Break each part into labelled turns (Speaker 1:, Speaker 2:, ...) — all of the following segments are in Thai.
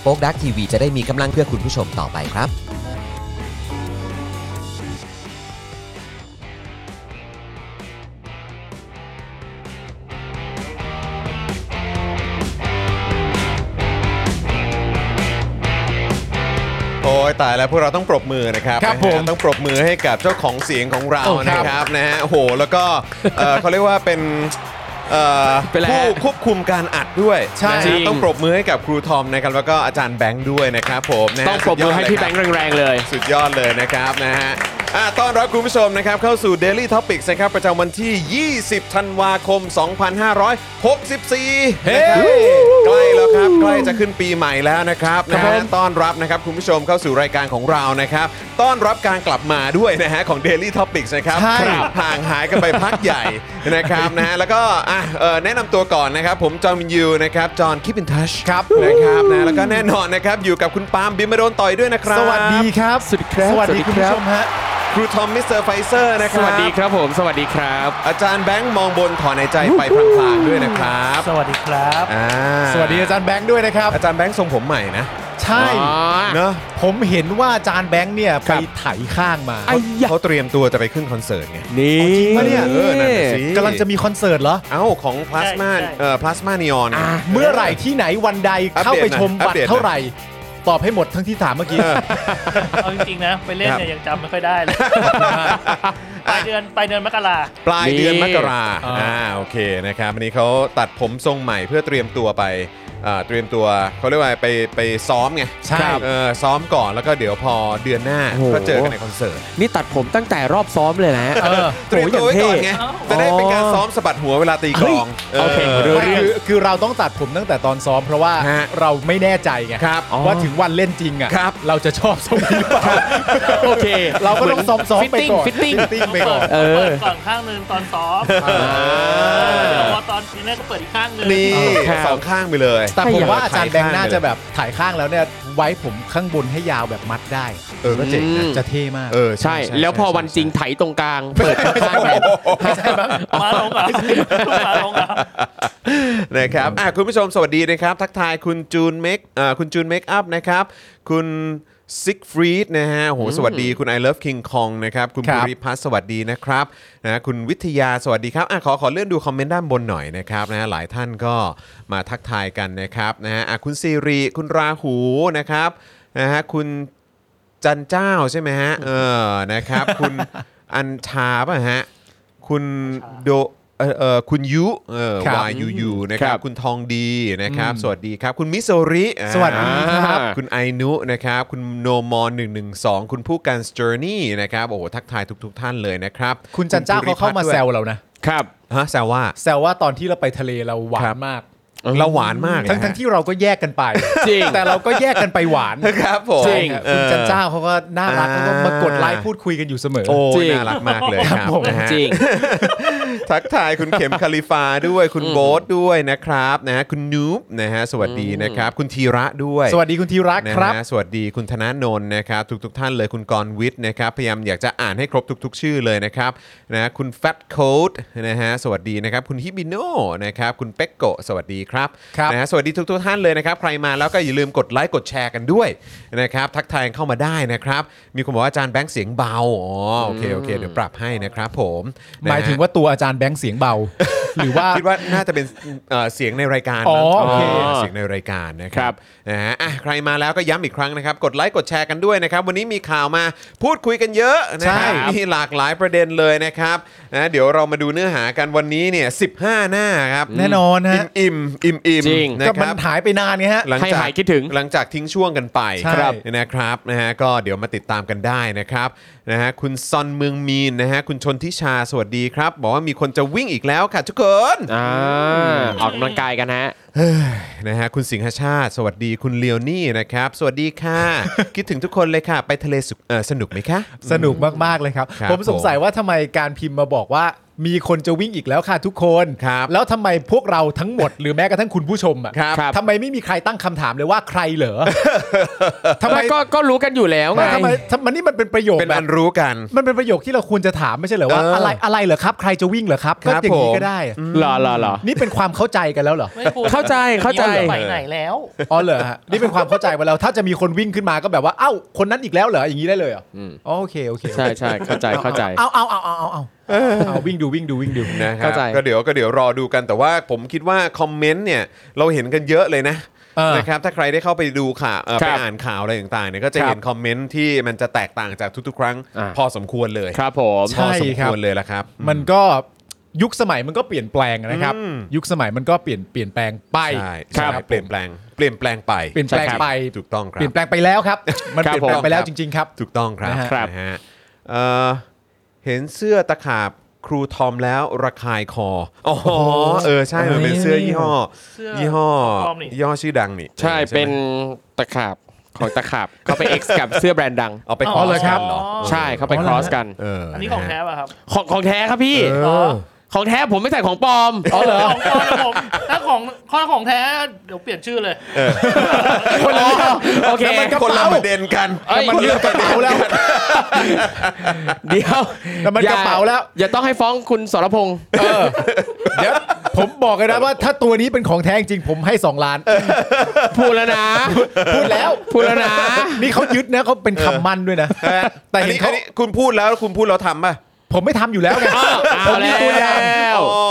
Speaker 1: โป๊กดักทีวีจะได้มีกำลังเพื่อคุณผู้ชมต่อไปครับ โอ้ยตายแล้วพวกเราต้องปรบมือนะครับ
Speaker 2: ครับ
Speaker 1: นะฮะ
Speaker 2: ผม
Speaker 1: ต้องปรบมือให้กับเจ้าของเสียงของเรา
Speaker 2: โอ้ครับ
Speaker 1: นะครับนะฮะโอ้โหแล้วก็เอ่อ เขาเรียกว่าเป็นเอ่อ
Speaker 2: เป็นอะไรฮะ
Speaker 1: ผู้ควบคุมการอัดด้วย
Speaker 2: ใช่
Speaker 1: นะฮะ
Speaker 2: จริง
Speaker 1: ต้องปรบมือให้กับครูทอมนะครับแล้วก็อาจารย์แบงค์ด้วยนะครับผมนะฮะ
Speaker 2: ต้องปรบมือให้พี่แบงค์แรงๆเลย
Speaker 1: สุดยอดเลยนะครับนะฮะอ่ะต้อนรับคุณผู้ชมนะครับเข้าสู่ Daily Topics นะครับประจำวันที่ 20 ธันวาคม 2564
Speaker 2: เฮ้
Speaker 1: นะครับใกล้แล้วครับใกล้จะขึ้นปีใหม่แล้วนะครับนะ
Speaker 2: ครั
Speaker 1: ฮะ
Speaker 2: บผม
Speaker 1: ต้อนรับนะครับคุณผู้ชมเข้าสู่รายการของเรานะครับ ต้อนรับการกลับมาด้วยนะฮะของ Daily Topics นะครับ
Speaker 3: ใช่
Speaker 1: ครับห่างหายกันไปพักใหญ่ นะครับนะฮะแล้วก็อ่ะเอ่อแนะนำตัวก่อนนะครับ ผมจอห์นวินยูนะครับจอห์นคิปินทัชครับนะครับนะแล้วก็แน่นอนนะครับอยู่กับคุณปาล์มบิมมาโดนต่อยด้วยนะครับ
Speaker 3: สวัสดีครับ
Speaker 2: สวัสดีครับ
Speaker 3: สวัสดี
Speaker 2: สวั
Speaker 1: ค
Speaker 2: สดีครับ
Speaker 3: คุณผู้ชมฮะ
Speaker 1: รูทอมมิสเตอร์ไฟเซอร์นะค
Speaker 2: ส
Speaker 1: รับ
Speaker 2: วัสดีครับผม สวัสดีครับ
Speaker 1: อาจารย์แบงค์มองบนถอนหายใจไปพลางๆด้วยนะครับ
Speaker 4: สวัสดีครับ
Speaker 1: อ่า
Speaker 3: สวัสดีอาจารย์แบงค์ด้วยนะครับ
Speaker 1: อาจารย์แบงค์ทรงผมใหม่นะ
Speaker 3: ใช่
Speaker 2: อ๋อ
Speaker 1: เนอะ
Speaker 3: ผมเห็นว่าอาจารย์แบงค์เนี่ย
Speaker 2: ค
Speaker 3: ไป
Speaker 2: รับ
Speaker 3: ไถข้างมา
Speaker 2: ไอ้ยะ
Speaker 1: เขาเตรียมตัวจะไปขึ้นคอนเสิร์ตไง
Speaker 2: นี่
Speaker 1: เออนั่นน่ะสิ
Speaker 3: กำลังจะมีคอนเสิร์ตเหรอ
Speaker 1: เอ้าของพลาสมา
Speaker 4: ใช่ใช่
Speaker 1: เอ่อพลาสมานีออน
Speaker 3: เมื่อไหร่ที่ไหนวันใด
Speaker 1: อัปเดต
Speaker 3: เข้าไปชม
Speaker 1: หน่อย
Speaker 3: บั
Speaker 1: อัป
Speaker 3: ต
Speaker 1: เดต
Speaker 3: รเท่าไหร่ ตอบให้หมดทั้งที่ถามเมื่อกี้
Speaker 4: เอาจริงๆนะ ไปเล่นเนี่ยยังจำไม่ค่อยได้เลยปลายเดือนปลายเดือนมกรา
Speaker 1: ปลายเดือนมกรา
Speaker 3: อ่า
Speaker 1: อ่าโอเคนะครับวันนี้เขาตัดผมทรงใหม่เพื่อเตรียมตัวไปเอ่อเตรียมตัวเขาเรียกว่าไปไปซ้อมไง
Speaker 3: ใช่
Speaker 1: ครับเออซ้อมก่อนแล้วก็เดี๋ยวพอเดือนหน้า
Speaker 2: โอ้โห
Speaker 1: ก็เจอกันในคอนเสิร์ต
Speaker 2: นี่ตัดผมตั้งแต่รอบซ้อมเลยนะ
Speaker 3: เออ
Speaker 1: เตรียมตัวไว้
Speaker 2: โโห
Speaker 1: ก่อน
Speaker 2: ย่าง
Speaker 1: ไง
Speaker 2: เท่
Speaker 1: จะได้เป็นการ
Speaker 2: อ๋อ
Speaker 1: ซ้อมสะบัดหัวเวลาตีกลอง
Speaker 2: เฮ้ยโอเค
Speaker 1: เอ
Speaker 2: เรื่
Speaker 1: อ
Speaker 2: ง
Speaker 3: คือคือเราต้องตัดผมตั้งแต่ตอนซ้อมเพราะว่า
Speaker 1: ฮะ
Speaker 3: เราไม่แน่ใจไง
Speaker 1: ครับ
Speaker 3: ว่าถึงวันเล่นจริงอ่ะ
Speaker 1: ครับ
Speaker 3: เราจะชอบทรงนี้หรือเปล่า
Speaker 2: โอเค
Speaker 3: เราก็ต้องซ้อมซ้อมๆไปก่อน
Speaker 2: ฟิตติ้ง
Speaker 3: fitting ไปก่อน
Speaker 2: เออ
Speaker 4: เปิดก่อนข้างหนึ่งตอนซ้อมเดี๋ยวพอตอนทีแรกก็เปิดอีกข้างหนึ่ง
Speaker 1: นี่
Speaker 2: ครับ
Speaker 1: สองข้างไปเลย
Speaker 3: แต่ผมว่า
Speaker 1: ให้
Speaker 3: อาจารย์
Speaker 1: ถ่า
Speaker 3: แบ
Speaker 1: ย
Speaker 3: ง
Speaker 1: ข้าง
Speaker 3: ค์น่า
Speaker 1: เลย
Speaker 3: จะแบบถ่ายข้างแล้วเนี่ยไว้ผมข้างบนให้ยาวแบบมัดได้
Speaker 1: เออก็เจ๋งนะ
Speaker 2: อืม
Speaker 3: จะเท่มาก
Speaker 1: เออ
Speaker 2: ใช่ แล้วพอวันจริงไถตรงกลาง เปิดข้างๆแบบ
Speaker 4: มาลงเหรอมาลงเหรอ
Speaker 1: นะครับอ่ะคุณผู้ชมสวัสดีนะครับ ทักทายคุณจูนเมคอ่าคุณจูนเมคอัพนะครับ คุณซิกฟรีดนะฮะโหสวัสดีคุณ I love King Kong นะครับ คุณ
Speaker 3: ครั
Speaker 1: ภู
Speaker 3: บ
Speaker 1: ริพัฒน์สวัสดีนะครับนะคุณวิทยาสวัสดีครับอ่ะขอขอเลื่อนดูคอมเมนต์ด้านบนหน่อยนะครับนะฮะหลายท่านก็มาทักทายกันนะครับนะฮะอ่ะคุณซีรีคุณราหูนะครับนะฮะคุณ จันเจ้าใช่ไหมฮะ เออ นะครับ คุณ อัญชาป่ะฮะ คุณโดเอ่อเออคุณยุเออ
Speaker 3: ครับ
Speaker 1: วายูยูนะครับ
Speaker 2: ครับ
Speaker 1: คุณทองดีนะครับ สวัสดีครับ คุณมิโซริอ่า
Speaker 3: สวัสดีครับ
Speaker 1: คุณไอนุนะครับ คุณโนมอน112 คุณผู้การสเจอร์นี่นะครับ โอ้โห ทักทายทุกทท่านเลยนะครับ
Speaker 3: คุณจันเจ้าเขาเข้ามาแซว
Speaker 1: ด้วย
Speaker 3: เรานะครับ
Speaker 1: ฮะแซวว่า
Speaker 3: แซวว่าตอนที่เราไปทะเลเราหวา
Speaker 1: ครั
Speaker 3: น
Speaker 1: บ
Speaker 3: มาก
Speaker 1: เราหวานมากนะ
Speaker 3: ทั้งทั้งที่เราก็แยกกันไป
Speaker 2: จริง
Speaker 3: แต่เราก็แยกกันไปหวาน
Speaker 1: ครับผม
Speaker 2: จริง
Speaker 3: นะ
Speaker 1: เอ
Speaker 3: คุณ
Speaker 1: อ
Speaker 3: จันเจ้าเขาก็น่ารัก
Speaker 1: อ่า
Speaker 3: เขาก็มากดไลค์พูดคุยกันอยู่เสมอ
Speaker 1: โอ้
Speaker 2: จริ
Speaker 1: ย
Speaker 2: ง
Speaker 1: น่ารักมากเลยค
Speaker 3: ครั
Speaker 1: รับบ
Speaker 3: ผม
Speaker 1: นะฮะ
Speaker 2: จริง
Speaker 1: ทักทายคุณเข็มคาลิฟาด้วยคุณ
Speaker 2: อืม
Speaker 1: โบ๊ทด้วยนะครับนะฮะคุณนูบนะฮะสวัสดีนะครับ คุณธีระด้วย
Speaker 3: สวัสดีคุณธีรัก
Speaker 1: นะ
Speaker 3: ค
Speaker 1: ฮะ
Speaker 3: รับ
Speaker 1: สวัสดีคุณธนาโนนนะครับทุกทท่านเลยคุณกรณ์วิทย์นะครับพยายามอยากจะอ่านให้ครบทุก ๆ ชื่อเลยนะครับนะคุณแฟตโค้ดนะฮะสวัสดีนะครับคุณฮิบิโน่นะครับคุณเป็กโกะสวัสดีครับ
Speaker 3: ครับ
Speaker 1: นะฮะสวัสดีทุก ๆ ท่านเลยนะครับใครมาแล้วก็อย่าลืมกดไลค์กดแชร์กันด้วยนะครับทักทายเข้ามาได้นะครับ มีคนบอกว่าอาจารย์แบงค์เสียงเบาอ๋อโอเคโอเคเดี๋ยวปรับให้นะครับผมนะฮะ
Speaker 3: หมายถึงว่าตัวอาจารย์แบงค์เสียงเบา หรือว่า
Speaker 1: คิดว่าน่าจะเป็นเอ่อเสียงในรายการ
Speaker 3: อ๋อ
Speaker 1: มั้ง
Speaker 3: โอเค
Speaker 1: เออเสียงในรายการนะค
Speaker 2: ครั
Speaker 1: รับ
Speaker 2: บ
Speaker 1: นะฮะอ่ะใครมาแล้วก็ย้ำอีกครั้งนะครับ กดไลค์กดแชร์กันด้วยนะครับ วันนี้มีข่าวมาพูดคุยกันเยอะนะค
Speaker 3: ใช่
Speaker 1: รับมีหลากหลายประเด็นเลยนะครับนะเดี๋ยวเรามาดูเนื้อหากันวันนี้เนี่ย15 หน้าครับ
Speaker 3: แน่นอน
Speaker 1: อิ่
Speaker 3: ฮะ
Speaker 1: มอิ่มอิ่มอิ่ม
Speaker 2: จริง
Speaker 1: นะ
Speaker 3: ก็
Speaker 1: ค
Speaker 3: มัน
Speaker 1: รับ
Speaker 3: หายไปนานไงฮะ
Speaker 1: หลัง
Speaker 2: ให้
Speaker 1: จาก
Speaker 2: หายคิดถึง
Speaker 1: หลังจากทิ้งช่วงกันไป
Speaker 3: ใช่ครับ
Speaker 1: นะครับนะฮะก็เดี๋ยวมาติดตามกันได้นะครับนะฮะคุณซอนเมืองมีนนะฮะคุณชนทิชาสวัสดีครับ บอกว่ามีคนจะวิ่งอีกแล้วค่ะทุกคน
Speaker 2: อ่าออกกำลังกายกันฮะ
Speaker 1: นะฮะคุณสิงหชาติ สวัสดีคุณเลียวนี่นะครับ สวัสดี ค่ะ คิดถึงทุกคนเลยค่ะ ไปทะเลสุเอ่อสนุกไหมคะ
Speaker 3: สนุกมาก ๆ เลยครับ
Speaker 1: ครับ
Speaker 3: ผมสงสัยว่าทำไมการพิมพ์มาบอกว่ามีคนจะวิ่งอีกแล้วค่ะทุกคน
Speaker 1: ครับ
Speaker 3: แล้วทำไมพวกเราทั้งหมด หรือแม้กระทั่งคุณผู้ชมอ่ะ
Speaker 1: ครับ
Speaker 2: ครับ
Speaker 3: ทำไมไม่มีใครตั้งคำถามเลยว่าใครเหรอ ทำ
Speaker 2: ทำไม
Speaker 3: ไม
Speaker 2: ก็ก็รู้กันอยู่แล้วไง
Speaker 3: ไม่ทำไมทำไมันนี่มันเป็นประโยค
Speaker 1: เป็น
Speaker 3: แบ
Speaker 1: อั
Speaker 3: บ
Speaker 1: นรู้กัน
Speaker 3: มันเป็นประโยคที่เราควรจะถามไม่ใช่เหรอว่า
Speaker 1: เอออ
Speaker 3: อะไรอะไรเหรอครับ ใครจะวิ่งเหรอครับ
Speaker 1: ครั
Speaker 3: ก็
Speaker 1: บ
Speaker 3: อย่างนี้
Speaker 1: ผม
Speaker 3: ก็ได้อะ
Speaker 2: หรอหรอหรอ
Speaker 3: นี่เป็นความเข้าใจกันแล้วเหรอ
Speaker 4: ไม่พูด
Speaker 2: เข้าใจเข้าใจ
Speaker 4: ไปไหนแล้ว
Speaker 3: อ๋อเหรอฮะนี่เป็นความเข้าใจไปแล้วถ้าจะมีคนวิ่งขึ้นมาก็แบบว่าเอ้าคนนั้นอีกแล้วเหรออย่างนี้ได้เลยเหรอออ๋อโอเคโอเค
Speaker 2: ใช่ใช่เข้าใจเข้าใจ
Speaker 3: เอาเอาเอาเอาเอาเอาเอาวิ่งดูวิ่งดูวิ่งดู
Speaker 1: นะครั
Speaker 2: เข้า
Speaker 1: บ
Speaker 2: ใจ
Speaker 1: ก็เดี๋ยวก็เดี๋ยวรอดูกันแต่ว่าผมคิดว่าคอมเมนต์เนี่ยเราเห็นกันเยอะเลยนะ
Speaker 3: เออ
Speaker 1: นะครับถ้าใครได้เข้าไปดูข่าวเอ่อ
Speaker 2: ครั
Speaker 1: ไป
Speaker 2: บ
Speaker 1: อ่านข่าวอะไรต่างๆเนี่ยก็จะเห็นคอมเมนต์ที่มันจะแตกต่างจากทุกๆ ครั้ง
Speaker 2: อ่า
Speaker 1: พอสมควรเลย
Speaker 2: ครับผม
Speaker 1: พอสม
Speaker 3: ใช่ครั
Speaker 1: ค
Speaker 3: บ
Speaker 1: วรเลยละครับ
Speaker 3: มันก็ยุคสมัยมันก็เปลี่ยนแปลงนะครับ
Speaker 1: อืม
Speaker 3: ยุคสมัยมันก็เปลี่ยนเปลี่ยนแปลงไป
Speaker 1: ใช่
Speaker 3: ค
Speaker 1: ใช่
Speaker 3: รับ
Speaker 1: เปลี่ยนแปลงเปลี่ยนแปลงไป
Speaker 3: เปลี่ยนแปลง
Speaker 2: ใช่ครับ
Speaker 3: ไป
Speaker 1: ถูกต้องครั
Speaker 3: เปลี่ย
Speaker 1: บ
Speaker 3: นแปลงไปแล้วครับ มัน
Speaker 2: ครับ
Speaker 3: เปลี่ยน
Speaker 2: ผม
Speaker 3: แปลงไปแล้วจริง ๆ ครับ
Speaker 1: ถูกต้องครับ
Speaker 3: นะฮะ
Speaker 1: นะฮะเอ่อเห็นเสื้อตะขาบครูทอมแล้วระคายคอ อ๋อ เออ ใช่ มันเป็นเสื้อยี่ห้อ
Speaker 4: เสื้อ
Speaker 1: ยี่ห้อ
Speaker 4: ครูทอมนี่
Speaker 1: ยี่ห้อชื่อดังนี่
Speaker 2: ใช่
Speaker 1: ออไหม
Speaker 2: เป็นตะขาบของตะขาบเขาไป X กับเสื้อแบรนด์ดัง
Speaker 1: เอาไปค
Speaker 4: อ๋อ
Speaker 1: อส
Speaker 4: เหรอครั
Speaker 1: กับ นเหรอ
Speaker 2: ใช่เขาไปครอสกัน
Speaker 1: เออ
Speaker 4: อั
Speaker 1: อั
Speaker 4: นนี้ของแท้ป่ะครับ
Speaker 2: ของของแท้ครับพี่
Speaker 3: เออ
Speaker 2: ของแท้ผมไม่ใส่ของปลอม
Speaker 3: อ๋อเหรอ
Speaker 4: ของปลอมนะผมถ้าของข้อของแท้เดี๋ยวเปลี่ยนชื่อเลย
Speaker 2: คนละโอเค
Speaker 1: แล้วมันคนละประเด็นกัน
Speaker 2: เอ้ย
Speaker 3: มันเลือกกระเป๋าแล้ว
Speaker 2: เดี๋ยว
Speaker 3: แต่มัน
Speaker 2: อย่
Speaker 3: กระเป๋าแล้ว
Speaker 2: อย่าต้องให้ฟ้องคุณสรพงษ์
Speaker 3: เออเดี๋ยวผมบอกเลยนะว่าถ้าตัวนี้เป็นของแท้จริงผมให้ 2 ล้าน
Speaker 2: พูดแล้วนะ
Speaker 3: พูดแล้ว
Speaker 2: พูดแล้วนะ
Speaker 3: นี่เขายึดนะเขาเป็นคำมั่นด้วยนะ แต่
Speaker 1: แต่อัน
Speaker 3: เห็น
Speaker 1: นี้
Speaker 3: เขา
Speaker 1: อันนี้คุณพูดแล้วคุณพูดแล้วทำป่ะ
Speaker 3: ผมไม่ทำอยู่แล้วไงผ
Speaker 2: เอา
Speaker 3: ม
Speaker 2: แล
Speaker 3: มีตัวอย่า
Speaker 2: ้
Speaker 3: ง
Speaker 2: ว
Speaker 1: อ๋อ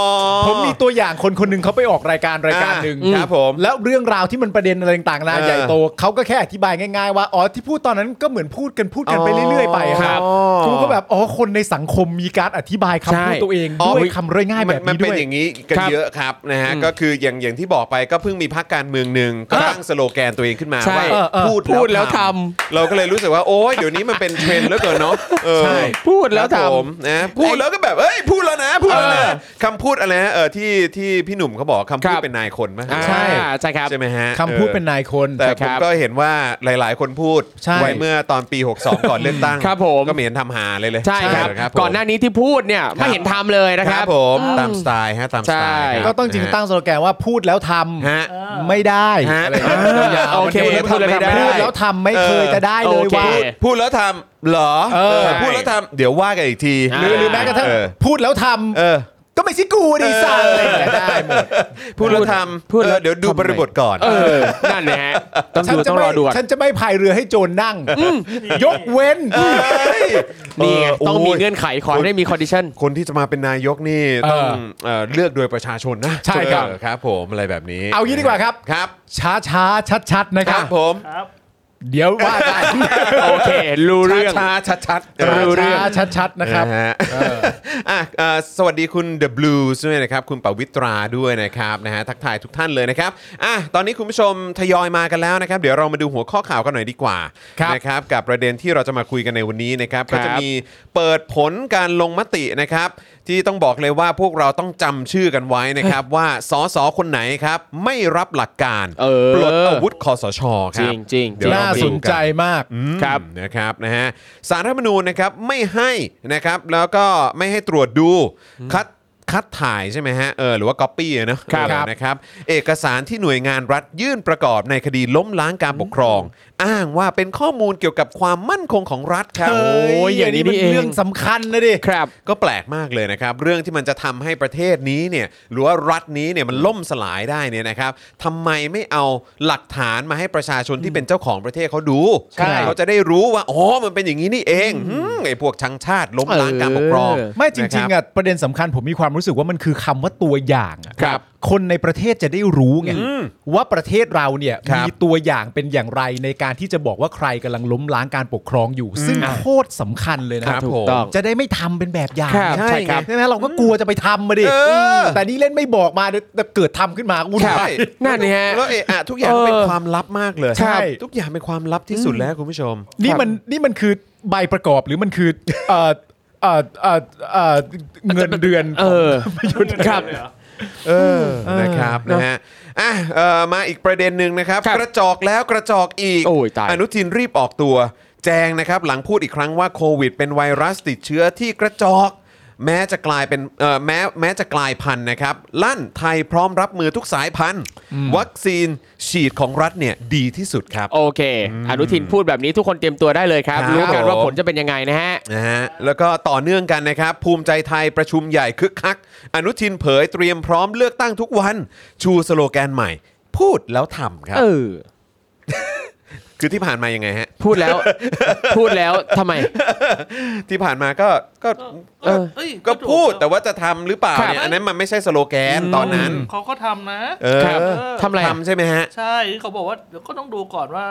Speaker 3: ผมมีตัวอย่างคนคนหนึ่งเขาไปออกรายการรายการหนึ่ง
Speaker 1: อ่าครับผม
Speaker 3: แล้วเรื่องราวที่มันประเด็นอะไรต่างๆนา
Speaker 1: เออ
Speaker 3: ใหญ่โตเขาก็แค่อธิบายง่ายๆว่าอ๋อที่พูดตอนนั้นก็เหมือนพูดกันพูดกันไปเรื่อยๆไปอะครับ
Speaker 1: อ๋อ
Speaker 3: กูก็แบบอ๋อคนในสังคมมีการอธิบายคำพูด
Speaker 2: ใช่
Speaker 3: ตัวเอง
Speaker 1: อ๋อ
Speaker 3: ด้วยคำเรื่อยง่ายแบบ
Speaker 1: มัน
Speaker 3: นี้
Speaker 1: เป็
Speaker 3: ด้
Speaker 1: น
Speaker 3: วย
Speaker 1: อย่างนี้กัน
Speaker 2: ครับ
Speaker 1: เยอะครับนะฮะก็คืออย่างอย่างที่บอกไปก็เพิ่งมีพรรคการเมืองหนึ่งก็ตั้งสโลแกนตัวเองขึ้นมา
Speaker 2: ใช่
Speaker 1: ว่า
Speaker 3: เออเออ
Speaker 1: พูด
Speaker 2: พูดแล้วทำ
Speaker 1: เราก็เลยรู้สึกว่าโอ้ยเดี๋ยวนี้มันเป็นเทรนด์แล้วเกินเนาะเออ
Speaker 2: พูดแล้ว
Speaker 1: ค
Speaker 2: ท
Speaker 1: รับผมนะพูดแล้วก็แบบเอ้ยพูดแล้วนะพูดแล้วนะคำพูดอะไรนะเออที่ที่พี่หนุ่มเขาบอกคำพูด
Speaker 2: ครับ
Speaker 1: เป็นนายคนไหม
Speaker 2: ำอ่า
Speaker 3: ใช่
Speaker 2: ใช่ครับ
Speaker 1: ใช่ไหมฮะ
Speaker 3: คำพูดเป็นนายคน
Speaker 1: แต่ผ
Speaker 2: ครั
Speaker 1: ม
Speaker 2: บ
Speaker 1: ก็เห็นว่าหลาย ๆ คนพูด
Speaker 3: ใช่
Speaker 1: ไว้เมื่อตอนปี 62 ก่อนเลือกตั้ง
Speaker 2: ครับผม
Speaker 1: ก็ไม่เห็นทำหาเลยเลย
Speaker 2: ใช่ครับ
Speaker 1: เครับผม
Speaker 2: ก่อนหน้านี้ที่พูดเนี่ยไม่เห็นทำเลยนะ
Speaker 1: ค
Speaker 2: ค
Speaker 1: รั
Speaker 2: รั
Speaker 1: บบ ผมตามสไตล์ฮะตามสไตล์
Speaker 2: ใช่
Speaker 1: ค
Speaker 3: ก็
Speaker 1: บ
Speaker 3: ต้องจริง
Speaker 1: นะฮะ
Speaker 3: ตั้งสโลแกนว่าพูดแล้วท
Speaker 1: ฮะ
Speaker 3: ำไม่ได้
Speaker 1: ฮะ
Speaker 3: อะไรอย่างเงี้ยยาวๆ
Speaker 2: โอเค
Speaker 3: มัน
Speaker 2: พูดแล้วทำไม่
Speaker 3: พู
Speaker 2: ได้
Speaker 3: ดแล้วทำไม่เคยจะได้เลย
Speaker 2: โอเค
Speaker 3: ว่า
Speaker 1: พูดแล้วทำเหรอ
Speaker 3: เออ
Speaker 1: เออพูดแล้วทำเดี๋ยวว่ากันอีกที
Speaker 2: อ่า
Speaker 3: หรือหรือแม้กระทั่ง
Speaker 1: เออ
Speaker 3: พูดแล้วท
Speaker 1: เออ
Speaker 3: ำก็ไม่ใช่กูดีสั่งอะไรอย่างเงี้ยได้หมด
Speaker 1: พูดแล้วทำ
Speaker 2: พูดแล้ว
Speaker 1: เออเดี๋ยวดู
Speaker 2: ทำไง
Speaker 1: บริบทก่อน
Speaker 2: เออนั่นนะฮะต้อง
Speaker 3: ฉั
Speaker 2: ดู
Speaker 3: นจะ
Speaker 2: ต้อง
Speaker 3: ไม่
Speaker 2: รอดูก่อน
Speaker 3: ฉันจะไม่พายเรือให้โจรนั่ง ยกเว้น
Speaker 2: นี่ไงต้องมีเงื่อนไขขอ
Speaker 1: โอ้ย
Speaker 2: ให้ได้มีคอนดิชัน
Speaker 1: คนที่จะมาเป็นนายกนี่ต้อง
Speaker 3: เออ
Speaker 1: เอ่อเลือกโดยประชาชนนะ
Speaker 3: ใช่ครับ
Speaker 1: เออครับ ผมอะไรแบบนี้
Speaker 3: เอางี้ดีกว่าครับ
Speaker 1: ครับ
Speaker 3: ช้าช้าชัดชัดๆ นะ
Speaker 1: ค
Speaker 3: ครั
Speaker 1: รั
Speaker 3: บบ
Speaker 1: ผม
Speaker 4: ครับ
Speaker 3: เดี๋ยวว่ากัน
Speaker 2: โอเค รู้เรื่อง
Speaker 1: ช้าๆชัดๆเออ
Speaker 2: รู้เรื่อง
Speaker 3: ช้าชัดชัดๆนะครับ
Speaker 1: นะฮะอ่ะเอ่อสวัสดีคุณ The Blues ด้วยนะครับ คุณปวิตราด้วยนะครับนะฮะทักทายทุกท่านเลยนะครับอ่ะตอนนี้คุณผู้ชมทยอยมากันแล้วนะครับ เดี๋ยวเรามาดูหัวข้อข่าวกันหน่อยดีกว่า
Speaker 3: ครับ
Speaker 1: นะครับกับประเด็นที่เราจะมาคุยกันในวันนี้นะครับก็จะมีเปิดผลการลงมตินะครับ ที่ต้องบอกเลยว่าพวกเราต้องจำชื่อกันไว้นะครับ ว่าสสคนไหนครับ ไม่รับหลักการ
Speaker 2: เออ
Speaker 1: ปลดอาวุธคอสชค
Speaker 2: จริ
Speaker 1: รับ
Speaker 2: งจริง
Speaker 1: เดี๋ยวเร
Speaker 3: น่า
Speaker 1: ไป
Speaker 3: ส
Speaker 1: ดู
Speaker 3: น
Speaker 1: กั
Speaker 3: ใจมาก
Speaker 2: ครับ
Speaker 1: อืมนะครับนะฮะสารรัฐธรรมนูญนะครับไม่ให้นะครับแล้วก็ไม่ให้ตรวจดูคัด คัดถ่ายใช่ไหมฮะเออหรือว่าก๊อปปี้เนอะ
Speaker 2: ครับ
Speaker 1: เออนะครับเอกสารที่หน่วยงานรัฐยื่นประกอบในคดีล้มล้างการปกครอง อ้างว่าเป็นข้อมูลเกี่ยวกับความมั่นคงของรัฐครับ
Speaker 2: โอ้ยอย่างนี้นี่เอง
Speaker 3: มัเรื่องสำคัญนะดิ
Speaker 2: ครับ
Speaker 1: ก็แปลกมากเลยนะครับ เรื่องที่มันจะทำให้ประเทศนี้เนี่ยหรือว่ารัฐนี้เนี่ยมันล่มสลายได้เนี่ยนะครับทำไมไม่เอาหลักฐานมาให้ประชาชนที่เป็นเจ้าของประเทศเขาดู
Speaker 3: ใช่
Speaker 1: เขาจะได้รู้ว่าอ๋อมันเป็นอย่างนี้นี่เองหืมไอ้พวกชังชาติล้มล้างการปกครอง
Speaker 2: เออ
Speaker 3: ไม่จ
Speaker 1: นค
Speaker 3: ริง
Speaker 1: บ
Speaker 3: ๆอ่ะประเด็นสำคัญผมมีความรู้สึกว่ามันคือคำว่าตัวอย่างอะ
Speaker 2: ครับ
Speaker 3: คนในประเทศจะได้รู้ไงว่าประเทศเราเนี่ย
Speaker 1: ครับ
Speaker 3: มีตัวอย่างเป็นอย่างไรในการที่จะบอกว่าใครกำลังล้มล้างการปกครองอยู่ ซึ่งโคตรสำคัญเลยนะครับ
Speaker 2: ถู
Speaker 1: ผ
Speaker 2: ก
Speaker 1: ม
Speaker 2: ต้อง
Speaker 3: จะได้ไม่ทำเป็นแบบอย่าง
Speaker 2: ครับใช่ครับ
Speaker 3: ใช่ไหมเราก็กลัวจะไปทำมาดิ
Speaker 1: เออ
Speaker 3: แต่นี่เล่นไม่บอกมาเดี๋ยวเกิดทำขึ้นมาก็วุ่น
Speaker 1: ใช่
Speaker 3: วาย
Speaker 2: นั่นนี่ฮะ
Speaker 1: แล้วเอะอะทุกอย่างเป็น
Speaker 2: เออ
Speaker 1: ความลับมากเลย
Speaker 3: ใช่
Speaker 1: ทุกอย่างเป็นความลับที่สุดแล้วคุณผู้ชม
Speaker 3: นี่มันนี่มันคือใบประกอบหรือมันคือเอ่อเอ่อเอ่อเอ่อเงินเดือน
Speaker 2: เออ ครับ
Speaker 4: เลยเหอ
Speaker 1: เออนะครับนะฮะอ่ะเอ่อมาอีกประเด็นหนึ่งนะครับ
Speaker 2: ครับ
Speaker 1: กระจอกแล้วกระจอกอีก
Speaker 2: โอ้ยตาย
Speaker 1: นุทินรีบออกตัว แจงนะครับ หลังพูดอีกครั้งว่าโควิดเป็นไวรัสติดเชื้อที่กระจอก แม้จะกลายเป็นเอ่อแม้แม้จะกลายพันธุ์นะครับ ลั่นไทยพร้อมรับมือทุกสายพันธุ์ วัคซีนฉีดของรัฐเนี่ยดีที่สุดครับ
Speaker 2: โอเค อนุทินพูดแบบนี้ทุกคนเตรียมตัวได้เลยครับ
Speaker 1: ครับ
Speaker 2: รู้กันว่าผลจะเป็นยังไงนะฮะ
Speaker 1: นะฮะแล้วก็ต่อเนื่องกันนะครับ ภูมิใจไทยประชุมใหญ่คึกคัก อนุทินเผยเตรียมพร้อมเลือกตั้งทุกวัน ชูสโลแกนใหม่ พูดแล้วทำครับ
Speaker 2: เออ
Speaker 1: คือที่ผ่านมายังไงฮะ
Speaker 2: พูดแล้ว พูดแล้วทำไม
Speaker 1: ที่ผ่านมาก็ก็
Speaker 2: เออ
Speaker 4: เอ้ย
Speaker 1: ก็
Speaker 4: ถู
Speaker 1: พูด
Speaker 4: นะ
Speaker 1: แต่ว่าจะทำหรือเปล่า
Speaker 2: ครับ
Speaker 1: เนี่ยอันนั้นมันไม่ใช่สโลแกนตอนนั้น
Speaker 4: เขาก็ทำนะ
Speaker 1: เออ
Speaker 2: ครับทำอะไรอะ
Speaker 1: ทำใช่ไหมฮะ
Speaker 4: ใช่เขาบอกว่าเดี๋ยวก็ต้องดูก่อนว่า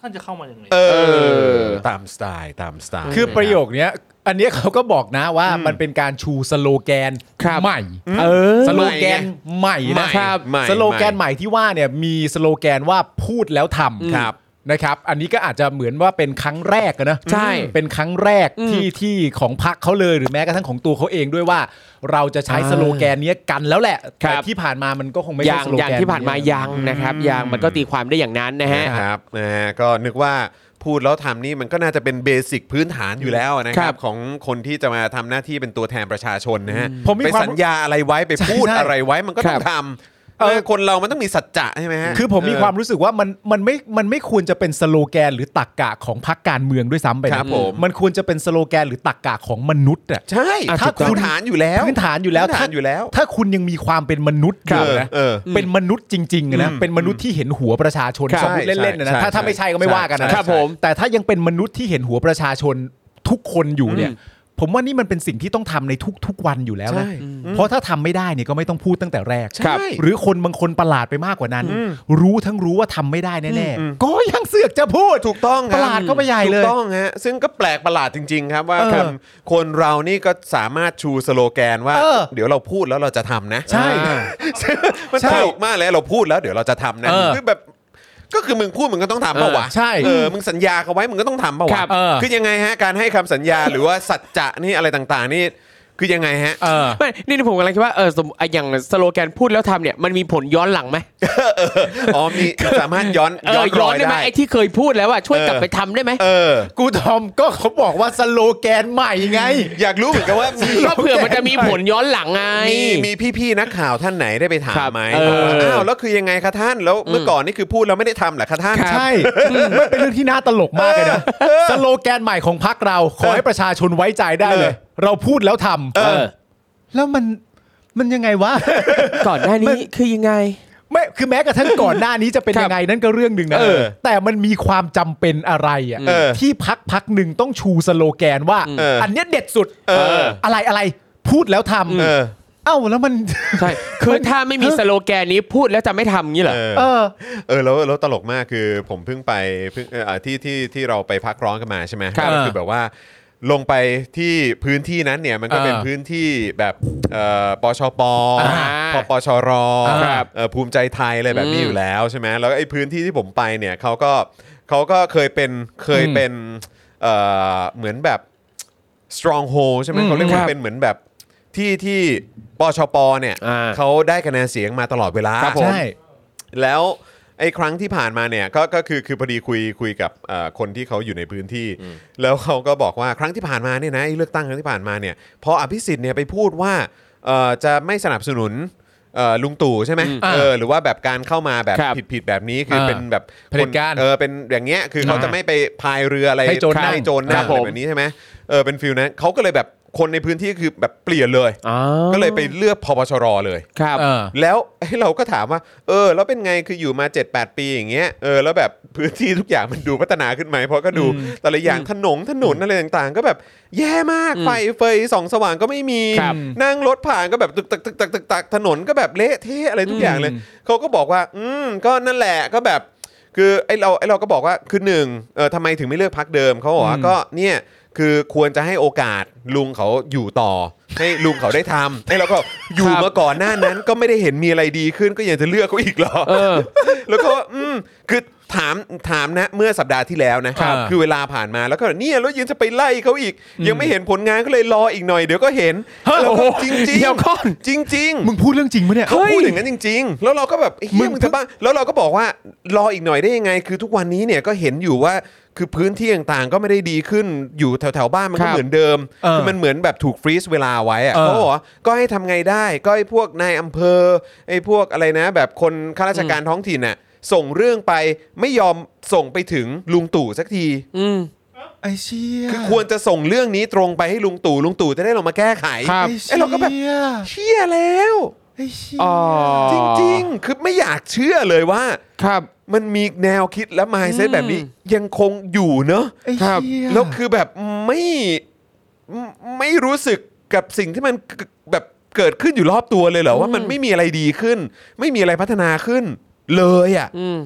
Speaker 4: ท่านจะเข้ามาอย่างไร
Speaker 1: เออ
Speaker 2: อ
Speaker 1: ตามสไตล์ตามสไตล์
Speaker 3: คือประโยคเนี้ย อันเนี้ยเขาก็บอกนะว่ามันเป็นการชูสโลแกน
Speaker 2: ครับ
Speaker 3: ใหม่
Speaker 2: เออ
Speaker 3: สโลแกนใหม่
Speaker 1: ใหม่
Speaker 3: นะ
Speaker 2: นะครับ
Speaker 1: ใหม่
Speaker 3: สโลแกนใหม่ที่ว่าเนี่ยมีสโลแกนว่าพูดแล้วทำ
Speaker 1: ครับ
Speaker 3: นะครับ อันนี้ก็อาจจะเหมือนว่าเป็นครั้งแรกอะนะ
Speaker 2: ใช่
Speaker 3: เป็นครั้งแรกที่ที่ของพักเขาเลยหรือแม้กระทั่งของตัวเขาเองด้วยว่า เราจะใช้สโลแกนเนี้ยกันแล้วแหละ
Speaker 2: ครั
Speaker 3: แต่
Speaker 2: บ
Speaker 3: ที่ผ่านมามันก็คงไม่
Speaker 2: อ
Speaker 3: ใช่
Speaker 2: ย่าง
Speaker 3: สโล
Speaker 2: อ
Speaker 3: แกน
Speaker 2: ย่างที่ผ่านมา
Speaker 3: เย
Speaker 2: ยังนะครับยังมันก็ตีความได้อย่างนั้นนะฮะ
Speaker 1: นะครับนะฮะก็นึกว่าพูดแล้วทำนี่มันก็น่าจะเป็นเบสิกพื้นฐานอยู่แล้วนะค
Speaker 2: ค
Speaker 1: รั
Speaker 2: รั
Speaker 1: บบ ของคนที่จะมาทำหน้าที่เป็นตัวแทนประชาชนนะฮะ
Speaker 3: ผมมี
Speaker 1: ไป
Speaker 3: ความ
Speaker 1: สัญญาอะไรไว้ไป
Speaker 3: ใช่
Speaker 1: พูด
Speaker 3: ใช่
Speaker 1: อะไรไว้มันก็ต้องทำ
Speaker 3: เออ
Speaker 1: เออคนเรามันต้องมีสัจจะใช่ไหมฮะ
Speaker 3: คือผมมีความรู้สึกว่ามันมันไม่มันไม่ควรจะเป็นสโลแกนหรือตักกะของพรรคการเมืองด้วยซ้ำไป
Speaker 1: ครั
Speaker 3: นะ
Speaker 1: บผม
Speaker 3: มันควรจะเป็นสโลแกนหรือตักกะของมนุษย์อะ
Speaker 1: ใช่
Speaker 3: อ่ะ
Speaker 1: ถ้า
Speaker 3: ถูกต้อง
Speaker 1: พื้นฐานอยู่แล้ว
Speaker 3: พื้นฐานอยู่แล้ว
Speaker 1: พื้นฐานอยู่แล้ว
Speaker 3: ถ้าคุณยังมีความเป็นมนุษย์อยู่นะ
Speaker 1: เออเออ
Speaker 3: เป็นมนุษย์จริงๆอะนะ
Speaker 1: อืม
Speaker 3: เป็นมนุษย์ที่เห็นหัวประชาชน
Speaker 1: ครับ
Speaker 3: สมมติเล่นๆอะนะ
Speaker 1: ใช่
Speaker 3: ถ้าถ้าไม่ใช่ก็ไม่ว่ากันนะครับ
Speaker 2: ผม
Speaker 3: แต่ถ้ายังเป็นมนุษย์ที่เห็นหัวประชาชนทุกคนอยู่เนี่ย ผมว่านี่มันเป็นสิ่งที่ต้องทำในทุกๆวันอยู่แล้วนะ
Speaker 1: ใช่อืม
Speaker 3: เพราะถ้าทำไม่ได้เนี่ยก็ไม่ต้องพูดตั้งแต่แรก
Speaker 2: ครับ
Speaker 1: ใช่
Speaker 3: หรือคนบางคนประหลาดไปมากกว่านั้น
Speaker 1: อืม
Speaker 3: รู้ทั้งรู้ว่าทำไม่ได้แน่
Speaker 1: อืม
Speaker 3: ๆ ก็ยังเสือกจะพูด
Speaker 1: ถูกต้องคบ
Speaker 3: ประหลาดเข้าไปใหญ่เลย
Speaker 1: ถูกต้องฮะซึ่งก็แปลกประหลาดจริง ๆ ครับว่า
Speaker 3: เออ
Speaker 1: คนคนเรานี่ก็สามารถชูสโลแกนว่า
Speaker 3: เออ
Speaker 1: เดี๋ยวเราพูดแล้วเราจะทำนะ
Speaker 3: ใช่
Speaker 1: อ่ามัน
Speaker 3: ใช่
Speaker 1: ตลกมากเลยเราพูดแล้วเดี๋ยวเราจะทำนะ
Speaker 3: เออ
Speaker 1: คือแบบ ก็คือมึงพูดมึงก็ต้องทำเปล่าวะ
Speaker 3: เออใช่
Speaker 1: เออมึงสัญญาเขาไว้มึงก็ต้องทำเปล่า
Speaker 3: ครั
Speaker 1: วะ
Speaker 3: บเออ
Speaker 1: คือยังไงฮะการให้คำสัญญาหรือว่าสัจจะนี่อะไรต่างๆ นี่คือยังไงฮะ
Speaker 3: เออ
Speaker 2: ไม่นี่ผมกำลังคิดว่าเออสมมุติอ่ะอย่างสโลแกนพูดแล้วทำเนี่ยมันมีผลย้อนหลังไหม
Speaker 1: อ๋อมีสามารถย้อน
Speaker 2: เอ
Speaker 1: ย้อ
Speaker 2: อน
Speaker 1: ร
Speaker 2: ย้อ
Speaker 1: อน ย
Speaker 2: ได้ไหม
Speaker 1: ได้
Speaker 2: ไอ้ที่เคยพูดแล้วอ่ะช่วย
Speaker 1: เออ
Speaker 2: กลับไปทำได้ไหม
Speaker 1: เออ
Speaker 3: กูทอมก็เขาบอกว่าสโลแกนใหม่ไง
Speaker 1: อยากรู้เหมือนกันว่า มี
Speaker 2: ก็เผื่อมันจะมีผลย้อนหลังไง
Speaker 1: มีมีพี่ๆนักข่าวท่านไหนได้ไปถาม
Speaker 2: ครับ
Speaker 1: ไหม
Speaker 2: เออ
Speaker 1: บอกว่าอ้าวแล้วคือยังไงคะท่านแล้วเมื่อก่อนนี่คือพูดแล้วไม่ได้ทำเหรอคะท่าน
Speaker 2: ครับ
Speaker 3: ใช่มันเป็นเรื่องที่น่าตลกมากเลยนะ สโลแกนใหม่ของพักเรา ขอให้ประชาชนไว้ใจได้เลย
Speaker 1: เอ
Speaker 3: เราพูดแล้วท
Speaker 1: เออ
Speaker 3: ำแล้วมันมันยังไงวะ
Speaker 2: ก่อนหน้านี้คือยังไง
Speaker 3: ไม่คือแม้กระทั่งก่อนหน้านี้จะเป็น
Speaker 2: ครับ
Speaker 3: ยังไงนั่นก็เรื่องหนึ่งนะ
Speaker 1: เออ
Speaker 3: แต่มันมีความจำเป็นอะไรอ่ะ
Speaker 1: เออ
Speaker 3: ที่พักพักหนึ่งต้องชูสโลแกนว่า
Speaker 1: เอออั
Speaker 3: นเนี้ยเด็ดสุด
Speaker 1: เออ
Speaker 3: อะไรอะไรพูดแล้วทำ
Speaker 1: เออ
Speaker 3: เอ้าแล้วมัน
Speaker 2: ใช่คือถ้าไม่มีสโลแกนนี้พูดแล้วจะไม่ทำงี้เหรอ
Speaker 1: เออ
Speaker 3: เออ
Speaker 1: เออแล้วแล้วตลกมากคือผมเพิ่งไปเพิ่งเอ่อที่ที่ที่เราไปพักร้อนกันมาใช่ไหม
Speaker 2: ครับ
Speaker 1: ก็คือแบบว่าลงไปที่พื้นที่นั้นเนี่ยมันก็
Speaker 3: เออ
Speaker 1: เป็นพื้นที่แบบเอ่อปชป
Speaker 3: อ่า
Speaker 1: พปชร
Speaker 2: ครับ
Speaker 1: เอ่อภูมิใจไทยอะไรแบบนี้
Speaker 2: อืม
Speaker 1: อยู่แล้วใช่ไหมแล้วไอ้พื้นที่ที่ผมไปเนี่ยเขาก็เขาก็เคยเป็นเคยเป็นเอ่อเหมือนแบบ stronghold ใช่ไหม
Speaker 3: อืม
Speaker 1: เขาเรียก
Speaker 2: ครั
Speaker 1: ว่า
Speaker 2: บ
Speaker 1: เป็นเหมือนแบบที่ที่ปชปเนี่ย
Speaker 2: อ่า
Speaker 1: เขาได้คะแนนเสียงมาตลอดเวลา
Speaker 2: ครับผม
Speaker 3: ใช่
Speaker 1: แล้วไอ้ครั้งที่ผ่านมาเนี่ยก็ก็คือคือพอดีคุยคุยกับเอ่อคนที่เขาอยู่ในพื้นที่ แล้วเขาก็บอกว่าครั้งที่ผ่านมาเนี่ยนะไอ้เลือกตั้งครั้งที่ผ่านมาเนี่ยพออภิสิทธิ์เนี่ยไปพูดว่า เอ่อจะไม่สนับสนุนเอ่อลุงตู่ใช่ไหม
Speaker 2: อืม
Speaker 1: เออหรือว่าแบบการเข้ามาแบบ
Speaker 2: ครับ
Speaker 1: ผิดๆแบบนี้คือ
Speaker 3: เออ
Speaker 1: เป็นแบบ
Speaker 3: เผด็จการ
Speaker 1: เออเป็นอย่างเงี้ยคือเขาจะไม่ไปพายเรืออะไร
Speaker 3: ให้โจรนั่ง
Speaker 1: ให้โจร
Speaker 2: ค
Speaker 1: นั่
Speaker 2: รั
Speaker 1: งอะไร
Speaker 2: บผม
Speaker 1: แบบนี้ใช่ไหมเออเป็นฟิลนะเขาก็เลยแบบคนในพื้นที่คือแบบเปลี่ยนเลย
Speaker 2: อ๋อ
Speaker 1: ก็เลยไปเลือกพบชรเลย
Speaker 2: ครับ
Speaker 3: เออ
Speaker 1: แล้ว ไอ้เราก็ถามว่า เออ แล้วเป็นไงคืออยู่มา 78 ปีอย่างเงี้ยเออแล้วแบบ พื้นที่ทุกอย่างมันดูพัฒนาขึ้นไหมเพราะก็ดูแต่ละอย่างถนนถนนอะไรต่างๆ ก็แบบแย่มาก
Speaker 2: อืม
Speaker 1: ไฟเฟยส่องสว่างก็ไม่มี
Speaker 2: ครับ
Speaker 1: นั่งรถผ่านก็แบบตึกตักตึกตักตึกตักถนนก็แบบเละเทะอะไรทุกอย่างเลย
Speaker 3: อืม
Speaker 1: เขาก็บอกว่า อืมก็นั่นแหละก็แบบ คือไอ้เราไอ้เราก็บอกว่าคือหนึ่งเออทำไมถึงไม่เลือกพักเดิมเขาบอกว่าก็เนี่ยคือควรจะให้โอกาสลุงเขาอยู่ต่อ ให้ลุงเขาได้ทำไอ้เราก็อยู่
Speaker 2: ครับ
Speaker 1: มาก่อนหน้านั้น ก็ไม่ได้เห็นมีอะไรดีขึ้นก็ยังจะเลือกเขาอีกเหรอ
Speaker 2: เออ
Speaker 1: แล้วก็อืมคือถามถามนะเมื่อสัปดาห์ที่แล้วนะครับอเวลาผ่านมาแล้วก็เนี่ยแล้วยังจะไปไล่เขาอีก ยังไม่เห็นผลงานก็เลยรออีกหน่อยเดี๋ยวก็เห็น
Speaker 3: เฮ้ย
Speaker 1: แล้ว
Speaker 3: โอ้
Speaker 1: ก็
Speaker 3: โห
Speaker 1: จริงจริง
Speaker 2: เดี๋ยวก่อน
Speaker 1: จริงจริงๆ
Speaker 3: มึงพูดเรื่องจริงปะเนี่ย
Speaker 1: เขาพูดอย่างนั้นจริง ๆ แล้วเราก็แบบเฮ้ย
Speaker 3: มึ
Speaker 1: มึ
Speaker 3: ง
Speaker 1: งจะบ้าแล้วเราก็บอกว่ารออีกหน่อยได้ยังไง คือทุกวันนี้เนี่ยก็เห็นอยู่ว่าคือพื้นที่ต่างๆ ก็ไม่ได้ดีขึ้นอยู่แถวๆบ้านมัน
Speaker 2: ครั
Speaker 1: ก็
Speaker 2: บ
Speaker 1: เหมือนเดิม
Speaker 3: เออ
Speaker 1: คือมันเหมือนแบบถูกฟรีซเวลาไว้อะ
Speaker 3: เออ
Speaker 1: เขาบอกว่าก็ให้ทำไงได้ก็ให้พวกนายอำเภอไอ้พวกอะไรนะ แบบคนข้าราชการท้องถิ่นน่ะส่งเรื่องไปไม่ยอมส่งไปถึงลุงตู่สักที
Speaker 2: อืม
Speaker 3: ไอ้เชี่ย
Speaker 1: คือควรจะส่งเรื่องนี้ตรงไปให้ลุงตู่ลุงตู่จะได้ลงมาแก้ไข
Speaker 2: ครับ
Speaker 3: ไอ้
Speaker 1: ไอ้
Speaker 3: เชี่ย
Speaker 1: เราก็แบบเชี่ยแล้ว
Speaker 3: ไอ้เชี่ย
Speaker 2: อ๋อ
Speaker 1: จริงๆ คือไม่อยากเชื่อเลยว่า
Speaker 2: ครับ
Speaker 1: มันมีแนวคิดและ mindset
Speaker 2: อืม
Speaker 1: แบบนี้ยังคงอยู่เนอะ
Speaker 3: ไอ้
Speaker 2: ครับ
Speaker 3: เชี่ย
Speaker 1: แล้วคือแบบไม่ไม่รู้สึกกับสิ่งที่มันแบบเกิดขึ้นอยู่รอบตัวเลยเหรอว่ามันไม่มีอะไรดีขึ้น ไม่มีอะไรพัฒนาขึ้น เลยอ่ะ
Speaker 2: อืม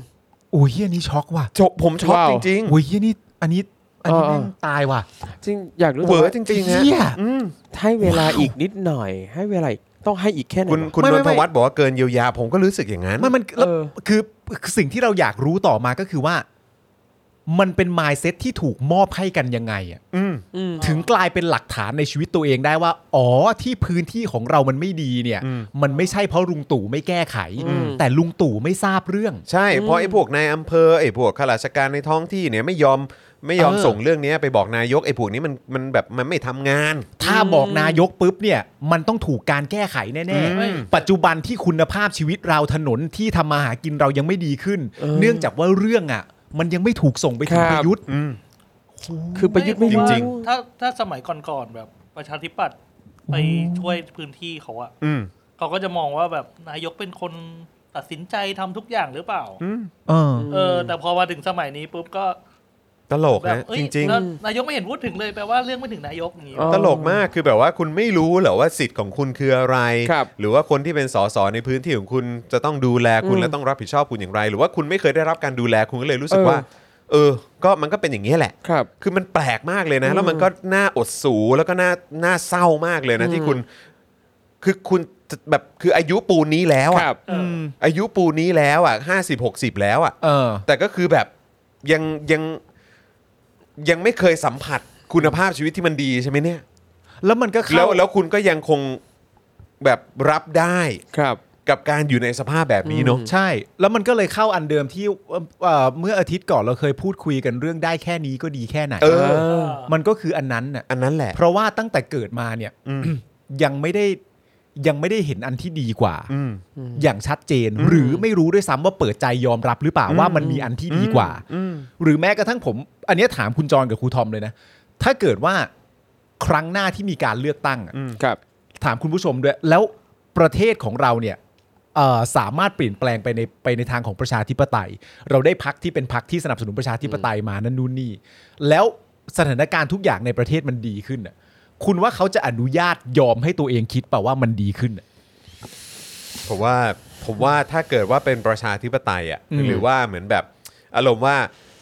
Speaker 3: โอ้ยเฮียนี้ช็อกว่ะ
Speaker 1: จบผมช็อก
Speaker 2: ว้าว
Speaker 1: จริง
Speaker 3: โอ้ยเฮียนี่อันนี้อันนี้
Speaker 2: เออเออ
Speaker 3: แม่งตายว่ะ
Speaker 2: จริงอยากรู้
Speaker 1: ๆเวอร์จ
Speaker 2: แต่ว่า
Speaker 1: ริงๆฮะ
Speaker 3: เหี้ย
Speaker 1: อืม
Speaker 2: ให้เวลาอีกนิดหน่อย ให้เวลาอีกต้องให้อีกแค่ไหน
Speaker 1: คุณ
Speaker 2: วะ
Speaker 1: คุณ
Speaker 3: ไม่
Speaker 1: น
Speaker 3: ไม่
Speaker 1: นท
Speaker 3: ไม่
Speaker 1: วัฒน์บอกว่าเกินเยียวยาผมก็รู้สึกอย่างนั้น
Speaker 3: มันมันแล้ว
Speaker 2: เออ
Speaker 3: คือคือสิ่งที่เราอยากรู้ต่อมาก็คือว่า มันเป็นมายเซ็ตที่ถูกมอบให้กันยังไงอะ
Speaker 1: อืม
Speaker 2: อืม
Speaker 3: ถึงกลายเป็นหลักฐานในชีวิตตัวเองได้ว่า อ๋อที่พื้นที่ของเรามันไม่ดีเนี่ย
Speaker 1: อืม
Speaker 3: มันไม่ใช่เพราะลุงตู่ไม่แก้ไข
Speaker 2: อืม
Speaker 3: แต่ลุงตู่ไม่ทราบเรื่อง
Speaker 1: ใช่ เพราะไอ้พวกนายอำเภอไอ้พวกข้าราชการในท้องที่เนี่ยไม่ยอมไม่ยอม
Speaker 3: เออ
Speaker 1: ส่งเรื่องเนี้ยไปบอกนายกไอ้พวกนี้มันมันแบบมันไม่ทำงาน
Speaker 3: ถ้าบอกนายกปุ๊บเนี่ย มันต้องถูกการแก้ไข
Speaker 1: อื
Speaker 3: แน่
Speaker 1: ม
Speaker 3: ๆ ปัจจุบันที่คุณภาพชีวิตเราถนนที่ทำมาหากินเรายังไม่ดีขึ้น
Speaker 2: เออ
Speaker 3: เนื่องจากว่าเรื่องอ่ะ มันยังไม่ถูกส่งไปถึ
Speaker 2: ค
Speaker 3: ง
Speaker 2: รับ
Speaker 3: ประยุทธ์
Speaker 1: อืม
Speaker 2: คือประยุทธ์ไม่
Speaker 1: จริงๆ
Speaker 2: รู้
Speaker 4: ถ้าถ้าสมัยก่อนๆแบบประชาธิปัตย์ไปช่วยพื้นที่เขาอะ
Speaker 1: อืม
Speaker 4: เขาก็จะมองว่าแบบนายกเป็นคนตัดสินใจทำทุกอย่างหรือเปล่า
Speaker 1: อืม
Speaker 3: เออ
Speaker 4: เออ แต่พอมาถึงสมัยนี้ปุ๊บก็
Speaker 1: ตลก
Speaker 4: แบบ
Speaker 1: นะ
Speaker 4: เอ้ย
Speaker 1: จริง
Speaker 4: แล้วนายกไม่เห็นพูดถึงเลยแปลว่าเรื่องไม่ถึงนายกอย่างนี้
Speaker 2: อ๋อ
Speaker 1: ๆ ตลกมากคือแบบว่าคุณไม่รู้เหรอว่าสิทธิ์ของคุณคืออะไร
Speaker 2: ครับ
Speaker 1: หรือว่าคนที่เป็นสสในพื้นที่ของคุณจะต้องดูแลคุณ
Speaker 2: อืม
Speaker 1: และต้องรับผิดชอบคุณอย่างไร หรือว่าคุณไม่เคยได้รับการดูแลคุณก็เลยรู้สึก
Speaker 2: เออ
Speaker 1: ว่า เออ ก็มันก็เป็นอย่างนี้ยแหละ
Speaker 2: ครับ
Speaker 1: คือมันแปลกมากเลยนะ
Speaker 2: อืม
Speaker 1: แล้วมันก็น่าอดสูแล้วก็น่าน่าเศร้ามากเลยนะ
Speaker 2: อืม
Speaker 1: ที่คุณ คือคุณจะแบบคืออายุปูนนี้แล้ว
Speaker 2: ค
Speaker 1: อะ
Speaker 2: รับ
Speaker 4: เอออ
Speaker 1: อายุปูนนี้แล้วอะห้าสิบหกสิบแล้วอะ
Speaker 3: เออ
Speaker 1: แต่ก็คือแบบยังยังยังไม่เคยสัมผัสคุณภาพชีวิตที่มันดีใช่ไหมเนี่ย
Speaker 3: แล้วมันก็
Speaker 1: แล้
Speaker 3: เข้า
Speaker 1: วแล้วคุณก็ยังคงแบบรับได้
Speaker 2: ครับ
Speaker 1: กับการอยู่ในสภาพแบบนี้เนาะ
Speaker 3: ใช่ แล้วมันก็เลยเข้าอันเดิมที่เอ่อเอ่อเมื่ออาทิตย์ก่อนเราเคยพูดคุยกันเรื่องได้แค่นี้ก็ดีแค่ไหน
Speaker 1: เออ
Speaker 2: เอ
Speaker 4: เอ
Speaker 2: อ
Speaker 4: อ
Speaker 3: มันก็คืออันนั้นน่ะ
Speaker 1: อันนั้นแหละ
Speaker 3: เพราะว่าตั้งแต่เกิดมาเนี่ย
Speaker 1: อืม
Speaker 3: ยังไม่ได้ยังไม่ได้เห็นอันที่ดีกว่า
Speaker 1: อืม
Speaker 3: อย่างชัดเจน หรือไม่รู้ด้วยซ้ำว่าเปิดใจยอมรับหรือเปล่าว่ามันมีอันที่ดีกว่า
Speaker 1: อืม
Speaker 3: หรือแม้กระทั่งผม อันเนี้ยถามคุณจรกับครูทอมเลยนะ ถ้าเกิดว่าครั้งหน้าที่มีการเลือกตั้งอะ
Speaker 1: อืม
Speaker 2: ครับ
Speaker 3: ถามคุณผู้ชมด้วย แล้วประเทศของเราเนี่ยเอ่อสามารถเปลี่ยนแปลงไปในไปในทางของประชาธิปไตย เราได้พักที่เป็นพักที่สนับสนุนประชาธิปไตยมานั่นนู่นนี่ แล้วสถานการณ์ทุกอย่างในประเทศมันดีขึ้นอะคุณว่าเขาจะอนุญาตยอมให้ตัวเองคิดเปล่าว่ามันดีขึ้นอะ
Speaker 1: ผมว่าผมว่าถ้าเกิดว่าเป็นประชาธิปไตยอ่ะ
Speaker 3: อืม
Speaker 1: หรือว่าเหมือนแบบอารมณ์ว่า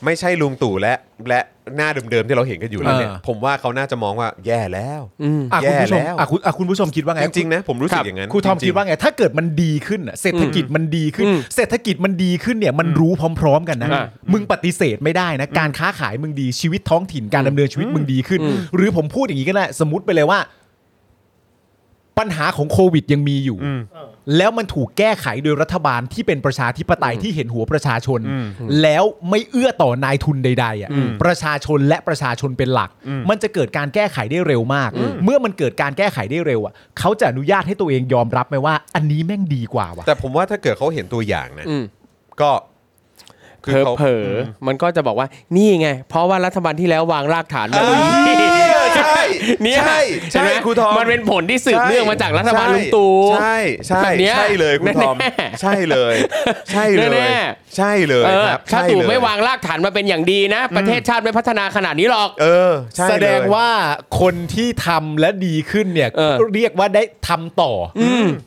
Speaker 1: ไม่ใช่ลุงตู่และและหน้าเดิมๆที่เราเห็นกันอยู่แล้วเนี่ย
Speaker 3: เออ
Speaker 1: ผมว่าเขาน่าจะมองว่าแย่แล้ว
Speaker 2: อืม
Speaker 3: อ่ะคุณผู้ชม
Speaker 1: แย่แล้ว
Speaker 3: อ่ะคุณอ่ะคุณผู้ชมคิดว่าไง
Speaker 1: จริงๆนะผมรู้สึ
Speaker 2: ครั
Speaker 1: ก
Speaker 2: บ
Speaker 1: อย่างนั้น
Speaker 3: ครูทอม
Speaker 1: จงๆ
Speaker 3: คิดว่าไง ถ้าเกิดมันดีขึ้นน่ะเศรษฐกิจมันดีขึ้น
Speaker 2: อืม
Speaker 3: เศรษฐกิจมันดีขึ้นเนี่ยมันรู้พร้อม ๆ กันนะ
Speaker 2: อ่ะ
Speaker 3: มึงปฏิเสธไม่ได้นะ การค้าขายมึงดีชีวิตท้องถิ่นการดำเนินชีวิตมึงดีขึ้น
Speaker 2: อืม
Speaker 3: หรือผมพูดอย่างนี้ก็ได้สมมติไปเลยว่า ปัญหาของโควิดยังมีอยู่
Speaker 1: อืม
Speaker 4: เออ
Speaker 3: แล้วมันถูกแก้ไขโดยรัฐบาลที่เป็นประชาธิปไตยที่เห็นหัวประชาชน แล้วไม่เอื้อต่อนายทุนใดๆอ่ะประชาชนและประชาชนเป็นหลัก มันจะเกิดการแก้ไขได้เร็วมาก เมื่อมันเกิดการแก้ไขได้เร็วอ่ะเขาจะอนุญาตให้ตัวเองยอมรับไหมว่า อันนี้แม่งดีกว่าว่ะ
Speaker 1: แต่ผมว่าถ้าเกิดเขาเห็นตัวอย่างนะ
Speaker 2: อืม
Speaker 1: ก็
Speaker 2: เผลอ
Speaker 1: เขา
Speaker 2: เผลออมันก็จะบอกว่านี่ไง เพราะว่ารัฐบาลที่แล้ววางรากฐานแบบนี้
Speaker 1: เออใช่
Speaker 2: เนี่ย
Speaker 1: ใช่ใช่
Speaker 2: เห็นไหม
Speaker 1: ครูทอม
Speaker 2: มันเป็นผลที่สืบเนื่องมาจากรัฐบาลลุงตู่
Speaker 1: ใช่ใช่
Speaker 2: แบบเนี้ย
Speaker 1: ใช่เลยครูทอม
Speaker 2: แน่
Speaker 1: ใช่เลย ใช่เลย
Speaker 2: แน่ๆ
Speaker 1: ใช่เลย
Speaker 2: เออ
Speaker 1: ครับ
Speaker 2: ถ้า
Speaker 1: ใช่
Speaker 2: ตู่
Speaker 1: เลย
Speaker 2: ไม่วางรากฐานมาเป็นอย่างดีนะ ประเทศชาติไม่พัฒนาขนาดนี้หรอก
Speaker 1: เออใช่เลย
Speaker 3: แสดงว่าคนที่ทำและดีขึ้นเนี่ย
Speaker 2: เออ
Speaker 3: เรียกว่าได้ทำต่ออ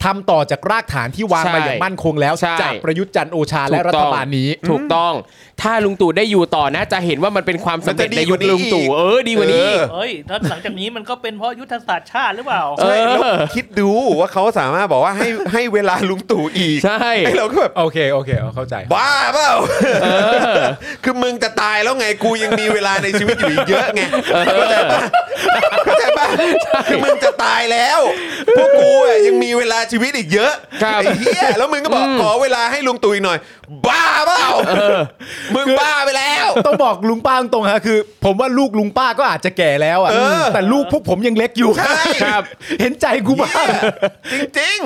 Speaker 3: ทำต่อจากรากฐานที่วาง
Speaker 2: ใช่
Speaker 3: มาอย่างมั่นคงแล้ว
Speaker 2: ใช่
Speaker 3: จากประยุทธ์จันทร์โอชาและรัฐบาลนี้
Speaker 2: ถูกต้อง ถ้าลุงตู่ได้อยู่ต่อนะ จะเห็นว่ามันเป็นความสำเร็จในยุคลุงตู่เออดีกว่านี้อีก
Speaker 4: เฮ้ยแล้วหลังจากนี้มันก็เป็นเพราะยุทธศาสตร์ชาติหรือเปล่า
Speaker 2: เออ
Speaker 1: ใช่แล้วคิดดูว่าเขาสามารถบอกว่าให้ให้เวลาลุงตู่อีก
Speaker 2: ใช่
Speaker 1: ไอ้เราก็แบบ
Speaker 3: โอเค โอเคเข้าใจ
Speaker 1: บ้าเปล่าคือมึงจะตายแล้วไงกูยังมีเวลาในชีวิตอยู่อีกเยอะไงเข้าใจปะเข้าใจปะคือมึงจะตายแล้ว พวกกูอะยังมีเวลาชีวิตอีกเยอะ
Speaker 2: ครับ
Speaker 1: ไอ้เหี้ยแล้วมึงก็บอกขอเวลาให้ลุงตู่อีกหน่อย บ้าเปล่ามึงบ้าไปแล้ว
Speaker 3: ต้องบอกลุงป้าตรงๆฮะคือ ผมว่าลูกลุงป้าก็อาจจะแก่แล้วอ่ะ
Speaker 1: เออ
Speaker 3: แต่ลูกพวกผมยังเล็กอยู่
Speaker 1: ใช่
Speaker 3: ครับ เห็นใจกูบ้าง
Speaker 1: จริง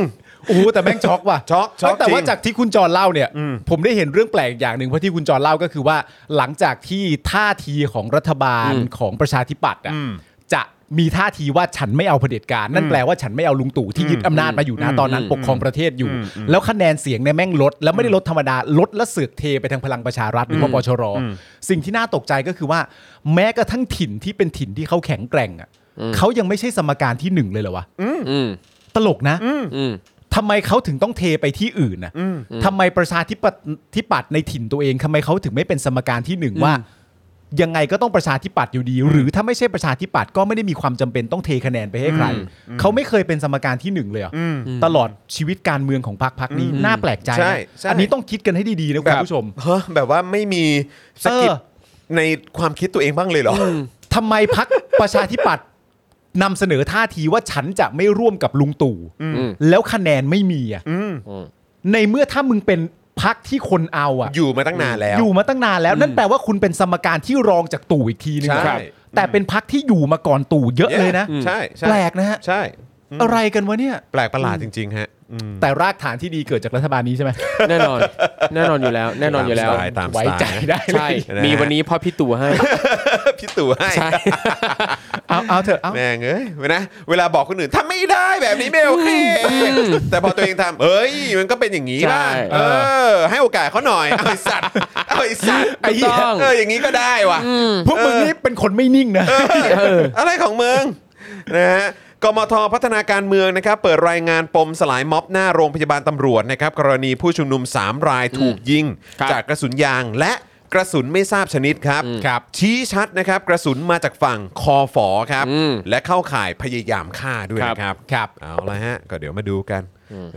Speaker 3: โอ้โหแต่แม่งช็อกว่ะ
Speaker 1: ช็อกช็อก
Speaker 3: แต่
Speaker 1: จ
Speaker 3: ว่า
Speaker 1: ริง
Speaker 3: จากที่คุณจรเล่าเนี่ย ผมได้เห็นเรื่องแปลกอย่างหนึ่งเพราะที่คุณจรเล่าก็คือว่า หลังจากที่ท่าทีของรัฐบาล
Speaker 2: อืม
Speaker 3: ของประชาธิปัตย์อ่ะจะมีท่าทีว่าฉันไม่เอาเผด็จการนั่นแปลว่าฉันไม่เอาลุงตู่ที่ยึดอำนาจมาอยู่นะตอนนั้นปกครองประเทศอยู่ แล้วคะแนนเสียงเนี่ยแม่งลด แล้วไม่ได้ลดธรรมดาลดและเสือกเทไปทางพลังประชารัฐหรือว่าปชร สิ่งที่น่าตกใจก็คือว่า แม้กระทั่งถิ่นที่เป็นถิ่นที่เขาแข็งแกร่งอ่ะเขายังไม่ใช่สมการที่หนึ่งเลยเหรอวะ
Speaker 2: อืม
Speaker 3: ตลกนะ
Speaker 2: อืม
Speaker 3: ทำไมเขาถึงต้องเทไปที่อื่นนะทำไมประชาธิปัตย์ที่ปัดในถิ่นตัวเองทำไมเขาถึงไม่เป็นสมการที่หนึ่งว่า ยังไงก็ต้องประชาธิปัตย์อยู่ดี หรือถ้าไม่ใช่ประชาธิปัตย์ก็ไม่ได้มีความจำเป็นต้องเทคะแนนไปให้ใคร เขาไม่เคยเป็นสมการที่หนึ่งเลยเหรออตลอดชีวิตการเมืองของพรรคพรรคนี้น่าแปลกใจ
Speaker 1: ใช่
Speaker 3: นะ
Speaker 1: ใช่
Speaker 3: อันนี้ต้องคิดกันให้ดีๆนะคุณผู้ชม
Speaker 1: ๆฮะแบบว่าไม่มีสะกิป
Speaker 3: เออ
Speaker 1: ในความคิดตัวเองบ้างเลยเหรอ
Speaker 3: ทำไมพัก ประชาธิปัตย์นำเสนอท่าทีว่าฉันจะไม่ร่วมกับลุงตู่
Speaker 2: ม
Speaker 3: แล้วคะแนนไม่มีอ่ะในเมื่อถ้ามึงเป็นพักที่คนเอาอ่ะ
Speaker 1: อยู่มาตั้งนานแล้ว
Speaker 3: อยู่มาตั้งนานแล้วนั่นแปลว่าคุณเป็นสมการที่รองจากตู่อีกทีนึง
Speaker 1: ใช่
Speaker 3: นะครับ
Speaker 1: อืม
Speaker 3: แต่เป็นพักที่อยู่มาก่อนตู่เยอะเลยนะ
Speaker 1: ใช่ใช่
Speaker 3: แปลกนะฮะ
Speaker 1: ใช่อืม
Speaker 3: อะไรกันวะเนี่ย
Speaker 1: แปลกประหลาดจริง ๆ ฮะอืม
Speaker 3: แต่รากฐานที่ดีเกิดจากรัฐบาลนี้ใช่ไหม
Speaker 2: แน่นอน แน่นอนอยู่แล้ว แน่นอนอยู่แล้ว
Speaker 1: ตามสไตล์ตามส
Speaker 3: ไว้
Speaker 1: ไต
Speaker 3: ใจ
Speaker 1: ล์
Speaker 3: ได้เล
Speaker 2: ใช่
Speaker 3: ย
Speaker 1: นะฮะ
Speaker 2: มีวันนี้เพ่อพี่ตู่ให้
Speaker 1: พี่ตู่ให้
Speaker 2: ใช่
Speaker 3: เอาเอาเถอะเอา
Speaker 1: แม่งเอ้ยเว้ยนะเวลาบอกคนอื่นทำไม่ได้แบบนี้ไม่โอเคแต่พอตัวเองทำเอ้ย มันก็เป็นอย่างนี้บ้าง
Speaker 2: ใช่
Speaker 1: เออ ให้โอกาสเขาหน่อยเอาไอ้สัตว์เอาไอ้สัตว์
Speaker 2: ถูกต้อง
Speaker 1: เอออย่างนี้ก็ได้ว่ะ
Speaker 3: พวกมึงนี่เป็นคนไม่นิ่งนะ
Speaker 1: เอออะไรของมึงนะฮะกมทพัฒนาการเมืองนะครับ เปิดรายงานปมสลายม็อบหน้าโรงพยาบาลตำรวจนะครับ กรณีผู้ชุมนุม 3 รายถูกยิง
Speaker 2: ครับ
Speaker 1: จากกระสุนยางและกระสุนไม่ทราบชนิดครับ ชี้ชัดนะครับ กระสุนมาจากฝั่งคอฝอครับ และเข้าข่ายพยายามฆ่าด้วยนะครับ
Speaker 3: ครับ
Speaker 1: เอาละฮะ ก็เดี๋ยวมาดูกัน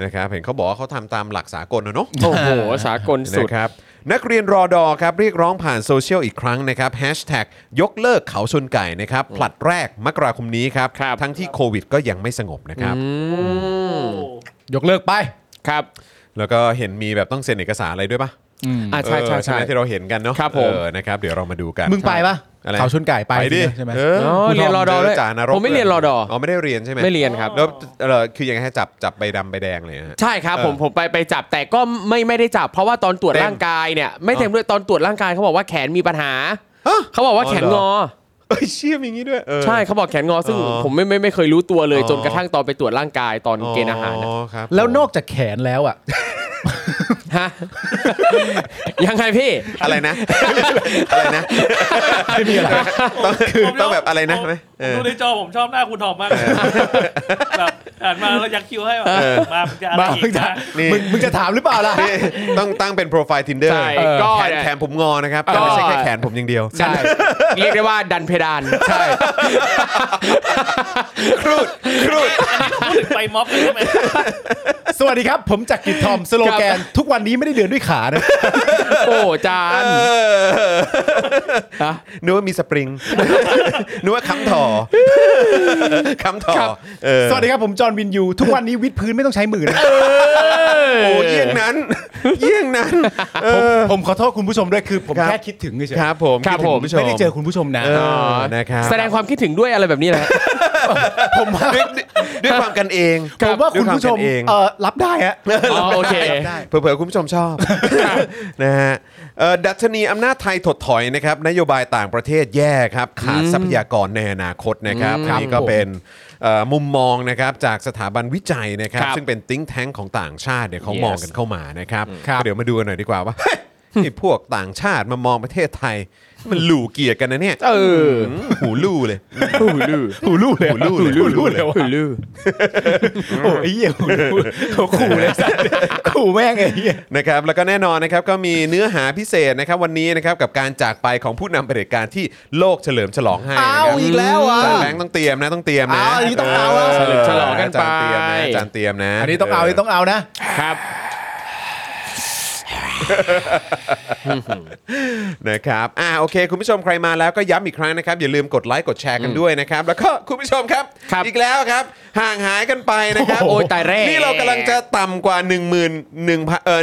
Speaker 1: นะครับเห็นเขาบอกว่าเขาทำตามหลักสากลนะเนาะ
Speaker 2: โอ้โห สากลสุด
Speaker 1: นะครับนักเรียนรอดอครับเรียกร้องผ่านโซเชียลอีกครั้งนะครับแฮชแท็กยกเลิกเขาชนไก่นะครับผลัดแรกมกราคมนี้ครับ
Speaker 2: ครับ
Speaker 1: ทั้งที่โควิดก็ยังไม่สงบนะครับ
Speaker 3: ยกเลิกไป
Speaker 2: ครับ
Speaker 1: แล้วก็เห็นมีแบบต้องเซ็นเอกสารอะไรด้วยปะ
Speaker 2: อ่าใช่
Speaker 1: เออ
Speaker 2: ใช่
Speaker 1: ใช่
Speaker 2: ใช่
Speaker 1: ไหมที่เราเห็นกันเนาะ
Speaker 2: ครับผม
Speaker 1: เออนะครับเดี๋ยวเรามาดูกัน
Speaker 3: มึงไปปะ
Speaker 1: อะไร
Speaker 3: เขาชนไก่ไป
Speaker 1: ไปดิ
Speaker 3: ใช่ไหม
Speaker 1: เออ
Speaker 2: อ๋อ
Speaker 1: คุณ
Speaker 2: เรียนรอด
Speaker 1: ท
Speaker 2: อ
Speaker 1: ม
Speaker 2: ด้วย
Speaker 1: จ่านก
Speaker 2: ผมไม่เรียนรอดอ
Speaker 1: อ๋อไม่ได้เรียนใช่ไหม
Speaker 2: ไม่เรียนครับ
Speaker 1: แล้วเอ่อคือยังไงฮะจับจับใบดำใบแดงเลยฮะ
Speaker 2: ใช่ครับผม
Speaker 1: เออ
Speaker 2: ผมไปไปจับแต่ก็ไม่ไม่ได้จับ เพราะว่าตอนตรวจ
Speaker 1: เต็ม
Speaker 2: ร่างกายเนี่ยไม่เต็มด้วยตอนตรวจร่างกายเขาบอกว่าแขนมีปัญหา
Speaker 1: ฮะ
Speaker 2: เขาบอกว่าแขนงอ
Speaker 1: เอ้ยเชี่ยมีอย่างงี้ด้วยเออ
Speaker 2: ใช่เขาบอกแขนงอซึ่ง
Speaker 1: อ๋อ
Speaker 2: ผมไม่ไม่ไม่เคยรู้ตัวเลย
Speaker 1: อ๋อ
Speaker 2: จนกระทั่งตอนไปตรวจร่างกายตอนเกณฑ์อาหารนะ
Speaker 1: อ๋อครับ
Speaker 3: แล้วนอกจากแขนแล้วอ่ะ
Speaker 2: ฮะ ยังไงพี่
Speaker 1: อะไรนะ อะไรนะ
Speaker 3: ไม่มีอะไร
Speaker 1: ต้องต้องแบบอะไรนะไหมเออ
Speaker 4: ดูในจอผมชอบหน้าคุณทอมมากเลยแบบอ่านมาแล้วยักคิวให้แบบ
Speaker 1: เออ
Speaker 4: มามึงจะอะไรอีกนะ
Speaker 1: นี่
Speaker 3: มึงมึงจะถามหรือเปล่าล่ะ
Speaker 1: นี่ต้องตั้งเป็นโปรไฟล์ tinder
Speaker 2: ใช่
Speaker 1: เออ
Speaker 2: ก็
Speaker 1: แขน
Speaker 2: เนี่ย
Speaker 1: แขนผมงอนะครับ
Speaker 2: ก็
Speaker 1: แต่ไม่ใช่แค่แขนผมอย่างเดียว
Speaker 2: ใช่เรียกได้ว่าดันเพดานใช่
Speaker 1: ครูดครูด
Speaker 4: พูดถึงไปม็อบเลยใช่ไหม
Speaker 3: สวัสดีครับ ผมจักรกิจทอมสโลแกน ทุกวันนี้ไม่ได้เดินด้วยขานะ
Speaker 2: โอ้โห อ้จานฮะ
Speaker 1: นึกว่ามีสปริง นึกว่าคำถอ คำถอ
Speaker 3: ครับ
Speaker 1: เออ
Speaker 3: สวัสดีครับผมจอห์นวินยู ทุกวันนี้วิดพื้นไม่ต้องใช้มือนะ
Speaker 1: โอ้เยี่ยงนั้น เยี่ยงนั้น
Speaker 3: ผมผมขอโทษคุณผู้ชมด้วยคือผม
Speaker 1: ครับ
Speaker 3: แค่คิดถึงเฉยๆ
Speaker 1: ครับผม
Speaker 2: ครับ
Speaker 1: คิดถึง
Speaker 2: ผม
Speaker 1: ณผู้ชม
Speaker 3: ไม่ได้เจอคุณผู้ชมนะ
Speaker 1: เออนะครับ
Speaker 2: แสดงความคิดถึงด้วยอะไรแบบนี้แหละ
Speaker 3: ผมว่า
Speaker 1: ด้วยด้วยความกันเอง
Speaker 3: ผมว่าคุณผู้ชม
Speaker 1: ด้วยความกันเอง
Speaker 3: เอ่อรับได้ฮะ
Speaker 2: อ๋อโอเค
Speaker 3: ได้
Speaker 1: เผื่อๆคุณผู้ชมชอบนะฮะเอ่อดัชนีอำนาจไทยถดถอยนะครับนโยบายต่างประเทศแย่ครับ ขาดทรัพยากรในอนาคตนะครับ
Speaker 2: อืม
Speaker 1: อันนี่ก็เป็นเอ่อมุมมองนะครับจากสถาบันวิจัยนะครับ
Speaker 2: ครับ
Speaker 1: ซึ่งเป็นติ้งแท้งของต่างชาติเนี่ยเขา
Speaker 2: Yes
Speaker 1: มองกันเข้ามานะครับ
Speaker 3: ครับ
Speaker 1: เดี๋ยวมาดูกันหน่อยดีกว่าว่า ไอ้พวกต่างชาติมามองประเทศไทย มันหลู่เกียรติกันนะเนี่ย
Speaker 2: เออ
Speaker 1: มหูลู่เลย
Speaker 2: หูลือ
Speaker 3: หูลู่เลย
Speaker 1: หูลู่เลย
Speaker 3: หูลู่เลยว่ะ
Speaker 2: หูลือ
Speaker 3: โอ้ยไอ้เหี้ยหู ลู่เขาขู่เลยสัตว์ขู่แม่งไอ้เหี้ย
Speaker 1: นะครับแล้วก็แน่นอนนะครับก็มีเนื้อหาพิเศษนะครับวันนี้นะครับกับการจากไปของผู้นำเผด็จการที่โลกเฉลิมฉลองให้นะครับ
Speaker 3: อ้าวอีกแล้วอ่ะ
Speaker 1: จานแบงค์ต้องเตรียมนะต้องเตรียมนะ
Speaker 3: อ้าวอันนี้ต้องเอาอ่ะ
Speaker 2: เฉลิมฉลองกันไป
Speaker 1: จาเตรียมนะจานเตรียมนะ
Speaker 3: อันนี้ต้องเอาอันนี้ต้องเอานะ
Speaker 2: ครับ
Speaker 1: นะครับอ่าโอเค คุณผู้ชมใครมาแล้วก็ย้ำอีกครั้งนะครับอย่าลืมกดไลค์กดแชร์กันด้วยนะครับแล้วก็คุณผู้ชมครับ
Speaker 2: ครับ
Speaker 1: อีกแล้วครับห่างหายกันไปนะครับ
Speaker 2: โอ้ยตายแร่
Speaker 1: นี่เรากำลังจะต่ำกว่า 1 0 0 0 0เอ่อ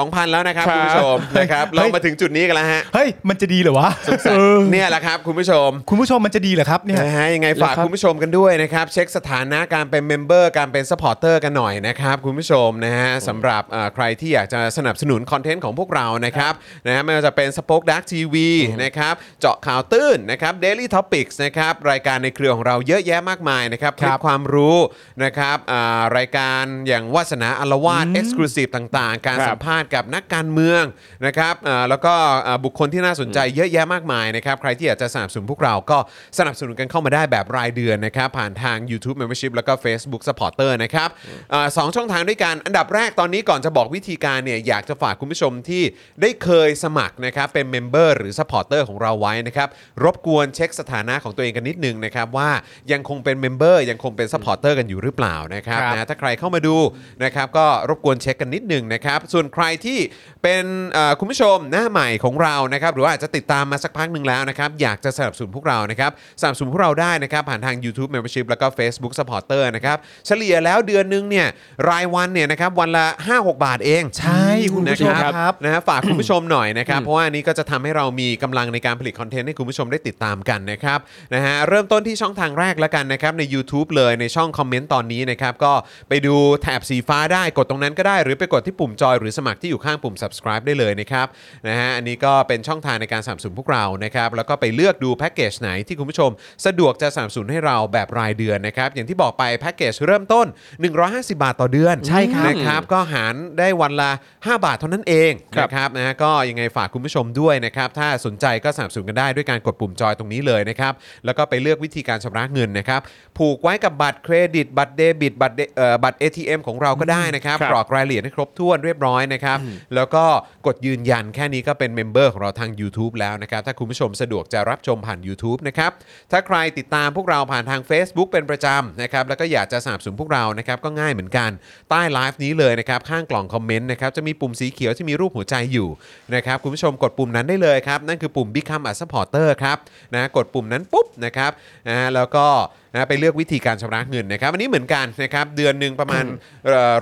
Speaker 1: 12,000 แล้วนะครับ
Speaker 2: ครับ
Speaker 1: คุณผู้ชมนะครับเรามาถึงจุดนี้กันแล้วฮะ
Speaker 3: เฮ้ย มันจะดีเหรอวะเออ
Speaker 1: เนี่ยแหละครับคุณผู้ชม
Speaker 3: คุณผู้ชมมันจะดีเหรอครับเนี่ย
Speaker 1: นะฮะยังไงฝาก
Speaker 2: แล้วครับ
Speaker 1: คุณผู้ชมกันด้วยนะครับ เช็คสถานะการเป็นเมมเบอร์การเป็นสปอร์เตอร์กันหน่อยนะครับคุณผู้ชมนะฮะสำหรับเอ่อใครที่อยากจะสนับสนุนคอนเทนต์ของพวกเรานะครับนะฮะไม่ว่าจะเป็นสป็อคดักทีวีนะครับเจาะข่าวตื้นนะครับเดลี่ท็อปิกส์นะครับรายการในเครือของเราเยอะแยะมากมายนะครับคลิปความรู้นะครับอ่ารายการอย่างวาสนาอารวาสเอ็กซ์คลูซีฟต่างๆ การ
Speaker 2: ครับ
Speaker 1: สัมภาษณ์กับนักการเมืองนะครับอ่าแล้วก็อ่าบุคคลที่น่าสนใจเยอะแยะมากมายนะครับใครที่อยากจะสนับสนุนพวกเราก็สนับสนุนกันเข้ามาได้แบบรายเดือนนะครับ ผ่านทาง YouTube Membership แล้วก็ Facebook Supporter นะครับอาสองช่องทางด้วยกันอันดับแรกตอนนี้ก่อนจะบอกวิธีการเนี่ยอยากจะฝากคุณผู้ชมที่ได้เคยสมัครนะครับเป็นเมมเบอร์หรือ Supporter ของเราไว้นะครับรบกวนเช็คสถานะของตัวเองกันนิดนึงนะครับว่ายังคงเป็นเมมเบอร์ยังคงเป็น Supporter กันอยู่หรือเปล่านะครับ
Speaker 3: ครับ
Speaker 1: นะ ถ้าใครเข้ามาดูนะครับก็รบกวนเช็คกันนิดหนึ่งนะครับ ส่วนใครที่เป็นเอ่อคุณผู้ชมหน้าใหม่ของเรานะครับหรือว่าอาจจะติดตามมาสักพักหนึ่งแล้วนะครับ อยากจะสนับสนุนพวกเรานะครับสนับสนุนพวกเราได้นะครับ ผ่านทาง YouTube Membership แล้วก็ Facebook Supporter นะครับเฉลี่ยแล้วเดือนหนึงเนี่ยรายวันเนี่ยนะครับวันละ 5-6 บาทเอง
Speaker 3: ใช่คุณผู้ชม
Speaker 1: นะค
Speaker 3: ค
Speaker 1: รั
Speaker 3: รั
Speaker 1: บบ นะฮะฝากคุณผู้ชมหน่อยนะครับ เพราะว่าอันนี้ก็จะทำให้เรามีกำลังในการผลิตคอนเทนต์ให้คุณผู้ชมได้ติดตามกันนะครับนะฮะเริ่มต้นที่ช่องทางแรกแล้วกันนะครับใน YouTube เลยในช่องคอมเมนต์ตอนนี้นะครับ ก็ไปดูแถบสีฟ้าได้กดตรงนั้นก็ได้ หรือไปกดที่ปุ่มจอยหรือสมัครที่อยู่ข้างปุ่ม subscribe ได้เลยนะครับนะฮะอันนี้ก็เป็นช่องทางในการสนับสนุนพวกเรานะครับแล้วก็ไปเลือกดูแพ็กเกจไหนที่คุณผู้ชม สะดวกจะสนับสนุนให้เราแบบรายเดือนนะครับอย่างที่บอกไปแพ็กเกจเริ่มต้น 150 บาทต่อเดือน
Speaker 3: ใช่ครับ
Speaker 1: นะครับ ก็หารได้วันละ 5 บาทเท่านั้นเองนะครับนะฮะก็ยังไงฝากคุณผู้ชมด้วยนะครับ ถ้าสนใจก็สนับสนุนกันได้ด้วยการกดปุ่มจอยตรงนี้เลยนะครับ แล้วก็ไปเลือกวิธีการชำระเงินนะครับ ผูกไว้กับบัตรเครดิต บัตรเดบิต บัตรเดเอ่อบัตร ATM ของเราก็ได้นะครับ
Speaker 2: ครับ
Speaker 1: กรอกรายละเอียดให้ครบถ้วนเรียบร้อยนะครับ แล้วก็กดยืนยันแค่นี้ก็เป็นเมมเบอร์ของเราทาง YouTube แล้วนะครับ ถ้าคุณผู้ชมสะดวกจะรับชมผ่าน YouTube นะครับ ถ้าใครติดตามพวกเราผ่านทาง Facebook เป็นประจำนะครับ แล้วก็อยากจะสนับสนุนพวกเรานะครับ ก็ง่ายเหมือนกัน ใต้ไลฟ์นี้เลยนะครับ ข้างกล่องคอมเมนต์นะครับ จะมีปุ่มสีเขียวที่มีรูปหัวใจอยู่นะครับ คุณผู้ชมกดปุ่มนั้นได้เลยครับ นั่นคือปุ่ม Become a supporter ครับนะกดปุ่มนั้นปุ๊บนะครับนะฮะแล้วก็นะไปเลือกวิธีการชำระเงินนะครับ อันนี้เหมือนกันนะครับ เดือนหนึ่งประมาณ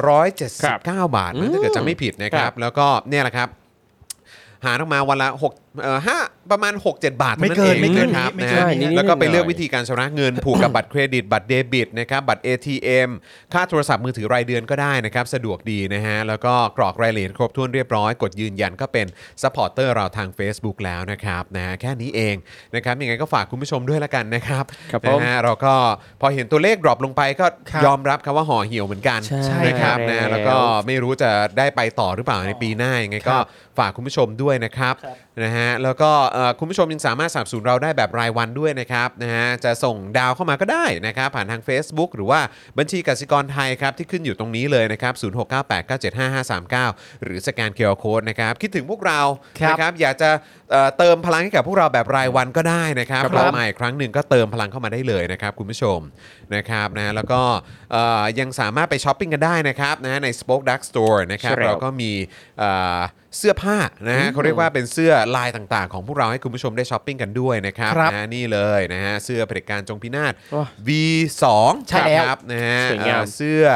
Speaker 1: ร้อยเจ็ดสิบเก้าบาทนะถ้าเกิดจำไม่ผิดนะครับ แล้วก็เนี่ยแหละครับ หารออกมาวันละหกเอ่อห้าประมาณ 6 7 บาทท่าอง
Speaker 3: ไม่เกิน
Speaker 1: ะครับ
Speaker 3: ไม่
Speaker 1: นะ
Speaker 3: เกิน
Speaker 1: ฮะ
Speaker 3: ไม่เกินนิดๆ
Speaker 1: แล้วก็ไป
Speaker 2: หน่อยๆ
Speaker 1: เลือกวิธีการชำระเงิน ผูกกับบัตรเครดิต บัตรเดบิตนะครับบัตร ATM ค่าโทรศัพท์มือถือรายเดือนก็ได้นะครับ สะดวกดีนะฮะ แล้วก็กรอกรายละเอียดครบถ้วนเรียบร้อย กดยืนยันก็เป็นซัพพอร์เตอร์เราทาง Facebook แล้วนะครับนะฮะแค่นี้เองนะครับยังไงก็ฝากคุณผู้ชมด้วยละกันนะครับ
Speaker 2: ครับผม
Speaker 1: นะฮะเราก็พอเห็นตัวเลขดรอปลงไปก็
Speaker 3: ครับ
Speaker 1: ยอมรับครับว่าห่อเหี่ยวเหมือนกัน
Speaker 2: ใช่
Speaker 1: นะครับ
Speaker 2: แล้ว
Speaker 1: นะแล้วก็ไม่รู้จะได้ไปต่อหรือเปล่าในปีหน้ายังไงก็ฝากคุณผู้ชมด้วยนะครับ
Speaker 4: ครับ
Speaker 1: นะฮะแล้วก็เอ่อคุณผู้ชมยังสามารถสนับสนุนเราได้แบบรายวันด้วยนะครับนะฮะจะส่งดาวเข้ามาก็ได้นะครับ ผ่านทาง Facebook หรือว่าบัญชีกสิกรไทยครับ ที่ขึ้นอยู่ตรงนี้เลยนะครับ 0698975539 หรือสแกนเคอร์โคดนะครับ คิดถึงพวกเรา
Speaker 3: ครับ
Speaker 1: นะครับอยากจะเอ่อเติมพลังให้กับพวกเราแบบรายวันก็ได้นะครับ
Speaker 2: ครับ
Speaker 1: เรามา มาอีกครั้งหนึ่งก็เติมพลังเข้ามาได้เลยนะครับ คุณผู้ชมนะครับนะแล้วก็เอ่อยังสามารถไปช้อปปิ้งกันได้นะครับนะใน Spoke Dark Store นะครับ
Speaker 2: ใช่แล้ว
Speaker 1: เราก็มีเอ่อ เสื้อผ้านะฮะเขาเรียกว่าเป็นเสื้อลายต่างๆ ของพวกเราให้คุณผู้ชมได้ช้อปปิ้งกันด้วยนะครับ
Speaker 3: ครับ
Speaker 1: นะนี่เลยนะฮะเสื้อเผด็จการจงพินาศ
Speaker 2: โอ้
Speaker 1: V2
Speaker 3: ใช่แล้ว
Speaker 1: ครับนะฮะ
Speaker 2: สวยงาม
Speaker 1: เอ่อเสื้อ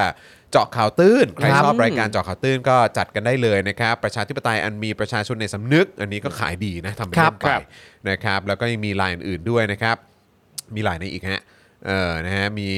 Speaker 1: เจาะข่าวตื้นใคร
Speaker 3: ครับ
Speaker 1: ชอบรายการเจาะข่าวตื้นก็จัดกันได้เลยนะครับประชาธิปไตยอันมีประชาชนในสำนึก อันนี้ก็ขายดีนะทำเป็นเล่นไป นะครับแล้วก็ยังมีลายอื่นๆด้วยนะครับ มีลายในอีกฮะเออนะฮะมี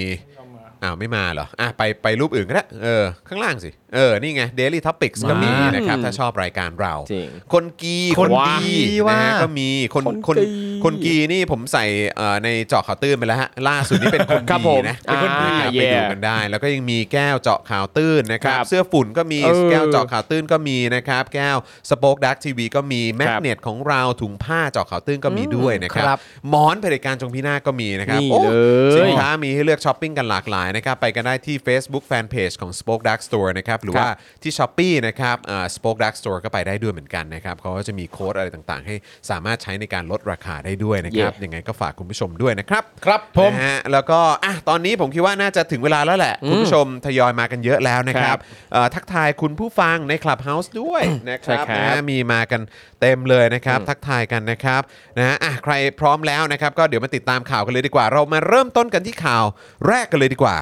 Speaker 1: อ้าวไม่มาเหรออ่ะไปไปรูปอื่นก็ได้เออข้างล่างสิ เออ นี่ไง Daily Topics ก็มี
Speaker 3: ว้าว
Speaker 1: นะครับ ถ้าชอบรายการเรา
Speaker 2: จริง
Speaker 1: คนกี
Speaker 3: คน
Speaker 1: ดี
Speaker 3: กี
Speaker 1: นะ
Speaker 3: ว่า
Speaker 1: ฮะก็มีคนค
Speaker 2: คนนกี
Speaker 1: คนกีนี่ผมใส่เอ่อในเจาะข่าวตื้นไปแล้วฮะล่าสุดนี่เป็นคน
Speaker 2: ครับผ
Speaker 1: ดี
Speaker 2: ม
Speaker 1: นะ
Speaker 2: อ่า
Speaker 1: ครับ
Speaker 2: เย่
Speaker 1: ไปดูกันได้ แล้วก็ยังมีแก้วเจาะข่าวตื้นนะครับ
Speaker 2: ครับ
Speaker 1: เสื้อฝุ่นก็มี
Speaker 2: เออ
Speaker 1: แก้วเจาะข่าวตื้นก็มีนะครับแก้วสป็อคดักทีวีก็มีแมก
Speaker 2: ครับ
Speaker 1: เนตของเราถุงผ้าเจาะข่าวตื้นก็มีด้วยนะครั
Speaker 3: ครับ บ
Speaker 1: หมอนเผด็จการจงพินาศก็มีนะครับ
Speaker 2: นี่
Speaker 1: โอ้
Speaker 2: เล
Speaker 1: สิน
Speaker 2: ย
Speaker 1: ค้ามีให้เลือกช้อปปิ้งกันหลากหลายนะครับ ไปกันได้ที่ Facebook Fanpage ของ Spoke Dark Store นะครับ หรือว่าที่ s h อ p e e นะครับอ่า Spoke Dark Store ก็ไปได้ด้วยเหมือนกันนะครับเขาก็จะมีโค้ดอะไรต่างๆ ให้สามารถใช้ในการลดราคาได้ด้วยนะครับ
Speaker 2: เย่
Speaker 1: ยังไงก็ฝากคุณผู้ชมด้วยนะครับ
Speaker 3: ครับผม
Speaker 1: นะฮะแล้วก็อ่ะตอนนี้ผมคิดว่าน่าจะถึงเวลาแล้วแหละ คุณผู้ชมทยอยมากันเยอะแล้วนะครั
Speaker 2: ครับ บ
Speaker 1: เอ่อทักทายคุณผู้ฟังใน Clubhouse ด้วยนะครับ
Speaker 2: ใช่ครับ
Speaker 1: นะฮะมีมากันเต็มเลยนะครับ ทักทายกันนะครับนะฮะอ่ะใครพร้อมแล้วนะครับ ก็เดี๋ยวมาติดตามข่าวกันเลยดีกว่า เรามาเริ่มต้นกันที่ข่าวแรกกันเลยดีกว่า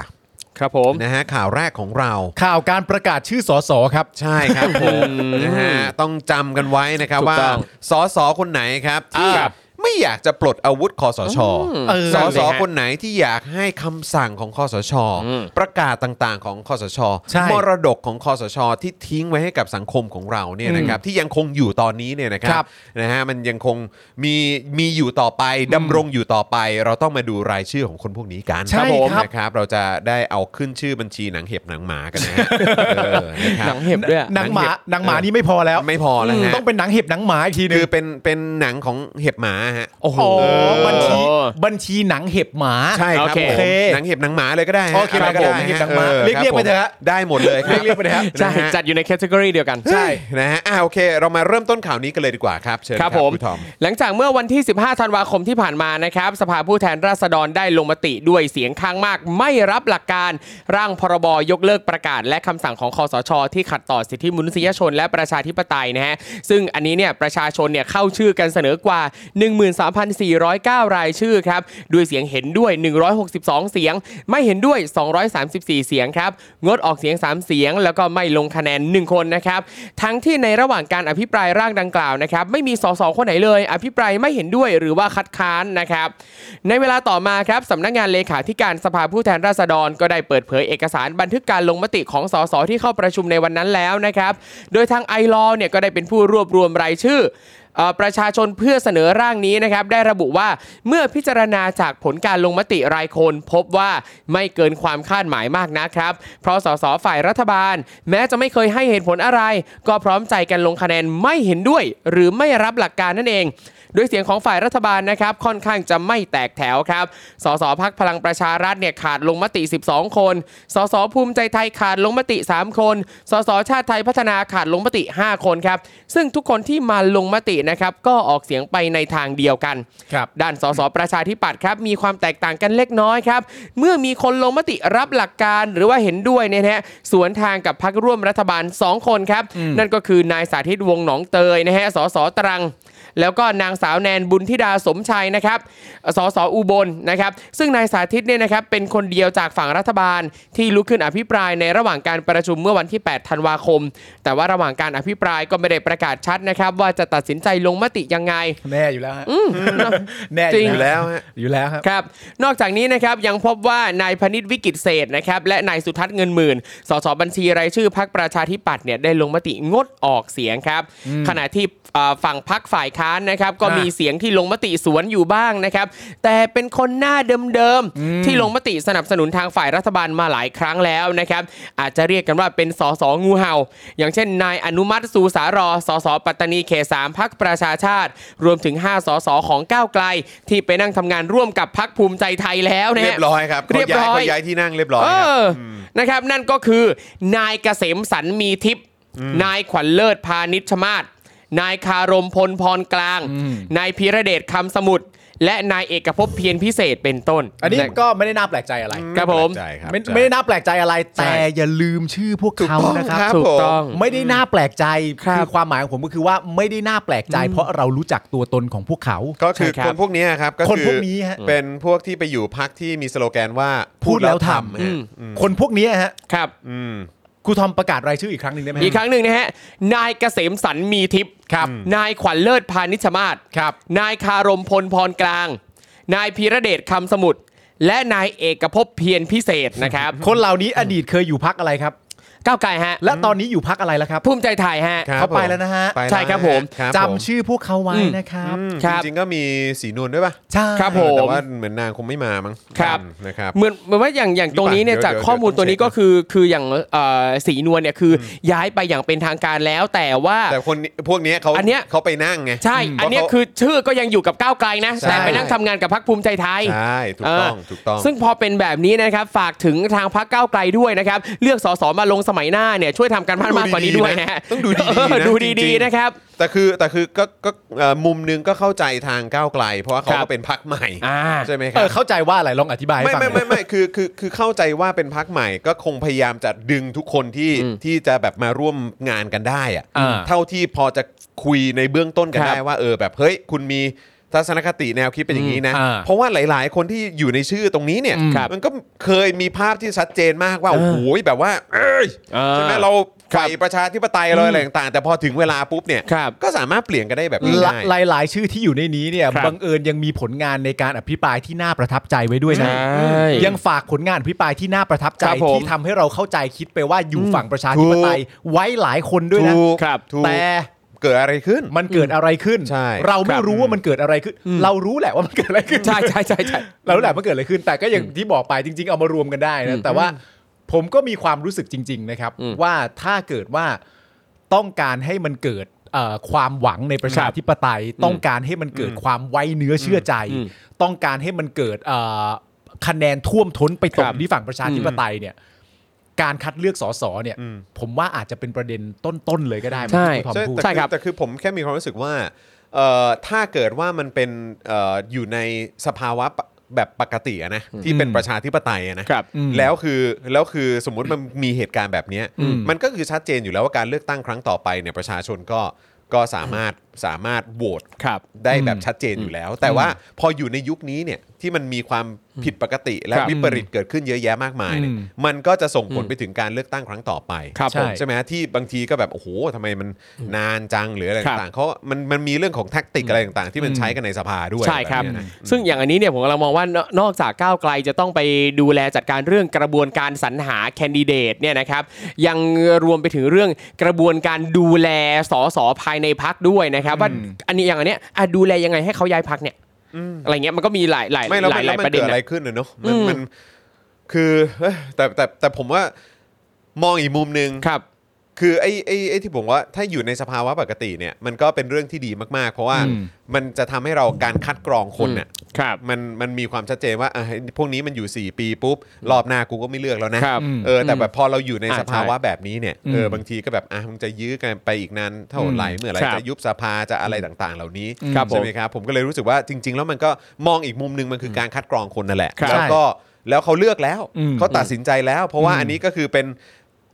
Speaker 2: ครับผม
Speaker 1: นะฮะข่าวแรกของเรา
Speaker 3: ข่าวการประกาศชื่อสสครับ
Speaker 1: ใช่ครับผมนะฮะต้องจำกันไว้นะครับ
Speaker 2: ถูก
Speaker 1: ว่า
Speaker 2: ต้อง
Speaker 1: สสคนไหนครับที่
Speaker 2: ครับ
Speaker 1: ไม่อยากจะปลดอาวุธคอสช
Speaker 3: เออ
Speaker 1: ส
Speaker 2: นั่นสิ
Speaker 1: ส
Speaker 2: ฮะ
Speaker 1: คนไหนที่อยากให้คำสั่งของคอสช ประกาศต่างๆของคอสช
Speaker 3: ใช่
Speaker 1: มรดกของคอสช ที่ทิ้งไว้ให้กับสังคมของเราเนี่ยนะครับที่ยังคงอยู่ตอนนี้เนี่ยนะค
Speaker 2: ค
Speaker 1: รั
Speaker 2: รั
Speaker 1: บบ นะฮะมันยังคงมีมีอยู่ต่อไปดำรงอยู่ต่อไป เราต้องมาดูรายชื่อของคนพวกนี้กัน
Speaker 3: ใช่
Speaker 1: ผม
Speaker 3: ครับ
Speaker 1: นะครับเราจะได้เอาขึ้นชื่อบัญชีหนังเห็บหนังหมากันนะฮะเออนะครับ
Speaker 2: หนังเห็บด้วยอะ
Speaker 3: หนังหมา
Speaker 1: ห
Speaker 3: ห
Speaker 1: นั
Speaker 3: นั
Speaker 1: ง
Speaker 3: ง
Speaker 1: เห็บ
Speaker 3: หมานี่ไม่พอแล้ว
Speaker 1: ไม่พอแล้วฮะ
Speaker 3: ต้องเป็นหนังเห็บหนังหมาอีกทีหนึ
Speaker 1: คื
Speaker 3: ง
Speaker 1: อเป็นเป็นหนังของเห็บหมาฮะ
Speaker 2: โอ้โห
Speaker 3: อ๋อบัญชีบัญชีหนังเห็บหมา
Speaker 1: ใช่ครับ
Speaker 2: โอเค
Speaker 1: ผมหนังเห็บหนังหมาเลยก็ได้ฮะ
Speaker 3: โอเค
Speaker 1: ะไรก็ได้
Speaker 3: ครับผมหนังเห็บ
Speaker 1: ฮะ
Speaker 3: หนังหมา
Speaker 1: ออ
Speaker 3: เรียก
Speaker 1: คบ
Speaker 3: เรียกไปเถอะฮะ
Speaker 1: ได้หมดเลยค
Speaker 3: เรี
Speaker 1: รั
Speaker 3: ย
Speaker 1: บ
Speaker 3: กเรียกไปเลยฮะ
Speaker 2: ใช่
Speaker 1: นะฮะ
Speaker 2: จัดอยู่ในแคตตากรีเดียวกัน
Speaker 1: ใช่นะฮะอ่าโอเค เรามาเริ่มต้นข่าวนี้กันเลยดีกว่าครับเชิญ
Speaker 2: ครับผม
Speaker 1: คุณทอม
Speaker 2: หลังจากเมื่อวันที่ 15 ธันวาคมที่ผ่านมานะครับ สภาผู้แทนราษฎรได้ลงมติด้วยเสียงข้างมาก ไม่รับหลักการร่างพรบยกเลิกประกาศ และคำสั่งของคอสช ที่ขัดต่อสิทธิมนุษยชนและประชาธิปไตยนะฮะ ซึ่งอันนี้เนี่ยประชาชนเนี่ยเข้าชื่อกันเสนอกว่า 13,409 รายชื่อครับด้วยเสียงเห็นด้วย 162 เสียง ไม่เห็นด้วย 234 เสียงครับงดออกเสียง 3 เสียง แล้วก็ไม่ลงคะแนน 1 คนนะครับ ทั้งที่ในระหว่างการอภิปรายร่างดังกล่าวนะครับ ไม่มีสสคนไหนเลย อภิปรายไม่เห็นด้วยหรือว่าคัดค้านนะครับ ในเวลาต่อมาครับสำนักงานเลขาธิการสภาผู้แทนราษฎร ก็ได้เปิดเผยเอกสารบันทึกการลงมติของสสที่เข้าประชุมในวันนั้นแล้วนะครับ โดยทางไอรอเนี่ยก็ได้เป็นผู้รวบรวมรายชื่อ เอ่อประชาชนเพื่อเสนอร่างนี้นะครับได้ระบุว่าเมื่อพิจารณาจากผลการลงมติรายคน พบว่าไม่เกินความคาดหมายมากนะครับ เพราะสสฝ่ายรัฐบาล แม้จะไม่เคยให้เหตุผลอะไร ก็พร้อมใจกันลงคะแนนไม่เห็นด้วย หรือไม่รับหลักการนั่นเอง โดยเสียงของฝ่ายรัฐบาลนะครับค่อนข้างจะไม่แตกแถวครับ สสพักพลังประชารัฐเนี่ยขาดลงมติ 12 คน สสภูมิใจไทยขาดลงมติ 3 คน สสชาติไทยพัฒนาขาดลงมติ 5 คนครับ ซึ่งทุกคนที่มาลงมตินะครับก็ออกเสียงไปในทางเดียวกัน
Speaker 3: ครับ
Speaker 2: ด้านสสประชาธิปัตย์ครับมีความแตกต่างกันเล็กน้อยครับ เมื่อมีคนลงมติรับหลักการหรือว่าเห็นด้วยเนี่ยนะฮะสวนทางกับพักร่วมรัฐบาล 2 คนครับ นั่นก็คือนายสาธิตวงศ์หนองเตยนะฮะสสตรัง แล้วก็นางสาวแนนบุญธิดาสมชัยนะครับสสอุบลนะครับ ซึ่งนายสาธิตเนี่ยนะครับเป็นคนเดียวจากฝั่งรัฐบาลที่ลุกขึ้นอภิปรายในระหว่างการประชุมเมื่อวันที่ 8 ธันวาคม แต่ว่าระหว่างการอภิปรายก็ไม่ได้ประกาศชัดนะครับว่าจะตัดสินใจลงมติยังไง
Speaker 3: แน่อยู่แล้วฮะแน่อ
Speaker 2: จริง
Speaker 1: อยู่ยู่แล้วฮะ
Speaker 3: อยู่แล้วครับ
Speaker 2: ครับนอกจากนี้นะครับยังพบว่านายพนิษฐ์วิกิตเศษนะครับและนายสุทัศน์เงินหมื่นสสบัญชีรายชื่อพักประชาธิปัตย์เนี่ยได้ลงมติงดออกเสียงครับขณะที่เอ่อฝั่งพักฝ่ายค้านนะครับก็
Speaker 3: อ่ามี
Speaker 2: มีเสียงที่ลงมติสวนอยู่บ้างนะครับแต่เป็นคนหน้าเดิมๆที่ลงมติสนับสนุนทางฝ่ายรัฐบาลมาหลายครั้งแล้วนะครับอาจจะเรียกกันว่าเป็นสสงูเห่า อย่างเช่น นายอนุมัติสูสารอสสปัตตานีเขตสามพักประชาชาติ รวมถึง 5 สสของก้าวไกล ที่ไปนั่งทำงานร่วมกับพักภูมิใจไทยแล้วนะ
Speaker 1: เรี
Speaker 2: ฮะ
Speaker 1: ยบร้อยครับ
Speaker 2: เรียบร้อย
Speaker 1: เขาาเขาย้ายที่นั่งเรียบร้อย
Speaker 2: เอ
Speaker 1: ครับ
Speaker 2: ออนะครับนั่นก็คือนายเกษมสันมีทิพย์นายขวัญเลิศพานิชมาศนายคารมพลพรกลาง นายพีระเดชคำสมุทร และนายเอกภพเพียรพิเศษเป็นต้น
Speaker 3: อันนี้ก็ไม่ได้น่าแปลกใจอะไร
Speaker 2: ครับผม
Speaker 1: ใจครับ
Speaker 3: ไม่ไม่ได้น่าแปลกใจอะไร แต่อย่าลืมชื่อพวกเขานะครับ
Speaker 2: ถูกต้อง
Speaker 3: ไม่ได้น่าแปลกใจ
Speaker 2: ครับ
Speaker 3: คือความหมายของผมก็คือว่าไม่ได้น่าแปลกใจ เพราะเรารู้จักตัวตนของพวกเขา
Speaker 1: ก็คือ
Speaker 2: ใช่ครั
Speaker 1: ค
Speaker 2: บ
Speaker 1: นพวกเนี้ยครับก็
Speaker 3: คนพวกนี้ฮะ
Speaker 1: เป็นพวกที่ไปอยู่พักที่มีสโลแกนว่า
Speaker 3: พูดแล้วท
Speaker 1: ฮะ
Speaker 2: อืม
Speaker 3: ำคนพวกเนี้ยฮะ
Speaker 2: ครับ
Speaker 1: อืม
Speaker 3: ครูทอมประกาศรายชื่ออีกครั้งหนึ่งได้ไหมฮะ
Speaker 2: อีกครั้งหนึ่งนะฮะ นายเกษมสันมีทิพย์ครับ นายขวัญเลิศพานิชมาศ
Speaker 3: ครับ
Speaker 2: นายคารมพลพรกลาง นายพีระเดชคำสมุทร และนายเอกภพเพียรพิเศษนะครับ
Speaker 3: คนเหล่านี้อดีตเคยอยู่พักอะไรครับ
Speaker 2: ก้าวไกลฮะ
Speaker 3: และตอนนี้อยู่พักอะไรแล้วครับ
Speaker 2: ภูมิใจไทยฮะ
Speaker 1: ครับ
Speaker 3: เขาไปแล้วนะฮะ
Speaker 1: ไปแล้ว
Speaker 2: ใช่ครับผม
Speaker 1: ครับผม
Speaker 3: จำชื่อพวกเขาไว้
Speaker 2: อืม
Speaker 3: นะครับ
Speaker 1: อืม
Speaker 2: ครับ
Speaker 1: จริงๆก็มีสีนวลด้วยป่ะ
Speaker 3: ใช่
Speaker 2: ครับผม
Speaker 1: แต่ว่าเหมือนนางคงไม่มามั้ง
Speaker 2: ครับ
Speaker 1: นะครับ
Speaker 2: เหมือนเหมือนว่าอย่างอย่างตรงนี้เนี่ย
Speaker 1: เดี๋ยว
Speaker 2: จาก
Speaker 1: เดี๋ยว
Speaker 2: ข้อมูลตัวนี้
Speaker 1: ต้
Speaker 2: ก็
Speaker 1: องเช็ค
Speaker 2: คือคืออย่างเอ่อสีนวลเนี่ยคืออย้ายไปอย่างเป็นทางการแล้วแต่ว่า
Speaker 1: แต่คนนี้พวกเนี้ยเขา
Speaker 2: อันเนี้ย
Speaker 1: เขาไปนั่งไง
Speaker 2: ใช่ อันเนี้ยคือชื่อก็ยังอยู่กับก้าวไกลนะ
Speaker 1: ใช่
Speaker 2: แต่ไปนั่งทำงานกับพรรคภูมิใจไทย
Speaker 1: ใช่ถูกต้อง
Speaker 2: เออ
Speaker 1: ถูกต้อง
Speaker 2: ซึ่งพอเป็นแบบนี้นะครับ ฝากถึงทางพักก้าวไกลด้วยนะครับ เลือกสสมาลงสมัยหน้าเนี่ยช่วยทำการบ้านมากกว่านี้ด้วยนะฮะ
Speaker 1: ต้องดูดีๆนะ
Speaker 2: เออดู
Speaker 1: จริ
Speaker 2: ดี
Speaker 1: งๆ
Speaker 2: ๆนะครับ
Speaker 1: แต่คือแต่คือก็ก็เอ่อมุมหนึงก็เข้าใจทางก้าวไกล เพราะว่าเขา
Speaker 2: ครั
Speaker 1: ก็
Speaker 2: บ
Speaker 1: เป็นพักใหม่
Speaker 2: อ่า
Speaker 1: ใช่ไหมค
Speaker 3: เอ
Speaker 1: รั
Speaker 3: อเข้าใจว่าอะไรลองอธิบายให้
Speaker 1: ไม่
Speaker 3: ฟัง
Speaker 1: ไม่ไม่ไม่คือคือคือเข้าใจว่าเป็นพักใหม่ ก็คงพยายามจะดึงทุกคนที่
Speaker 2: อืม
Speaker 1: ที่จะแบบมาร่วมงานกันได้อะ
Speaker 2: อ่า
Speaker 1: เท่าที่พอจะคุยในเบื้องต้นกัน
Speaker 2: ครับ
Speaker 1: ได้ว่าเออแบบเฮ้ยคุณมีทัศนคติแนวคิดเป็นอย่างนี้นะ
Speaker 3: อ่า
Speaker 1: เพราะว่าหลาย ๆ คนที่อยู่ในชื่อตรงนี้เนี่ย
Speaker 2: ครับ
Speaker 1: มันก็เคยมีภาพที่ชัดเจนมากว่าโอ้โหแบบว่าเอ้ย
Speaker 2: อ่า
Speaker 1: ใช่ไหมเราใฝ่ประชาธิปไตยเราอะไรต่างๆ แต่พอถึงเวลาปุ๊บเนี่ย
Speaker 2: ครับ
Speaker 1: ก็สามารถเปลี่ยนกันได้แบบ
Speaker 3: ห
Speaker 1: ง่ายๆ
Speaker 3: ลายหลายๆชื่อที่อยู่ในนี้เนี่ย
Speaker 2: ครับ
Speaker 3: บังเอิญยังมีผลงานในการอภิปรายที่น่าประทับใจไว้ด้วยนะ
Speaker 2: ใช่
Speaker 3: ยังฝากผลงานอภิปรายที่น่าประทับใจ
Speaker 2: ครับผม
Speaker 3: ที่ทำให้เราเข้าใจคิดไปว่าอยู่ฝั่งประชาธิปไตยไว้หลายคนด้วยนะ
Speaker 1: ถูก
Speaker 2: ครับ
Speaker 1: ถูก
Speaker 3: แต่
Speaker 1: เกิดอะไรขึ้น
Speaker 3: มันเกิดอะไรขึ้น
Speaker 1: ใช่
Speaker 3: เรา
Speaker 1: ค
Speaker 3: ไม่
Speaker 1: รับ
Speaker 3: รู้ว่ามันเกิดอะไรขึ้น เรารู้แหละว่ามันเกิดอะไรขึ้น
Speaker 2: ใช่ใช่ใช่ใช่
Speaker 3: เรารู้แหละมันเกิดอะไรขึ้น แต่ก็อย่างที่บอกไปจริง ๆ เอามารวมกันได้นะแต่ว่าผมก็มีความรู้สึกจริง ๆ นะครับ
Speaker 2: อืม
Speaker 3: ว่าถ้าเกิดว่าต้องการให้มันเกิดเอ่อความหวังในประชาธิปไตย ต้องการให้มันเกิดความไว้เนื้อเชื่อใจ
Speaker 2: อืม
Speaker 3: ต้องการให้มันเกิดเอ่อคะแนนท่วมท้นไปตก
Speaker 2: ครับ
Speaker 3: ที่ฝั่งประชาธิปไตยเนี่ยการคัดเลือกสสเนี่ย
Speaker 1: อืม
Speaker 3: ผมว่าอาจจะเป็นประเด็นต้นๆเลยก็ได้เหมือ
Speaker 2: ใช่
Speaker 3: นที่คุณทอม
Speaker 1: ใช่
Speaker 3: พูด
Speaker 1: แต่
Speaker 2: ใช่ครับ
Speaker 1: แต่คือผมแค่มีความรู้สึกว่าเอ่อถ้าเกิดว่ามันเป็นเอออยู่ในสภาวะปะแบบปกติอะนะที่เป็นประชาธิปไตยอะนะครับ
Speaker 3: อืม
Speaker 1: แล้วคือแล้วคือสมมติมันมีเหตุการณ์แบบเนี้ย
Speaker 3: อืม
Speaker 1: มันก็คือชัดเจนอยู่แล้วว่าการเลือกตั้งครั้งต่อไปเนี่ยประชาชนก็ก็สามารถสามารถโหวต
Speaker 2: ครับ
Speaker 1: ได้แบบชัดเจนอยู่แล้ว แต่ว่าพออยู่ในยุคนี้เนี่ยที่มันมีความผิดปกติและ
Speaker 2: ครับ
Speaker 1: วิปริตเกิดขึ้นเยอะแยะมากมายเนี่ย
Speaker 3: อืม
Speaker 1: มันก็จะส่งผลไปถึงการเลือกตั้งครั้งต่อไป
Speaker 2: ครับผม
Speaker 1: ใช่ไหมฮะที่บางทีก็แบบโอ้โหทำไมมันนานจังหรืออะไร
Speaker 2: ครับ
Speaker 1: ต่างๆเขามันมันมีเรื่องของแท็กติกอะไรต่างๆ ที่มันใช้กันในสภาด้วย
Speaker 2: ใช่ครับ
Speaker 1: แเนี้ยนะ
Speaker 2: ซึ่งอย่างอันนี้เนี่ยผมกำลังมองว่านนอกจากก้าวไกลจะต้องไปดูแลจัดการเรื่องกระบวนการสรรหาแคนดิเดตเนี่ยนะครับยังรวมไปถึงเรื่องกระบวนการดูแลสสภายในพักด้วยนะครับว่าอันนี้อย่างอันเนี้ยอ่ะดูแลยังไงให้เขาย้ายพักเนี่ยอะไรเงี้ยมันก็มีหลายหลาย
Speaker 1: ไม่แล้ว
Speaker 2: หลา
Speaker 1: มัน
Speaker 2: ยห
Speaker 1: แล้
Speaker 2: ลา
Speaker 1: วย มั
Speaker 2: ป
Speaker 1: น
Speaker 2: ระเด็
Speaker 1: เกิด
Speaker 2: นอะ
Speaker 1: อะไรขึ้นนะเนาะมัน
Speaker 2: อืม
Speaker 1: มันคือเอ้ยแต่แต่แต่ผมว่ามองอีกมุมหนึ่ง
Speaker 2: ครับ
Speaker 1: คือไอ้ไอ้ไอ้ที่ผมว่าถ้าอยู่ในสภาวะปกติเนี่ยมันก็เป็นเรื่องที่ดีมากๆ เพราะว่า
Speaker 3: อืม
Speaker 1: มันจะทำให้เราการคัดกรองคนเนี่ย
Speaker 2: ครับ
Speaker 1: มันมันมีความชัดเจนว่าอ่ะไอ้พวกนี้มันอยู่ 4 ปีปุ๊บรอบหน้ากูก็ไม่เลือกแล้วนะครับ เออแต่แบบพอเราอยู่ใน
Speaker 2: อ่า
Speaker 1: สภาวะแบบนี้เนี่ยเออบางทีก็แบบอ่ะมึงจะยื้อกันไปอีกนานเท่าไหร่เมื่อไหร่
Speaker 2: ครับ
Speaker 1: จะยุบสภาจะอะไรต่างๆ เหล่านี้
Speaker 2: ครับผม
Speaker 1: ใช่ไหมครับผมก็เลยรู้สึกว่าจริง ๆ แล้วมันก็มองอีกมุมหนึงมันคือการคัดกรองคนนั่นแหละ
Speaker 2: ครับ
Speaker 1: แล้วก็แล้วเขาเลือกแล้ว
Speaker 3: อืม
Speaker 1: เขาตัดสินใจแล้ว เพราะว่าอันนี้ก็คือเป็น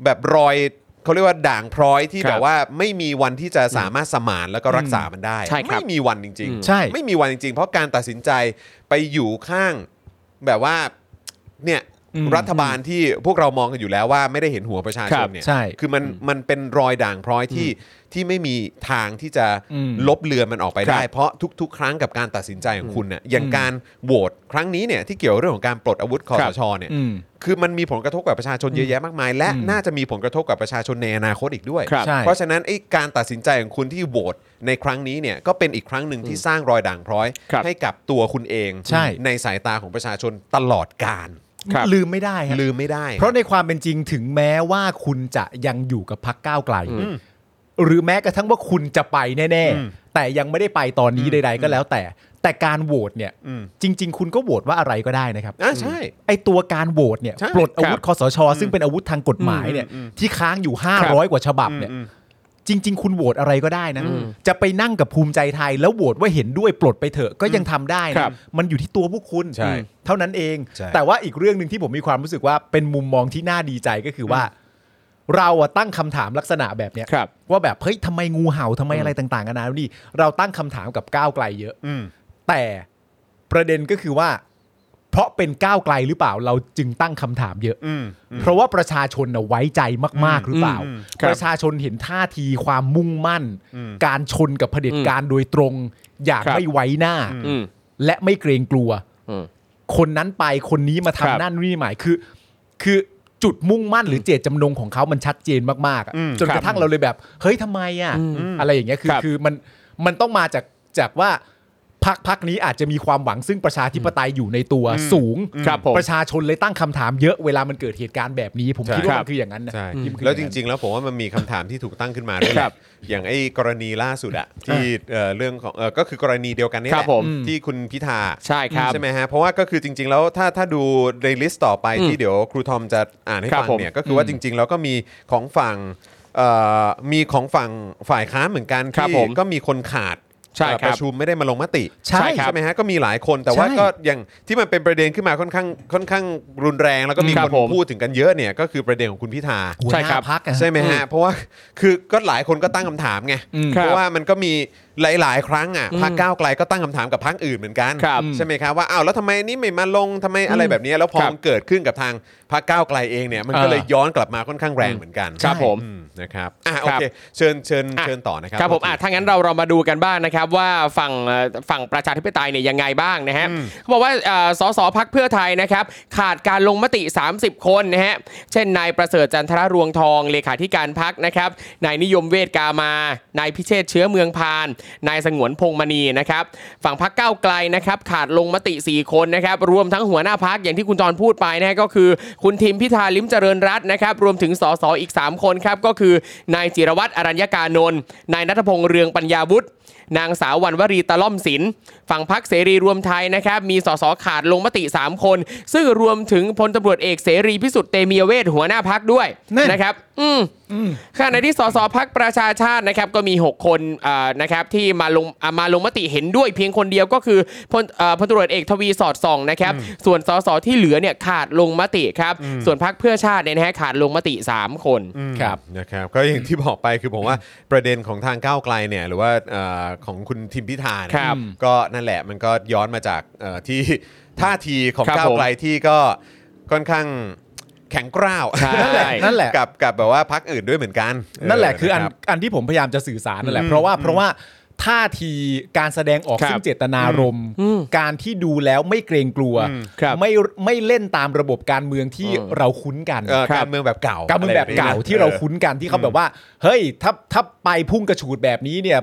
Speaker 1: แบบรอยเขาเรียกว่าด่างพร้อยที่
Speaker 2: ครับ
Speaker 1: แบบว่าไม่มีวันที่จะสามารถสมานแล้วก็รักษามันได้
Speaker 2: ใช่ครับ
Speaker 1: ไม่มีวันจริง
Speaker 2: อืม
Speaker 3: ใช่
Speaker 1: ไม่มีวันจริง ๆ เพราะการตัดสินใจไปอยู่ข้างแบบว่าเนี่ยรัฐบาลที่พวกเรามองกันอยู่แล้วว่าไม่ได้เห็นหัวประชาช
Speaker 2: ครั
Speaker 1: น
Speaker 2: บ
Speaker 1: เนี่ย
Speaker 3: ใช่
Speaker 1: คือมันมันเป็นรอยด่างพร้อยที่ที่ไม่มีทางที่จะ
Speaker 3: อืม
Speaker 1: ลบเลือนมันออกไปได้
Speaker 2: ครับ
Speaker 1: เพราะทุก ๆ ครั้งกับการตัดสินใจของคุณเนี่ยอย่างการโหวตครั้งนี้เนี่ยที่เกี่ยวเรื่องของการปลดอาวุธคอ
Speaker 2: ครั
Speaker 1: ส
Speaker 2: บ
Speaker 1: ชเนี่ย
Speaker 3: อืม
Speaker 1: คือมันมีผลกระทบกับประชาชนเยอะแยะมากมาย และ
Speaker 3: อืม
Speaker 1: น่าจะมีผลกระทบกับประชาชนในอนาคตอีกด้วย
Speaker 2: ครับ
Speaker 3: ใช่
Speaker 1: เพราะฉะนั้นไอ้การตัดสินใจของคุณที่โหวตในครั้งนี้เนี่ยก็เป็นอีกครั้งหนึ่งที่สร้างรอยด่างพร้อย
Speaker 2: ครับ
Speaker 1: ให้กับตัวคุณเอง
Speaker 3: ใช่
Speaker 1: สายตาของประชาชนตลอดการ
Speaker 2: ครับ
Speaker 3: ลืมไม่ได้ฮะ
Speaker 1: ลืมไม่ได้
Speaker 3: เพราะในความเป็นจริงถึงแม้ว่าคุณจะยังอยู่กับพักก้าวไกล หรือแม้กระทั่งว่าคุณจะไปแน่ ๆ แต่ยังไม่ได้ไปตอนนี้ใด ๆ ก็แล้วแต่ แต่การโหวตเนี่ย
Speaker 1: อืม
Speaker 3: จริง ๆ คุณก็โหวตว่าอะไรก็ได้นะครับ
Speaker 1: อ่ะใช่
Speaker 3: ไอตัวการโหวตเนี่ย
Speaker 1: ใช่
Speaker 3: ปลดอาวุธคอสช ซึ่งเป็นอาวุธทางกฎหมายเนี่ยที่ค้างอยู่ 500 กว่าฉบับเนี่ย จริง ๆ คุณโหวตอะไรก็ได้นะ จะไปนั่งกับภูมิใจไทย แล้วโหวตว่าเห็นด้วยปลดไปเถอะก็ยังทำได้
Speaker 2: ครั
Speaker 3: นะ
Speaker 2: บ
Speaker 3: มันอยู่ที่ตัวพวกคุณ
Speaker 1: ใช่
Speaker 3: เท่านั้นเอง
Speaker 1: ใช่
Speaker 3: แต่ว่าอีกเรื่องหนึ่งที่ผมมีความรู้สึกว่าเป็นมุมมองที่น่าดีใจก็คือว่า เราอะตั้งคำถามลักษณะแบบเนี้ย
Speaker 2: ครับ
Speaker 3: ว่าแบบเฮ้ยทำไมงูเห่าทำไมอะไรต่างๆกันานานี่เราตั้งคำถามกับก้าวไกลเยอะ
Speaker 1: อืม
Speaker 3: แต่ประเด็นก็คือว่า เพราะเป็นก้าวไกลหรือเปล่า เราจึงตั้งคำถามเยอะ
Speaker 1: อืม
Speaker 3: เพราะว่าประชาชนน่ะไว้ใจมาก ๆ หรือเปล่า
Speaker 1: อืม
Speaker 2: ครับ
Speaker 3: ประชาชนเห็นท่าทีความมุ่งมั่น
Speaker 1: อืม
Speaker 3: การชนกับเผด็จการโดยตรง อยาก
Speaker 2: ครับ
Speaker 3: ไม่ไว้หน้า
Speaker 2: อืม
Speaker 3: และไม่เกรงกลัว
Speaker 2: อืม
Speaker 3: คนนั้นไปคนนี้มา
Speaker 2: ครับ
Speaker 3: ทำนั่นนี่หมายคือ คือจุดมุ่งมั่นหรือเจตจำนงของเขามันชัดเจนมากๆอะ
Speaker 1: อืม
Speaker 3: จนกระทั่งเราเลยแบบ เฮ้ยทำไมอ่ะอะไรอย่างเงี้ยคือ
Speaker 2: ครับ
Speaker 3: คือมันมันต้องมาจากจากว่าพักพักนี้อาจจะมีความหวังซึ่งประชาธิปไตยอยู่ในตัวสูง
Speaker 2: ครับผม
Speaker 3: ประชาชนเลยตั้งคำถามเยอะเวลามันเกิดเหตุการณ์แบบนี้ ผม
Speaker 1: ใช่
Speaker 3: คิด
Speaker 2: ค
Speaker 3: ว่า
Speaker 2: รั
Speaker 3: มั
Speaker 2: บ
Speaker 3: นคืออย่างนั้นนะ
Speaker 1: ใช่
Speaker 3: ที่มันคือ
Speaker 1: แล้วจ
Speaker 3: อย่างนั้น
Speaker 1: ริง ๆ แล้วผมว่ามันมีคำถามที่ถูกตั้งขึ้นมาด้วยแห
Speaker 2: ครั
Speaker 1: ละ
Speaker 2: บ
Speaker 1: อย่างไอ้กรณีล่าสุดอะที่เอ่อเรื่องของเอ่อก็คือกรณีเดียวกันนี่แห
Speaker 2: ครั
Speaker 1: ละ
Speaker 2: บผม
Speaker 1: ที่คุณพิธา
Speaker 2: ใช่ครับ
Speaker 1: ใช่ไหมฮะเพราะว่าก็คือจริง ๆ แล้วถ้าถ้าดูในลิสต์ต่อไป
Speaker 2: อืม
Speaker 1: ที่เดี๋ยวครูทอมจะอ่านให้
Speaker 2: ครับ
Speaker 1: ฟัง
Speaker 2: ผม
Speaker 1: เนี่ยก็คือว่าจริง ๆ แล้วก็มีของฝั่งเอ่อมีของฝั่งฝ่ายค้านเหมือนกัน
Speaker 2: ครับ
Speaker 1: ที่
Speaker 2: ผม
Speaker 1: ก็มีคนขาด
Speaker 2: ใช่ครับ
Speaker 1: เอ่อประชุมไม่ได้มาลงมติ
Speaker 3: ใช่ครับ
Speaker 1: ใช่ไหมฮะก็มีหลายคนแต่ว่า
Speaker 3: ใช่
Speaker 1: ก็อย่างที่มันเป็นประเด็นขึ้นมาค่อนข้างค่อนข้างรุนแรงแล้วก็มี
Speaker 2: ครั
Speaker 1: คน
Speaker 2: บผม
Speaker 1: พูดถึงกันเยอะเนี่ยก็คือประเด็นของคุณพิธา
Speaker 3: หัว
Speaker 2: ใช่
Speaker 3: ห
Speaker 2: ครั
Speaker 3: น้า
Speaker 2: บ
Speaker 3: พักอะฮะ
Speaker 1: ใช่ไหมฮะ เพราะว่า คือก็หลายคนก็ตั้งคำถามไง
Speaker 3: อืม
Speaker 1: เพราะว่ามันก็มีหลาย ๆ ครั้งอ่ะ
Speaker 2: อืม
Speaker 1: พรรคก้าวไกลก็ตั้งคำถามกับพรรคอื่นเหมือนกัน
Speaker 2: ครับ
Speaker 1: ใช่ไหมครับว่าอ้าวแล้วทำไมนี่ไม่มาลงทำไมอะไรแบบนี้แล้วพอ
Speaker 2: ครับ
Speaker 1: มันเกิดขึ้นกับทางพรรคก้าวไกลเองเนี่ยมันก็
Speaker 3: เออ
Speaker 1: เลยย้อนกลับมาค่อนข้างแรงเหมือนกัน
Speaker 2: ครับผม
Speaker 1: อืนะครับอ่ะโอ
Speaker 2: ครับ
Speaker 1: เคเชิญเชิญ
Speaker 2: อ่ะ
Speaker 1: เชิญต่อนะครับ
Speaker 2: ครับผมอ่ะถ้างั้นเราเรามาดูกันบ้างนะครับว่าฝั่งเอ่อฝั่งประชาธิปไตยเนี่ยยังไงบ้างนะฮะเขาบอกว่าเอ่อสสพักเพื่อไทยนะครับขาดการลงมติ 30 คนนะฮะเช่นนายประเสริฐจันทรรวงทองเลขาธิการพักนะครับนายนิยมเวทกามานายพิเชษเชื้อเมืองพานนายสงวนพงษ์มณีนะครับฝั่งพักก้าวไกลนะครับขาดลงมติ 4 คนนะครับรวมทั้งหัวหน้าพักอย่างที่คุณจรพูดไปนะฮะก็คือคุณทิมพิธาลิมเจริญรัตน์นะครับรวมถึงสสอีก 3 คนครับก็คือนายจิรวัตรอรัญญากานนท์ นายนัทพงษ์เรืองปัญญาวุฒินางสาววรรณวรีตะล่อมศิลป์ฝั่งพักเสรีรวมไทยนะครับ มีสสขาดลงมติ 3 คน ซึ่งรวมถึงพลตำรวจเอกเสรีพิสุทธิ์เตมียเวทหัวหน้าพักด้วย
Speaker 3: นั่น
Speaker 2: นะครับ อืมขณะที่สสพักประชาชาตินะครับก็มี 6 คนอ่านะครับที่มาลงอ่ามาลงมติเห็นด้วยเพียงคนเดียวก็คือพลอ่าพลตำรวจเอกทวีสอดส่องนะครับ ส่วนสสที่เหลือเนี่ยขาดลงมติครับ ส่วนพักเพื่อชาติเนี่ยนะฮะขาดลงมติ 3 คน
Speaker 3: ครับ
Speaker 1: นะครับก็อย่างที่บอกไปคือผมว่าประเด็นของทางก้าวไกลเนี่ยหรือว่าเอ่อของคุณทิมพิธาเนี่ย
Speaker 2: ครับ
Speaker 1: ก็นั่นแหละมันก็ย้อนมาจากเอ่อที่ ท่าทีของ
Speaker 2: ครับ
Speaker 1: ก้าวไกลที่ก็ค่อนข้างแข็งกร้าว
Speaker 2: ใช่
Speaker 3: นั่นแหละ
Speaker 1: กับกับแบบว่าพักอื่นด้วยเหมือนกัน
Speaker 3: นั่นแหละคืออัน
Speaker 1: รับ
Speaker 3: อันที่ผมพยายามจะสื่อสารนั่นแหละเพราะว่าเพราะว่าท่าทีการแสดงออก
Speaker 2: ครับ
Speaker 3: ซึ่งเจตนารมณ์ การที่ดูแล้วไม่เกรงกลัว
Speaker 2: ครับ
Speaker 3: ไม่ไม่เล่นตามระบบการเมืองที่เราคุ้นกัน
Speaker 1: เอ่อ
Speaker 2: ครับ
Speaker 1: การเมืองแบบเก่า
Speaker 3: การเมืองแบบเก่าที่เราคุ้นกันที่เขาแบบว่า เฮ้ยถ้าถ้าไปพุ่งกระฉูดแบบนี้เนี่ย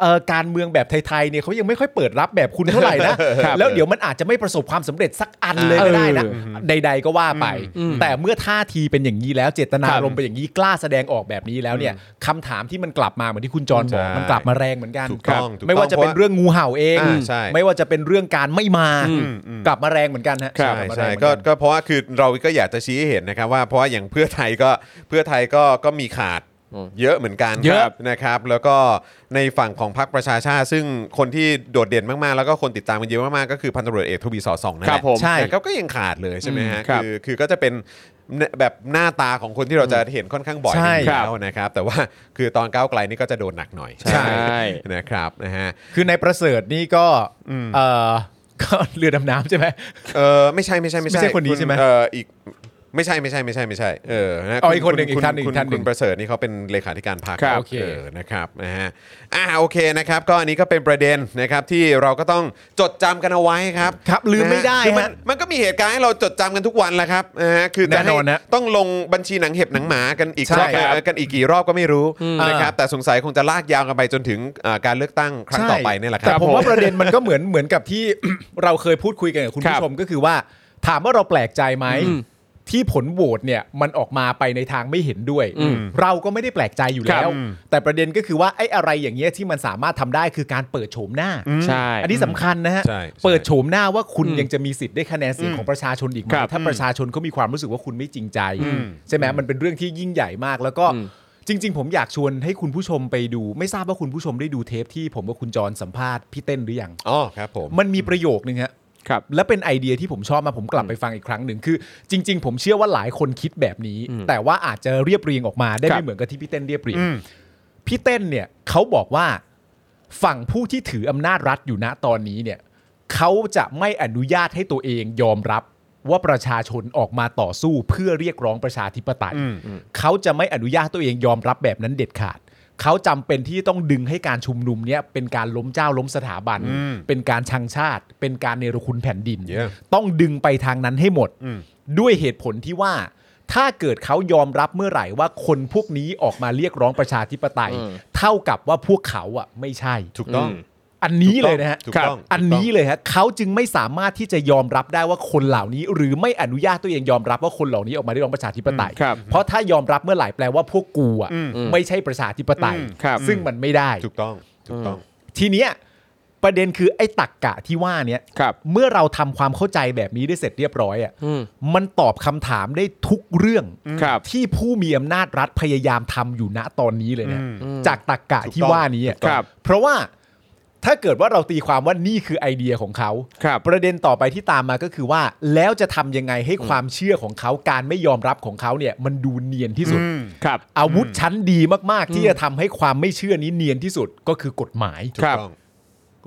Speaker 3: เอ่อการเมืองแบบไทยๆเนี่ยเขายังไม่ค่อยเปิดรับแบบคุณเท่าไหร่นะครับ แล้วเดี๋ยวมันอาจจะไม่ประสบความสำเร็จสักอันเลยก็ได้นะ
Speaker 2: เอ
Speaker 3: ใด ๆ ก็ว่าไป แต่เมื่อท่าทีเป็นอย่างนี้แล้วเจตนารมณ์เป็นอย่างนี้กล้าแสดงออกแบบนี้แล้วเนี่ยคำถามที่มันกลับมาเหมือนที่คุณจรบอกมันกลับมาแรงเหมือนกัน
Speaker 1: ถูกต้องถูกต้อง
Speaker 3: ไม่ว่าจะเป็น
Speaker 1: พ
Speaker 3: เรื่องงูเห่าเอง
Speaker 1: อ่าใช่
Speaker 3: ไม่ว่าจะเป็นเรื่องการไม่มา
Speaker 2: อืม
Speaker 1: อืม
Speaker 3: กลับมาแรงเหมือนกันฮะ
Speaker 2: ครั
Speaker 1: าะ
Speaker 2: บ
Speaker 1: ว่า
Speaker 3: ลับ
Speaker 1: ใช่
Speaker 3: มาแร
Speaker 1: ใช่
Speaker 3: งเหมือน
Speaker 1: ก็
Speaker 3: กัน
Speaker 1: ก็เพราะว่าคือเราก็อยากจะชี้ให้เห็นนะครับว่าเพราะว่าอย่างเพื่อไทยก็เพื่อไทยก็ก็มีขาดเยอะเหมือนกัน
Speaker 2: เยอะ
Speaker 1: นะครับ แล้วก็ในฝั่งของพรรคประชาชาติ ซึ่งคนที่โดดเด่นมากๆ แล้วก็คนติดตามกันเยอะมากๆก็คือพันตำรวจเอกทวีสอดส่องนั่น
Speaker 2: ค
Speaker 1: แห
Speaker 2: รับ
Speaker 1: ละ
Speaker 2: ผม
Speaker 3: ใช่
Speaker 1: นะครับก็ยังขาดเลยใช่ไหมฮะ
Speaker 2: ครับ
Speaker 1: คือคือก็จะเป็นแบบหน้าตาของคนที่เราจะเห็นค่อนข้างบ่อย
Speaker 3: ใช่
Speaker 1: อยู่
Speaker 2: ครับ
Speaker 1: แล้วนะครับ แต่ว่าคือตอนก้าวไกลนี่ก็จะโดนหนักหน่อย
Speaker 3: ใช่
Speaker 1: นะครับนะฮะ
Speaker 3: คือในประเสริฐนี่ก็เออ ก็เรือดำน้ำใช่ไหม
Speaker 1: เออไม่ใช่ไม่ใช่ไม่
Speaker 3: ไม่ใช่คนนี้ใช่ไหม
Speaker 1: เอออีกไม่ใช่ไม่ใช่ไม่ใช่ไม่ใช่เออนะ
Speaker 3: อ๋ออีกคนหนึ่ง
Speaker 1: ณ
Speaker 3: อีกท่านหนึ่ง
Speaker 1: คุณ
Speaker 3: อีกท่านหนึ่ง
Speaker 1: คุณประเสริฐนี่เขาเป็นเลขาธิการพรรค
Speaker 2: ครับ
Speaker 3: โอเค
Speaker 1: อนะครับนะฮะอ่าโอเคนะครับ ก็อันนี้ก็เป็นประเด็นนะครับที่เราก็ต้องจดจำกันเอาไว้ครับ
Speaker 3: ครับลืมไม่ได้
Speaker 1: นะฮะคือมัน
Speaker 3: ฮะ
Speaker 1: มันก็มีเหตุการณ์ให้เราจดจำกันทุกวันแหละครับนะฮะคือจะให้
Speaker 3: แน่นอนนะ
Speaker 1: ต้องลงบัญชีหนังเห็บหนังหมากันอีก
Speaker 3: ใช่
Speaker 1: รอบ
Speaker 3: ครับ
Speaker 1: เอ่อกันอีกกี่รอบก็ไม่รู้นะครับแต่สงสัยคงจะลากยาวกันไปจนถึงเอ่อการเลือกตั้งครั้ง
Speaker 3: ใช่
Speaker 1: ต่อไปเนี่ยแหละค
Speaker 3: แต่
Speaker 1: รับ
Speaker 3: ผมว่าประเด็นมันก็เหมือนเหมือนกับที่ เราเคยพูดคุยกันกับคุณ
Speaker 2: ครับ
Speaker 3: ผู้ชมก็คือว่า ถามว่าเราแปลกใจไหม
Speaker 2: อืม
Speaker 3: ที่ผลโหวตเนี่ยมันออกมาไปในทางไม่เห็นด้วย
Speaker 2: อืม
Speaker 3: เราก็ไม่ได้แปลกใจอยู่แล้ว
Speaker 2: ครับ
Speaker 3: แต่ประเด็นก็คือว่าไอ้อะไรอย่างเงี้ยที่มันสามารถทำได้คือการเปิดโฉมหน้า
Speaker 2: ใช่
Speaker 3: อันนี้สำคัญนะฮะ
Speaker 1: ใช่ใช่
Speaker 3: เปิดโฉมหน้าว่าคุณ
Speaker 2: อืม
Speaker 3: ยังจะมีสิทธิ์ได้คะแนนเสียงของประชาชนอีกไหม
Speaker 2: ครับ
Speaker 3: ถ้าประชาชนเขามีความรู้สึกว่าคุณไม่จริงใจ ใช่ไหมมันเป็นเรื่องที่ยิ่งใหญ่มาก แล้วก็
Speaker 2: อืม
Speaker 3: จริง ๆ ผมอยากชวนให้คุณผู้ชมไปดู ไม่ทราบว่าคุณผู้ชมได้ดูเทปที่ผมกับคุณจรสัมภาษณ์พี่เต้นหรือยัง
Speaker 1: อ๋อครับผม
Speaker 3: มันมีประโยคนึงฮะ
Speaker 2: ครับ
Speaker 3: และเป็นไอเดียที่ผมชอบมาผมกลับไปฟังอีกครั้งหนึ่งคือ จริง ๆ ผมเชื่อว่าหลายคนคิดแบบนี้ แต่ว่าอาจจะเรียบเรียงออกมาได้
Speaker 2: ครั
Speaker 3: ไม่
Speaker 2: บ
Speaker 3: เหมือนกับที่พี่เต้นเรียบเรียงพี่เต้นเนี่ยเขาบอกว่าฝั่งผู้ที่ถืออำนาจรัฐอยู่ณตอนนี้เนี่ยเขาจะไม่อนุญาตให้ตัวเองยอมรับว่าประชาชนออกมาต่อสู้เพื่อเรียกร้องประชาธิปไตย เขาจะไม่อนุญาตตัวเองยอมรับแบบนั้นเด็ดขาด เขาจำเป็นที่ต้องดึงให้การชุมนุมเนี่ยเป็นการล้มเจ้าล้มสถาบัน เป็นการชังชาติ เป็นการเนรคุณแผ่นดิน
Speaker 1: เยอะ
Speaker 3: ต้องดึงไปทางนั้นให้หมด ด้วยเหตุผลที่ว่า ถ้าเกิดเขายอมรับเมื่อไหร่ว่าคนพวกนี้ออกมาเรียกร้องประชาธิปไตย
Speaker 2: อืม
Speaker 3: เท่ากับว่าพวกเขาอ่ะไม่ใช่
Speaker 1: ถูกต้อง
Speaker 2: อืม
Speaker 3: อันนี้เลยนะฮะ
Speaker 1: ถูกต้อง
Speaker 3: ครับอันนี้เลยฮะเขาจึงไม่สามารถที่จะยอมรับได้ว่าคนเหล่านี้ หรือไม่อนุญาตตัวเองยอมรับว่าคนเหล่านี้ออกมาเรียกร้องประชาธิปไตย
Speaker 2: ครับ
Speaker 3: เพราะถ้ายอมรับเมื่อไหร่แปลว่าพวกกูอ่ะ
Speaker 1: อืม
Speaker 3: ไม่ใช่ประชาธิปไตย
Speaker 1: อืม
Speaker 2: ครับ
Speaker 3: ซึ่งมันไม่ได้
Speaker 1: ถูกต้องถูกต้อง
Speaker 3: ทีเนี้ยประเด็นคือไอ้ตักกะที่ว่าเนี้ย
Speaker 2: ครับ
Speaker 3: เมื่อเราทำความเข้าใจแบบนี้ได้เสร็จเรียบร้อยอ่ะ
Speaker 2: อืม
Speaker 3: มันตอบคำถามได้ทุกเรื่อง
Speaker 2: ครับ
Speaker 3: ที่ผู้มีอำนาจรัฐพยายามทำอยู่ณตอนนี้เลยนะ
Speaker 1: อืม
Speaker 3: จากตรกกะที่ว่านี้อะ
Speaker 2: ถูกต้องครับ
Speaker 3: เพราะว่าถ้าเกิดว่าเราตีความว่านี่คือไอเดียของเขา
Speaker 2: ครับ
Speaker 3: ประเด็นต่อไปที่ตามมาก็คือว่า แล้วจะทำยังไงให้ความเชื่อของเขาการไม่ยอมรับของเขาเนี่ยมันดูเนียนที่สุด
Speaker 2: ครับ
Speaker 3: อาวุธชั้นดีมากๆ ที่จะทำให้ความไม่เชื่อนี้เนียนที่สุดก็คือกฎหมาย
Speaker 1: ถู
Speaker 2: ค
Speaker 1: ก
Speaker 2: รับ
Speaker 1: ต้อง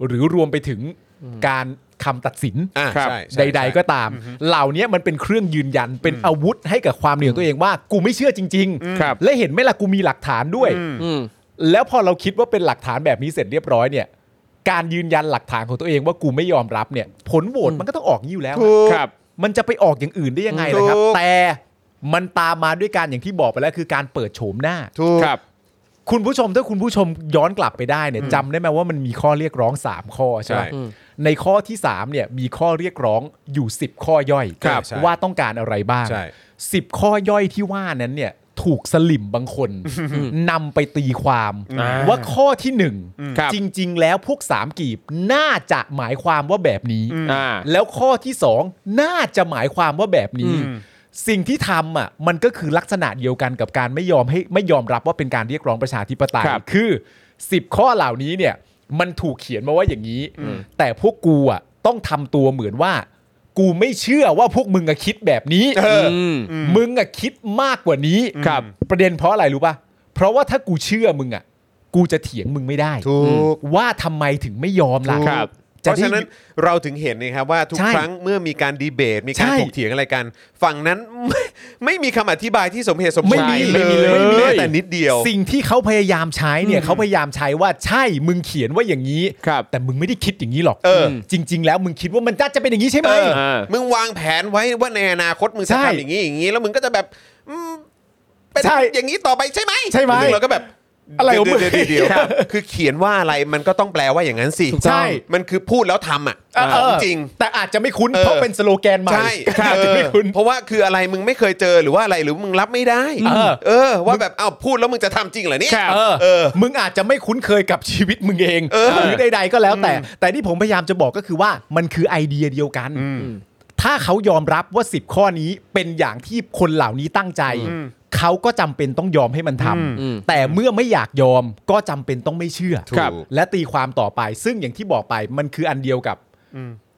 Speaker 3: หรือรวมไปถึงการคำตัดสิน
Speaker 1: อ่า
Speaker 2: ครับ
Speaker 1: ใช่
Speaker 3: ใ
Speaker 1: ใช่
Speaker 3: ด
Speaker 1: ใช่
Speaker 3: ๆก็ตาม เหล่านี้มันเป็นเครื่องยืนยันเป็นอาวุธให้กับความเหนียวตัวเองว่า กูไม่เชื่อจริง
Speaker 2: ครับ
Speaker 3: และเห็นไหมล่ะกูมีหลักฐานด้วย
Speaker 2: อืม
Speaker 3: แล้วพอเราคิดว่าเป็นหลักฐานแบบนี้เสร็จเรียบร้อยเนี่ย การยืนยันหลักฐานของตัวเองว่ากูไม่ยอมรับเนี่ย ผลโหวตมันก็ต้องออกอย่างนี้อยู่แล้ว
Speaker 1: ถูก
Speaker 2: ครับ
Speaker 3: มันจะไปออกอย่างอื่นได้ยังไงล่ะครับ
Speaker 1: ถูก
Speaker 3: แต่มันตามมาด้วยการอย่างที่บอกไปแล้วคือการเปิดโฉมหน้า
Speaker 1: ถูก
Speaker 2: ครับ
Speaker 3: คุณผู้ชมถ้าคุณผู้ชมย้อนกลับไปได้เนี่ยจำได้ไหมว่ามันมีข้อเรียกร้อง 3 ข้อใช่ไหม
Speaker 1: ใช่อืม
Speaker 3: ในข้อที่ 3เนี่ยมีข้อเรียกร้องอยู่ 10 ข้อย่อย
Speaker 1: ครับใช่
Speaker 3: ว่าต้องการอะไรบ้าง
Speaker 1: ใช่
Speaker 3: 10 ข้อย่อยที่ว่านั้นเนี่ยถูกสลิมบางคนนำไปตีความ
Speaker 2: อ่า
Speaker 3: ว่าข้อที่
Speaker 2: ครับ
Speaker 3: 1 จริง ๆ แล้วพวก 3 กีบน่าจะหมายความว่าแบบนี้
Speaker 2: อ่า
Speaker 3: แล้วข้อที่ 2 น่าจะหมายความว่าแบบนี้ สิ่งที่ทำอ่ะมันก็คือลักษณะเดียวกันกับการไม่ยอมให้ไม่ยอมรับว่าเป็นการเรียกร้องประชาธิปไตย
Speaker 2: ครับ
Speaker 3: คือ 10 ข้อเหล่านี้เนี่ยมันถูกเขียนมาว่าอย่างนี้ แต่พวกกูอ่ะต้องทำตัวเหมือนว่า กูไม่เชื่อว่าพวกมึงอะคิดแบบนี้
Speaker 2: ม
Speaker 3: มึงอะคิดมากกว่านี้
Speaker 2: ครับ
Speaker 3: ประเด็นเพราะอะไรรู้ป่ะเพราะว่าถ้ากูเชื่อมึงอ่ะกูจะเถียงมึงไม่ได้
Speaker 1: ถูก
Speaker 3: ว่าทำไมถึงไม่ยอมล่ะ
Speaker 1: ถูก
Speaker 2: ครับ
Speaker 1: เพ
Speaker 3: จะ
Speaker 1: ราะ
Speaker 3: ได้
Speaker 1: ฉะนั้นเราถึงเห็นนะครับว่าทุก
Speaker 3: ใช่
Speaker 1: ครั้งเมื่อมีการดีเบต มีการ
Speaker 3: ใช่
Speaker 1: ถกเถียงอะไรกัน ฝั่งนั้นไม่ไม่มีคำอธิบายที่สมเหตุสมผล
Speaker 3: ไม่มี
Speaker 1: ไม่มีเลย
Speaker 3: ไม่มีเลย
Speaker 1: แม้แต่นิดเดียว
Speaker 3: สิ่งที่เขาพยายามใช้เนี่ยเขาพยายามใช้ว่าใช่มึงเขียนว่าอย่างนี้
Speaker 2: ครับ
Speaker 3: แต่มึงไม่ได้คิดอย่างนี้หรอก
Speaker 1: เออ
Speaker 3: จริง ๆ แล้วมึงคิดว่ามันน่าจะเป็นอย่างนี้ใช่ไหม
Speaker 1: เออ
Speaker 2: เออ
Speaker 1: มึงวางแผนไว้ว่าในอนาคตมึงจะ
Speaker 3: ใช่
Speaker 1: ทำอย่างนี้อย่างนี้ แล้วมึงก็จะแบบอืมเป็น
Speaker 3: ใช่
Speaker 1: อย่างนี้ต่อไปใช่ไหม
Speaker 3: ใช่ไหม
Speaker 1: ซึ่งเราก็แบบ
Speaker 3: อะไรของมึง
Speaker 1: เดี๋ยวเดี๋ยวเดี๋ยว
Speaker 3: ครับ
Speaker 1: คือเขียนว่าอะไรมันก็ต้องแปลว่าอย่างนั้นสิ
Speaker 3: ถูกต้องใช่
Speaker 1: มันคือพูดแล้วทำอ่ะ
Speaker 3: เออ
Speaker 1: ของจริง
Speaker 3: แต่อาจจะไม่คุ้น
Speaker 1: เออ
Speaker 3: เพราะเป็นสโลแกนใหม่
Speaker 1: ใช่
Speaker 3: อาจ
Speaker 1: เอ
Speaker 3: จะ
Speaker 1: อ
Speaker 3: ไม่คุ้น
Speaker 1: เพราะว่าคืออะไรมึงไม่เคยเจอหรือว่าอะไรหรือมึงรับไม่ได้
Speaker 3: เออ
Speaker 1: เออ ว่าแบบเอ้าพูดแล้วมึงจะทำจริงเหรอเนี่ย
Speaker 2: ครับ
Speaker 3: เออ
Speaker 1: เออ
Speaker 3: มึงอาจจะไม่คุ้นเคยกับชีวิตมึงเอง
Speaker 1: เออ
Speaker 3: หรือใดๆก็แล้วแต่ แต่ที่ผมพยายามจะบอกก็คือว่ามันคือไอเดียเดียวกัน ถ้าเขายอมรับว่า 10 ข้อนี้เป็นอย่างที่คนเหล่านี้ตั้งใจ เขาก็จำเป็นต้องยอมให้มันทำ
Speaker 2: อืม
Speaker 3: แต่เมื่อไม่อยากยอมก็จำเป็นต้องไม่เชื่อ
Speaker 1: ถูก
Speaker 2: ครับ
Speaker 3: และตีความต่อไป ซึ่งอย่างที่บอกไปมันคืออันเดียวกับ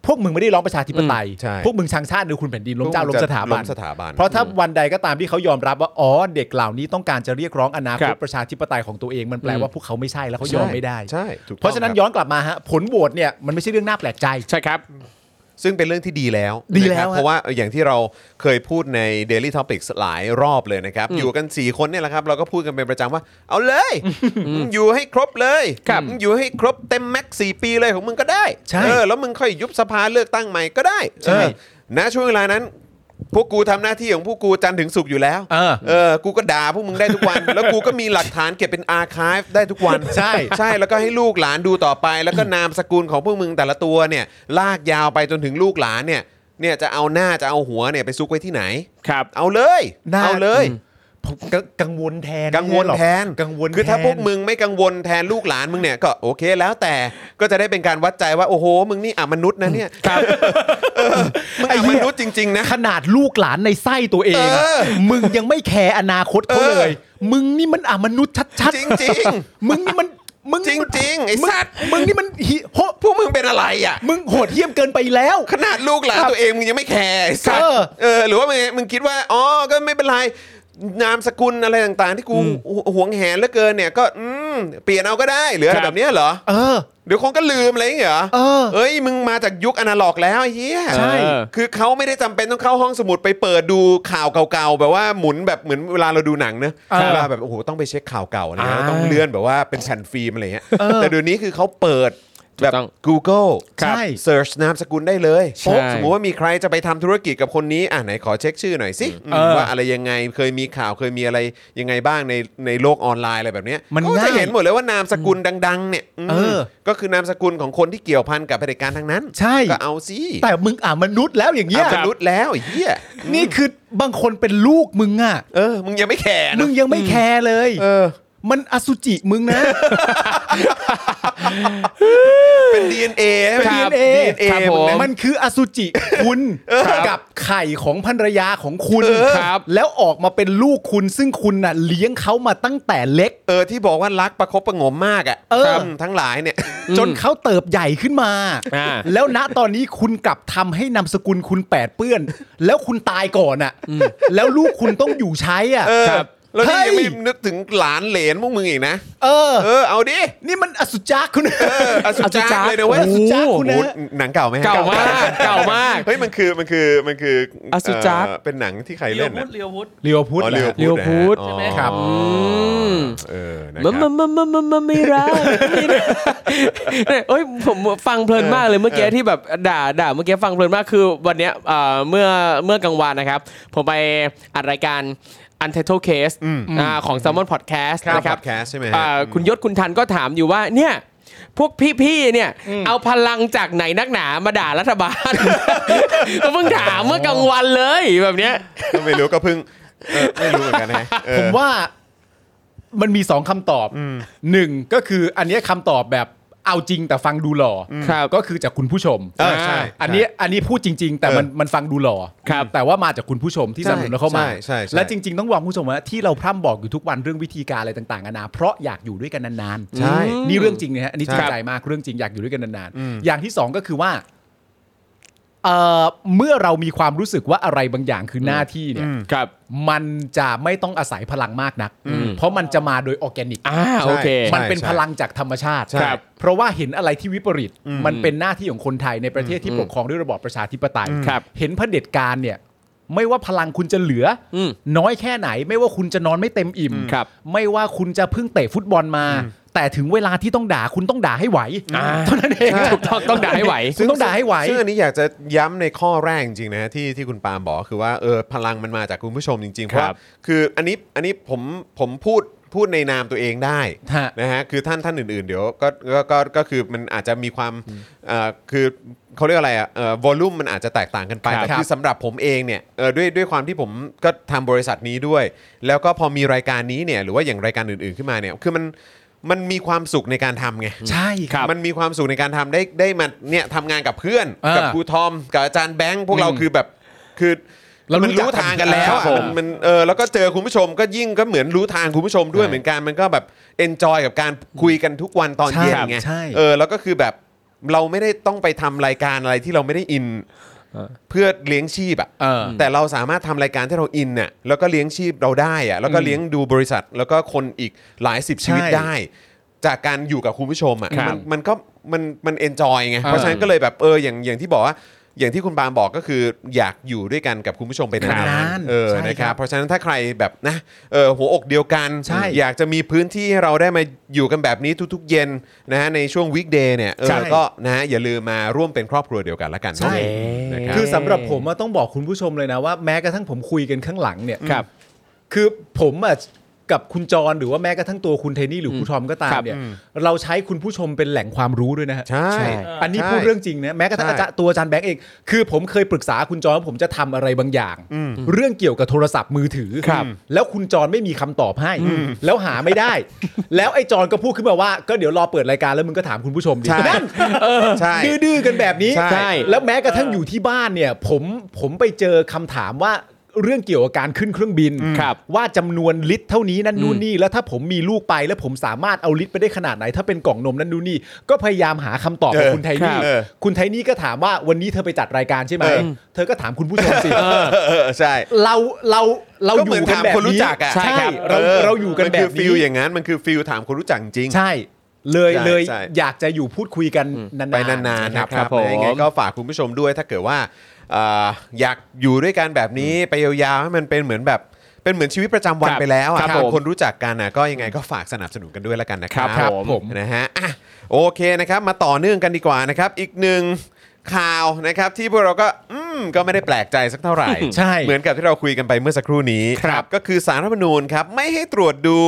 Speaker 3: พวกมึงไม่ได้ร้องประชาธิปไตย
Speaker 1: ใช่
Speaker 3: พวกมึงชังชาติหรือคุณแผ่นดินล้มเจ้าล้มสถาบัน
Speaker 1: ล้มสถาบัน
Speaker 3: เพราะถ้าวันใดก็ตามที่เขายอมรับว่าอ๋อเด็กเหล่านี้ต้องการจะเรียกร้องอนาค
Speaker 2: ครั
Speaker 3: ต
Speaker 2: บ
Speaker 3: ประชาธิปไตยของตัวเองมันแปลว่าพวกเขาไม่ใช่แล้วเขายอมไม่ได้
Speaker 1: ใช่ถูกต้อง
Speaker 3: เพราะฉะนั้น
Speaker 1: ครับ
Speaker 3: ย้อนกลับมาฮะผลโหวตเนี่ยมันไม่ใช่เรื่องน่าแปลกใจ
Speaker 2: ใช่ครับ
Speaker 1: ซึ่งเป็นเรื่องที่ดีแล้ว
Speaker 3: ดี
Speaker 1: นะ
Speaker 3: แล้ว
Speaker 1: ครับ
Speaker 3: ฮะ
Speaker 1: เพราะว่าอย่างที่เราเคยพูดใน Daily Topics หลายรอบเลยนะครับ อยู่กัน 4 คนเนี่ยแหละครับ เราก็พูดกันเป็นประจำว่า เอาเลย อยู่ให้ครบเลย
Speaker 2: ครับ
Speaker 1: มึงอยู่ให้ครบเต็มแม็กซ์4ปีเลยของมึงก็ได้
Speaker 3: ใช่
Speaker 1: เออแล้วมึงค่อยยุบสภาเลือกตั้งใหม่ก็ได้
Speaker 3: ใช่
Speaker 1: เออณช่วงเวลานั้น พวกกูทำหน้าที่ของพวกกูจันทร์ถึงสุกร์อยู่แล้ว
Speaker 3: เออ
Speaker 1: กูก็ด่าพวกมึงได้ทุกวัน แล้วกูก็มีหลักฐานเก็บเป็นอาร์คีฟได้ทุกวัน
Speaker 3: ใช่
Speaker 1: ใช่แล้วก็ให้ลูกหลานดูต่อไป แล้วก็นามสกุลของพวกมึงแต่ละตัวเนี่ย ลากยาวไปจนถึงลูกหลานเนี่ย เนี่ยจะเอาหน้าจะเอาหัวเนี่ยไปซุกไว้ที่ไหน
Speaker 2: ครับ
Speaker 1: เอาเลย
Speaker 3: น่า
Speaker 1: เอาเลย
Speaker 3: ผมกังกังวลแทน
Speaker 1: กังวลแทน
Speaker 3: กังวล
Speaker 1: คือถ้า
Speaker 3: แทน
Speaker 1: พวกมึงไม่กังวลแทนลูกหลานมึงเนี่ยก็โอเคแล้วแต่ก็จะได้เป็นการวัดใจว่าโอ้โห มึงนี่อ่ะมนุษย์นะเนี่ยเออมึง
Speaker 3: ไอ้
Speaker 1: อ่ะ
Speaker 3: เหี้
Speaker 1: ม
Speaker 3: ย
Speaker 1: นุษย์จริง ๆ นะ
Speaker 3: ขนาดลูกหลานในไส้ตัวเองอะ
Speaker 1: เออ
Speaker 3: มึงยังไม่แคร์อนาคตเขา
Speaker 1: เออ
Speaker 3: เลย มึงนี่มันอมนุษย์ชัด
Speaker 1: จริงจริง
Speaker 3: ๆมึงนี่มันมึง
Speaker 1: จริงจริงๆไอ้
Speaker 3: มึง
Speaker 1: สัตว์
Speaker 3: มึงนี่มันหิโห
Speaker 1: พวกมึงเป็นอะไรอ่ะ
Speaker 3: มึงโหดเหี้ยมเกินไปแล้ว
Speaker 1: ขนาดลูกหลาน
Speaker 3: ครับ
Speaker 1: ตัวเองมึงยังไม่แคร์ไอ้สัต
Speaker 3: เอ
Speaker 1: ว์
Speaker 3: อ
Speaker 1: เออหรือว่ามึงมึงคิดว่าอ๋อก็ไม่เป็นไรนามสกุลอะไรต่างๆ ที่กูหวงแหนเหลือเกินเนี่ยก็อืมเปลี่ยนเอาก็ได้หรืออะไร
Speaker 4: ครับ
Speaker 1: แบบเนี้ยเหรอ
Speaker 3: เออ
Speaker 1: เดี๋ยวคงก็ลืมอะไรอย่างเงี้ยเหรอ
Speaker 3: เออ
Speaker 1: เอ้ยมึงมาจากยุคอนาล็อกแล้วไอ้เฮีย
Speaker 3: ใช่
Speaker 2: เออ
Speaker 1: คือเขาไม่ได้จำเป็นต้องเข้าห้องสมุดไปเปิดดูข่าวเก่าๆแบบว่าหมุนแบบเหมือนเวลาเราดูหนังเนอะ
Speaker 3: เออ
Speaker 1: เวลาแบบโอ้โหต้องไปเช็คข่าวเก่านะ
Speaker 2: อ่า
Speaker 1: ต้องเลื่อนแบบว่าเป็นแผ่นฟิล์มอะไรเงี้ย
Speaker 3: เออ
Speaker 1: แต่เดี๋ยวนี้คือเขาเปิดแบบ
Speaker 2: ถูกต้อง
Speaker 1: Google
Speaker 3: ครับใช่
Speaker 1: เซิร์ชนามสกุลได้เลย
Speaker 2: ใช่
Speaker 1: โอ้สมมุติว่ามีใครจะไปทำธุรกิจกับคนนี้ อ่ะไหนขอเช็คชื่อหน่อยสิ
Speaker 3: เออ
Speaker 1: ว่าอะไรยังไงเคยมีข่าวเคยมีอะไรยังไงบ้างในในโลกออนไลน์อะไรแบบเนี้ย
Speaker 3: มัน
Speaker 1: ก็
Speaker 3: ง่า
Speaker 1: จะ
Speaker 3: ย
Speaker 1: เห็นหมดเลยว่านามสกุลดัง ๆ เนี่ยม
Speaker 3: เออ
Speaker 1: ก็คือนามสกุลของคนที่เกี่ยวพันกับเผด็จการทั้งนั้น
Speaker 3: ใช่
Speaker 1: ก็เอาสิ
Speaker 3: แต่มึงอ่ามนุษย์แล้วอย่างเงี้ย
Speaker 1: เอามนุษย์แล้วไอ้เหี้ย
Speaker 3: นี่คือบางคนเป็นลูกมึงอ่ะ
Speaker 1: เออ มึงยังไม่แข่
Speaker 3: มึงยังไม่แคร์เลย
Speaker 1: เออ
Speaker 3: มันอสุจิมึงนะ
Speaker 1: เป็น DNA ใช่ไหม
Speaker 2: ครับ
Speaker 3: DNA
Speaker 1: DNA
Speaker 2: ครับผ
Speaker 1: มึงนะ
Speaker 3: มันคืออสุจิคุณกับไข่ของภรรยาของคุณ
Speaker 1: เออ
Speaker 2: ครับ
Speaker 3: แล้วออกมาเป็นลูกคุณซึ่งคุณน่ะเลี้ยงเขามาตั้งแต่เล็ก
Speaker 1: เออที่บอกว่ารักประคบประหงมมากอ่ะ
Speaker 3: เออ
Speaker 1: ครับทั้งหลายเนี่ย
Speaker 3: จนเขาเติบใหญ่ขึ้นมา
Speaker 2: อ่า
Speaker 3: แล้วณตอนนี้คุณกลับทำให้นามสกุลคุณแปดเปื้อน แล้วคุณตายก่อนอ่ะ แล้วลูกคุณต้องอยู่ใช้อ่ะ
Speaker 1: เออ
Speaker 2: ครับ
Speaker 1: แล้วนี่ยังไม่
Speaker 3: เฮ้ย
Speaker 1: นึกถึงหลานเหลนพวกมึงอีกนะ
Speaker 3: เออ
Speaker 1: เออ เอาดิ
Speaker 3: นี่มันอสุจักคุณ
Speaker 1: เอออสุจ้าเลยนะเว้ย
Speaker 3: อสุจ๊ะคุณนะ
Speaker 1: โอ้โหหนังเก่าไหมฮะ
Speaker 2: เก่ามากเก่ามาก
Speaker 1: เฮ้ย มันคือ มันคือ มันคือ
Speaker 2: อสุจ๊ะ
Speaker 1: เเป็นหนังที่ใคร
Speaker 4: เลีย
Speaker 1: เล่
Speaker 4: วน พุ
Speaker 1: นะ
Speaker 4: ทธเลียวพุทธ
Speaker 3: เรียวพุทธ
Speaker 1: อ๋อ
Speaker 3: เหรอ
Speaker 1: เรียว
Speaker 2: เรียวพุ
Speaker 1: พุท
Speaker 2: ท
Speaker 1: ธ
Speaker 2: ธ
Speaker 1: นะ
Speaker 4: ใช่ไหม
Speaker 3: ครับ
Speaker 1: อ๋ออเออนะค
Speaker 2: มั
Speaker 1: รั
Speaker 2: มมั
Speaker 1: บ
Speaker 2: มมัมมัมมัมมัมไม่รักไม่รัก เนี่ยเอ้ยผมฟังเพลินมากเลยเมื่อกี้ที่แบบด่าด่าเมื่อกี้ฟังเพลินมากคือวันเนี้ยเอ่อเมื่อเมื่อกลางวันนะครับ ผมไปอัดรายการ Untitled Case
Speaker 1: อืม
Speaker 2: อ่าของ Salmon Podcast
Speaker 1: ครับ
Speaker 2: นะครับ
Speaker 1: Podcast ใช่ไหมฮะ
Speaker 2: อ่าคุณยศคุณทันก็ถามอยู่ว่าเนี่ย พวกพี่ๆเนี่ยเอาพลังจากไหนนักหนามาด่ารัฐบาล ก็เพิ่งถามเมื่อกลางวันเลยแบบเนี้ย
Speaker 1: ไม่รู้ก็เพิ่งเออไม่รู้เหมือนกันนะเออ
Speaker 3: ผมว่ามันมีสองคำตอบหนึ่งก็คืออันเนี้ยคำตอบแบบเอาจริงแต่ฟังดูหล่ออ
Speaker 2: ครับ
Speaker 3: ก็คือจากคุณผู้ชม
Speaker 1: เออใช่
Speaker 3: อันเนี้ยอันนี้พูดจริง ๆ แต่มันมันฟังดูหล่อ
Speaker 2: ครับ
Speaker 3: แต่ว่ามาจากคุณผู้ชมที่สนับสนุนเราเข้ามา
Speaker 1: ใช่ใช่ใช่
Speaker 3: และจริง ๆ ต้องบอกคุณผู้ชมว่าที่เราพร่ำบอกอยู่ทุกวันเรื่องวิธีการอะไรต่างๆนานาเพราะอยากอยู่ด้วยกันนานๆ
Speaker 1: ใช่
Speaker 3: นี่เรื่องจริงนะฮะอันนี้จ
Speaker 2: ค
Speaker 3: ริง
Speaker 2: รับ
Speaker 3: ใจมากเรื่องจริงอยากอยู่ด้วยกันนาน
Speaker 1: อืม
Speaker 3: ๆอย่างที่สองก็คือว่าเอ่อเมื่อเรามีความรู้สึกว่าอะไรบางอย่างคือหน้าที่เนี่ย
Speaker 2: ครับ
Speaker 3: มันจะไม่ต้องอาศัยพลังมากนัก
Speaker 2: อืม
Speaker 3: เพราะมันจะมาโดยออร์แกนิก
Speaker 2: อ่าโอเค
Speaker 1: ใช่
Speaker 3: มันเป็นพลังจากธรรมชาติ
Speaker 1: ใช่ครับ
Speaker 3: เพราะว่าเห็นอะไรที่วิปริต มันเป็นหน้าที่ของคนไทยในประเทศที่ปกครองด้วยระบอบประชาธิปไตย
Speaker 2: ครับ
Speaker 3: เห็นเผด็จการเนี่ย ไม่ว่าพลังคุณจะเหลืออ
Speaker 2: ม
Speaker 3: น้อยแค่ไหน ไม่ว่าคุณจะนอนไม่เต็มอิ่ม
Speaker 2: ครับ
Speaker 3: ไม่ว่าคุณจะเพิ่งเตะฟุตบอลมา แต่ถึงเวลาที่ต้องด่าคุณต้องด่าให้ไหว
Speaker 2: อ่า
Speaker 3: เท่านั้นเอง
Speaker 2: ถูกต้องต้องด่าให้ไหว
Speaker 3: คุณต้องด่าให้ไหว
Speaker 1: ซึ่งอันนี้อยากจะย้ำในข้อแรกจริงๆนะที่ที่คุณปาล์มบอกคือว่าเออพลังมันมาจากคุณผู้ชมจริงๆเพ
Speaker 2: ครับ
Speaker 1: ราะคืออันนี้อันนี้ผมผมพูดพูดในนามตัวเองได้
Speaker 3: ฮะ
Speaker 1: นะฮะคือท่านท่านอื่นๆ เดี๋ยวก็ก็ก็ก็คือมันอาจจะมีความเอ่อคือเขาเรียกอะไรอ่ะเอ่อวอลลุ่มมันอาจจะแตกต่างกันไป
Speaker 3: ครับ
Speaker 1: แต่คือสำหรับผมเองเนี่ยเอ่อด้วยด้วยความที่ผมก็ทำบริษัทนี้ด้วย แล้วก็พอมีรายการนี้เนี่ยหรือว่าอย่างรายการอื่นๆขึ้นมาเนี่ยคือมันมันมีความสุขในการทำไง
Speaker 3: ใช่ครับ
Speaker 1: มันมีความสุขในการทำได้ได้มาเนี่ยทำงานกับเพื่อน
Speaker 3: เออ
Speaker 1: กับครูทอม กับอาจารย์แบงค์พวกเราคือแบบคือ
Speaker 3: เรารู้
Speaker 1: มันรู้ทางกันแล้ว
Speaker 3: ครับ
Speaker 1: อะ
Speaker 3: ผม
Speaker 1: มันเออแล้วก็เจอคุณผู้ชมก็ยิ่งก็เหมือนรู้ทางคุณผู้ชมด้วย
Speaker 3: ใช่
Speaker 1: เหมือนกันมันก็แบบเอนจอยกับการคุยกันทุกวันตอน
Speaker 3: ใช่
Speaker 1: เย็นไง
Speaker 3: ใช่
Speaker 1: เออแล้วก็คือแบบเราไม่ได้ต้องไปทำรายการอะไรที่เราไม่ได้อิน เพื่อเลี้ยงชีพอะ
Speaker 3: เออ
Speaker 1: แต่เราสามารถทำรายการที่เราอินน่ะแล้วก็เลี้ยงชีพเราได้อะแล้วก็เลี้ยงดูบริษัท แล้วก็คนอีกหลายสิบชีวิต
Speaker 3: ใช่
Speaker 1: ได้ จากการอยู่กับคุณผู้ชม
Speaker 2: ครั
Speaker 1: อะ่ะ
Speaker 2: บ
Speaker 1: มันมันก็มันมันเอนจอยไง
Speaker 3: เออ
Speaker 1: เพราะฉะนั้นก็เลยแบบเอออย่างอย่างที่บอกว่าอย่างที่คุณปาล์มบอกก็คืออยากอยู่ด้วยกันกับคุณผู้ชมไปน
Speaker 3: นา
Speaker 1: าน
Speaker 3: น
Speaker 1: ๆเออ
Speaker 3: ใช่
Speaker 1: นะค
Speaker 3: ครั
Speaker 1: รับบ เพราะฉะนั้นถ้าใครแบบนะเออหัวอกเดียวกัน
Speaker 3: ใช่
Speaker 1: อยากจะมีพื้นที่ให้เราได้มาอยู่กันแบบนี้ทุก ๆ เย็นนะฮะในช่วงวีคเดย์เนี่ยเออ
Speaker 3: ใช่
Speaker 1: ก็นะฮะอย่าลืมมาร่วมเป็นครอบครัวเดียวกันละกันเนอะ
Speaker 3: ใช่
Speaker 1: นะครับ
Speaker 3: คือสำหรับผมอะต้องบอกคุณผู้ชมเลยนะว่าแม้กระทั่งผมคุยกันข้างหลังเนี่ย
Speaker 2: ครับ
Speaker 3: คือผมอะกับคุณจรหรือว่าแม้กระทั่งตัวคุณเทนี่หรือคุณทอมก็ตามเนี่ยเราใช้คุณผู้ชมเป็นแหล่งความรู้ด้วยนะฮะ
Speaker 1: ใช่
Speaker 3: อันนี้พูดเรื่องจริงนะแม้กระทั่ง
Speaker 1: ใช่
Speaker 3: อาจารย์ตัวอาจารย์แบงค์เองคือผมเคยปรึกษาคุณจรว่าผมจะทำอะไรบางอย่าง เรื่องเกี่ยวกับโทรศัพท์มือถือ
Speaker 1: ครับ
Speaker 3: แล้วคุณจรไม่มีคำตอบให้ แล้วหาไม่ได้ แล้วไอ้จรก็พูดขึ้นมาว่าก็เดี๋ยวรอเปิดรายการแล้วมึงก็ถามคุณผู้ชมดิ
Speaker 1: ใช่
Speaker 3: นั่น
Speaker 1: ใช่
Speaker 3: ดื้อๆกันแบบนี้
Speaker 1: ใช่
Speaker 3: แล้วแม้กระทั่งอยู่ที่บ้านเนี่ย ผมผมไปเจอคำถามว่า เรื่องเกี่ยวกับการขึ้นเครื่องบิน
Speaker 2: ครับ
Speaker 3: ว่าจำนวนลิตรเท่านี้นั่นนู่น
Speaker 2: อืม
Speaker 3: นี่แล้วถ้าผมมีลูกไป แล้วผมสามารถเอาลิตรไปได้ขนาดไหน ถ้าเป็นกล่องนมนั่นนู่นนี่ก็พยายามหาคำตอบของ
Speaker 1: เออ
Speaker 3: คุณไทนี่
Speaker 1: ครับเออ
Speaker 3: คุณไทนี่ก็ถามว่าวันนี้เธอไปจัดรายการใช่ไหมเธอก็ถามคุณผู้ชมสิ
Speaker 1: เออเออใช่
Speaker 3: เราเราเรา
Speaker 1: ก็
Speaker 3: อ
Speaker 1: เหมือน
Speaker 3: ยู่กัน
Speaker 1: ถาม
Speaker 3: แบบ
Speaker 1: คนรู้
Speaker 3: นี้
Speaker 1: จักอ่ะ
Speaker 3: ใช่
Speaker 2: ครับ
Speaker 3: เรา
Speaker 1: อ
Speaker 3: เราอยู่กันแบ
Speaker 1: มัคื
Speaker 3: บ
Speaker 1: ฟิ
Speaker 3: นี้
Speaker 1: ลอย่างนั้นมันคือฟิลถามคนรู้จักจริง
Speaker 3: ใช่ เลย
Speaker 1: ใช่
Speaker 3: เลย
Speaker 1: ใช่
Speaker 3: อยากจะอยู่พูดคุยกันนานๆ
Speaker 1: ไปนานๆนะค
Speaker 3: ค
Speaker 1: รั
Speaker 3: รั
Speaker 1: บบ
Speaker 2: ผม
Speaker 1: ยังไงก็ฝากคุณผู้ชมด้วยถ้าเกิดว่าเอ่ออยากอยู่ด้วยกันแบบนี้ไปยาวๆให้มันเป็นเหมือนแบบเป็นเหมือนชีวิตประจำวัน
Speaker 2: ครับ
Speaker 1: ไปแล้วอะ
Speaker 2: ครับ
Speaker 1: ครับ
Speaker 2: ผม
Speaker 1: คนรู้จักกันนะก็ยังไงก็ฝากสนับสนุนกันด้วยละกันนะครั
Speaker 2: ครับผม
Speaker 1: นะฮะอ่ะโอเคนะครับมาต่อเนื่องกันดีกว่านะครับอีกหนึ่งข่าวนะครับที่พวกเราก็อืมก็ไม่ได้แปลกใจสักเท่าไหร่
Speaker 3: ใช่
Speaker 1: เหมือนกับที่เราคุยกันไปเมื่อสักครู่นี้
Speaker 2: ครับ
Speaker 1: ก็คือสารรัฐธรรมนูญครับไม่ให้ตรวจดู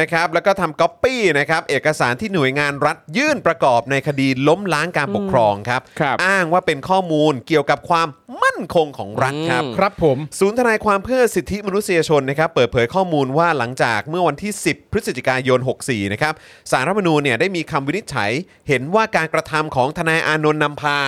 Speaker 1: นะครับแล้วก็ทำก๊อปปี้นะครับเอกสารที่หน่วยงานรัฐยื่นประกอบในคดีล้มล้างการปกครองครับ
Speaker 2: ครับ
Speaker 1: อ้างว่าเป็นข้อมูลเกี่ยวกับความมั่นคงของรัฐครับ
Speaker 2: อืม
Speaker 3: ครับผม
Speaker 1: ศูนย์ทนายความเพื่อสิทธิมนุษยชนนะครับเปิดเผยข้อมูลว่าหลังจากเมื่อวันที่ 10 พฤศจิกายน 64 นะครับสารรัฐธรรมนูญเนี่ยได้มีคำวินิจฉัย เห็นว่าการกระทำของทนายอานนท์นำพา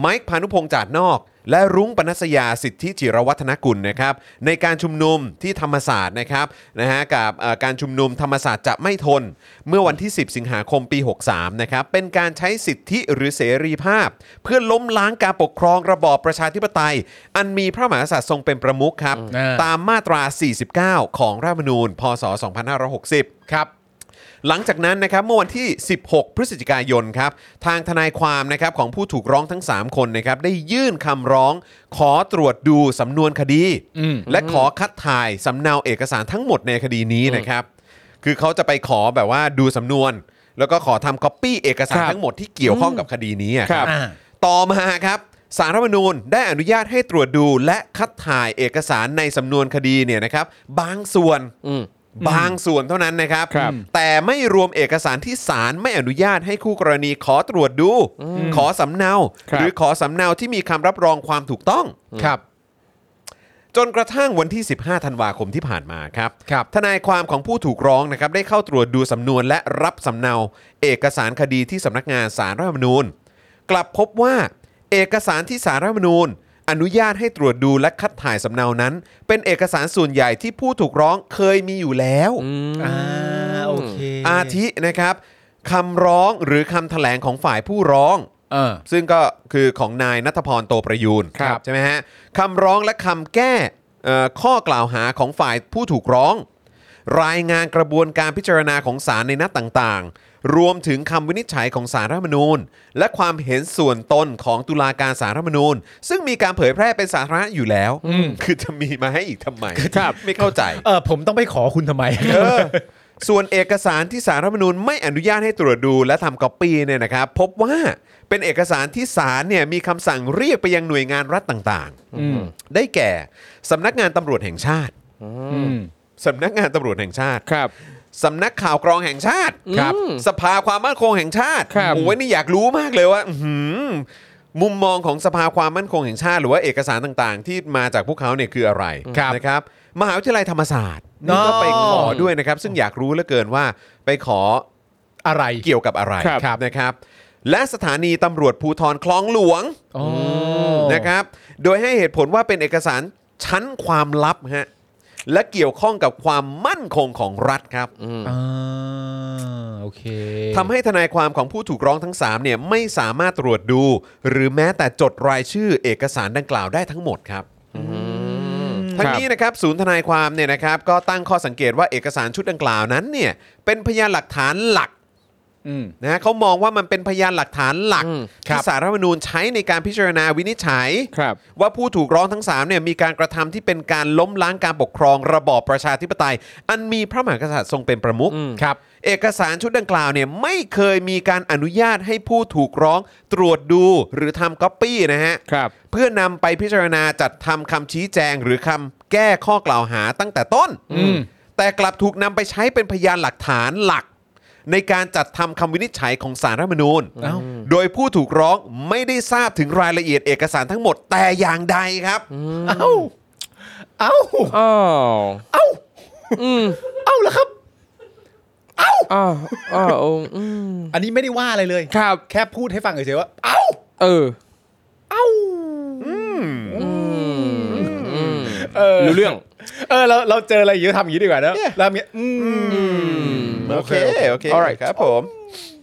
Speaker 1: ไมค์พานุพงษ์จาดนอก และรุ้งปนัสยาสิทธิจิรวัฒนกุลนะครับในการชุมนุมที่ธรรมศาสตร์นะครับนะฮะกับเอ่อการชุมนุมธรรมศาสตร์จะไม่ทน เมื่อวันที่ 10 สิงหาคมปี 63 นะครับเป็นการใช้สิทธิหรือเสรีภาพ เพื่อล้มล้างการปกครองระบอบประชาธิปไตย อันมีพระมหากษัตริย์ทรงเป็นประมุขครับ
Speaker 3: อ่า
Speaker 1: ตามมาตรา 49 ของรัฐธรรมนูญ พศ 2560
Speaker 3: ครับ
Speaker 1: หลังจากนั้นนะครับเมื่อวันที่ 16 พฤศจิกายนครับทางทนายความนะครับของผู้ถูกร้องทั้ง 3 คนนะครับได้ยื่นคำร้อง ขอตรวจดูสำนวนคดี
Speaker 3: อืม
Speaker 1: และขอคัดถ่ายสำเนาเอกสารทั้งหมดในคดีนี้นะครับ คือเขาจะไปขอแบบว่าดูสำนวน แล้วก็ขอทำ Copy เอกสาร
Speaker 2: ครับ
Speaker 1: ทั้งหมดที่เกี่ยวข้องกับคดีนี้อะครับ
Speaker 2: ครับ
Speaker 3: อ่า
Speaker 1: ต่อมาครับสารรัฐธรรมนูญได้อนุญาตให้ตรวจดูและคัดถ่ายเอกสารในสำนวนคดีเนี่ยนะครับบางส่วน
Speaker 2: อืม
Speaker 1: บางส่วนเท่านั้นนะครับ
Speaker 2: ครับ
Speaker 1: แต่ไม่รวมเอกสารที่ศาลไม่อนุญาตให้คู่กรณีขอตรวจดู ขอสำเนา
Speaker 2: ครั
Speaker 1: ห
Speaker 2: บ
Speaker 1: รือขอสำเนาที่มีคำรับรองความถูกต้อง
Speaker 3: ครับ
Speaker 1: จนกระทั่งวันที่ 15 ธันวาคมที่ผ่านมาครับ
Speaker 3: ครับ
Speaker 1: ทนายความของผู้ถูกร้องนะครับได้เข้าตรวจดูสำนวนและรับสำเนา เอกสารคดีที่สำนักงานสารรัฐธรรมนูญ กลับพบว่า เอกสารที่สารรัฐธรรมนูญ อนุญาตให้ตรวจดูและคัดถ่ายสำเนานั้น เป็นเอกสารส่วนใหญ่ที่ผู้ถูกร้องเคยมีอยู่แล้ว
Speaker 2: อืม
Speaker 3: อ่าโอเค
Speaker 1: อาทินะครับคำร้องหรือคำแถลงของฝ่ายผู้ร้อง
Speaker 3: เออ
Speaker 1: ซึ่งก็คือของนายนัทพรโตประยูน
Speaker 3: ครับ
Speaker 1: ใช่ไหมฮะคำร้องและคำแก้เอ่อข้อกล่าวหาของฝ่ายผู้ถูกร้อง รายงานกระบวนการพิจารณาของศาลในนัดต่างๆ รวมถึงคำวินิจฉัยของสารรัฐธรรมนูญ และความเห็นส่วนตนของตุลาการสารรัฐธรรมนูญ ซึ่งมีการเผยแพร่เป็นสาธารณะอยู่แล้ว คือจะมีมาให้อีกทำไม
Speaker 2: ครับ
Speaker 1: ไม่เข้าใจ
Speaker 3: เออผมต้องไปขอคุณทำไม
Speaker 1: เออส่วนเอกสารที่สารรัฐธรรมนูญไม่อนุญาตให้ตรวจดูและทำก๊อปปี้เนี่ยนะครับ พบว่าเป็นเอกสารที่สารเนี่ยมีคำสั่งเรียกไปยังหน่วยงานรัฐต่าง
Speaker 3: อืม
Speaker 1: ๆ ได้แก่สำนักงานตำรวจแห่งชาติ
Speaker 3: อืม
Speaker 1: สำนักงานตำรวจแห่งชาติ
Speaker 2: ครับ
Speaker 1: สำนักข่าวกรองแห่งชาติ
Speaker 3: ครับ
Speaker 1: สภาความมั่นคงแห่งชาติ
Speaker 2: ครับ
Speaker 1: โอ้ยนี่อยากรู้มากเลยว่าอื้อหือมุมมองของสภาความมั่นคงแห่งชาติ หรือว่าเอกสารต่างๆ ที่มาจากพวกเขาเนี่ยคืออะไร
Speaker 3: ครับ
Speaker 1: นะครับมหาวิทยาลัยธรรมศาสตร์นี่ก็
Speaker 3: อ๋อ
Speaker 1: ไปขอด้วยนะครับ ซึ่งอยากรู้เหลือเกินว่าไปขอ
Speaker 3: อะไร
Speaker 1: เกี่ยวกับอะไร
Speaker 2: ครับ
Speaker 1: นะครับ และสถานีตำรวจภูธรคลองหลวง
Speaker 3: อ๋อ
Speaker 1: นะครับ โดยให้เหตุผลว่าเป็นเอกสารชั้นความลับฮะและเกี่ยวข้องกับความมั่นคงของรัฐครับ
Speaker 3: อ่าโอเค
Speaker 1: ทำให้ทนายความของผู้ถูกร้องทั้ง3เนี่ยไม่สามารถตรวจดู หรือแม้แต่จดรายชื่อเอกสารดังกล่าวได้ทั้งหมดครับ ทั้งนี้นะครับศูนย์ทนายความเนี่ยนะครับก็ตั้งข้อสังเกตว่าเอกสารชุดดังกล่าวนั้นเนี่ยเป็นพยานหลักฐานหลัก
Speaker 3: อืม
Speaker 1: นะเขามองว่ามันเป็นพยานหลักฐานหลัก
Speaker 2: อืม
Speaker 1: ที่
Speaker 3: ครับ
Speaker 1: สารรัฐธรรมนูญใช้ในการพิจารณาวินิจฉัย
Speaker 2: ครับ
Speaker 1: ว่าผู้ถูกร้องทั้ง3เนี่ยมีการกระทำที่เป็นการล้มล้างการปกครองระบอบประชาธิปไตย อันมีพระมหากษัตริย์ทรงเป็นประมุข
Speaker 2: อืม
Speaker 3: ครับ
Speaker 1: เอกสารชุดดังกล่าวเนี่ยไม่เคยมีการอนุญาตให้ผู้ถูกร้องตรวจดูหรือทำก๊อปปี้นะฮะ
Speaker 2: ครับ
Speaker 1: เพื่อนำไปพิจารณาจัดทำคำชี้แจงหรือคำแก้ข้อกล่าวหาตั้งแต่ต้น
Speaker 3: อืม
Speaker 1: แต่กลับถูกนำไปใช้เป็นพยานหลักฐานหลัก ในการจัดทำคำวินิจฉัยของสารรัฐธรรมนูญ
Speaker 3: เอ้า
Speaker 1: โดยผู้ถูกร้องไม่ได้ทราบถึงรายละเอียดเอกสารทั้งหมดแต่อย่างใดครับ
Speaker 3: เอ้า เอ้า
Speaker 2: อ้าว
Speaker 3: เอ้า
Speaker 2: อืม
Speaker 3: เอ้าแล้วครับ
Speaker 2: อ้าวอ้าวอืม
Speaker 3: อันนี้ไม่ได้ว่าอะไรเลย
Speaker 2: ครับ
Speaker 3: แค่พูดให้ฟังเฉยๆว่า เอ้า
Speaker 2: เออ
Speaker 3: เอ้า
Speaker 2: รู้เรื่อง
Speaker 3: เออเราเราเจออะไรอย่างนี้ก็ทำอย่างนี้ดีกว่านะแล้วมีอืม
Speaker 1: โอเค โอเค
Speaker 2: Alright
Speaker 1: ครับผม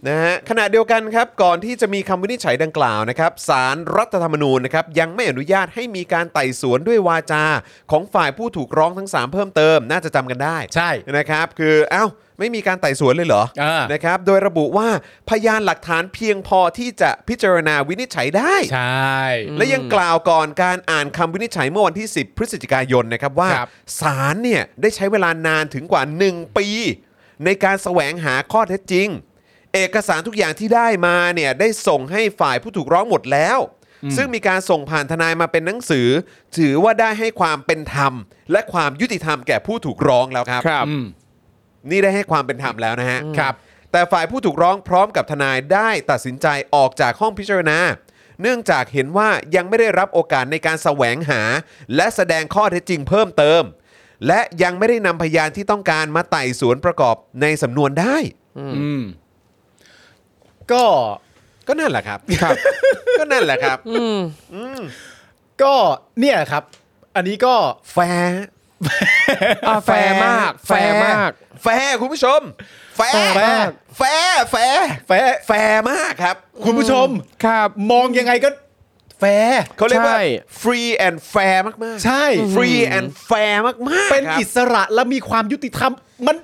Speaker 1: นะฮะขณะเดียวกันครับ ก่อนที่จะมีคำวินิจฉัยดังกล่าวนะครับสารรัฐธรรมนูญนะครับยังไม่อนุญาตให้มีการไต่สวนด้วยวาจา ของฝ่ายผู้ถูกร้องทั้ง 3 เพิ่มเติม น่าจะจำกันได้
Speaker 3: ใช่
Speaker 1: นะครับ คือเอ้าไม่มีการไต่สวนเลยเหรอ
Speaker 3: อ่าน
Speaker 1: นะครับ โดยระบุว่าพยานหลักฐานเพียงพอที่จะพิจารณาวินิจฉัยได้
Speaker 3: ใช่
Speaker 1: และยังกล่าวก่อนการอ่านคำวินิจฉัยเมื่อวันที่ 10 พฤศจิกายนนะครับว่า
Speaker 3: ครับ
Speaker 1: ศาลเนี่ยได้ใช้เวลานานถึงกว่า 1 ปี ในการแสวงหาข้อเท็จจริง เอกสารทุกอย่างที่ได้มาเนี่ยได้ส่งให้ฝ่ายผู้ถูกร้องหมดแล้ว ซึ่งมีการส่งผ่านทนายมาเป็นหนังสือ ถือว่าได้ให้ความเป็นธรรม และความยุติธรรมแก่ผู้ถูกร้องแล้วครับ
Speaker 2: ครับ
Speaker 3: อืม
Speaker 1: นี่ได้ให้ความเป็นธรรมแล้วนะฮะ
Speaker 3: ครับ
Speaker 1: แต่ฝ่ายผู้ถูกร้องพร้อมกับทนายได้ตัดสินใจออกจากห้องพิจารณา เนื่องจากเห็นว่ายังไม่ได้รับโอกาสในการแสวงหา และแสดงข้อเท็จจริงเพิ่มเติม และยังไม่ได้นำพยานที่ต้องการมาไต่สวนประกอบในสำนวนได้
Speaker 3: อืมก็
Speaker 1: ก็นั่นแหละครับ ก็นั่นแหละครับ
Speaker 3: ก็เนี่ยครับ อันนี้ก็
Speaker 1: แฟร์
Speaker 2: อ่ะแฟร์มาก แฟร์มาก
Speaker 1: แฟร์คุณผู้ชม แฟร์
Speaker 3: แฟร์มาก
Speaker 1: แฟร์แฟร์
Speaker 3: แฟร์
Speaker 1: แฟร์มากครับ
Speaker 3: คุณผู้ชม
Speaker 2: ครับ
Speaker 3: มองยังไงก็แฟร์
Speaker 1: เขาเรียกว่า
Speaker 2: ใช่
Speaker 1: free and fair มากๆ
Speaker 3: ใช่
Speaker 1: free and fair มากๆ
Speaker 3: เป็น
Speaker 1: ครับ
Speaker 3: อิสระและมีความยุติธรรมมัน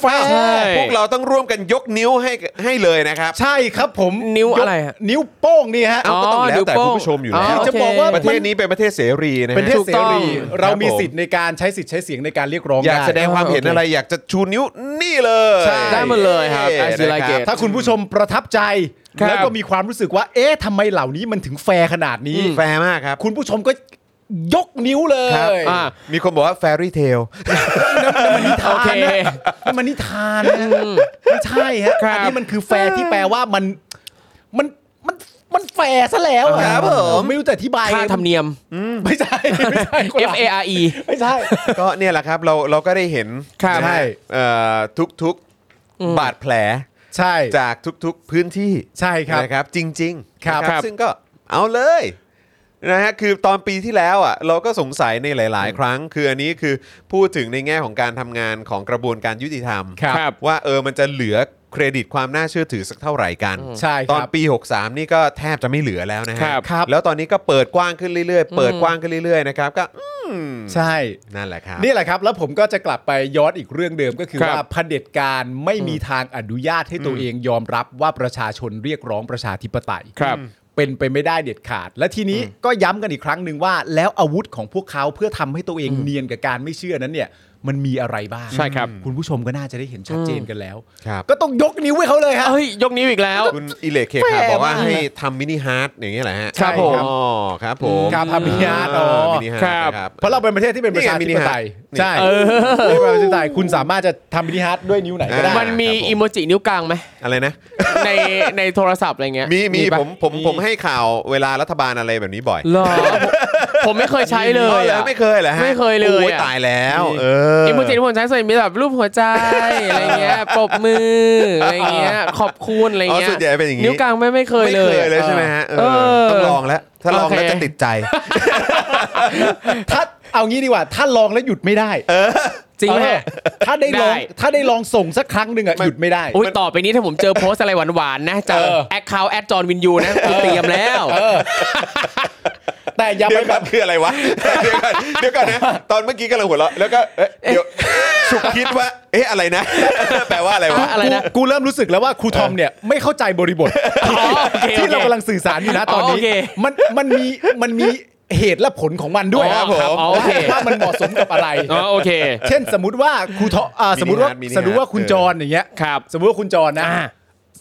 Speaker 3: แฟร์
Speaker 2: ใช่
Speaker 1: พวกเราต้องร่วมกันยกนิ้วให้ให้เลยนะครับ
Speaker 3: ใช่ครับผม
Speaker 2: นิ้วอะไรฮะ
Speaker 3: นิ้วโป้งนี่ฮะ
Speaker 1: เอ้าก็ต้องแล้วแต่
Speaker 2: นิ้โป้ง
Speaker 1: คุณผู้ชมอยู่แล้ว
Speaker 2: โเค
Speaker 3: จะบอกว่า
Speaker 1: ประเทศนี้เป็นประเทศเสรีนะฮะ
Speaker 3: เป็นเทศ
Speaker 2: ถูก
Speaker 3: เส
Speaker 2: ต้อง
Speaker 3: รี เรามี
Speaker 1: คบผ
Speaker 3: สิทธิ์ในการใช้สิทธิ์ใช้เสียงในการเรียกร้อง
Speaker 1: อยาก
Speaker 3: ได้
Speaker 1: แสดงความเห็น
Speaker 2: โอเค
Speaker 1: อะไร อยากจะชูนิ้วนี่เลย
Speaker 3: ใช่
Speaker 2: ได้หมดเลยครับ
Speaker 1: นะ
Speaker 2: I feel like it
Speaker 3: ถ้าคุณผู้ชมประทับใจ
Speaker 2: ครับ
Speaker 3: แล้วก็มีความรู้สึกว่า เอ๊ะทำไมเหล่านี้มันถึงแฟร์ขนาดนี้
Speaker 1: แฟร์มากครับ
Speaker 3: คุณผู้ชมก็ยกนิ้วเล
Speaker 1: ครับ
Speaker 3: ย
Speaker 2: อ่ะ
Speaker 1: มีคนบอกว่า fairy tale
Speaker 3: มันนิทาน
Speaker 2: โอเค
Speaker 3: นะนั่นมันนิทานนะไม่ใช่ฮะ
Speaker 2: ครับ
Speaker 3: อันี้มันคือแฟร์ที่แปลว่ามันมันมันมันแฟร์ซะแล้วอะ
Speaker 1: ครับผม
Speaker 3: ไม่รู้จะอธิบาย
Speaker 2: ค่าธรรมเนียม
Speaker 3: ไม่ใช่ไม่ใช่คน
Speaker 2: F
Speaker 3: ละ
Speaker 2: A R E
Speaker 3: ไม่ใช่
Speaker 1: ก็เนี่ยแหละครับเราเราก็ได้เห็น
Speaker 2: ครับ
Speaker 1: นะฮะ
Speaker 3: ใช่
Speaker 1: เอ่อทุกๆบาดแผล
Speaker 3: ใช่
Speaker 1: จากทุกๆพื้นที่
Speaker 3: ใช่ครับ
Speaker 1: นะครับจริงๆ
Speaker 3: ครับ
Speaker 1: นะครับ ซึ่งก็เอาเลยนะฮะคือตอนปีที่แล้วอ่ะเราก็สงสัยในหลาย ๆ ครั้ง คืออันนี้คือพูดถึงในแง่ของการทำงานของกระบวนการยุติธรรม
Speaker 3: ครับ
Speaker 2: ครับ
Speaker 1: ว่าเออมันจะเหลือเครดิตความน่าเชื่อถือสักเท่าไหร่กัน
Speaker 3: ใช่ครับ
Speaker 1: ตอนปี 63 นี่ก็แทบจะไม่เหลือแล้วนะฮะ
Speaker 2: ครับ
Speaker 3: ครับ
Speaker 1: แล้วตอนนี้ก็เปิดกว้างขึ้นเรื่อย ๆ เปิดกว้างขึ้นเรื่อย ๆ นะครับก็อืม
Speaker 3: ใช่
Speaker 1: นั่นแหละครับ
Speaker 3: นี่แหละครับ แล้วผมก็จะกลับไปย้อนอีกเรื่องเดิมก็คือ
Speaker 2: ครับ
Speaker 3: ว่าเผด็จการไม่มีทางอนุญาตให้ตัวเองยอมรับว่าประชาชนเรียกร้องประชาธิปไตย
Speaker 2: ครับ
Speaker 3: เป็นไปไม่ได้เด็ดขาด และทีนี้ก็ย้ำกันอีกครั้งหนึ่งว่า แล้วอาวุธของพวกเขาเพื่อทำให้ตัวเองเนียนกับการไม่เชื่อนั้นเนี่ย มันมีอะไรบ้าง
Speaker 2: ใช่ครับ
Speaker 3: คุณผู้ชมก็น่าจะได้เห็นชัดเจนกันแล้ว
Speaker 1: ครับ
Speaker 3: ก็ต้องยกนิ้วให้เขาเลยฮะ
Speaker 2: เฮ้ย ยกนิ้วอีกแล้ว
Speaker 1: คุณอิเลกเคคาบอกว่าให้ทำมินิฮาร์ดอย่างเงี้ยแหละฮะ
Speaker 3: ใช่ครับ
Speaker 1: อ๋อครับผม
Speaker 3: การพามิญาตอ๋อ
Speaker 1: มินิฮาร์ท
Speaker 2: ครับ
Speaker 1: นะครับ
Speaker 3: เพราะเราเป็นประเทศที่เป็นประชาธิปไตย
Speaker 1: นี่ไงมินิฮาร์ท
Speaker 3: ใช่เป็นประชาธิปไตยคุณสามารถจะทำมินิฮาร์ดด้วยนิ้วไหนก็ได้
Speaker 2: มันมี
Speaker 1: ครับผม
Speaker 2: อีโมจินิ้วกลางไหม
Speaker 1: อะไรนะ
Speaker 2: ในในโทรศัพท์อะไรเงี้ย
Speaker 1: มีมี
Speaker 2: ปะ
Speaker 1: ผมผม
Speaker 3: มี
Speaker 1: ผมให้ข่าวเวลารัฐบาลอะไรแบบนี้บ่อย
Speaker 2: เหรอผมผมไม่เคยใช้เลย
Speaker 1: อ๋อหร
Speaker 2: อะ
Speaker 1: อไม่เคยเหรอฮะ
Speaker 2: ไม่เคยเลย
Speaker 1: โอ้
Speaker 2: อะ
Speaker 1: ตายแล้วเออ
Speaker 2: อี
Speaker 1: อิ
Speaker 2: โมจิที่ผมใช้ส่วนใหญ่มีแบบรูปหัวใจ อะไรเงี้ยปรบมืออะไรเงี้ยขอบคุณอะไร
Speaker 1: อ๋อ
Speaker 2: เงี้ย
Speaker 1: ส่วนใหญ่เป็นอย่าง
Speaker 2: นิ้วกลางไม่ไม่เคย
Speaker 1: ไม่
Speaker 2: เล
Speaker 1: เค
Speaker 2: ย
Speaker 1: ยเลยใช่ไหมฮะเออ
Speaker 2: เออ
Speaker 1: ต้องลองแล้ว ถ้าลองแล้ว
Speaker 2: โอเค
Speaker 1: จะติดใจ
Speaker 3: ถ้าเอางี้ดีกว่า ถ้าลองแล้วหยุดไม่ได้
Speaker 2: จริงไหม
Speaker 3: เออถ้าได้ลอง
Speaker 2: ได้
Speaker 3: ถ้าได้ลองส่งสักครั้งหนึ่งอะหยุดไม่ได้
Speaker 2: อุ้ยต่อไปนี้ถ้าผมเจอโพสต์อะไรหวานๆนะจาก
Speaker 3: เออ
Speaker 2: แอคเคาท์แอดจอห์นวินยูนะกูเตรียมแล้ว
Speaker 3: แต่อย่าไป
Speaker 1: เดี๋ยว
Speaker 3: แบ
Speaker 1: ก่อบ นคืออะไรวะ เดี๋ยวก่อนเดี๋ยวก่อนนะ ตอนเมื่อกี้กำลังหัวเราะแล้วก็เอ๊ะเดี๋ยวฉุกคิดว่า เอ๊ะอะไรนะ แปลว่าอะไรวะ
Speaker 2: อะไรนะ
Speaker 3: กูกูเริ่มรู้สึกแล้วว่าครูทอมเนี่ยไม่เข้าใจบริบท
Speaker 2: อ๋อโอเคโอค
Speaker 3: ที่เรากำลังสื่อสารอยู่นะตอน
Speaker 2: อ๋อ
Speaker 3: นี้
Speaker 2: โอเค
Speaker 3: มันมันมีมันมีเหตุและผลของมันด้วย
Speaker 2: อ๋อ
Speaker 3: นะครับ
Speaker 1: ผม
Speaker 2: อ๋อโอเค
Speaker 3: ว่ามันเหมาะสมกับอะไร
Speaker 2: อ๋อโอเค
Speaker 3: เช่นสมมติว่าครูทอมอ่า
Speaker 1: มินิฮาร์ด
Speaker 3: สมมติว่า
Speaker 1: มินิฮาร์ด
Speaker 3: สมมติว่าคุณจรอย่างเงี้ย
Speaker 2: ครับ
Speaker 3: สมมติว่าคุณจรนะ
Speaker 2: อ่า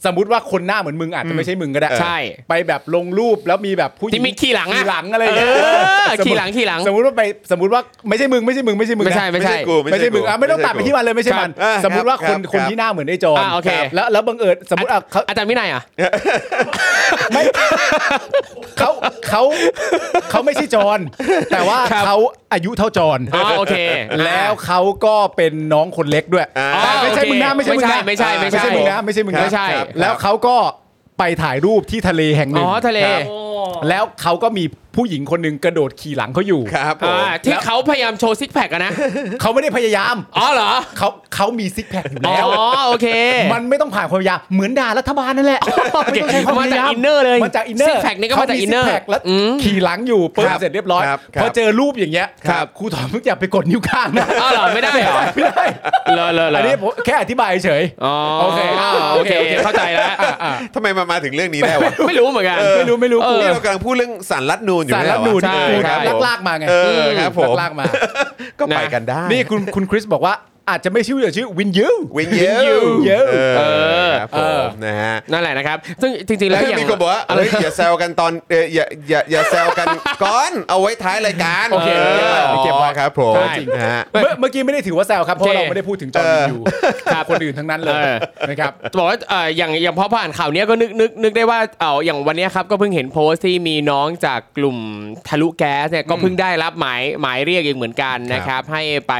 Speaker 3: สมมติว่าคนหน้าเหมือนมึงอาจจะไม่ใช่มึงก็ได้
Speaker 2: ใช่
Speaker 3: ไปแบบลงรูปแล้วมีแบบผู้หญิ
Speaker 2: ที่
Speaker 3: ง
Speaker 2: มีขี่หลังอะ
Speaker 3: ขี่หลังอะไรอย่างเงี้ย
Speaker 2: เออ
Speaker 3: สมมุติ
Speaker 2: ขี่หลังขี่หลัง
Speaker 3: สมมติว่าไปสมมติว่าไม่ใช่มึงไม่ใช่มึงไม่ใช่มึงนะ
Speaker 2: ไม่ใช่ไม่ใช่
Speaker 1: กู
Speaker 3: ไม่ใช่มึงอ่ะไม่ต้อง
Speaker 1: ไม่ใช่
Speaker 3: ตัดไปที่มันเลยไม่ใช่มัน
Speaker 1: ครับ
Speaker 3: สมมติว่า
Speaker 1: ค
Speaker 3: ค
Speaker 1: รั
Speaker 3: น
Speaker 1: บ
Speaker 3: คน
Speaker 1: ครับ
Speaker 3: ที่หน้าเหมือนไอ้จร
Speaker 2: อ่าโอเค
Speaker 3: ครับแล้วแล้วบังเอิญสมมติอ่ะเขา
Speaker 2: อาจารย์วินัยอ่ะ
Speaker 3: เขาเขาเขาไม่ใช่จร แต่ว่า
Speaker 2: ครับ
Speaker 3: เขาอายุเท่าจร
Speaker 2: อ๋อโอเค
Speaker 3: แล้วเขาก็เป็นน้องคนเล็กด้วย
Speaker 1: อ่า
Speaker 3: แต่ไม่ใช่มึงนะไม่ใช่มึงนะ
Speaker 2: ไม่ใช่ไม่ใช่
Speaker 3: ไม่ใช่มึงนะไม่ใช่มึงนะ
Speaker 2: ไม่ใช่
Speaker 3: ครับแล้วเขาก็ไปถ่ายรูปที่ทะเลแห่งห
Speaker 2: อ๋
Speaker 3: นึ่
Speaker 2: อง ทะเล
Speaker 3: ครับ
Speaker 4: โอ้
Speaker 3: แล้วเขาก็มี ผู้หญิงคนหนึ่งกระโดดขี่หลังเขาอยู่
Speaker 1: ครับผม
Speaker 2: อ่าที่เขาพยายามโชว์ซิกแพคอะนะ
Speaker 3: เขาไม่ได้พยายาม
Speaker 2: อ๋อเหรอ
Speaker 3: เขาเขามีซิกแพคอยู่
Speaker 2: อ๋
Speaker 3: แล้ว
Speaker 2: อโอเค
Speaker 3: มันไม่ต้องผ่านความพยายามเหมือนด่ารัฐบาลนั่นแหละไม่ต้องใช้ความพยายาม
Speaker 2: มาจาก inner เลย
Speaker 3: มาจากอินเนอร์
Speaker 2: Six pack นี่ก็มาจาก inner
Speaker 3: แล้ว
Speaker 2: อืม
Speaker 3: ขี่หลังอยู่เปิด
Speaker 1: ครับ
Speaker 3: เสร็จเรียบร้อย
Speaker 1: ครับครับ
Speaker 3: พอเจอรูปอย่างเงี้ย
Speaker 1: ครับ
Speaker 3: ครูถอมทุกอย่างไปกดนิ้วข้างนะ
Speaker 2: อ๋อเหรอไม่ได้เหรอ
Speaker 3: ไม่ได้
Speaker 2: เลอะเลอะเล
Speaker 3: อันนี้
Speaker 2: อะ
Speaker 3: ผมแค่อธิบายเฉย
Speaker 2: อ๋อ
Speaker 3: โอเค
Speaker 2: อ่าโอเค
Speaker 3: โอเค
Speaker 2: เข้าใจแล้ว
Speaker 1: ทำไมมามาถึงเรื่องนี้ได้วะ
Speaker 2: ไม่รู้เหมือนกัน
Speaker 1: เออ
Speaker 3: ไม่รู้ไม่รู้
Speaker 2: เออ
Speaker 1: นี่เรากำลังพูดเรื่องสารรัฐนูนอยู่
Speaker 3: สาร
Speaker 1: ไม่
Speaker 3: รั
Speaker 1: ใช่
Speaker 3: ฐ
Speaker 1: เหอ
Speaker 3: นูน
Speaker 2: ใช่
Speaker 3: ครู
Speaker 1: ครับ
Speaker 3: ลาก
Speaker 1: ผม
Speaker 3: ลากๆมาไง
Speaker 1: เออครับผม
Speaker 3: ลากๆมา
Speaker 1: ก็ไปกันได้
Speaker 3: นี่คุณคุณคริสบอกว่าอาจจะไม่ชื่อแต่ชื่อวินยู
Speaker 1: วิงเยอะ
Speaker 3: เยอะ
Speaker 1: เอ
Speaker 2: เอ
Speaker 1: อ
Speaker 2: อ
Speaker 1: ครับผมนะฮะ
Speaker 2: นั่นแหละนะครับ ซึ่งจริงๆแล้วอย่าง
Speaker 1: มีคนบอกว่าเฮ้ยอย่าแซวกันตอนเอ่ออย่าอย่าอย่าแซวกัน ก่อนเอาไว้ท้ายรายการ
Speaker 3: โอเคเก็
Speaker 1: เก็บบ
Speaker 3: ไว้
Speaker 1: ไว้ครับผม
Speaker 2: ใช่
Speaker 1: นะฮะ
Speaker 3: เมื่อเมื่อกี้ไม่ได้ถือว่าแซวครับ เพราะเราไม่ได้พูดถึงจอห์นวินยู
Speaker 2: ครับ
Speaker 3: คนอื่นทั้งนั้นเลย
Speaker 2: เออ
Speaker 3: นะครับ
Speaker 2: บอกว่าเอ่ออย่างอย่างพอผ่านข่าวเนี้ยก็นึกนึกนึกได้ว่าเอออย่างวันเนี้ยครับก็เพิ่งเห็นโพสต์ที่มีน้องจากกลุ่มทะลุแก๊สเนี่ยก็เพิ่งได้รับหมายหมายเรียกเองเหมือนกันนะครับให้ไป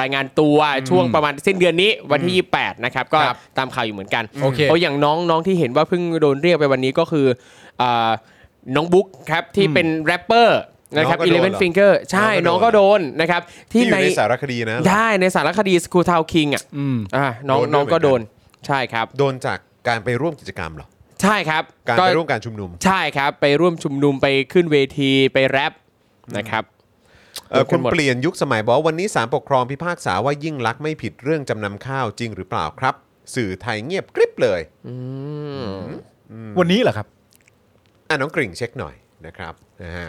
Speaker 2: รายงานตัวช่วงประมาณสิ้นเดือนนี้วันที่ 28 นะครับก็
Speaker 3: ครับ
Speaker 2: ตามข่าวอยู่เหมือนกัน
Speaker 3: โอเค
Speaker 2: ราะอย่างน้องน้องที่เห็นว่าเพิ่งโดนเรียกไปวันนี้ก็คือเอ่อน้องบุ๊กครับที่เป็นแรปเปอร์นะครับ
Speaker 1: น้องก็โดนเหร
Speaker 2: Eleven
Speaker 1: อ
Speaker 2: Finger ใช่
Speaker 1: น้
Speaker 2: น้
Speaker 1: อ
Speaker 2: องง
Speaker 1: ก็
Speaker 2: ก็
Speaker 1: โด
Speaker 2: โด
Speaker 1: น
Speaker 2: นนะครับ
Speaker 1: ที่อยู่ในสารคดีนะ
Speaker 2: ได้ในสารคดีสกูทาวคิงอ่ะ
Speaker 3: อืม
Speaker 2: อ่าน้อง
Speaker 1: โดนด้วย
Speaker 2: น้องก็
Speaker 1: เหมื
Speaker 2: โด
Speaker 1: อน
Speaker 2: น
Speaker 1: กัน
Speaker 2: ใช่ครับ
Speaker 1: โดนจากการไปร่วมกิจกรรมเหรอ
Speaker 2: ใช่ครับ
Speaker 1: การ
Speaker 2: ก็
Speaker 1: ไปร่วมการชุมนุม
Speaker 2: ใช่ครับ ไปร่วมชุมนุมไปขึ้นเวทีไปแรปนะครับ
Speaker 1: เอ่อ
Speaker 2: โดนกั
Speaker 1: คุ
Speaker 2: น
Speaker 1: ณ
Speaker 2: หมด
Speaker 1: เปลี่ยนยุคสมัยบอกว่าวันนี้ศาลปกครองพิพากษาว่ายิ่งลักษณ์ไม่ผิดเรื่องจำนำข้าวจริงหรือเปล่าครับ สื่อไทยเงียบกริบเลย
Speaker 3: วันนี้เหรอครับ
Speaker 1: อ่ะน้องกริ่งเช็คหน่อยนะครับนะฮะ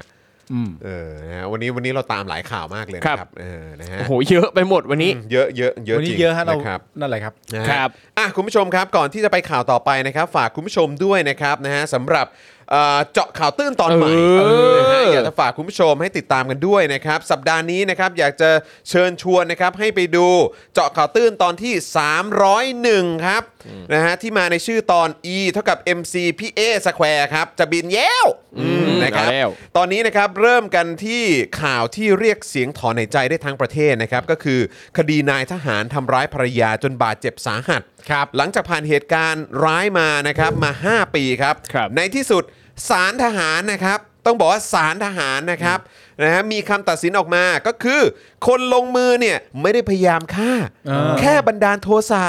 Speaker 3: อืม
Speaker 1: เออนะฮะวันนี้วันนี้เราตามหลายข่าวมากเลยนะค
Speaker 2: ครั
Speaker 1: รับบ เออนะฮะ
Speaker 2: โอ้โหเยอะไปหมดวันนี้
Speaker 1: เยอะเยอะเยอะ
Speaker 3: วั
Speaker 1: จ
Speaker 3: นนี้
Speaker 1: ริง
Speaker 3: เยอะฮะเรา
Speaker 1: ครับ
Speaker 3: นั่นแหละครับ
Speaker 1: นะฮะ
Speaker 2: ครับ
Speaker 1: อ่ะคุณผู้ชมครับก่อนที่จะไปข่าวต่อไปนะครับ ฝากคุณผู้ชมด้วยนะครับนะฮะสำหรับเอ่อเจาะข่าวตื้นตอนใหม่
Speaker 2: เออ
Speaker 1: นะฮะอยากจะฝากคุณผู้ชมให้ติดตามกันด้วยนะครับ สัปดาห์นี้นะครับอยากจะเชิญชวนนะครับให้ไปดูเจาะข่าวตื้นตอนที่ 301 ครับนะฮะที่มาในชื่อตอน E เท่ากับ MC พี่เอสแควร์ครับจะบินแย้วอืมนะครับ
Speaker 2: เอาแล้ว
Speaker 1: ตอนนี้นะครับเริ่มกันที่ข่าวที่เรียกเสียงถอนหายใจได้ทั้งประเทศนะครับก็คือคดีนายทหารทำร้ายภรรยาจนบาดเจ็บสาหัสครับหลังจากผ่านเหตุการณ์ร้ายมานะครับมา 5 ปีครับ
Speaker 2: ครับ
Speaker 1: ในที่สุดสารทหารนะครับ ต้องบอกว่าสารทหารนะครับนะฮะมีคำตัดสินออกมาก็คือ คนลงมือเนี่ยไม่ได้พยายามฆ่า
Speaker 3: อ่า
Speaker 1: แค่บันดาลโทสะ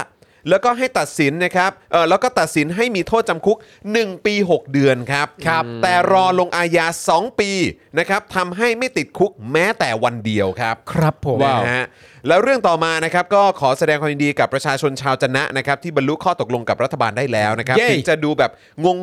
Speaker 1: แล้วก็ให้ตัดสินนะครับเออแล้วก็ตัดสินให้มีโทษจำคุก 1 ปี 6 เดือนครับครับ แต่รอลงอาญา 2 ปีนะครับทำให้ไม่ติดคุกแม้แต่วันเดียวครับ
Speaker 3: ครับผม
Speaker 1: นะฮะแล้วเรื่องต่อมานะครับก็ขอแสดงความยินดีกับประชาชนชาวจะนะนะครับที่บรรลุข้อตกลงกับรัฐบาลได้แล้วนะครับ
Speaker 3: เย้
Speaker 1: ถึงจะดูแบบ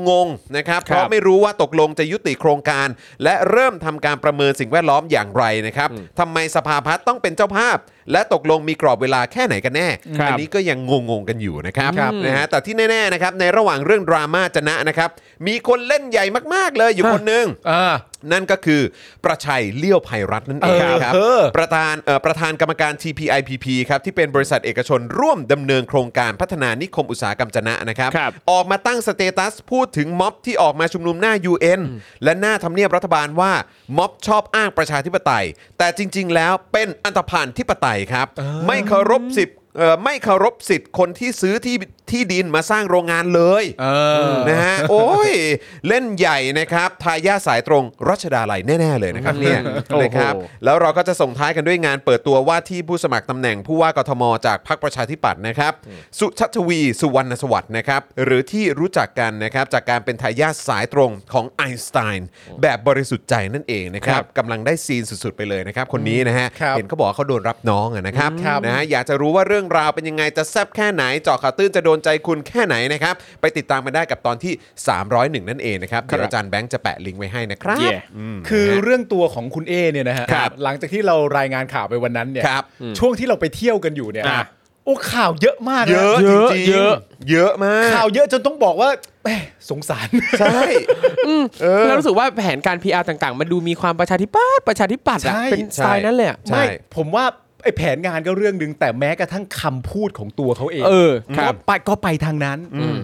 Speaker 1: งงๆนะครับเพ
Speaker 3: ครับ
Speaker 1: ราะไม่รู้ว่าตกลงจะยุติโครงการ และเริ่มทำการประเมินสิ่งแวดล้อมอย่างไรนะครับทำไมสภาพัฒน์ต้องเป็นเจ้าภาพ และตกลงมีกรอบเวลาแค่ไหนกันแน่
Speaker 2: ครับ
Speaker 1: อันี้ก็ยังงงๆกันอยู่นะครับนะฮะแต่ที่แน่ๆนะครับในระหว่างเรื่องดราม่าจะนะนะครับมีคนเล่นใหญ่มากๆเลยอยู่คนหนึ่ง
Speaker 3: อ่า
Speaker 1: นั่นก็คือประชัยเลี้ยวภัยรัฐนั่นเองครับ
Speaker 3: เออ
Speaker 1: ประธานเอ่อประธานกรรมการ TPIPP ครับที่เป็นบริษัทเอกชนร่วมดำเนินโครงการพัฒนานิคมอุตสาหกรรมจะนะนะครับ
Speaker 2: ครับ
Speaker 1: ออกมาตั้งสเตตัสพูดถึงม็อบที่ออกมาชุมนุมหน้า UN และหน้าทำเนียบรัฐบาลว่าม็อบชอบอ้างประชาธิปไตย แต่จริง ๆ แล้วเป็นอันธพาลธิปไตยครับ ไม่เคารพสิทธิ์เอ่อไม่เคารพสิทธิ์คนที่ซื้อที่ที่ดินมาสร้างโรงงานเลย
Speaker 3: เออ
Speaker 1: นะฮะโอ้ย เล่นใหญ่นะครับทายาทสายตรงรัชดาลัยแน่ ๆ เลยนะครับเนี่ย
Speaker 2: โอ้โห
Speaker 1: นะครับแล้วเราก็จะส่งท้ายกันด้วยงานเปิดตัวว่าที่ผู้สมัครตำแหน่งผู้ว่ากทม จากพรรคประชาธิปัตย์นะครับ สุชัชวี สุวรรณสวัสดิ์นะครับ หรือที่รู้จักกันนะครับ จากการเป็นทายาทสายตรงของไอน์สไตน์แบบบริสุทธิ์ใจนั่นเองนะครับกำลังได้ซีนสุด ๆ ไปเลยนะครับ คนนี้นะฮะ
Speaker 3: ครับ
Speaker 1: เห็นเขาบอกว่าเขาโดนรับน้องอะนะครับ
Speaker 3: ครับ
Speaker 1: นะฮะอยากจะรู้ว่าเรื่องราวเป็นยังไงจะแซบแค่ไหนเจาะข่าวตื้นจะโดนใจคุณแค่ไหนนะครับ ไปติดตามกันได้กับตอนที่ 301 นั่นเองนะครับเดี๋ยวอาจารย์แบงค์จะแปะลิงก์ไว้ให้นะครับ
Speaker 2: เย่
Speaker 1: ม
Speaker 3: คือเรื่องตัวของคุณเอเนี่ยนะฮะ
Speaker 1: ครับ
Speaker 3: หลังจากที่เรารายงานข่าวไปวันนั้นเนี่ย
Speaker 1: ครับอืม
Speaker 3: ช่วงที่เราไปเที่ยวกันอยู่เนี่ย
Speaker 2: อ่ะ
Speaker 3: โอ้ข่าวเยอะมากน
Speaker 1: เยอะจริงๆ
Speaker 2: เยอะ
Speaker 1: เยอะมาก
Speaker 3: ข่าวเยอะจนต้องบอกว่าแหม่สงสาร
Speaker 1: ใช่เออ
Speaker 2: แล้วรู้สึกว่าแผนการ PR ต่างๆ มันดูมีความประชาธิปัตย์ประชาธิปัตย์อะ
Speaker 3: ใช่
Speaker 2: เป็นสไตล์นั้นเลยอะ
Speaker 1: ใช่
Speaker 3: ไม่ผมว่าไอ้แผนงานก็เรื่องหนึ่งแต่แม้กระทั่งคำพูดของตัวเขาเอง
Speaker 2: เออครั
Speaker 3: ก็
Speaker 2: บ
Speaker 3: ไปก็ไปทางนั้น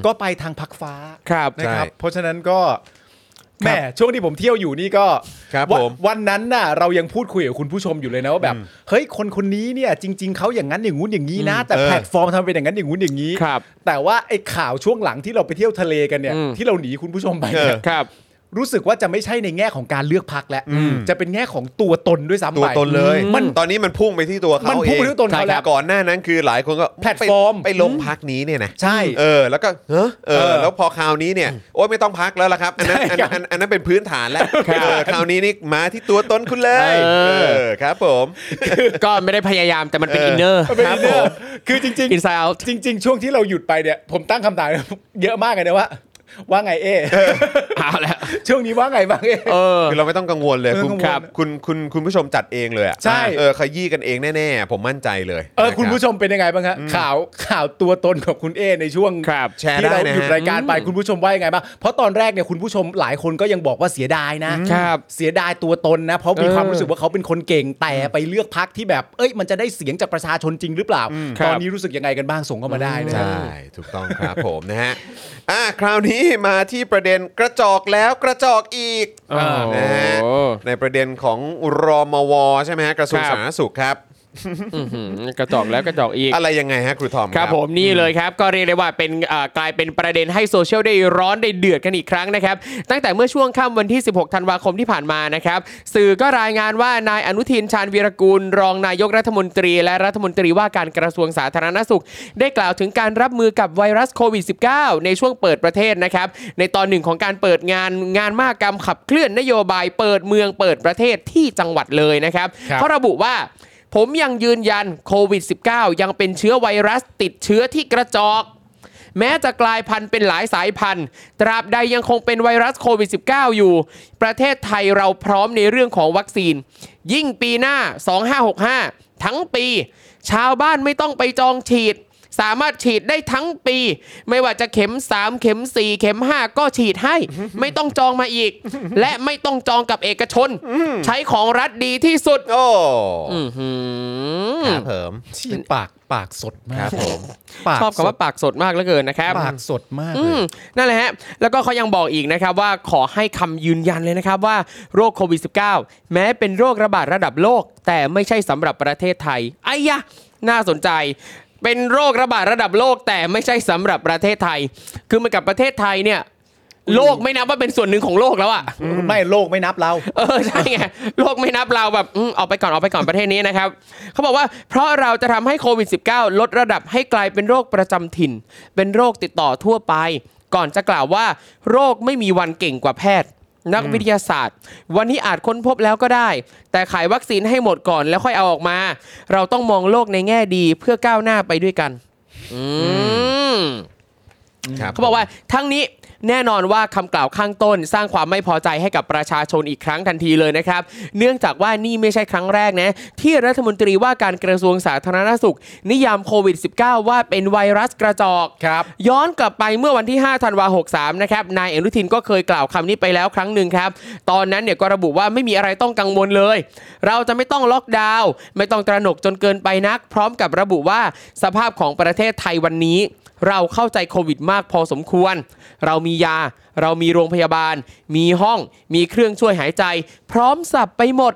Speaker 3: ก็ไปทางพักฟ้า
Speaker 2: ครับ
Speaker 3: นะครับ
Speaker 1: ใช่
Speaker 3: เพราะฉะนั้นก็แหมช่วงที่ผมเที่ยวอยู่นี่ก็
Speaker 1: ครับ
Speaker 3: วัน
Speaker 1: ผม
Speaker 3: วันนั้นน่ะเรายังพูดคุยกับคุณผู้ชมอยู่เลยนะว่าแบบเฮ้ยคนคนนี้เนี่ยจริง ๆเขาอย่างนั้นอย่างงู้นอย่างนี้นะ แต่
Speaker 1: เออ
Speaker 3: แพลตฟอร์มทำเป็นอย่างนั้นอย่างงู้นอย่างนี้
Speaker 2: ครับ
Speaker 3: แต่ว่าไอ้ข่าวช่วงหลังที่เราไปเที่ยวทะเลกันเนี่ย
Speaker 2: อืม
Speaker 3: ที่เราหนีคุณผู้ชมไปเนี่ย
Speaker 2: ครับ
Speaker 3: รู้สึกว่าจะไม่ใช่ในแง่ของการเลือกพักแล้ว
Speaker 1: อืม
Speaker 3: จะเป็นแง่ของตัวตนด้วยซ้ำไป
Speaker 1: ตัวตนเลย
Speaker 3: มัน
Speaker 1: ตอนนี้มันพุ่งไปที่ตัวเขา
Speaker 3: มันพุ่งไปที่ตัวเขา
Speaker 1: ใช่ครับ
Speaker 3: แล้ว
Speaker 1: ก่อนหน้านั้นคือหลายคนก็
Speaker 3: แพลตฟอร์ม
Speaker 1: ไปลงพักนี้เนี่ยนะ
Speaker 3: ใช่
Speaker 1: เออแล้วก็เฮ้อเอ
Speaker 3: เอ
Speaker 1: อ
Speaker 3: อ
Speaker 1: แล้วพอคราวนี้เนี่ยโอ้ยไม่ต้องพักแล้วล่ะครับอันนั้นอันนั้นอันนั้นอันนั้นเป็นพื้นฐานแล้วเออคราวนี้นี่มาที่ตัวตนคุณเลย
Speaker 2: เออ
Speaker 1: เออครับผม
Speaker 2: ก็ไม่ได้พยายามแต่มันเป็น
Speaker 1: เอออิ
Speaker 2: อินเนอร์
Speaker 3: มันเป็น
Speaker 2: ครับ
Speaker 3: อินเน
Speaker 2: ผ
Speaker 3: อร์
Speaker 2: ม
Speaker 3: คือจริง
Speaker 2: inside out
Speaker 3: ๆ จริง ๆ ช่วงที่เราหยุดไปเนี่ย ผมตั้งคำถาม เยอะมากเลยนะว่า ว่าไงเอ
Speaker 2: เอาแล้ว
Speaker 3: ช่วงนี้ว่าไงบ้างเอ
Speaker 2: เออ
Speaker 1: คือเราไม่ต้องกังวลเลย
Speaker 3: เออ
Speaker 1: คุณ
Speaker 3: กังวล
Speaker 1: ครับคุณคุณคุณผู้ชมจัดเองเลยอะ
Speaker 3: ใช่
Speaker 1: เออขยี้กันเองแน่ๆ ผมมั่นใจเลย
Speaker 3: เออ
Speaker 1: นะรับ
Speaker 3: คุณผู้ชมเป็นยังไงบ้างฮะข่าวข่าวตัวตนของคุณเอในช่วง
Speaker 2: ครับ
Speaker 1: แชร์
Speaker 3: ที่เรา
Speaker 1: ได้นะฮะ
Speaker 3: หยุดรายการไปคุณผู้ชมว่ายังไงบ้างเพราะตอนแรกเนี่ยคุณผู้ชมหลายคนก็ยังบอกว่าเสียดายนะครับเสียดายตัวตนนะเพราะมี
Speaker 2: เออ
Speaker 3: ความรู้สึกว่าเขาเป็นคนเก่งแต่ไปเลือกพักที่แบบ เอ้ย มันจะได้เสียงจากประชาชนจริงหรือเปล่า
Speaker 2: ครับ
Speaker 3: ตอนนี้รู้สึกยังไงกันบ้างส่งเข้ามาได้นะฮะ
Speaker 1: ใช่ ถูกต้องครับผมนะฮะอ่ะคราวนี้มาที่ประเด็นกระจอกแล้วกระจอกอีก
Speaker 2: โอ้โห
Speaker 1: นะฮะในประเด็นของรมวใช่ไหมฮะกระทรวง
Speaker 2: ครับ
Speaker 1: สาธารณสุขครับ
Speaker 2: อื้อหือกระจอกแล้วกระจอกอีก
Speaker 1: อะไรยังไงฮะครูทอม
Speaker 2: ครับผมนี่เลยครับ ก็เรียกได้ว่าเป็นเอ่อกลายเป็นประเด็นให้โซเชียลได้ร้อนได้เดือดกันอีกครั้งนะครับ ตั้งแต่เมื่อช่วงค่ำวันที่ 16 ธันวาคมที่ผ่านมานะครับ สื่อก็รายงานว่านายอนุทินชาญวีรกูล รองนายกรัฐมนตรี และรัฐมนตรีว่าการกระทรวงสาธารณสุข ได้กล่าวถึงการรับมือกับไวรัสโควิด -19 ในช่วงเปิดประเทศนะครับ ในตอนหนึ่งของการเปิดงานงานมากกรรมขับเคลื่อนนโยบายเปิดเมืองเปิดประเทศที่จังหวัดเลยนะครับ
Speaker 3: ครับ
Speaker 2: เขาระบุว่า ผมยังยืนยันโควิด -19 ยังเป็นเชื้อไวรัสติดเชื้อที่กระจอก แม้จะกลายพันธุ์เป็นหลายสายพันธุ์ ตราบใดยังคงเป็นไวรัสโควิด -19 อยู่ ประเทศไทยเราพร้อมในเรื่องของวัคซีน ยิ่งปีหน้า 2565 ทั้งปี ชาวบ้านไม่ต้องไปจองฉีด สามารถฉีดได้ทั้งปี ไม่ว่าจะเข็ม 3 เข็ม 4 เข็ม 5 ก็ฉีดให้ ไม่ต้องจองมาอีก และไม่ต้องจองกับเอกชน ใช้ของรัฐดีที่สุด
Speaker 1: โอ้
Speaker 2: อื้อหือ
Speaker 1: ครับผม
Speaker 3: ที่ปากปากสดมา
Speaker 1: ครั
Speaker 3: ก
Speaker 1: บผม
Speaker 3: ปาก
Speaker 2: ชอบคำว่าปากสดมากเหลือเกินนะครับ
Speaker 3: ปากสดมาก
Speaker 2: อืมนั่นแหละฮะ แล้วก็เขายังบอกอีกนะครับว่าขอให้คำยืนยันเลยนะครับว่าโรคโควิด -19 แม้เป็นโรคระบาดระดับโลก แต่ไม่ใช่สำหรับประเทศไทยไอ้ยะ น่าสนใจ เป็นโรคระบาดระดับโลก แต่ไม่ใช่สำหรับประเทศไทย คือมันกับประเทศไทยเนี่ย โลกไม่นับว่าเป็นส่วนหนึ่งของโลกแล้วอะ
Speaker 3: ไม่โลกไม่นับเรา
Speaker 2: เออใช่ไงโลกไม่นับเราแบบอืมเอาไปก่อนเอาไปก่อนประเทศนี้นะครับ เขาบอกว่าเพราะเราจะทำให้โควิด -19 ลดระดับให้กลายเป็นโรคประจำถิ่น เป็นโรคติดต่อทั่วไป ก่อนจะกล่าวว่า โรคไม่มีวันเก่งกว่าแพทย์ นักวิทยาศาสตร์ วันนี้อาจค้นพบแล้วก็ได้ แต่ขายวัคซีนให้หมดก่อนแล้วค่อยเอาออกมา เราต้องมองโลกในแง่ดีเพื่อก้าวหน้าไปด้วยกัน อืม
Speaker 1: ครับ
Speaker 2: เขาบอกว่าทั้งนี้แน่นอนว่าคำกล่าวข้างต้น สร้างความไม่พอใจให้กับประชาชนอีกครั้งทันทีเลยนะครับ เนื่องจากว่านี่ไม่ใช่ครั้งแรกนะ ที่รัฐมนตรีว่าการกระทรวงสาธารณสุข นิยามโควิด -19 ว่าเป็นไวรัสกระจอก
Speaker 3: ครับ
Speaker 2: ย้อนกลับไปเมื่อวันที่ 5 ธันวา63 นะครับ นายอนุทินก็เคยกล่าวคำนี้ไปแล้วครั้งหนึ่งครับ ตอนนั้นเนี่ยก็ระบุว่าไม่มีอะไรต้องกังวลเลย เราจะไม่ต้องล็อกดาวน์ ไม่ต้องตระหนกจนเกินไปนัก พร้อมกับระบุว่าสภาพของประเทศไทยวันนี้ เราเข้าใจโควิดมากพอสมควร เรามียา เรามีโรงพยาบาล มีห้อง มีเครื่องช่วยหายใจ พร้อมสับไปหมด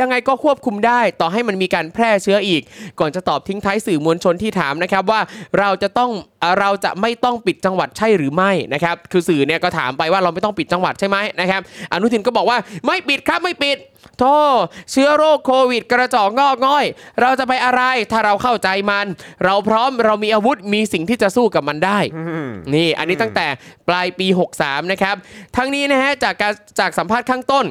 Speaker 2: ยังไงก็ควบคุมได้ต่อให้มันมีการแพร่เชื้ออีก ก่อนจะตอบทิ้งท้ายสื่อมวลชนที่ถามนะครับว่าเราจะต้องเอ่อเราจะไม่ต้องปิดจังหวัดใช่หรือไม่นะครับคือสื่อเนี่ยก็ถามไปว่าเราไม่ต้องปิดจังหวัดใช่ไหมนะครับอนุทินก็บอกว่าไม่ปิดครับไม่ปิดโทษเชื้อโรคโควิด กระจอกงอกง่อย เราจะไปอะไรถ้าเราเข้าใจมัน เราพร้อมเรามีอาวุธมีสิ่งที่จะสู้กับมันได้ นี่อันนี้ตั้งแต่ปลายปี 63 นะครับ ทั้งนี้นะฮะจากการจากสัมภาษณ์ข้างต้น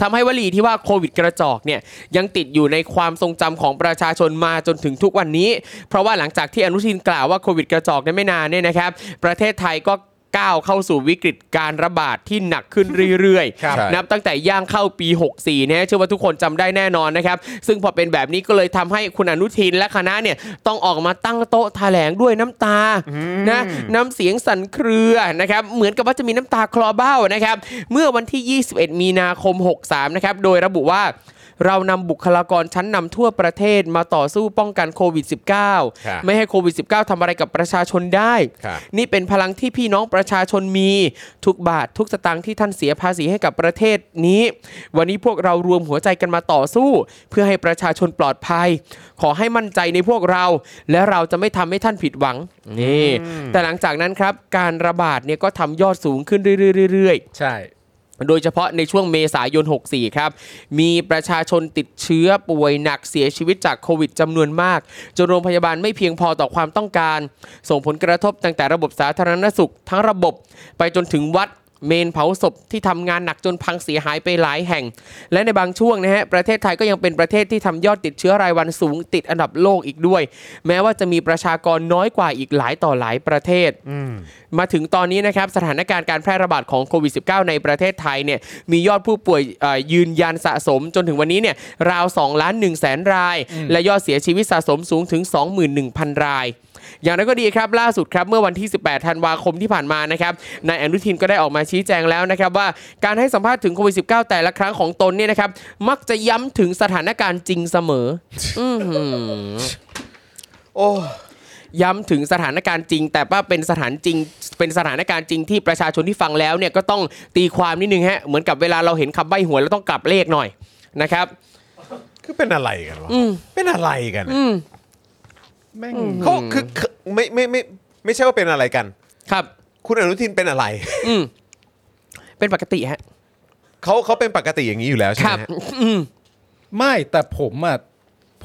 Speaker 2: ทำให้วลีที่ว่าโควิดกระจอกเนี่ยยังติดอยู่ในความทรงจำของประชาชนมาจนถึงทุกวันนี้ เพราะว่าหลังจากที่อนุทินกล่าวว่าโควิดกระจอกได้ไม่นานเนี่ยนะครับ ประเทศไทยก็ก้าวเข้าสู่วิกฤตการระบาดที่หนักขึ้นเรื่อย
Speaker 1: ครับ
Speaker 2: ๆ นับตั้งแต่ย่างเข้าปี 64นะฮะเชื่อว่าทุกคนจำได้แน่นอนนะครับ ซึ่งพอเป็นแบบนี้ก็เลยทำให้คุณอนุทินและคณะเนี่ยต้องออกมาตั้งโต๊ะแถลงด้วยน้ำตานะน้ำเสียงสั่นเครือนะครับ เหมือนกับว่าจะมีน้ำตาคลอเบ้านะครับ เมื่อวันที่ 21 มีนาคม 63 นะครับ โดยระบุว่า เรานำบุคลากรชั้นนำทั่วประเทศมาต่อสู้ป้องกันโควิด
Speaker 1: ครับ
Speaker 2: -19 ไม่ให้โควิด -19 ทำอะไรกับประชาชนได้
Speaker 1: ครับ
Speaker 2: นี่เป็นพลังที่พี่น้องประชาชนมี ทุกบาททุกสตางค์ที่ท่านเสียภาษีให้กับประเทศนี้ วันนี้พวกเรารวมหัวใจกันมาต่อสู้ เพื่อให้ประชาชนปลอดภัย ขอให้มั่นใจในพวกเรา และเราจะไม่ทำให้ท่านผิดหวังนี่แต่หลังจากนั้นครับ การระบาดเนี่ยก็ทำยอดสูงขึ้นเรื่อยๆ
Speaker 3: ใช่
Speaker 2: โดยเฉพาะในช่วงเมษายน 64 ครับ มีประชาชนติดเชื้อป่วยหนักเสียชีวิตจากโควิดจำนวนมาก จนโรงพยาบาลไม่เพียงพอต่อความต้องการ ส่งผลกระทบตั้งแต่ระบบสาธารณสุขทั้งระบบ ไปจนถึงวัดเมนเผาศพที่ทำงานหนักจนพังเสียหายไปหลายแห่ง และในบางช่วงนะฮะ ประเทศไทยก็ยังเป็นประเทศที่ทำยอดติดเชื้อรายวันสูงติดอันดับโลกอีกด้วย แม้ว่าจะมีประชากรน้อยกว่าอีกหลายต่อหลายประเทศ มาถึงตอนนี้นะครับสถานการณ์การแพร่ระบาดของโควิด -19 ในประเทศไทยเนี่ยมียอดผู้ป่วยเอ่อยืนยันสะสมจนถึงวันนี้เนี่ยราว2ล้าน1แสนราย และยอดเสียชีวิตสะสมสูงถึง 21,000 ราย อย่างนั้นก็ดีครับล่าสุดครับเมื่อวันที่ 18 ธันวาคมที่ผ่านมานะครับนายอนุทินก็ได้ออกมาชี้แจงแล้วนะครับว่าการให้สัมภาษณ์ถึงโควิด -19 แต่ละครั้งของตนเนี่ยนะครับมักจะย้ำถึงสถานการณ์จริงเสมอ อื้อหือ
Speaker 1: โอ้
Speaker 2: ย้ำถึงสถานการณ์จริง แต่ว่าเป็นสถานจริง เป็นสถานการณ์จริงที่ประชาชนที่ฟังแล้วเนี่ยก็ต้องตีความนิดนึงฮะเหมือนกับเวลาเราเห็นคำใบ้หวยเราต้องกลับเลขหน่อยนะครับ
Speaker 1: คือเป็นอะไรกันวะเป็นอะไรกันอะ
Speaker 3: แม่ง
Speaker 1: เขาคือคือไม่ไม่ไม่ไม่ใช่ว่าเป็นอะไรกัน
Speaker 2: ครับ
Speaker 1: คุณอนุทินเป็นอะไร
Speaker 2: อืมเป็นปกติฮะ
Speaker 1: เขาเขาเป็นปกติอย่างนี้อยู่แล้วใช่
Speaker 2: ค
Speaker 1: ไห
Speaker 2: รั
Speaker 1: ม
Speaker 2: บ
Speaker 1: ฮะ
Speaker 2: อืม
Speaker 3: ไม่แต่ผมอ่ะ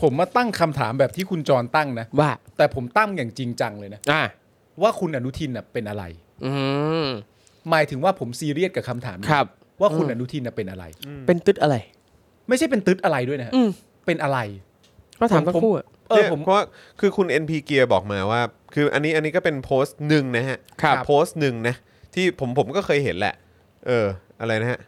Speaker 3: ผมมาตั้งคำถามแบบที่คุณจรตั้งนะ
Speaker 2: ว่า
Speaker 3: แต่ผมตั้งอย่างจริงจังเลยนะ
Speaker 2: อ่า
Speaker 3: ว่าคุณอนุทินน่ะเป็นอะไร
Speaker 2: อืม
Speaker 3: หมายถึงว่าผมซีเรียสกับคำถามนี้
Speaker 2: ครับ
Speaker 3: ว่าคุณอนุทินน่ะเป็นอะไร
Speaker 2: เป็นตึ๊ดอะไร
Speaker 3: ไม่ใช่เป็นตึ๊ดอะไรด้วยนะฮะ
Speaker 2: อืม
Speaker 3: เป็นอะไร
Speaker 2: ก็ถาม
Speaker 3: ผม
Speaker 2: ทั้งคู่อะ
Speaker 3: เออ
Speaker 1: เนี่ย
Speaker 3: ผม
Speaker 1: เพราะว่าคือคุณ NP เกียร์บอกมาว่า คืออันนี้อันนี้ก็เป็นโพสต์หนึ่งนะฮะ
Speaker 3: ครับ
Speaker 1: โพสต์หนึ่งนะ ที่ผมผมก็เคยเห็นแหละ เออ อะไรนะฮะ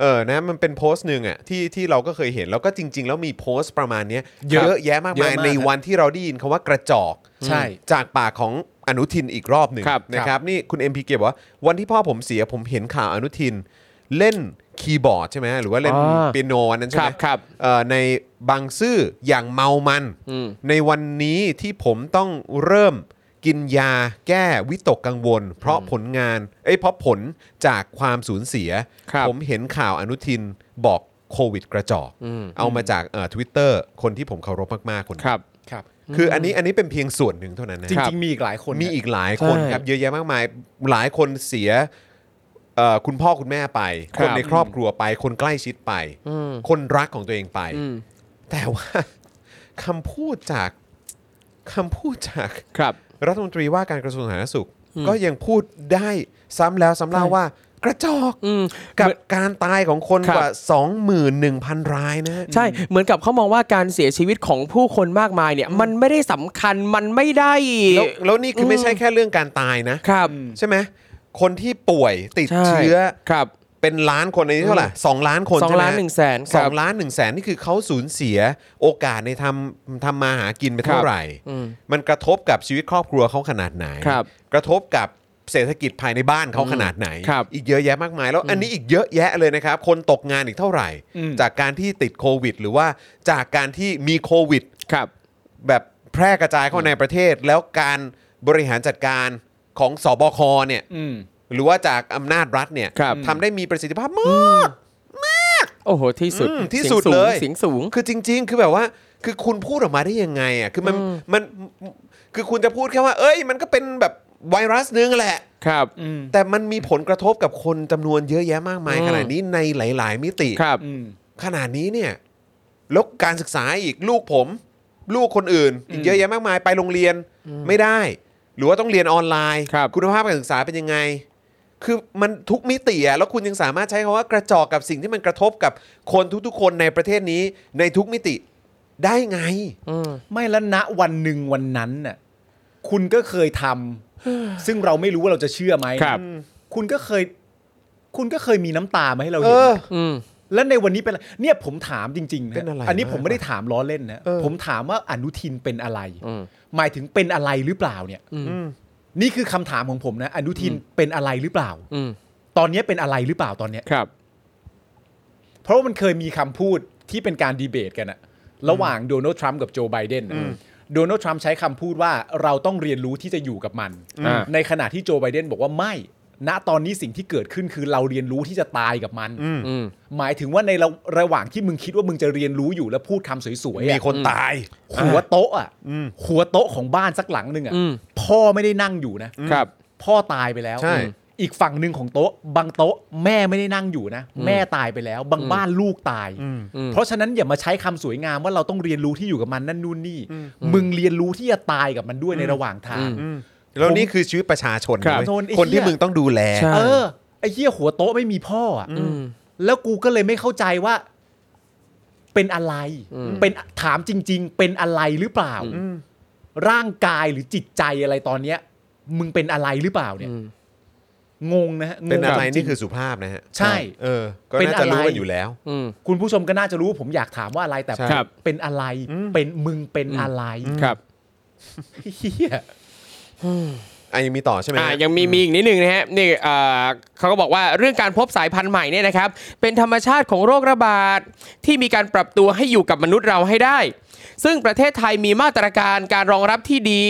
Speaker 1: เออนะมันเป็นโพสต์หนึ่งอ่ะที่ที่เราก็เคยเห็น แล้วก็จริง ๆ แล้วมีโพสต์ประมาณเนี้ย
Speaker 3: เยอะ
Speaker 1: เยอะแยะมาก
Speaker 3: เย
Speaker 1: มาม
Speaker 3: อะาย ก
Speaker 1: ใน
Speaker 3: ฮะ
Speaker 1: วันที่เราได้ยินคำว่ากระจอก
Speaker 3: ใช่
Speaker 1: จากปากของอนุทินอีกรอบหนึ่ง
Speaker 3: ครับ
Speaker 1: นะค
Speaker 3: ครั
Speaker 1: รับบ นี่คุณ MP เกียร์บอกว่าวันที่พ่อผมเสียผมเห็นข่าวอนุทินเล่นคีย์บอร์ดใช่ไหมหรือว่าเล่น
Speaker 2: า
Speaker 1: เปียโนอันนั้น
Speaker 2: ค
Speaker 1: ใช่
Speaker 2: รั
Speaker 1: ไห
Speaker 2: บ
Speaker 1: ม
Speaker 2: ครับ
Speaker 1: เอ่อในบางซื่ออย่างเมามัน
Speaker 2: อืม
Speaker 1: ในวันนี้ที่ผมต้องเริ่มกินยาแก้วิตกกังวล เพราะผลงานเอ้ยเพราะผลจากความสูญเสีย
Speaker 2: ครับ
Speaker 1: ผมเห็นข่าวอนุทินบอกโควิดกระจอก
Speaker 2: อืม
Speaker 1: เอามาจากเอ่อทวิตเตอร์คนที่ผมเคารพมาก ๆ คนหนึ่ง
Speaker 2: ครับ
Speaker 3: ครับ
Speaker 1: คืออันนี้อันนี้เป็นเพียงส่วนหนึ่งเท่านั้นนะ
Speaker 3: จ
Speaker 1: ครับ
Speaker 3: ริง ๆ มีอีกหลายคน
Speaker 1: มีอี
Speaker 3: นะ
Speaker 1: กหลายคน
Speaker 2: ใช่
Speaker 1: ครับเยอะแยะมากมาย หลายคนเสียเอ่อคุณพ่อคุณแม่ไป
Speaker 2: ค
Speaker 1: ครับ นในครอบครัวไป คนใกล้ชิดไป
Speaker 2: อืม
Speaker 1: คนรักของตัวเองไป
Speaker 2: อืม
Speaker 1: แต่ว่า คำพูดจากคำพูดจาก
Speaker 2: ครับ
Speaker 1: รัฐมนตรีว่าการกระทรวงสาธารณสุข
Speaker 2: อืม
Speaker 1: ก็ยังพูดได้ซ้ำแล้วซ้ำเล่า
Speaker 2: ใช่
Speaker 1: ว่ากระจอก
Speaker 2: อืม
Speaker 1: กับการตายของคน
Speaker 2: ครับ
Speaker 1: กว่า 21,000 รายนะฮะ
Speaker 2: ใช่ เหมือนกับเขามองว่าการเสียชีวิตของผู้คนมากมายเนี่ย มันไม่ได้สำคัญมันไม่ได้
Speaker 1: แล้วแล้วนี่คือไม่ใช่แค่เรื่องการตายนะ
Speaker 2: ครับ
Speaker 1: ใช่ไหมคนที่ป่วยติด
Speaker 2: ใช่
Speaker 1: เชื้อ
Speaker 2: ครับ
Speaker 1: เป็นล้านคนในนี้เท่าไหร่สองล้านคน
Speaker 2: สอง
Speaker 1: ใช่ไหม
Speaker 2: ล้านหนึ่งแสนค
Speaker 1: ส
Speaker 2: รั
Speaker 1: อบ งล้านหนึ่งแสนนี่คือเขาสูญเสียโอกาสในทำทำมาหากินไปเท่า
Speaker 2: ครับ
Speaker 1: ไหร่
Speaker 2: อืม
Speaker 1: มันกระทบกับชีวิตครอบครัวเขาขนาดไหน
Speaker 2: ครับ
Speaker 1: กระทบกับเศรษฐกิจภายในบ้านเขาขนาดไหน
Speaker 2: ครับ
Speaker 1: อีกเยอะแยะมากมาย แล้วอันนี้อีกเยอะแยะเลยนะครับ คนตกงานอีกเท่าไหร่
Speaker 3: อืม
Speaker 1: จากการที่ติดโควิด หรือว่าจากการที่มีโควิด
Speaker 2: ครับ
Speaker 1: แบบแพร่กระจายเข้าในประเทศ แล้วการบริหารจัดการของสบคเนี่ย
Speaker 3: อืม
Speaker 1: หรือว่าจากอำนาจรัฐเนี่ย
Speaker 2: ครับ
Speaker 1: ทำได้มีประสิทธิภาพมาก
Speaker 2: โอ้โห ที่สุด
Speaker 1: อืมที่
Speaker 2: สีง
Speaker 1: สุดเลย
Speaker 2: เสียงสูง
Speaker 1: คือจริง ๆ คือแบบว่า คือคุณพูดออกมาได้ยังไงอ่ะ คือมัน
Speaker 2: อืม
Speaker 1: มัน คือคุณจะพูดแค่ว่า เอ้ย มันก็เป็นแบบไวรัสนึงแหละ
Speaker 2: ครับ
Speaker 3: อืม
Speaker 1: แต่มันมีผลกระทบกับคนจำนวนเยอะแยะมากมาย
Speaker 2: อืม
Speaker 1: ขนาดนี้ในหลาย ๆ มิติ
Speaker 2: ครับ
Speaker 3: อืม
Speaker 1: ขนาดนี้เนี่ยแล้วการศึกษาอีกลูกผม ลูกคนอื่น อีกเยอะแยะมากมายไปโรงเรียนไม่ได้ หรือว่าต้องเรียนออนไลน์
Speaker 2: ครับ
Speaker 1: ณภาพการศึกษาเป็นยังไง คือมันทุกมิติอะแล้วคุณยังสามารถใช้คำว่ากระจอกกับสิ่งที่มันกระทบกับคนทุกๆ คนในประเทศนี้ในทุกมิติได้ไง
Speaker 2: อืม
Speaker 3: ไม่แล้วณวันหนึ่งวันนั้นน่ะคุณก็เคยทำ ซึ่งเราไม่รู้ว่าเราจะเชื่อไหม
Speaker 2: ครับ
Speaker 3: คุณก็เคย คุณก็เคยมีน้ำตามาให้เรา
Speaker 1: เอ
Speaker 3: เห็น
Speaker 1: อ
Speaker 2: อืม
Speaker 3: และในวันนี้เป็นอะไรเนี่ยผมถามจริงๆนะ
Speaker 1: เป็นอะไร
Speaker 3: นนี้ผม
Speaker 1: มาก
Speaker 3: ไม่ได้ถามล้อเล่นนะ
Speaker 1: เออ
Speaker 3: ผมถามว่าอนุทินเป็นอะไร
Speaker 2: อืม
Speaker 3: หมายถึงเป็นอะไรหรือเปล่าเนี่ย
Speaker 1: อืม
Speaker 3: นี่คือคำถามของผมนะ อนุทินเป็นอะไรหรือเปล่า
Speaker 2: อืม
Speaker 3: ตอนนี้เป็นอะไรหรือเปล่าตอนเนี้ย
Speaker 2: ครับ
Speaker 3: เพราะว่ามันเคยมีคำพูดที่เป็นการดีเบตกันอะระหว่างโดนัลด์ทรัมป์กับโจไบเดนอะโดนัลด์ทรัมป์ใช้คำพูดว่าเราต้องเรียนรู้ที่จะอยู่กับมัน
Speaker 2: อ่า
Speaker 3: ในขณะที่โจไบเดนบอกว่าไม่ ณตอนนี้สิ่งที่เกิดขึ้นคือเราเรียนรู้ที่จะตายกับมัน
Speaker 2: อืม
Speaker 3: หมายถึงว่าในระระหว่างที่มึงคิดว่ามึงจะเรียนรู้อยู่แล้วพูดคำสวยๆ
Speaker 1: มี
Speaker 3: อะ
Speaker 1: คนตาย
Speaker 3: หัวโต๊ะอะหัวโต๊ะของบ้านสักหลังหนึ่งอะ
Speaker 2: อืม
Speaker 3: พ่อไม่ได้นั่งอยู่นะ
Speaker 2: ครับ
Speaker 3: พ่อตายไปแล้ว
Speaker 1: ใช่
Speaker 3: อืม อีกฝั่งหนึ่งของโต๊ะ บางโต๊ะแม่ไม่ได้นั่งอยู่นะ แม่ตายไปแล้ว บางบ้านลูกตาย
Speaker 2: อืม
Speaker 3: เพราะฉะนั้นอย่ามาใช้คำสวยงามว่าเราต้องเรียนรู้ที่อยู่กับมันนั่นนู่นนี่ มึงเรียนรู้ที่จะตายกับมันด้วยในระหว่างทาง
Speaker 1: แล้วนี่คือชีวิตประชาชน
Speaker 2: ครับ
Speaker 1: เว้ย
Speaker 3: โทนไอ้
Speaker 1: คนที่
Speaker 3: เหี้ย
Speaker 1: มึงต้องดูแล
Speaker 2: ใช่
Speaker 3: เออไอ้เหี้ยหัวโต๊ะไม่มีพ่ออะ
Speaker 2: อืม
Speaker 3: แล้วกูก็เลยไม่เข้าใจว่า เป็นอะไร
Speaker 2: อืม
Speaker 3: เป็นถามจริง ๆ เป็นอะไรหรือเปล่า ร่างกายหรือจิตใจอะไรตอนเนี้ย มึงเป็นอะไรหรือเปล่าเนี่ย
Speaker 2: อืม
Speaker 3: งงนะฮะงง
Speaker 1: เป็นอะไร
Speaker 3: จริ
Speaker 1: นี่
Speaker 3: ง
Speaker 1: คือสุภาพนะฮะ
Speaker 3: ใช่
Speaker 1: เออ ก็
Speaker 3: เป็น
Speaker 1: น่าจะรู้
Speaker 3: อะไร
Speaker 1: กันอยู่แล้ว
Speaker 2: อืม
Speaker 3: คุณผู้ชมก็น่าจะรู้ว่าผมอยากถามว่าอะไรแต่
Speaker 1: ใช่
Speaker 2: ครับ
Speaker 3: เป็นอะไร เป็นมึงเป็นอะไร
Speaker 2: ครับ
Speaker 3: เฮีย
Speaker 1: อ่ะยังมีต่อใช่ไหม
Speaker 2: อ่า
Speaker 1: ฮะ
Speaker 2: ยังมีมีอีกนิดหนึ่งนะฮะนี่เอ่อเขาก็บอกว่าเรื่องการพบสายพันธุ์ใหม่เนี่ยนะครับ เป็นธรรมชาติของโรคระบาด ที่มีการปรับตัวให้อยู่กับมนุษย์เราให้ได้ ซึ่งประเทศไทยมีมาตรการการรองรับที่ดี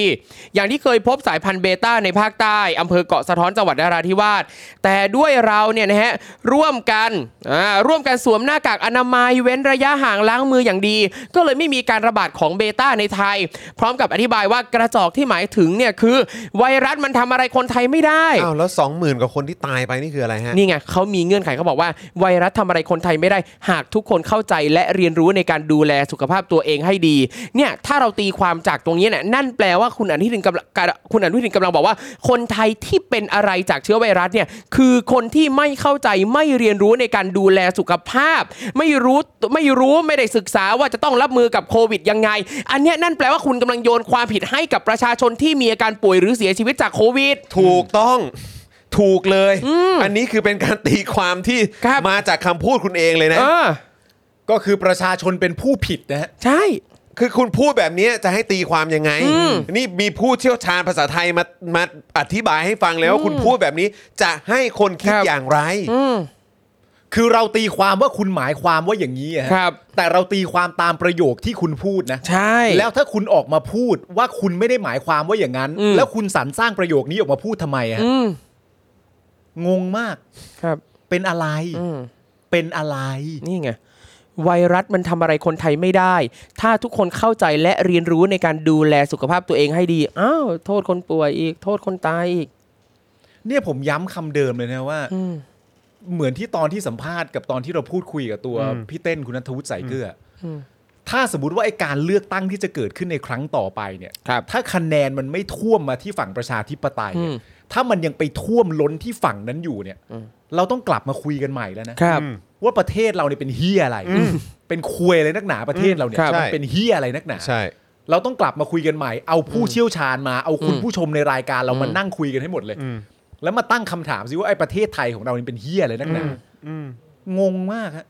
Speaker 2: อย่างที่เคยพบสายพันธุ์เบต้าในภาคใต้อำเภอเกาะสะท้อนจังหวัดนราธิวาสแต่ด้วยเราเนี่ยนะฮะร่วมกันอ่าร่วมกันสวมหน้ากากอนามัยเว้นระยะห่างล้างมืออย่างดี ก็เลยไม่มีการระบาดของเบต้าในไทย พร้อมกับอธิบายว่ากระจอกที่หมายถึงเนี่ยคือ ไวรัสมันทำอะไรคนไทยไม่ได้
Speaker 1: อ้าวแล้วสองหมื่นกว่าคนที่ตายไปนี่คืออะไรฮะ
Speaker 2: นี่ไงเขามีเงื่อนไขเขาบอกว่าไวรัสทำอะไรคนไทยไม่ได้ หากทุกคนเข้าใจและเรียนรู้ในการดูแลสุขภาพตัวเองให้ดี เนี่ยถ้าเราตีความจากตรงนี้เนี่ยนั่นแปลว่าคุณอนุทินกำลังคุณอนุทินกำลังบอกว่า คนไทยที่เป็นอะไรจากเชื้อไวรัสเนี่ยคือคนที่ไม่เข้าใจไม่เรียนรู้ในการดูแลสุขภาพ ไม่รู้ไม่รู้ไม่ได้ศึกษาว่าจะต้องรับมือกับโควิดยังไง อันเนี้ยนั่นแปลว่าคุณกำลังโยนความผิดให้กับประชาชนที่มีอาการป่วยหรือเสียชีวิตจากโควิด
Speaker 1: ถูกต้องถูกเลย อันนี้คือเป็นการตีความที่
Speaker 2: ครับ
Speaker 1: มาจากคำพูดคุณเองเลยนะ
Speaker 2: เออ
Speaker 3: ก็คือประชาชนเป็นผู้ผิดนะฮะ
Speaker 2: ใช่
Speaker 1: คือคุณพูดแบบนี้จะให้ตีความยังไง นี่มีผู้เชี่ยวชาญภาษาไทยมามาอธิบายให้ฟังแล้วว่าคุณพูดแบบนี้จะให้คนคิด
Speaker 2: ครับ
Speaker 1: อย่างไร
Speaker 3: คือเราตีความว่าคุณหมายความว่าอย่างนี้อะฮะ
Speaker 2: ครับ
Speaker 3: แต่เราตีความตามประโยคที่คุณพูดนะ
Speaker 2: ใช่
Speaker 3: แล้วถ้าคุณออกมาพูดว่าคุณไม่ได้หมายความว่าอย่างนั้น
Speaker 2: อืม
Speaker 3: แล้วคุณสรรสร้างประโยคนี้ออกมาพูดทำไมอะฮะ
Speaker 2: อืม
Speaker 3: งงมาก
Speaker 2: ครับ
Speaker 3: เป็นอะไร
Speaker 2: อืม
Speaker 3: เป็นอะไร
Speaker 2: นี่ไง ไวรัสมันทำอะไรคนไทยไม่ได้ ถ้าทุกคนเข้าใจและเรียนรู้ในการดูแลสุขภาพตัวเองให้ดี อ้าว โทษคนป่วยอีก โทษคนตายอีก
Speaker 3: เนี่ยผมย้ำคำเดิมเลยนะว่า
Speaker 2: อืม
Speaker 3: เหมือนที่ตอนที่สัมภาษณ์กับตอนที่เราพูดคุยกับตัวพี่เต้นคุณนัทวุฒิใส่เกลืออ
Speaker 2: ม
Speaker 3: ถ้าสมมติว่าไอการเลือกตั้งที่จะเกิดขึ้นในครั้งต่อไปเนี่ย
Speaker 2: ครับ
Speaker 3: ถ้าคะแนนมันไม่ท่วมมาที่ฝั่งประชาธิปไตยเนี่ย
Speaker 2: อืม
Speaker 3: ถ้ามันยังไปท่วมล้นที่ฝั่งนั้นอยู่เนี่ย เราต้องกลับมาคุยกันใหม่แล้วนะ
Speaker 2: ครับ
Speaker 3: ว่าประเทศเราเนี่ยเป็นเฮียอะไร เป็นควยอะไรนักหนาประเทศเราเนี่ย
Speaker 2: ครับ
Speaker 3: มันเป็นเฮียอะไรนักหนา
Speaker 1: ใช่
Speaker 3: เราต้องกลับมาคุยกันใหม่ เอาผู้เชี่ยวชาญมา เอาคุณผู้ชมในรายการเรามานั่งคุยกันให้หมดเลย แล้วมาตั้งคำถามสิว่าไอ้ประเทศไทยของเรานี่เป็นเฮียอะไรนักหนางงมากฮะ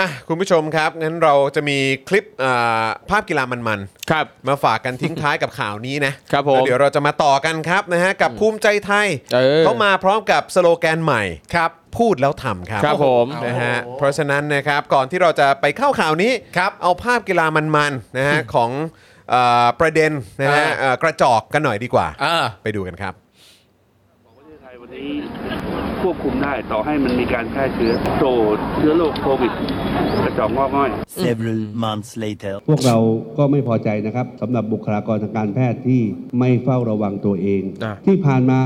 Speaker 1: อ่ะคุณผู้ชมครับ งั้นเราจะมีคลิปอ่าภาพกีฬามัน
Speaker 2: ครับ
Speaker 1: ๆ มาฝากกันทิ้งท้ายกับข่าวนี้นะครับ
Speaker 2: ผ
Speaker 1: แล้
Speaker 2: ม
Speaker 1: วเดี๋ยวเราจะมาต่อกันครับนะฮะกับภูมิใจไทย
Speaker 2: เออ
Speaker 1: มาพร้อมกับสโลแกนใหม่
Speaker 3: ครับ
Speaker 1: พูดแล้วทำครับ
Speaker 2: ครับผม
Speaker 1: นะฮะเพราะฉะนั้นนะครับก่อนที่เราจะไปเข้าข่าวนี้ครับเอาภาพกีฬามันๆนะฮะของเออประเด็นนะฮะ
Speaker 3: อ่า
Speaker 1: เอ่อกระจอกกันหน่อยดีกว่า
Speaker 3: อ่า
Speaker 1: ไปดูกันครับ
Speaker 5: ของประเทศไทยวันนี้ควบคุมได้ต่อให้มันมีการแพร่เชื้อโตเชื้อโรคโควิดกระจอกงอกง่อย
Speaker 6: several months later.
Speaker 7: พวกเราก็ไม่พอใจนะครับสำหรับบุคลากรทางการแพทย์ที่ไม่เฝ้าระวังตัวเอง
Speaker 2: อ่ะ
Speaker 7: ที่ผ่านมา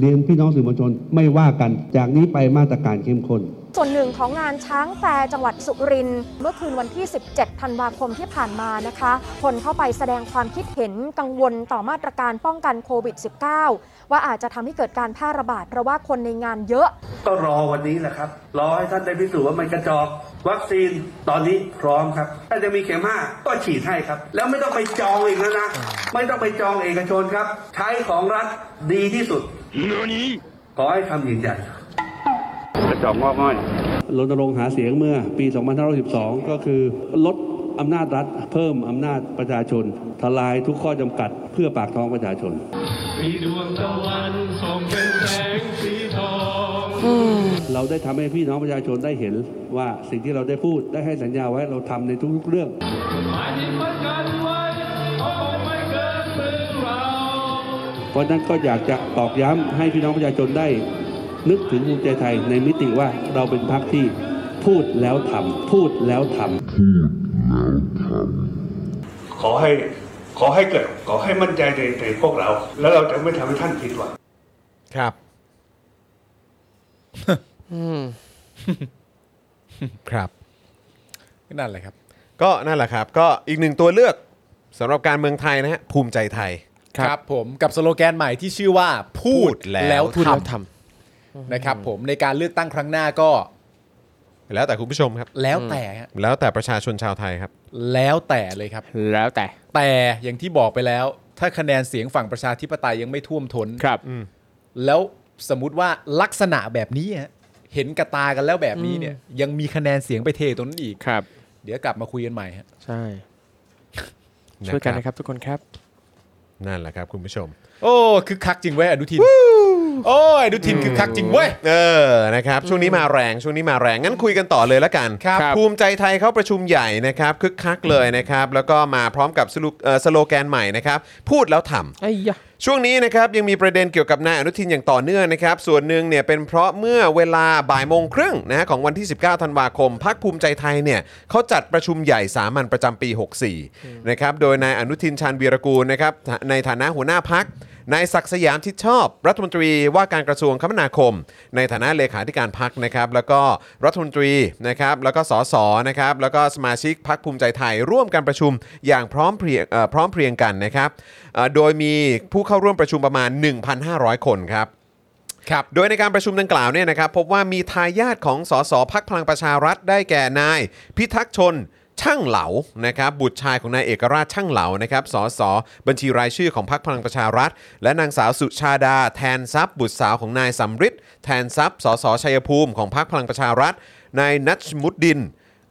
Speaker 7: เรียนพี่น้องสื่อมวลชนไม่ว่ากัน จากนี้ไปมาตรการเข้มข้น
Speaker 8: ส่วนหนึ่งของงานช้างแฟร์จังหวัดสุรินทร์เมื่อคืนวันที่ 17 ธันวาคมที่ผ่านมานะคะ คนเข้าไปแสดงความคิดเห็นกังวลต่อมาตรการป้องกันโควิด -19 ว่าอาจจะทำให้เกิดการแพร่ระบาดเพราะว่าคนในงานเยอะ
Speaker 9: ก็รอวันนี้แหละครับ รอให้ท่านได้พิสูจน์ว่ามันกระจอก วัคซีนตอนนี้พร้อมครับ ถ้าจะมีเข็มห้าก็ฉีดให้ครับ แล้วไม่ต้องไปจองอีกแล้วนะ ไม่ต้องไปจองเอกชนครับ ใช้ของรัฐดีที่สุด ขอให้คำยืนยัน
Speaker 5: กระจอกงอกง่อย
Speaker 7: รณรงค์หาเสียงเมื่อปี 2512 ก็คือ ลดอำนาจรัฐ เพิ่มอำนาจประชาชน ทลายทุกข้อจำกัดเพื่อปากท้องประชาชน เราได้ทำให้พี่น้องประชาชนได้เห็นว่าสิ่งที่เราได้พูดได้ให้สัญญาไว้เราทำในทุกๆเรื่อง เพราะฉะนั้นก็อยากจะตอกย้ำให้พี่น้องประชาชนได้ นึกถึงภูมิใจไทยในมิติว่าเราเป็นพรรคที่พูดแล้วทำพูดแล้วทำ
Speaker 9: ขอให้ ขอให้เกิด ขอให้มั่นใจในในพวกเรา แล้วเราจะไม่ทำให้ท่านผิดหวัง
Speaker 1: ครับ ครับ
Speaker 3: นั่นแหละครับ
Speaker 1: ก็นั่นแหละครับ ก็อีกหนึ่งตัวเลือกสำหรับการเมืองไทยนะฮะภูมิใจไทย
Speaker 3: ครับผมกับสโลแกนใหม่ที่ชื่อว่าพูดแล้ว
Speaker 2: พูดแล้ว
Speaker 3: ท
Speaker 2: ทำ
Speaker 3: ำนะครับผมในการเลือกตั้งครั้งหน้าก็
Speaker 1: แล้วแต่คุณผู้ชมครับ
Speaker 3: แล้วแต่ฮะ
Speaker 1: แล้วแต่ประชาชนชาวไทยครับ
Speaker 3: แล้วแต่เลยครับ
Speaker 2: แล้วแต่
Speaker 3: แต่อย่างที่บอกไปแล้ว ถ้าคะแนนเสียงฝั่งประชาธิปไตยยังไม่ท่วมท้น
Speaker 2: ครับ
Speaker 3: แล้วสมมติว่าลักษณะแบบนี้ฮะเห็นกระตากันแล้วแบบนี้เนี่ย ยังมีคะแนนเสียงไปเทตรงนั้นอีก
Speaker 2: ครับ
Speaker 3: เดี๋ยวกลับมาคุยกันใหม่ฮะ
Speaker 2: ใช่ ช่วยกันนะครับทุกคนครับ
Speaker 1: นั่นแหละครับคุณผู้ชม
Speaker 3: โอ้คึกคักจริงเว้ยอนุทินโอ้ยอนุทินคึกคักจริงเว้ย
Speaker 1: เออ นะครับ ช่วงนี้มาแรง ช่วงนี้มาแรง งั้นคุยกันต่อเลยละกัน
Speaker 2: ครับครับ
Speaker 1: ภูมิใจไทยเข้าประชุมใหญ่นะครับ คึกคักเลยนะครับ แล้วก็มาพร้อมกับสรุปเอ่อสโลแกนใหม่นะครับ พูดแล้วทำ
Speaker 2: ไอ้ยะ
Speaker 1: ช่วงนี้นะครับยังมีประเด็นเกี่ยวกับนายอนุทินอย่างต่อเนื่องนะครับส่วนหนึ่งเนี่ยเป็นเพราะเมื่อเวลาบ่ายโมงครึ่งนะฮะของวันที่ 19 ธันวาคมพักภูมิใจไทยเนี่ยเขาจัดประชุมใหญ่สามัญประจำปี 64 นะครับโดยนายอนุทินชาญวีรกูลนะครับในฐานะหัวหน้าพักนายศักดิ์สยามชิดชอบ รัฐมนตรีว่าการกระทรวงคมนาคม ในฐานะเลขาธิการพักนะครับแล้วก็รัฐมนตรีนะครับแล้วก็สสนะครับแล้วก็สมาชิกพักภูมิใจไทยร่วมกันประชุมอย่างพร้อมเพรียงเอ่อพร้อมเพรียงกันนะครับ เอ่อโดยมีผู้เข้าร่วมประชุมประมาณ 1,500 คนครับ
Speaker 3: ครับ
Speaker 1: โดยในการประชุมดังกล่าวเนี่ยนะครับพบว่ามีทายาทของสสพักพลังประชารัฐได้แก่นาย พิทักษ์ชนช่างเหลานะครับบุตรชายของนายเอกราชช่างเหลานะครับสสบัญชีรายชื่อของพักพลังประชารัฐ และนางสาวสุชาดา แทนทรัพย์บุตรสาวของนายสำริดแทนทรัพย์สสชัยภูมิของพักพลังประชารัฐนายนัชมุดดิน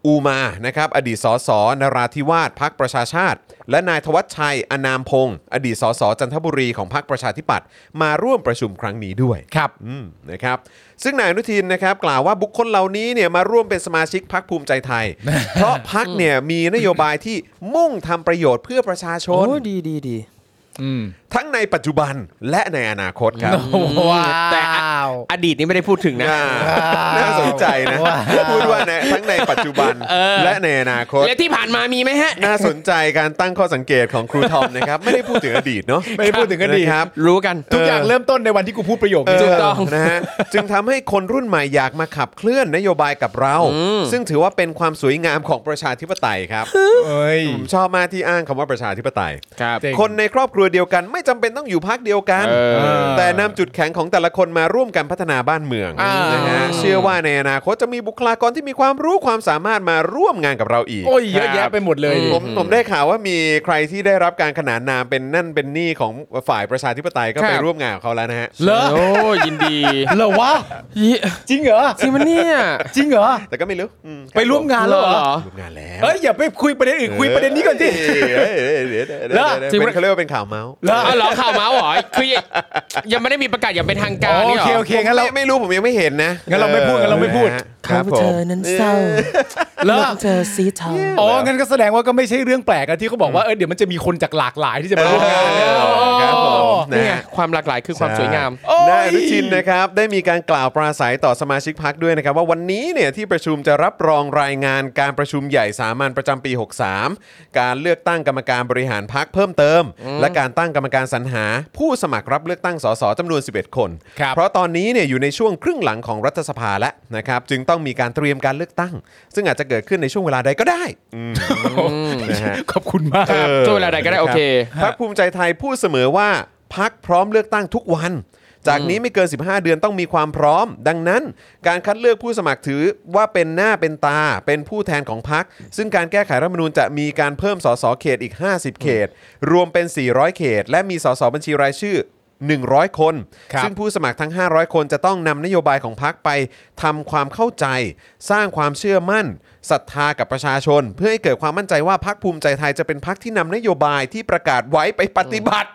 Speaker 1: อูมานะครับอดีตสสนราธิวาสพักประชาชาติ และนายธวัชชัยอนามพงศ์อดีตสสจันทบุรีของพักประชาธิปัตย์มาร่วมประชุมครั้งนี้ด้วย
Speaker 3: ครับ
Speaker 1: อืมนะครับซึ่งนายอนุทินนะครับกล่าวว่าบุคคลเหล่านี้เนี่ยมาร่วมเป็นสมาชิกพักภูมิใจไท ย เพราะพักเนี่ยมีนโยบายที่มุ่งทำประโยชน์เพื่อประชาชน
Speaker 2: โอ้ดีดีดี
Speaker 3: อืม
Speaker 1: ทั้งในปัจจุบันและในอนาคตครับ
Speaker 3: ว้า
Speaker 2: แต่อ
Speaker 3: ว
Speaker 2: อดีตนี่ไม่ได้พูดถึงนะ
Speaker 1: อ่าน่าสนใจนะ
Speaker 3: ว้าว
Speaker 1: พูดว่าในทั้งในปัจจุบั น
Speaker 2: เออ
Speaker 1: และในอนาคต
Speaker 2: และที่ผ่านมามีไหมฮะ
Speaker 1: น่าสนใจการตั้งข้อสังเกตของครูทอมนะครับ ไม่ได้พูดถึงอดีตเนาะ
Speaker 3: ไม่ได้พูดถึงอดีต
Speaker 1: นะครับ
Speaker 2: รู้กัน
Speaker 3: ทุกอย่าง เริ่มต้นในวันที่กูพูดประโยคนี้
Speaker 2: ถูกต้อง
Speaker 1: เนะฮะ จึงทำให้คนรุ่นใหม่อยากมาขับเคลื่อนนโยบายกับเรา ซึ่งถือว่าเป็นความสวยงามของประชาธิปไตยครับ
Speaker 3: เอ้ย
Speaker 1: ผมชอบมากที่อ้างคำว่าประชาธิปไตย
Speaker 2: ครับ
Speaker 3: เจ๋ง
Speaker 1: คนในครอบครัวเดียวกันไม่จำเป็นต้องอยู่พักเดียวกัน
Speaker 2: เอ
Speaker 3: อ
Speaker 1: แต่นำจุดแข็งของแต่ละคนมาร่วมกันพัฒนาบ้านเมือง
Speaker 3: อ่าน
Speaker 1: นะฮะเชื่อว่าในอนาคตจะมีบุคลากรที่มีความรู้ความสามารถมาร่วมงานกับเราอีก
Speaker 3: โอ้ยเยอะแยะไปหมดเลยดิ
Speaker 1: ผมผมได้ข่าวว่ามีใครที่ได้รับการขนานนามเป็นนั่นเป็นนี่ของฝ่ายประชาธิปไตยก็
Speaker 3: ครับ
Speaker 1: ไปร่วมงานกับเขาแล้วนะฮะ
Speaker 3: เหรอ
Speaker 2: โอ้ยินดี
Speaker 3: เหรอวะ
Speaker 2: ยี่
Speaker 3: จริงเหรอ
Speaker 2: จริงมันเนี่ย
Speaker 3: จริงเหรอ
Speaker 1: แต่ก็ไม่รู้อืม
Speaker 3: ไปร่วมงานแล้วเหรอ
Speaker 1: ร่วมงานแล้ว
Speaker 3: เอ้ยอย่าไปคุยประเด็นอื่นคุยประเด็นนี้ก่อนสิ
Speaker 1: เอ้ยเอ้ยเอ้ยเอ้ยเอ้ย
Speaker 3: เหรอ
Speaker 1: เป็นเขาเรียกว่าเป็นข่าวเมาส์
Speaker 3: เหรอ
Speaker 2: เอาเหรอข่าวเมาส์เหรอคือยังยังไม่ได้มีประกาศอย่างเป็นทางการ
Speaker 3: โอ
Speaker 2: นี่หร
Speaker 3: เคโอเคงั้นเรา
Speaker 1: ไม่ไม่รู้ผมยังไม่เห็นนะ
Speaker 3: งั้นเราไม่พูดงั้นเราไม่พูด
Speaker 1: ออครับผม
Speaker 3: เหรอ
Speaker 10: เธอสีเทา
Speaker 3: อ๋องั้นก็แสดงว่าก็ไม่ใช่เรื่องแปลกอะที่เขาบอกว่าเออเดี๋ยวมันจะมีคนจากหลากหลายที่จะมาร่วมงานเนี่ย
Speaker 1: ครับผมนะ
Speaker 2: นี่ไง
Speaker 1: ฮะ
Speaker 2: ความหลากหลายคือความสวยงาม
Speaker 1: ใช่นายอนุชินนะครับได้มีการกล่าวปราศัยต่อสมาชิกพักด้วยนะครับว่าวันนี้เนี่ยที่ประชุมจะรับรองรายงานการประชุมใหญ่สามัญประจำปี 63 การเลือกตั้งกรรมการบริหารพักเพิ่มเติม และการตั้งกรรมการสรรหา ผู้สมัครรับเลือกตั้งสสจำนวน 11 คน
Speaker 3: ครับ
Speaker 1: เพราะตอนนี้เนี่ยอยู่ในช่วงครึ่งหลังของรัฐสภาแล้วนะครับจึงต้องมีการเตรียมการเลือกตั้ง ซึ่งอาจจะเกิดขึ้นในช่วงเวลาใดก็ได้อืมนะฮะ
Speaker 3: ขอบคุณมาก
Speaker 2: ครับช่วงเวลาใดก็ได้โอเค
Speaker 1: พักภูมิใจไทยพูดเสมอว่าพักพร้อมเลือกตั้งทุกวัน จากนี้ไม่เกิน 15 เดือนต้องมีความพร้อม ดังนั้น การคัดเลือกผู้สมัครถือว่าเป็นหน้าเป็นตา เป็นผู้แทนของพัก ซึ่งการแก้ไขรัฐธรรมนูญจะมีการเพิ่มสสเขตอีก 50 เขต รวมเป็น 400 เขต และมีสสบัญชีรายชื่อ 100 คน
Speaker 3: ครับ
Speaker 1: ซึ่งผู้สมัครทั้ง 500 คนจะต้องนำนโยบายของพักไปทำความเข้าใจ สร้างความเชื่อมั่นศรัทธากับประชาชน เพื่อให้เกิดความมั่นใจว่าพักภูมิใจไทยจะเป็นพักที่นำนโยบายที่ประกาศไว้ไปปฏิบัติ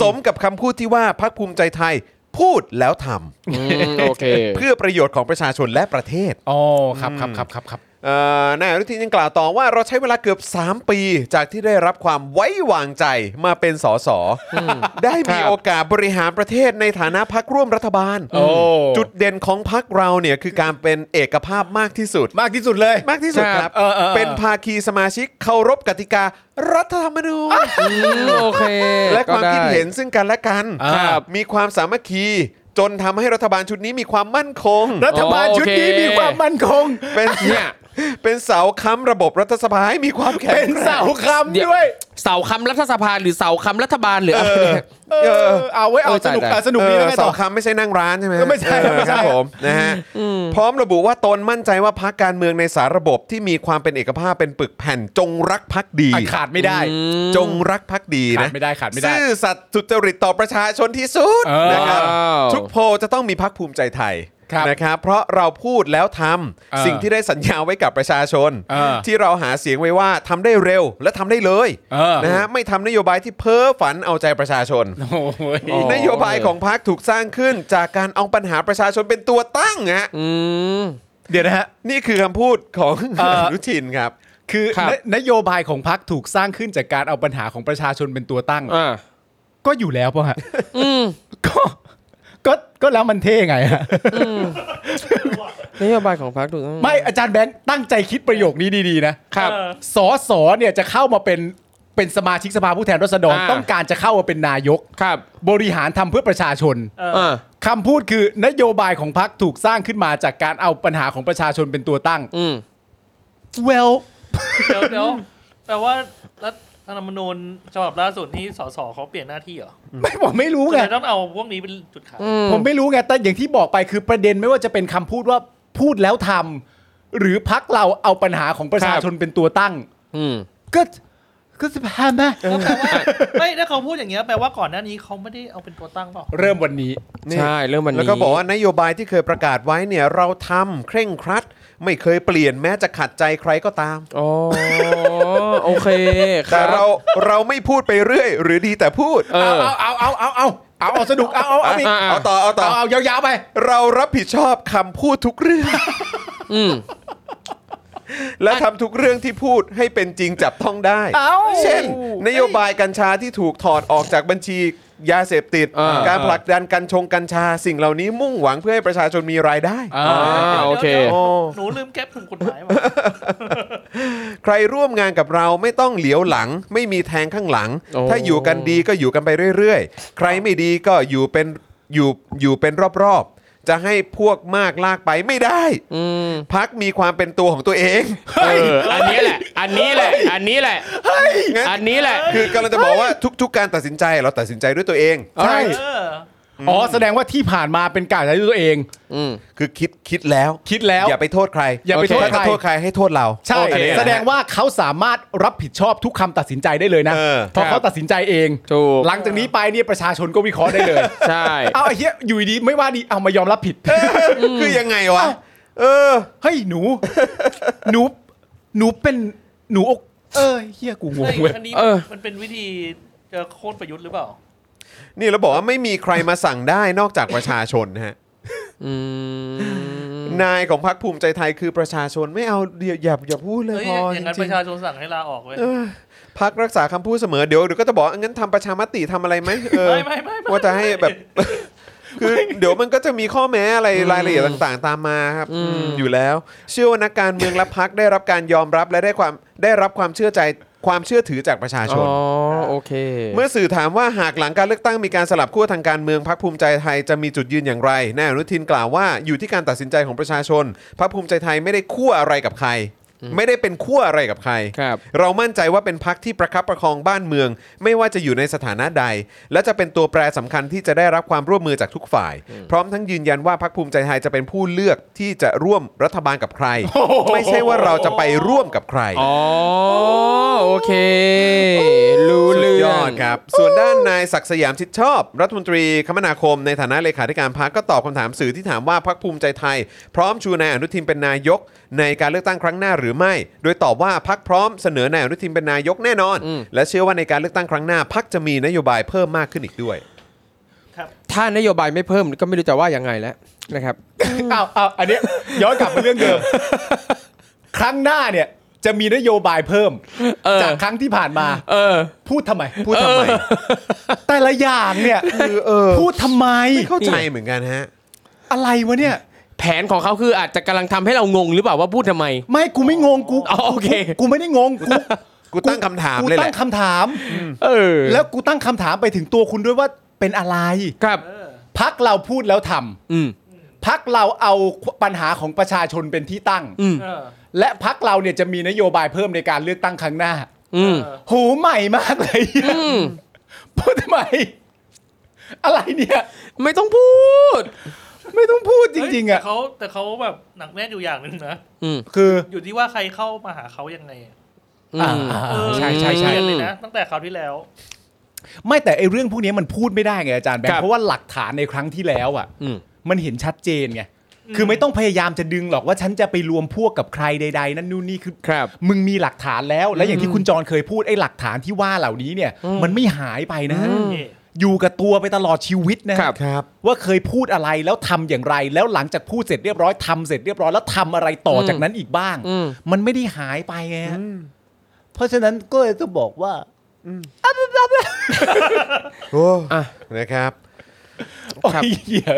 Speaker 1: สมกับคำพูดที่ว่าพักภูมิใจไทยพูดแล้วท
Speaker 2: อืมโอเค
Speaker 1: ำเพื่อประโยชน์ของประชาชนและประเทศ
Speaker 3: อ๋อครับครับครับครับครับ
Speaker 1: เอ่อนายอนุทินยังกล่าวต่อว่าเราใช้เวลาเกือบ 3 ปี จากที่ได้รับความไว้วางใจมาเป็นสสได้มี
Speaker 2: ครับ
Speaker 1: โอกาสบริหารประเทศในฐานะพักร่วมรัฐบาล
Speaker 3: โอ้
Speaker 1: จุดเด่นของพักเราเนี่ยคือการเป็นเอกภาพมากที่สุด
Speaker 3: มากที่สุดเลย
Speaker 1: มากที่สุดครับ
Speaker 3: เออเออเออ
Speaker 1: นภาคีสมาชิกเคารพกติการัฐธรรมนูญ
Speaker 2: อืมโอเค
Speaker 1: และความคิด
Speaker 2: ก็ไ
Speaker 1: เห็นซึ่งกันและกัน
Speaker 3: ครับ
Speaker 1: มีความสามัคคี จนทำให้รัฐบาลชุดนี้มีความมั่นคง
Speaker 3: รัฐบาลชุดนี้
Speaker 2: โอเค
Speaker 3: มีความมั่นคง
Speaker 1: เป็น
Speaker 2: เนี่ย
Speaker 1: เป็นเสาค้ำระบบรัฐสภาให้มีความแข็ง
Speaker 3: เป็นเสาคำด้วย
Speaker 2: เสาคำรัฐสภาหรือเสาคำรัฐบาลหรือ
Speaker 1: เอ
Speaker 2: อะไร
Speaker 1: อ
Speaker 2: เนี่ย
Speaker 3: เออเอาไว้เอา
Speaker 2: เออ
Speaker 3: สนุก
Speaker 2: จ่าย
Speaker 3: อ่ะสนุกดี
Speaker 1: เอ
Speaker 3: แล้ว
Speaker 1: อ
Speaker 3: ไงต่
Speaker 1: เสา
Speaker 3: อ
Speaker 1: ค้ำไม่ใช่นั่งร้านใช่ไหม
Speaker 3: เออไม่ใช่
Speaker 1: เออ
Speaker 3: ไม่ใช่
Speaker 1: ครับผมนะฮะพร้อมระบุว่าตนมั่นใจว่าพักการเมืองในสารระบบที่มีความเป็นเอกภาพเป็นปึกแผ่นจงรักพักดี
Speaker 3: อ่ะขาดไม่ได้
Speaker 1: จงรักพักดี
Speaker 3: ขา
Speaker 1: นะ
Speaker 3: ดไม่ได้ขาดไม่ได้
Speaker 1: ซื่อสัตย์สุจริตต่อประชาชนที่สุด
Speaker 3: เออ
Speaker 1: นะครับ
Speaker 2: ว้าว
Speaker 1: ทุกโพลจะต้องมีพักภูมิใจไทย
Speaker 3: ครับ
Speaker 1: นะครับ เพราะเราพูดแล้วท
Speaker 3: เอ
Speaker 1: ำ
Speaker 3: อ
Speaker 1: สิ่งที่ได้สัญญาไว้กับประชาชน
Speaker 3: เออ
Speaker 1: ที่เราหาเสียงไว้ว่าทำได้เร็วและทำได้เลย
Speaker 3: เออ
Speaker 1: นะฮะไม่ทำนโยบายที่เพ้อฝันเอาใจประชาชน
Speaker 3: โอ้ย
Speaker 1: นโยบายของพรรคถูกสร้างขึ้นจากการเอาปัญหาประชาชนเป็นตัวตั้งฮะ
Speaker 2: อืม
Speaker 3: เดี๋ยวนะฮะ
Speaker 1: นี่คือคำพูดของ
Speaker 3: เอ่ออ
Speaker 1: นุชินครับ
Speaker 3: คือ
Speaker 2: ครับ
Speaker 3: นนโยบายของพักถูกสร้างขึ้นจากการเอาปัญหาของประชาชนเป็นตัวตั้ง
Speaker 2: อ่า
Speaker 3: ก็อยู่แล้วป่ะฮะ
Speaker 2: อืม
Speaker 3: ก็ก็ก็แล้วมันเท่ไงฮะ
Speaker 2: นโยบายของพรรคถูกต้อง
Speaker 3: ไม่อาจารย์แบงค์ตั้งใจคิดประโยคนี้ดีๆนะครับเออสอสอเนี่ยจะเข้ามาเป็นเป็นสมาชิกสภาผู้แทนราษฎร
Speaker 2: อ่า
Speaker 3: ต้องการจะเข้ามาเป็นนายก
Speaker 2: ครับ
Speaker 3: บริหารทำเพื่อประชาชน
Speaker 4: เออ
Speaker 2: อ่า
Speaker 3: คำพูดคือนโยบายของพักถูกสร้างขึ้นมาจากการเอาปัญหาของประชาชนเป็นตัวตั้ง
Speaker 2: อืม
Speaker 3: well
Speaker 4: เดี๋ยวเดี๋ยวแปลว่ารัฐธรรมนูญฉบับล่าสุดนี่สสเขาเปลี่ยนหน้าที่เหรอ
Speaker 3: ไม่ผมไม่รู้
Speaker 4: คุณ
Speaker 3: ไง
Speaker 4: จะต้องเอาพวกนี้เป็นจุดขาย
Speaker 2: อืม
Speaker 3: ผมไม่รู้ไง แต่อย่างที่บอกไปคือประเด็นไม่ว่าจะเป็นคำพูดว่าพูดแล้วทำหรือพักเราเอาปัญหาของประชาชนเป็นตัวตั้ง
Speaker 2: อืม
Speaker 3: ก็ก็จะพามา
Speaker 4: แล้วแปลว่าไม่ถ้าเขาพูดอย่างเงี้ยแปลว่าก่อนหน้านี้เขาไม่ได้เอาเป็นตัวตั้งเปล่า
Speaker 3: เริ่มวันนี้
Speaker 1: นี่
Speaker 2: ใช่เรื่องมันนี้
Speaker 1: แล้วก็บอกว่านโยบายที่เคยประกาศไว้เนี่ยเราทำเคร่งครัด ไม่เคยเปลี่ยนแม้จะขัดใจใครก็ตาม
Speaker 2: อ๋อโอเคค
Speaker 1: แต่
Speaker 2: บ
Speaker 1: เราเราไม่พูดไปเรื่อย หรือดีแต่พูด
Speaker 2: เออ
Speaker 3: เอาเอาเอาเอาเอาเอาเอาสนุกเอาเอาเอาอีก
Speaker 2: อ่ะ
Speaker 1: เอาต่อเอาต่อ
Speaker 3: เอาเอายาวๆไป
Speaker 1: เรารับผิดชอบคำพูดทุกเรื่อง
Speaker 2: อืม
Speaker 1: และทำทุกเรื่องที่พูดให้เป็นจริงจับต้องได้
Speaker 3: เอ้า
Speaker 1: เช่น นโยบายกัญชาที่ถูกถอดออกจากบัญชียาเสพติด
Speaker 2: อ่า
Speaker 1: การผลักดันกัญชงกัญชา สิ่งเหล่านี้มุ่งหวังเพื่อให้ประชาชนมีรายได้
Speaker 2: อ่าโอเค
Speaker 1: โอ้
Speaker 4: หนูลืมแก็บถุงกฎหมายมา
Speaker 1: ใครร่วมงานกับเราไม่ต้องเหลียวหลัง ไม่มีแทงข้างหลัง
Speaker 2: โอ้
Speaker 1: ถ้าอยู่กันดีก็อยู่กันไปเรื่อยๆ ใครไม่ดีก็อยู่เป็นอยู่อยู่เป็นรอบๆ จะให้พวกมากลากไปไม่ได้
Speaker 2: อืม
Speaker 1: พักมีความเป็นตัวของตัวเอง
Speaker 2: เอออันนี้แหละ อันนี้แหละ อันนี้แหละ
Speaker 1: งั้น
Speaker 2: อันนี้แหละ
Speaker 1: คือกำลังจะบอกว่าทุกๆ การตัดสินใจเราตัดสินใจด้วยตัวเอง
Speaker 3: ใช่
Speaker 4: เออ
Speaker 3: อ๋อแสดงว่าที่ผ่านมาเป็นการใช้ด้วยตัวเอง
Speaker 2: อืม
Speaker 1: คือคิดคิดแล้ว
Speaker 3: คิดแล้ว
Speaker 1: อย่าไปโทษใคร
Speaker 3: อย่าไป
Speaker 1: โเค
Speaker 3: โทษ
Speaker 1: ถ้า
Speaker 3: ใคร
Speaker 1: จะโทษใครให้โทษเรา
Speaker 3: ใช่
Speaker 2: โอเค
Speaker 3: แสดงว่าเขาสามารถรับผิดชอบทุกคำตัดสินใจได้เลยนะ
Speaker 1: เออ
Speaker 3: เพราะเขาตัดสินใจเอง
Speaker 2: ถูก
Speaker 3: หลังจากนี้ไปเนี่ยประชาชนก็วิเคราะห์ได้เลย
Speaker 2: ใช่
Speaker 3: เอาไอ้เหี้ยอยู่ดีไม่ว่าดีเอามายอมรับผิด
Speaker 1: คือยังไงวะ เออ
Speaker 3: เฮ้ยหนู หนู หนูเป็นหนูอกเออเฮียกูงง
Speaker 4: ไอ้
Speaker 3: เว้ย
Speaker 4: อันนี้
Speaker 2: เออ
Speaker 4: มันเป็นวิธีจะโค่นประยุทธ์หรือเปล่า
Speaker 1: นี่เราบอกว่าไม่มีใครมาสั่งได้นอกจากประชาชนนะฮะ
Speaker 2: อืม
Speaker 1: นายของพรรคภูมิใจไทยคือประชาชนไม่เอาเดี๋ยวอย่าอย่าพูดเลย
Speaker 4: เฮ้ย
Speaker 1: พอ
Speaker 4: อ
Speaker 1: จ
Speaker 4: ย่างนั้นป
Speaker 1: ริง
Speaker 4: ระชาชนสั่งให้ลาออกเว้ย
Speaker 1: ๆพักรักษาคำพูดเสมอเดี๋ยวเดี๋ยวก็จะบอกงั้นทำประชามติทำอะไรไหมเออ
Speaker 4: ไม่ไม่ไม่ไม่
Speaker 1: ว่าจะให้แบบ คือ เดี๋ยวมันก็จะมีข้อแม้อะไรรายละเอียดต่างๆ ตามมาครับอยู่แล้ว เชื่อว่านักการเมืองและพักได้รับการยอมรับและได้ความได้รับความเชื่อใจความเชื่อถือจากประชาชน
Speaker 2: อ๋อโอเค
Speaker 1: เมื่อสื่อถามว่าหากหลังการเลือกตั้งมีการสลับขั้วทางการเมืองพรรคภูมิใจไทยจะมีจุดยืนอย่างไรนายอนุทินกล่าวว่าอยู่ที่การตัดสินใจของประชาชนพรรคภูมิใจไทยไม่ได้ขั้วอะไรกับใคร ไม่ได้เป็นขั้วอะไรกับใคร
Speaker 2: ครับ
Speaker 1: เรามั่นใจว่าเป็นพักที่ประคับประคองบ้านเมือง ไม่ว่าจะอยู่ในสถานะใด และจะเป็นตัวแปรสำคัญที่จะได้รับความร่วมมือจากทุกฝ่าย พร้อมทั้งยืนยันว่าพรรคภูมิใจไทยจะเป็นผู้เลือกที่จะร่วมรัฐบาลกับใคร ไม่ใช่ว่าเราจะไปร่วมกับใคร
Speaker 2: อ๋อโอเค รู้
Speaker 1: สุ
Speaker 2: เรื่
Speaker 1: ด
Speaker 2: อง
Speaker 1: ยอดครับ ส่วนด้านนายศักดิ์สยามชิดชอบ รัฐมนตรีคมนาคมในฐานะเลขาธิการพรรคก็ตอบคำถามสื่อที่ถามว่าพรรคภูมิใจไทย พร้อมชูนายอนุทินเป็นนายก ในการเลือกตั้งครั้งหน้าหรือไม่ โดยตอบว่าพรรคพร้อมเสนอนายอนุทินเป็นนายกแน่นอน
Speaker 2: อืม
Speaker 1: และเชื่อว่าในการเลือกตั้งครั้งหน้าพรรคจะมีนโยบายเพิ่มมากขึ้นอีกด้วย
Speaker 2: ถ้านโยบายไม่เพิ่มก็ไม่รู้จะว่ายังไงแล้วนะครับ
Speaker 3: เอาเอาอันเนี้ยย้อนกลับมาเรื่องเดิม ครั้งหน้าเนี่ย จะมีนโยบายเพิ่ม
Speaker 2: เออ
Speaker 3: จากครั้งที่ผ่านมา
Speaker 2: เออ
Speaker 3: พูดทำไม พูดทำไม แต่ละอย่างเนี่ย
Speaker 1: คือเออ
Speaker 3: พูดทำไม
Speaker 1: เข้าใจเหมือนกันฮะ
Speaker 3: อะไรวะเนี่ย
Speaker 2: แผนของเขาคืออาจจะกำลังทำให้เรางงหรือเปล่าว่าพูดทำไม
Speaker 3: ไม่กูไม่งงกู
Speaker 2: อ๋อโอเค
Speaker 3: กูกูไม่ได้งงกู
Speaker 1: กูตั้งคำถาม
Speaker 3: กู
Speaker 1: เลยแห
Speaker 3: ตั้
Speaker 1: ละ
Speaker 3: งคำถาม
Speaker 2: เออ
Speaker 3: แล้วกูตั้งคำถามไปถึงตัวคุณด้วยว่าเป็นอะไร
Speaker 2: ครับ
Speaker 4: เออ
Speaker 3: พักเราพูดแล้วทำ
Speaker 2: อืม
Speaker 3: พักเราเอาปัญหาของประชาชนเป็นที่ตั้ง
Speaker 2: อืม
Speaker 4: เออ
Speaker 3: และพักเราเนี่ยจะมีนโยบายเพิ่มในการเลือกตั้งครั้งหน้า
Speaker 2: อืม
Speaker 4: เออ
Speaker 3: หูใหม่มากเลย
Speaker 2: อืม
Speaker 3: พูดทำไม อะไรเนี่ย
Speaker 2: ไม่ต้องพูด
Speaker 3: ไม่ต้องพูดจริง ๆอ่ะ
Speaker 4: แต่เขาแต่เขาแบบหนักแน่นอยู่อย่างหนึ่งนะ
Speaker 2: อืม
Speaker 3: คือ
Speaker 4: อยู่ที่ว่าใครเข้ามาหาเขายังไงอะ
Speaker 2: อืม
Speaker 3: อ่า
Speaker 4: เออ
Speaker 3: ใช่ใช่ใช่
Speaker 4: เปลี่ยนเลยนะตั้งแต่คราวที่แล้ว
Speaker 3: ไม่แต่ไอเรื่องพวกนี้มันพูดไม่ได้ไงอาจารย์แบง
Speaker 2: ครั
Speaker 3: ค์
Speaker 2: บ
Speaker 3: เพราะว่าหลักฐานในครั้งที่แล้วอ่ะ
Speaker 2: อืม
Speaker 3: มันเห็นชัดเจนไง
Speaker 4: อืม
Speaker 3: คือไม่ต้องพยายามจะดึงหรอกว่าฉันจะไปรวมพวกกับใครใด ๆ นั่นนู่นนี่คือ
Speaker 2: ครับ
Speaker 3: มึงมีหลักฐานแล้ว และอย่างที่คุณจรเคยพูดไอ้หลักฐานที่ว่าเหล่านี้เนี่ย มันไม่หายไปนะ
Speaker 2: อืม
Speaker 4: เย่
Speaker 3: อยู่กับตัวไปตลอดชีวิตนะ
Speaker 2: ครับ
Speaker 1: ครับ
Speaker 3: ว่าเคยพูดอะไรแล้วทำอย่างไร แล้วหลังจากพูดเสร็จเรียบร้อยทำเสร็จเรียบร้อยแล้วทำอะไรต่อจากนั้นอีกบ้าง
Speaker 2: อืม
Speaker 3: มันไม่ได้หายไปไงฮะ
Speaker 6: เพราะฉะนั้นก็เลยต้องบอกว่า
Speaker 1: โอ้
Speaker 2: อ่ะ
Speaker 1: นะครับ
Speaker 2: ครับ
Speaker 3: โอ้ยเหี้ย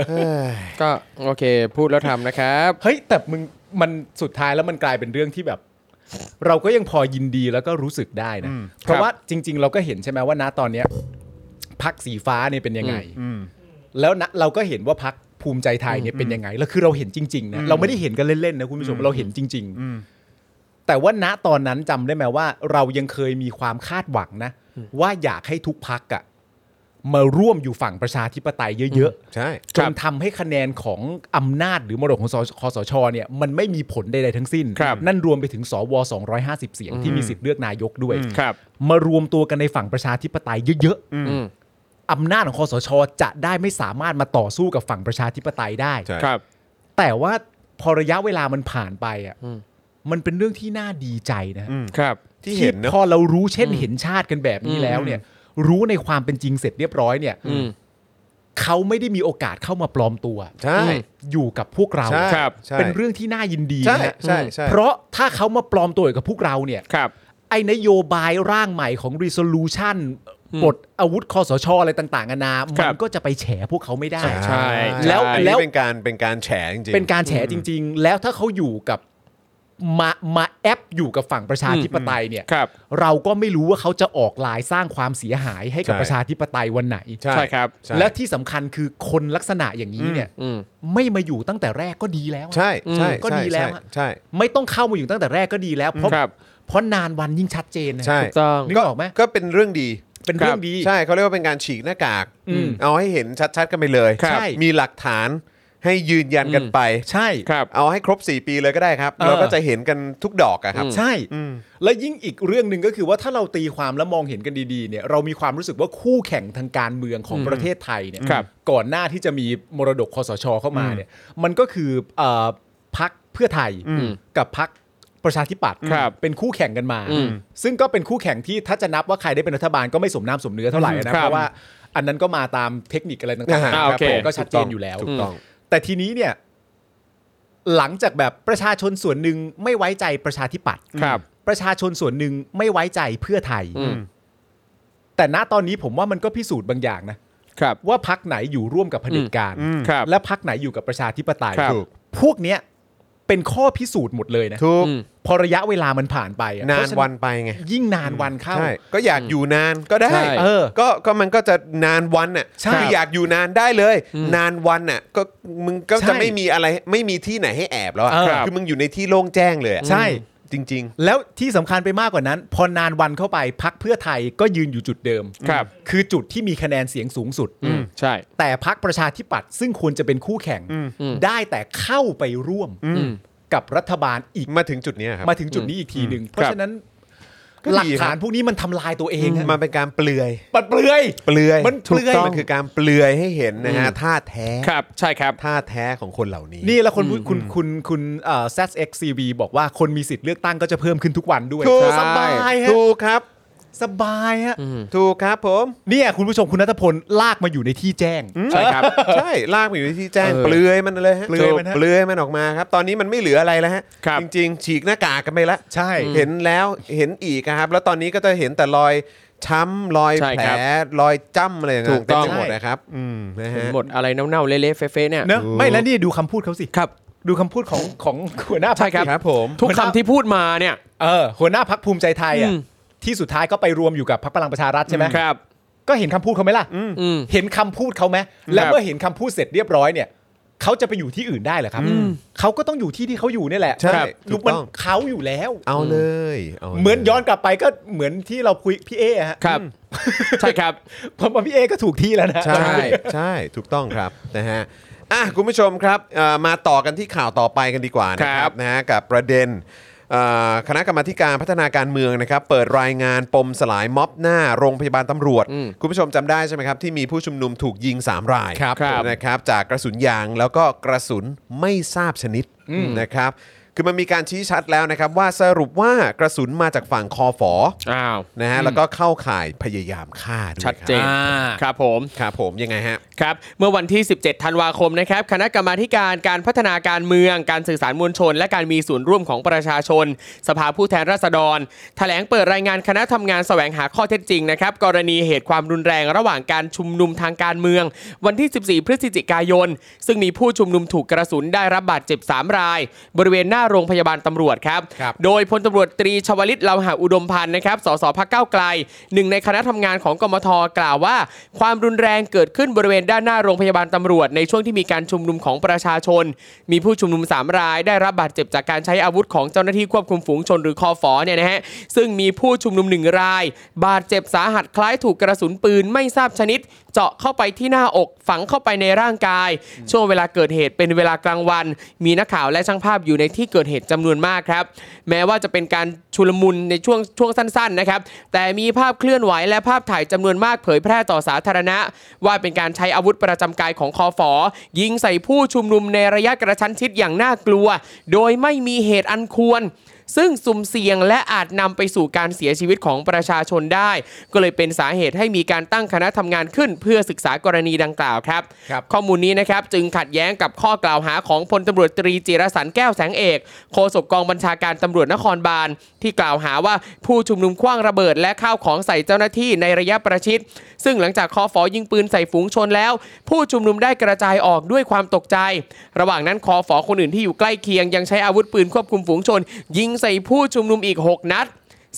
Speaker 2: ก็โอเค พูดแล้วทำนะครับ
Speaker 3: เฮ้ยแต่มึงมันสุดท้ายแล้วมันกลายเป็นเรื่องที่แบบ เราก็ยังพอยินดีแล้วก็รู้สึกได้นะ เพ
Speaker 2: ครั
Speaker 3: ราะ
Speaker 2: บ
Speaker 3: ว่าจริง ๆ เราก็เห็นใช่ไหมว่าณตอนเนี้ยพักสีฟ้าเนี่ยเป็นยังไง แล้วนะเราก็เห็นว่าพักภูมิใจไทยเนี่ยเป็นยังไง แล้วคือเราเห็นจริง ๆ นะ เราไม่ได้เห็นกันเล่น ๆ นะคุณผู้ชมเราเห็นจริง ๆ แต่ว่าณตอนนั้นจำได้ไหมว่า เรายังเคยมีความคาดหวังนะ ว่าอยากให้ทุกพักอะมาร่วมอยู่ฝั่งประชาธิปไตยเยอะ
Speaker 1: ใช่
Speaker 3: ๆ จนทำให้คะแนนของอำนาจหรือมรดกของสคสชเนี่ยมันไม่มีผลใดๆทั้งสิ้น
Speaker 2: ครับ
Speaker 3: นั่นรวมไปถึงสว250 เสียงที่มีสิทธิ์เลือกนายกด้วย
Speaker 2: ครับ
Speaker 3: มารวมตัวกันในฝั่งประชาธิปไตยเยอะๆ
Speaker 2: อืม
Speaker 3: อำนาจของคอสช จะได้ไม่สามารถมาต่อสู้กับฝั่งประชาธิปไตยได้
Speaker 1: ใช่
Speaker 2: ครับ
Speaker 3: แต่ว่าพอระยะเวลามันผ่านไปอ่ะ
Speaker 2: อืม
Speaker 3: มันเป็นเรื่องที่น่าดีใจนะ
Speaker 2: ครับ
Speaker 1: ที่เห็นเนอะ
Speaker 3: พอเรารู้เช่นเห็นชาติกันแบบนี้แล้วเนี่ย รู้ในความเป็นจริงเสร็จเรียบร้อยเนี่ย
Speaker 2: อืม
Speaker 3: เขาไม่ได้มีโอกาสเข้ามาปลอมตัว
Speaker 1: ใช่
Speaker 3: อยู่กับพวกเรา
Speaker 1: ใช่
Speaker 2: ครับ
Speaker 1: ใช่
Speaker 3: เป็นเรื่องที่น่ายินดี
Speaker 1: ใช่
Speaker 3: นะฮะ
Speaker 1: ใช่ใช่
Speaker 3: เพราะถ้าเขามาปลอมตัวอยู่กับพวกเราเนี่ย
Speaker 2: ครับ
Speaker 3: ไอ้นโยบายร่างใหม่ของ resolution
Speaker 2: อืม
Speaker 3: ปลดอาวุธคอสชอะไรต่างๆนานา
Speaker 2: ครั
Speaker 3: มั
Speaker 2: บ
Speaker 3: นก็จะไปแฉพวกเขาไม่ได้
Speaker 1: ใช่
Speaker 2: ใช่
Speaker 3: แล้ว
Speaker 2: ใช่
Speaker 3: แล้ว
Speaker 1: นี่เป็นการเป็นการแฉจริงๆ
Speaker 3: เป็นการแฉจริง ๆ แล้วถ้าเขาอยู่กับมามาแอปอยู่กับฝั่งประชาธิปไตยเนี่ย
Speaker 2: ครับ
Speaker 3: เราก็ไม่รู้ว่าเขาจะออกลายสร้างความเสียหายให้กับ
Speaker 1: ใช่
Speaker 3: ประชาธิปไตยวันไหน
Speaker 1: ใช่
Speaker 2: ใช่ครับ
Speaker 1: ใช่
Speaker 3: และที่สำคัญคือคนลักษณะอย่างนี้เนี่ย
Speaker 2: อืม
Speaker 3: ไม่มาอยู่ตั้งแต่แรกก็ดีแล้วอะ
Speaker 1: ใช่ใช่
Speaker 3: อืมก็ดี
Speaker 1: ใช่
Speaker 3: แล้วอะ
Speaker 1: ใช่
Speaker 3: ไม่ต้องเข้ามาอยู่ตั้งแต่แรกก็ดีแล้วเพราะ
Speaker 2: ครับ
Speaker 3: เพราะนานวันยิ่งชัดเจนนะ
Speaker 1: ใช่
Speaker 2: ถูกต้อง
Speaker 3: นึกออกไหม
Speaker 1: ก็เป็นเรื่องดี
Speaker 3: เป็นเรื่องดี
Speaker 1: ใช่เขาเรียกว่าเป็นการฉีกหน้ากาก
Speaker 3: อืม
Speaker 1: เอาให้เห็นชัดๆกันไปเลย
Speaker 3: ครับใช่
Speaker 1: มีหลักฐานให้ยืนยันกันไป
Speaker 3: ใช่
Speaker 2: ครับ
Speaker 1: เอาให้ครบ 4 ปีเลยก็ได้ครับ
Speaker 3: เออ
Speaker 1: เราก็จะเห็นกันทุกดอกอะครับ
Speaker 3: ใช่ และยิ่งอีกเรื่องหนึ่งก็คือว่าถ้าเราตีความและมองเห็นกันดีๆเนี่ยเรามีความรู้สึกว่าคู่แข่งทางการเมืองของประเทศไทยเนี่ย
Speaker 2: ครับ
Speaker 3: ก่อนหน้าที่จะมีมรดกคอสชเข้ามาเนี่ยมันก็คือเอ่อพักเพื่อไทยกับพักประชาธิปัตย์
Speaker 2: ครับ
Speaker 3: เป็นคู่แข่งกันมา
Speaker 2: อืม
Speaker 3: ซึ่งก็เป็นคู่แข่งที่ถ้าจะนับว่าใครได้เป็นรัฐบาลก็ไม่สมน้ำสมเนื้อเท่าไหร่นะ
Speaker 2: ครับ
Speaker 3: เพราะว่าอันนั้นก็มาตามเทคนิคอะไรต่างๆ
Speaker 2: อ่าโอเค
Speaker 3: ผมก็ชัดเจนอยู่แล้ว
Speaker 1: ถูกต้อง
Speaker 3: แต่ทีนี้เนี่ยหลังจากแบบประชาชนส่วนหนึ่งไม่ไว้ใจประชาธิปัตย์
Speaker 2: ครับ
Speaker 3: ประชาชนส่วนหนึ่งไม่ไว้ใจเพื่อไทย
Speaker 2: อืม
Speaker 3: แต่ณตอนนี้ผมว่ามันก็พิสูจน์บางอย่างนะครับ ว่าพักไหนอยู่ร่วมกับเผด็จการ
Speaker 1: อืม
Speaker 2: ครับ
Speaker 3: และพักไหนอยู่กับประชาธิปไตย
Speaker 2: ครับ
Speaker 1: ถูก
Speaker 3: พวกเนี้ยเป็นข้อพิสูจน์หมดเลยนะ
Speaker 1: ทุก
Speaker 2: อืม
Speaker 3: พอระยะเวลามันผ่านไปอะ
Speaker 1: นาน
Speaker 3: เพระฉะ
Speaker 1: วันไปไง
Speaker 3: ยิ่งนานวันเข้า
Speaker 1: ใช่ ก็อยากอยู่นานก็ได้
Speaker 2: ใช่
Speaker 3: เออ
Speaker 1: ก็ก็มันก็จะนานวันน่ะ
Speaker 3: ใช่
Speaker 1: คืออยากอยู่นานได้เลย นานวันน่ะก็มึงก็
Speaker 3: ใช่
Speaker 1: จะไม่มีอะไรไม่มีที่ไหนให้แอบแล้วอะ
Speaker 3: เออ
Speaker 1: คือมึงอยู่ในที่โล่งแจ้งเลยอะ
Speaker 3: ใช่
Speaker 1: จริง ๆ
Speaker 3: แล้วที่สำคัญไปมากกว่านั้น พอนานวันเข้าไปพักเพื่อไทยก็ยืนอยู่จุดเดิม
Speaker 2: ครับ
Speaker 3: คือจุดที่มีคะแนนเสียงสูงสุด
Speaker 2: อืมใช่
Speaker 3: แต่พักประชาธิปัตย์ซึ่งควรจะเป็นคู่แข่ง
Speaker 2: อืม
Speaker 3: ได้แต่เข้าไปร่วม
Speaker 2: อืม
Speaker 3: กับรัฐบาลอีก
Speaker 1: มาถึงจุดเนี้ยครับ
Speaker 3: มาถึงจุดนี้อีกทีหนึ่งเพราะฉะนั้น
Speaker 1: ก็
Speaker 3: หลั
Speaker 1: ดี
Speaker 3: ก
Speaker 1: ครับ
Speaker 3: ฐานพวกนี้มันทำลายตัวเองอะ
Speaker 1: มันเป็นการเปลือย
Speaker 3: ปัดเปลือย
Speaker 1: เปลือย
Speaker 3: มันเปลือย
Speaker 1: ถูกต้องมันคือการเปลือยให้เห็นนะฮะท่าแท้
Speaker 2: ครับ ใช่ครับ
Speaker 1: ท่าแท้ของคนเหล่านี้
Speaker 3: นี่แล้วคนพูดคุณคุณคุณแซสเอ็กซีบีบอกว่าคนมีสิทธิ์เลือกตั้งก็จะเพิ่มขึ้นทุกวันด้วย
Speaker 1: ถูก
Speaker 3: สบายฮะ
Speaker 1: ถูกครับ
Speaker 3: สบายฮะ
Speaker 1: ถูกครับผม
Speaker 3: เนี่ยคุณผู้ชมคุณนัทพลลากมาอยู่ในที่แจ้ง
Speaker 2: ใช่ครับ
Speaker 1: ใช่ลากไปอยู่ในที่แจ้ง
Speaker 2: เออ
Speaker 1: เปลือยมันเลยฮะ
Speaker 3: เปลือยมันฮะ
Speaker 1: เปลือยมันออกมาครับ ตอนนี้มันไม่เหลืออะไรแล้วฮะ
Speaker 2: ครับ
Speaker 1: จริง ๆ ฉีกหน้ากากกันไปละ
Speaker 3: ใช่
Speaker 1: เห็นแล้วเห็นอีกครับ แล้วตอนนี้ก็จะเห็นแต่รอยช้ำรอย
Speaker 2: ใช่
Speaker 1: แผล
Speaker 2: ครับ
Speaker 1: รอยจ้ำอะไรต่างๆ
Speaker 2: ถูกต้อง
Speaker 1: เมไปหมดนะครับ อืมนะ
Speaker 2: เห็น
Speaker 1: ฮะ
Speaker 2: หมดอะไรเน่าๆเละๆเฟะๆเนี่ย
Speaker 3: เนอะไม่แล้วนี่ดูคำพูดเขาสิ
Speaker 2: ครับ
Speaker 3: ดูคำพูดของของหัวหน้าพรร
Speaker 2: ใช่
Speaker 3: ค
Speaker 2: ครับ
Speaker 3: สิ
Speaker 1: ครับผม
Speaker 2: ทุกคำที่พูดมาเนี่ย
Speaker 3: เออหัวหน้าพักภูมิใจไทยอ่ะ
Speaker 2: อืม
Speaker 3: ที่สุดท้ายก็ไปรวมอยู่กับพักพลังประชารัฐใช่ไหม
Speaker 2: ครับ
Speaker 3: ก็เห็นคำพูดเขาไหมล่ะ
Speaker 2: อืม
Speaker 3: เห็นคำพูดเขาไหมแล้วเมื่อเห็นคำพูดเสร็จเรียบร้อยเนี่ยเขาจะไปอยู่ที่อื่นได้เหรอครับเขาก็ต้องอยู่ที่ที่เขาอยู่เนี่ยแหละ
Speaker 1: ใช่
Speaker 3: ครับ
Speaker 1: ถู
Speaker 3: ลู
Speaker 1: ก
Speaker 3: กมัน
Speaker 1: ต้อง
Speaker 3: เขาอยู่แล้ว
Speaker 1: เอาเลยาล
Speaker 3: เหมือนย้อนกลับไปก็เหมือนที่เราคุยพี่เอฮะ
Speaker 2: ครับ ใช่ครับ
Speaker 3: ผมว่าพี่เอก็ถูกที่แล้วนะ
Speaker 1: ใช่ ใช่ถูกต้องครับนะฮะอ่ะคุณผู้ชมครับเอ่อมาต่อกันที่ข่าวต่อไปกันดีกว่านะค
Speaker 2: ครั
Speaker 1: รับบ นะฮะกับประเด็นเอ่อคณะกรรมาธิการพัฒนาการเมืองนะครับ เปิดรายงานปมสลายม็อบหน้าโรงพยาบาลตำรวจ คุณผู้ชมจำได้ใช่ไหมครับ ที่มีผู้ชุมนุมถูกยิง 3 ราย
Speaker 2: ครับครับ
Speaker 1: นะครับจากกระสุนยางแล้วก็กระสุนไม่ทราบชนิดนะครับ คือมันมีการชี้ชัดแล้วนะครับ ว่าสรุปว่ากระสุนมาจากฝั่งคอฝอ
Speaker 2: อ้าว
Speaker 1: นะฮะแล้วก็เข้าข่ายพยายามฆ่าด้วย
Speaker 2: ชัดเจน
Speaker 1: ครับ
Speaker 2: ครับผม
Speaker 1: ครับผมยังไงฮะ
Speaker 2: ครับเมื่อวันที่ 17 ธันวาคมนะครับคณะกรรมาธิการการพัฒนาการเมือง การสื่อสารมวลชน และการมีส่วนร่วมของประชาชน สภาผู้แทนราษฎร แถลงเปิดรายงานคณะทำงานแสวงหาข้อเท็จจริงนะครับกรณีเหตุความรุนแรงระหว่างการชุมนุมทางการเมือง วันที่ 14 พฤศจิกายน ซึ่งมีผู้ชุมนุมถูกกระสุนได้รับบาดเจ็บ 3 ราย บริเวณหน้าโรงพยาบาลตำรวจครับ
Speaker 1: ครับ
Speaker 2: โดยพลตำรวจตรีชวลิตเลาหาอุดมพันธ์นะครับ สสพักเก้าวไกล หนึ่งในคณะทำงานของกมทกล่าวว่า ความรุนแรงเกิดขึ้นบริเวณด้านหน้าโรงพยาบาลตำรวจ ในช่วงที่มีการชุมนุมของประชาชน มีผู้ชุมนุม 3 ราย ได้รับบาดเจ็บจากการใช้อาวุธของเจ้าหน้าที่ควบคุมฝูงชนหรือคอฟอเนี่ยนะฮะ ซึ่งมีผู้ชุมนุมหนึ่งราย บาดเจ็บสาหัสคล้ายถูกกระสุนปืนไม่ทราบชนิด เจาะเข้าไปที่หน้าอกฝังเข้าไปในร่างกาย ช่วงเวลาเกิดเหตุเป็นเวลากลางวัน มีนักข่าวและช่างภาพอยู่ในที่เกิดเหตุจำนวนมากครับ แม้ว่าจะเป็นการชุลมุนในช่วงช่วงสั้นๆนะครับ แต่มีภาพเคลื่อนไหวและภาพถ่ายจำนวนมากเผยแพร่ต่อสาธารณะ ว่าเป็นการใช้อาวุธประจำกายของคอฟอยิงใส่ผู้ชุมนุมในระยะกระชั้นชิดอย่างน่ากลัว โดยไม่มีเหตุอันควร ซึ่งสุ่มเสี่ยงและอาจนำไปสู่การเสียชีวิตของประชาชนได้ ก็เลยเป็นสาเหตุให้มีการตั้งคณะทำงานขึ้น เพื่อศึกษากรณีดังกล่าวครับ
Speaker 3: ครับ
Speaker 2: ข้อมูลนี้นะครับจึงขัดแย้งกับข้อกล่าวหาของพลตำรวจตรีจิรสันต์แก้วแสงเอกโฆษกกองบัญชาการตำรวจนครบาล ที่กล่าวหาว่าผู้ชุมนุมคว้างระเบิดและข้าวของใส่เจ้าหน้าที่ในระยะประชิด ซึ่งหลังจากคอฟอยิงปืนใส่ฝูงชนแล้ว ผู้ชุมนุมได้กระจายออกด้วยความตกใจ ระหว่างนั้นคอฟอคนอื่นที่อยู่ใกล้เคียงยังใช้อาวุธปืนควบคุมฝูงชน ยิงใส่ผู้ชุมนุมอีกหกนัด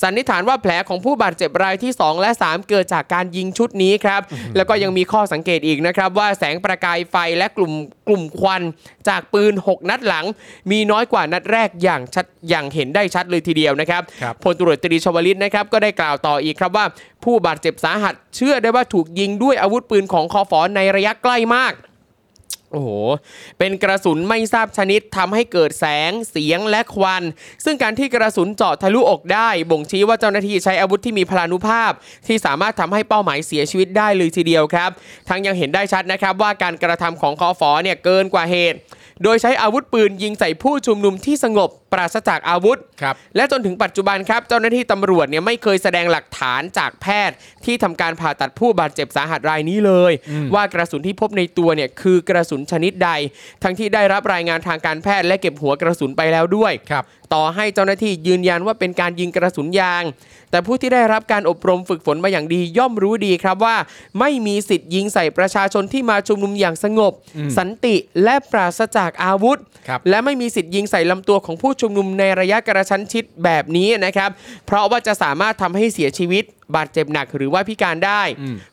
Speaker 2: สันนิษฐานว่าแผลของผู้บาดเจ็บรายที่ 2 และ 3 เกิดจากการยิงชุดนี้ครับ แล้วก็ยังมีข้อสังเกตอีกนะครับ ว่าแสงประกายไฟและกลุ่มกลุ่มควัน จากปืน 6 นัดหลัง มีน้อยกว่านัดแรกอย่างชัดอย่างเห็นได้ชัดเลยทีเดียวนะครับ
Speaker 3: ครับ
Speaker 2: พลตำรวจตรีชวลิตนะครับก็ได้กล่าวต่ออีกครับว่า ผู้บาดเจ็บสาหัส เชื่อได้ว่าถูกยิงด้วยอาวุธปืนของคอฟอในระยะใกล้มาก โอ้โห เป็นกระสุนไม่ทราบชนิดทำให้เกิดแสง เสียงและควัน ซึ่งการที่กระสุนเจาะทะลุอกได้ บ่งชี้ว่าเจ้าหน้าที่ใช้อาวุธที่มีพลานุภาพ ที่สามารถทำให้เป้าหมายเสียชีวิตได้เลยทีเดียวครับ ทั้งยังเห็นได้ชัดนะครับว่าการกระทำของคอฟอเนี่ยเกินกว่าเหตุ โดยใช้อาวุธปืนยิงใส่ผู้ชุมนุมที่สงบปราศจากอาวุธ
Speaker 3: ครับ
Speaker 2: และจนถึงปัจจุบันครับเจ้าหน้าที่ตำรวจเนี่ยไม่เคยแสดงหลักฐานจากแพทย์ ที่ทำการผ่าตัดผู้บาดเจ็บสาหัสรายนี้เลย ว่ากระสุนที่พบในตัวเนี่ยคือกระสุนชนิดใด ทั้งที่ได้รับรายงานทางการแพทย์และเก็บหัวกระสุนไปแล้วด้วย
Speaker 3: ครับ
Speaker 2: ต่อให้เจ้าหน้าที่ยืนยันว่าเป็นการยิงกระสุนยาง แต่ผู้ที่ได้รับการอบรมฝึกฝนมาอย่างดีย่อมรู้ดีครับว่า ไม่มีสิทธิ์ยิงใส่ประชาชนที่มาชุมนุมอย่างสงบ สันติและปราศจากอาวุธ
Speaker 3: ครับ
Speaker 2: และไม่มีสิทธิ์ยิงใส่ลำตัวของผู้ชุมนุมในระยะกระชั้นชิดแบบนี้นะครับ เพราะว่าจะสามารถทำให้เสียชีวิต บาดเจ็บหนักหรือว่าพิการได้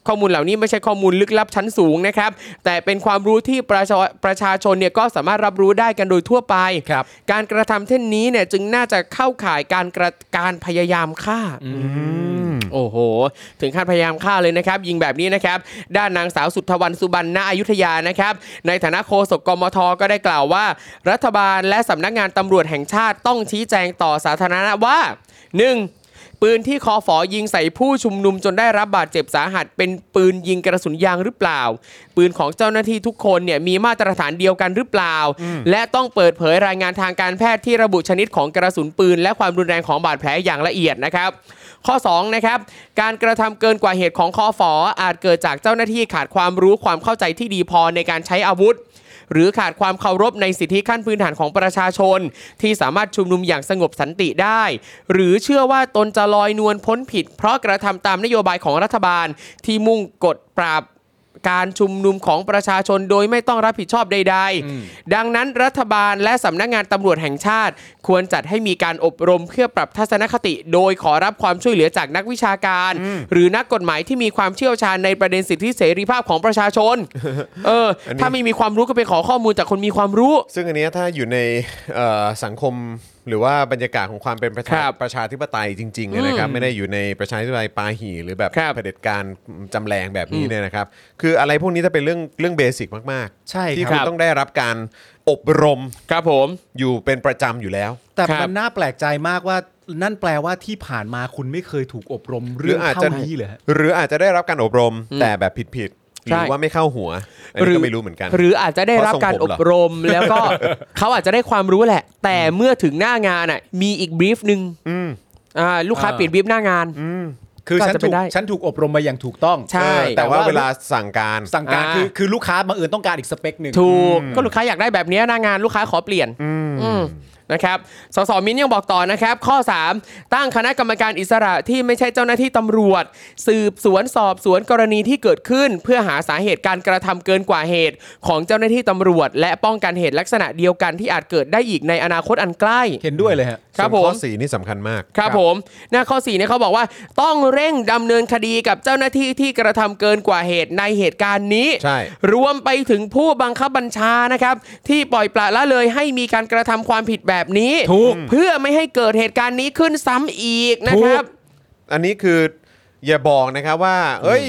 Speaker 2: ข้อมูลเหล่านี้ไม่ใช่ข้อมูลลึกลับชั้นสูงนะครับ แต่เป็นความรู้ที่ประชาประชาชนเนี่ยก็สามารถรับรู้ได้กันโดยทั่วไป
Speaker 3: ครับ
Speaker 2: การกระทำเช่นนี้เนี่ยจึงน่าจะเข้าข่ายการกระการพยายามฆ่า โอ้โห ถึงขั้นพยายามฆ่าเลยนะครับ ยิงแบบนี้นะครับ ด้านนางสาวสุทธวันสุบรรณณอยุธยานะครับ ในฐานะโฆษกกมทก็ได้กล่าวว่า รัฐบาลและสำนักงานตำรวจแห่งชาติต้องชี้แจงต่อสาธารณะว่า 1. ปืนที่คอฝอยิงใส่ผู้ชุมนุมจนได้รับบาดเจ็บสาหัส เป็นปืนยิงกระสุนยางหรือเปล่า ปืนของเจ้าหน้าที่ทุกคนเนี่ยมีมาตรฐานเดียวกันหรือเปล่า และต้องเปิดเผยรายงานทางการแพทย์ที่ระบุชนิดของกระสุนปืน และความรุนแรงของบาดแผลอย่างละเอียดนะครับ ข้อ 2 นะครับ การกระทำเกินกว่าเหตุของคอฟออาจเกิดจากเจ้าหน้าที่ขาดความรู้ความเข้าใจที่ดีพอในการใช้อาวุธ หรือขาดความเคารพในสิทธิขั้นพื้นฐานของประชาชน ที่สามารถชุมนุมอย่างสงบสันติได้ หรือเชื่อว่าตนจะลอยนวลพ้นผิด เพราะกระทำตามนโยบายของรัฐบาลที่มุ่งกดปราบ การชุมนุมของประชาชนโดยไม่ต้องรับผิดชอบใด
Speaker 3: อืม
Speaker 2: ๆ ดังนั้นรัฐบาลและสำนักงานตำรวจแห่งชาติ ควรจัดให้มีการอบรมเพื่อปรับทัศนคติ โดยขอรับความช่วยเหลือจากนักวิชาการ หรือนักกฎหมายที่มีความเชี่ยวชาญในประเด็นสิทธิเสรีภาพของประชาช น เออ
Speaker 1: อันนี้
Speaker 2: ถ้าไม่มีความรู้ก็ไปขอข้อมูลจากคนมีความรู้
Speaker 1: ซึ่งอันเนี้ยถ้าอยู่ใน เอ่อสังคมหรือว่าบรรยากาศของความเป็นประชา
Speaker 2: ครับ
Speaker 1: ประชาธิปไตยจริงๆเลยนะครับ
Speaker 2: อืม
Speaker 1: ไม่ได้อยู่ในประชาธิปไตยปาหีหรือแบบ
Speaker 2: ครับ
Speaker 1: เผด็จการจำแรงแบบนี้
Speaker 2: อืม
Speaker 1: เนี่ยนะครับ คืออะไรพวกนี้จะเป็นเรื่องเรื่องเบสิกมากๆ
Speaker 3: ใช่ครับ
Speaker 1: ที่คุณ
Speaker 2: ครับ
Speaker 1: ต้องได้รับการอบรม
Speaker 2: ครับผม
Speaker 1: อยู่เป็นประจำอยู่แล้ว
Speaker 3: แต่
Speaker 2: ครับ
Speaker 3: มันน่าแปลกใจมากว่านั่นแปลว่าที่ผ่านมาคุณไม่เคยถูกอบรมเรื่องเท่านี้เลยฮะ
Speaker 1: หรืออาจจะได้รับการอบรม
Speaker 2: อืม
Speaker 1: แต่แบบผิดๆหรือ
Speaker 2: ใช่
Speaker 1: ว่าไม่เข้าหัวอันนี้ก็ไม่รู้เหมือนกัน
Speaker 2: หรืออาจจะได้รับการอบรมแล้ว ก็ เขาอาจจะได้ความรู้แหละ แต่เมื่อถึงหน้างานอ่ะมีอีกบรีฟหนึ่ง
Speaker 1: อืม
Speaker 2: อ่าลูกค้า
Speaker 3: อ่า
Speaker 2: เปลี่ยนบรีฟหน้างาน
Speaker 3: คือฉัน
Speaker 2: ก็อาจจะเป็
Speaker 3: ถูก
Speaker 2: นได้
Speaker 3: ฉันถูกอบรมมาอย่างถูกต้อง
Speaker 2: ใช่
Speaker 1: เออแต่ว่าเวลาสั่งการ
Speaker 3: สั่งการ
Speaker 2: อ่า
Speaker 3: คือคือลูกค้ามาเอิญต้องการอีกสเปคหนึ่ง
Speaker 2: ถูกก็ลูกค้าอยากได้แบบเนี้ยหน้างานลูกค้าขอเปลี่ยนอืมนะครับสสมินยังบอกต่อนะครับ ข้อ 3 ตั้งคณะกรรมการอิสระที่ไม่ใช่เจ้าหน้าที่ตำรวจ สืบสวนสอบสวนกรณีที่เกิดขึ้น เพื่อหาสาเหตุการกระทำเกินกว่าเหตุ ของเจ้าหน้าที่ตำรวจ และป้องกันเหตุลักษณะเดียวกันที่อาจเกิดได้อีกในอนาคตอันใกล้
Speaker 3: เห็นด้วยเลยฮะ
Speaker 2: ครับ
Speaker 1: ส่วนข้อ
Speaker 2: ผม
Speaker 1: สี่นี่สำคัญมาก
Speaker 2: ครับผมหน้าข้อ4เนี่ยเขาบอกว่าต้องเร่งดำเนินคดีกับเจ้าหน้าที่ที่กระทำเกินกว่าเหตุในเหตุการณ์นี้
Speaker 1: ใช่
Speaker 2: รวมไปถึงผู้บังคับบัญชานะครับ ที่ปล่อยปละละเลยให้มีการกระทำความผิดแบบนี้
Speaker 3: ถูก
Speaker 2: เพื่อไม่ให้เกิดเหตุการณ์นี้ขึ้นซ้ำอีกนะครับ
Speaker 3: ถูก
Speaker 1: อันนี้คืออย่าบอกนะครับว่า เอ้ย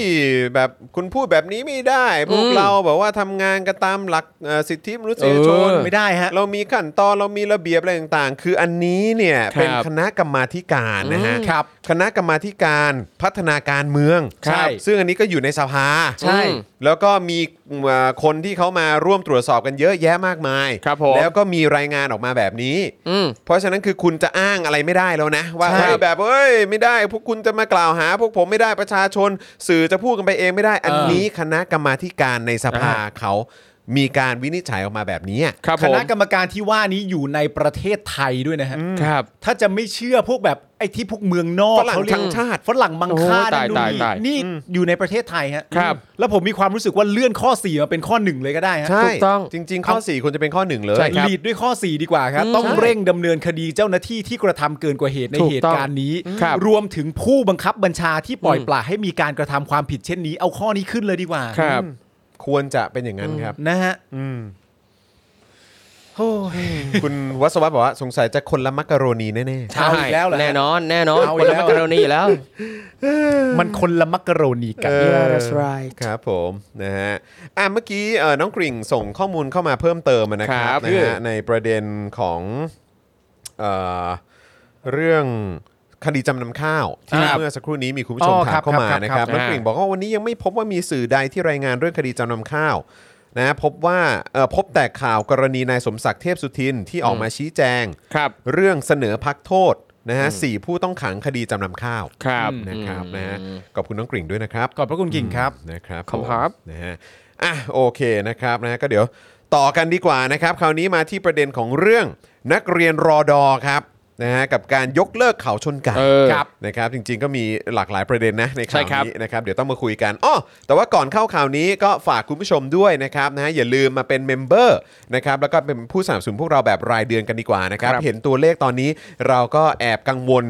Speaker 1: แบบคุณพูดแบบนี้ไม่ได้ พวก
Speaker 2: อืม
Speaker 1: เราแบบว่าทำงานกันตามหลักเอ่อสิทธิมนุษยชน
Speaker 2: เออ
Speaker 3: ไม่ได้ฮะ
Speaker 1: เรามีขั้นตอนเรามีระเบียบอะไรต่างๆ คืออันนี้เนี่ย
Speaker 2: ครับ
Speaker 1: เป็นคณะกรรมาธิการนะฮะ
Speaker 2: อืม
Speaker 1: ครับคณะกรรมาธิการพัฒนาการเมือง
Speaker 3: ใช่
Speaker 1: ซึ่งอันนี้ก็อยู่ในสภา
Speaker 2: ใช่
Speaker 1: แล้วก็มีเอ่อคนที่เขามาร่วมตรวจสอบกันเยอะแยะมากมาย
Speaker 2: ครับผม
Speaker 1: แล้วก็มีรายงานออกมาแบบนี้
Speaker 2: อืม
Speaker 1: เพราะฉะนั้นคือคุณจะอ้างอะไรไม่ได้แล้วนะ ว่า
Speaker 2: ใช่
Speaker 1: เฮ้ยแบบเอ้ยไม่ได้ พวกคุณจะมากล่าวหา พวกผมไม่ได้ประชาชน สื่อจะพูดกันไปเองไม่ได้ อัน
Speaker 3: เออ
Speaker 1: นี้คณะกรรมาธิการในสภา
Speaker 2: อ่า
Speaker 1: เขามีการวินิจฉัยออกมาแบบนี้
Speaker 2: ครับ
Speaker 3: ค
Speaker 2: ผม
Speaker 3: ณะกรรมการที่ว่านี้อยู่ในประเทศไทยด้วยนะฮะ
Speaker 2: ครับ
Speaker 3: ถ้าจะไม่เชื่อพวกแบบไอ้ที่พวกเมืองนอก
Speaker 1: ฝรั่ง
Speaker 3: เขเรียก
Speaker 1: ทั้งชาติ
Speaker 3: ฝรั่งมังค่า
Speaker 2: โอ้ตาย
Speaker 3: นั่นนู่น
Speaker 2: ตายตาย
Speaker 3: นี่นี่อยู่ในประเทศไทยฮะ
Speaker 2: ครับ
Speaker 3: แล้วผมมีความรู้สึกว่าเลื่อนข้อ4มาเป็นข้อหนึ่งเลยก็ได้ฮะ
Speaker 1: ใช่
Speaker 2: ถูกต้อง
Speaker 1: จริง ๆ ข้อ 4ควรจะเป็นข้อหนึ่งเลย
Speaker 2: ใช่ครับ
Speaker 3: ลีดด้วยข้อ 4 ดีกว่าครับ
Speaker 2: อืม
Speaker 3: ต้อง
Speaker 2: ใช่
Speaker 3: เร่งดำเนินคดีเจ้าหน้าที่ที่กระทำเกินกว่าเหตุใน
Speaker 2: ถูก
Speaker 3: เห
Speaker 2: ต้
Speaker 3: ตุ
Speaker 2: อง
Speaker 3: การณ์นี้
Speaker 2: ครับ
Speaker 3: รวมถึงผู้บังคับบัญชาที่ปล่อย
Speaker 2: อืม
Speaker 3: ปละให้มีการกระทำความผิดเช่นนี้ เอาข้อนี้ขึ้นเลยดีกว่า
Speaker 2: ครับ
Speaker 1: ควรจะเป็นอย่างนั้นครับ
Speaker 3: นะฮะ
Speaker 1: อืม
Speaker 3: โอ้ย
Speaker 1: คุณวัสวัตบอกว่าสงสัยจะคนละมักกะโรนีแน่
Speaker 3: เอาอีกแล้วเหรอฮะ
Speaker 2: แน่นอนแน่นอน
Speaker 3: เอา
Speaker 2: ค
Speaker 3: อี
Speaker 2: น
Speaker 3: กแล้
Speaker 2: ละ
Speaker 3: ว
Speaker 2: มักกะโรนีอยู่แล้ว
Speaker 3: มันคนละมักกะโรนี
Speaker 1: ๆ
Speaker 3: กัน
Speaker 1: เออ
Speaker 2: Yeah, that's right
Speaker 1: ครับผมนะฮะอ่ะเมื่อกี้เอ่อน้องกริ่งส่งข้อมูลเข้ามาเพิ่มเติมนะค
Speaker 2: ค
Speaker 1: รั
Speaker 2: รั
Speaker 1: บบ นะฮะในประเด็นของเอ่อเรื่องคดีจำนำข้าวที่
Speaker 3: ครับ
Speaker 1: เมื่อสักครู่นี้มีคุณผู้ชม
Speaker 3: อ๋อ
Speaker 1: ถา
Speaker 3: ครั
Speaker 1: ม
Speaker 3: บ
Speaker 1: เข้ามา
Speaker 3: ครับ
Speaker 1: นะ
Speaker 3: ค
Speaker 1: ค
Speaker 3: รั
Speaker 1: รับบ น้องกริ่งบอกว่าวันนี้ยังไม่พบว่ามีสื่อใดที่รายงานเรื่องคดีจำนำข้าวนะพบว่าเอ่อพบแต่ข่าวกรณีนายสมศักดิ์เทพสุทินที่ออกมาชี้แจง
Speaker 2: ครับ
Speaker 1: เรื่องเสนอพักโทษนะฮะสี่ผู้ต้องขังคดีจำนำข้าว
Speaker 2: ครับ
Speaker 1: นะครับ
Speaker 2: อืม
Speaker 1: นะฮะขอบคุณน้องกริ่งด้วยนะครับ
Speaker 3: ขอบพระคุณกิ่งครับ
Speaker 1: นะครับ
Speaker 2: ขอบคุณ
Speaker 1: ผม
Speaker 2: ครับ
Speaker 1: นะฮะอ่ะโอเคนะครับนะฮะก็เดี๋ยวต่อกันดีกว่านะครับ คราวนี้มาที่ประเด็นของเรื่องนักเรียนรอดอครับนะฮะกับการยกเลิกเขาชนไก่
Speaker 2: เออ
Speaker 1: ครับนะครับ จริงๆก็มีหลากหลายประเด็นนะในข่าว
Speaker 2: ใช่ครับ
Speaker 1: นี้นะครับ เดี๋ยวต้องมาคุยกันอ้อแต่ว่าก่อนเข้าข่าวนี้ก็ฝากคุณผู้ชมด้วยนะครับนะฮะอย่าลืมมาเป็นเมมเบอร์นะครับแล้วก็เป็นผู้สนับสนุนพวกเราแบบรายเดือนกันดีกว่านะครับ
Speaker 2: ครับ
Speaker 1: เห็นตัวเลขตอนนี้เราก็แอบกังวล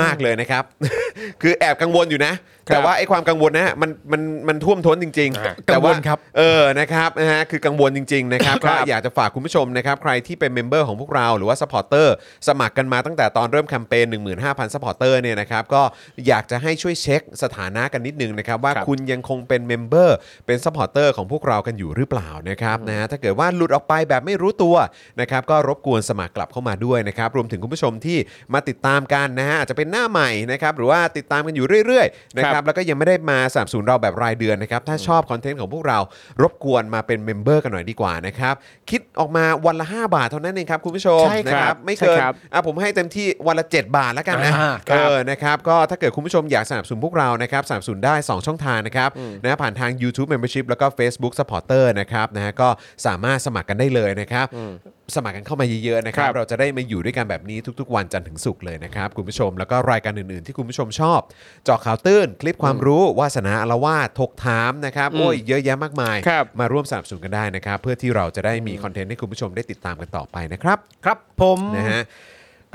Speaker 1: มาก ๆเลยนะครับ คือแอบกังวลอยู่นะ
Speaker 2: ครับ
Speaker 1: แต่ว่าไอ้ความกังวลนะฮะมันมันมันท่วมท้นจริง ๆ
Speaker 3: กั
Speaker 1: แต่
Speaker 3: งวล
Speaker 1: ว่า
Speaker 3: ครับ
Speaker 1: เออนะครับนะฮะคือกังวลจริง ๆ นะครับก็อยากจะฝากคุณผู้ชมนะครับ ใครที่เป็นเมมเบอร์ของพวกเราหรือว่าสปอร์เตอร์สมัครกันมาตั้งแต่ตอนเริ่มแคมเปญ15,000สปอร์เตอร์เนี่ยนะครับ ก็อยากจะให้ช่วยเช็คสถานะกันนิดนึงนะครับ ว่า
Speaker 2: ครับ
Speaker 1: คุณยังคงเป็นเมมเบอร์เป็นสปอร์เตอร์ของพวกเรากันอยู่หรือเปล่านะครับนะฮะถ้าเกิดว่าหลุดออกไปแบบไม่รู้ตัวนะครับ ก็รบกวนสมัครกลับเข้ามาด้วยนะครับ รวมถึงคุณผู้ชมที่มาติดตามกันนะฮะอาจจะเป็นหน้าใหม่นะครับ หรือว่าติดตามกันอยู่เรื่อยๆนะค
Speaker 2: ครั
Speaker 1: รับ
Speaker 2: บ
Speaker 1: แล้วก็ยังไม่ได้มาสนับสนุนเราแบบรายเดือนนะครับ ถ้าชอบคอนเทนต์ของพวกเรารบกวนมาเป็นเมมเบอร์กันหน่อยดีกว่านะครับ คิดออกมาวันละ 5 บาทเท่านั้นเองครับคุณผู้ชม
Speaker 2: ใช่ครับ
Speaker 1: นะไม่เกิน
Speaker 2: ใช่ครับ
Speaker 1: อ่ะผมให้เต็มที่วันละ 7 บาทแล้วกันนะ
Speaker 3: อ่า
Speaker 2: ครั
Speaker 1: เอบ อ เออนะครับก็ถ้าเกิดคุณผู้ชมอยากสนับสนุนพวกเรานะครับสนับสนุนได้ 2 ช่องทางนะครับนะผ่านทาง YouTube Membership แล้วก็ Facebook Supporter นะครับนะฮะก็สามารถสมัครกันได้เลยนะครับ สมัครกันเข้ามาเยอะๆนะครับ
Speaker 2: ครับ
Speaker 1: เราจะได้มาอยู่ด้วยกันแบบนี้ทุกๆ วันจันทร์ถึงศุกร์เลยนะครับ คุณผู้ชม แล้วก็รายการอื่น ๆ ที่คุณผู้ชมชอบ เจาะข่าวตื้น คลิปความรู้วาสนาอารวาสถกถามนะครับ
Speaker 2: อืม
Speaker 1: โอ้ยเยอะแยะมากมาย
Speaker 2: ครับ
Speaker 1: มาร่วมสนับสนุนกันได้นะครับ เพื่อที่เราจะได้มีคอนเทนต์ให้คุณผู้ชมได้ติดตามกันต่อไปนะครับ
Speaker 3: ครับผม
Speaker 1: นะฮะ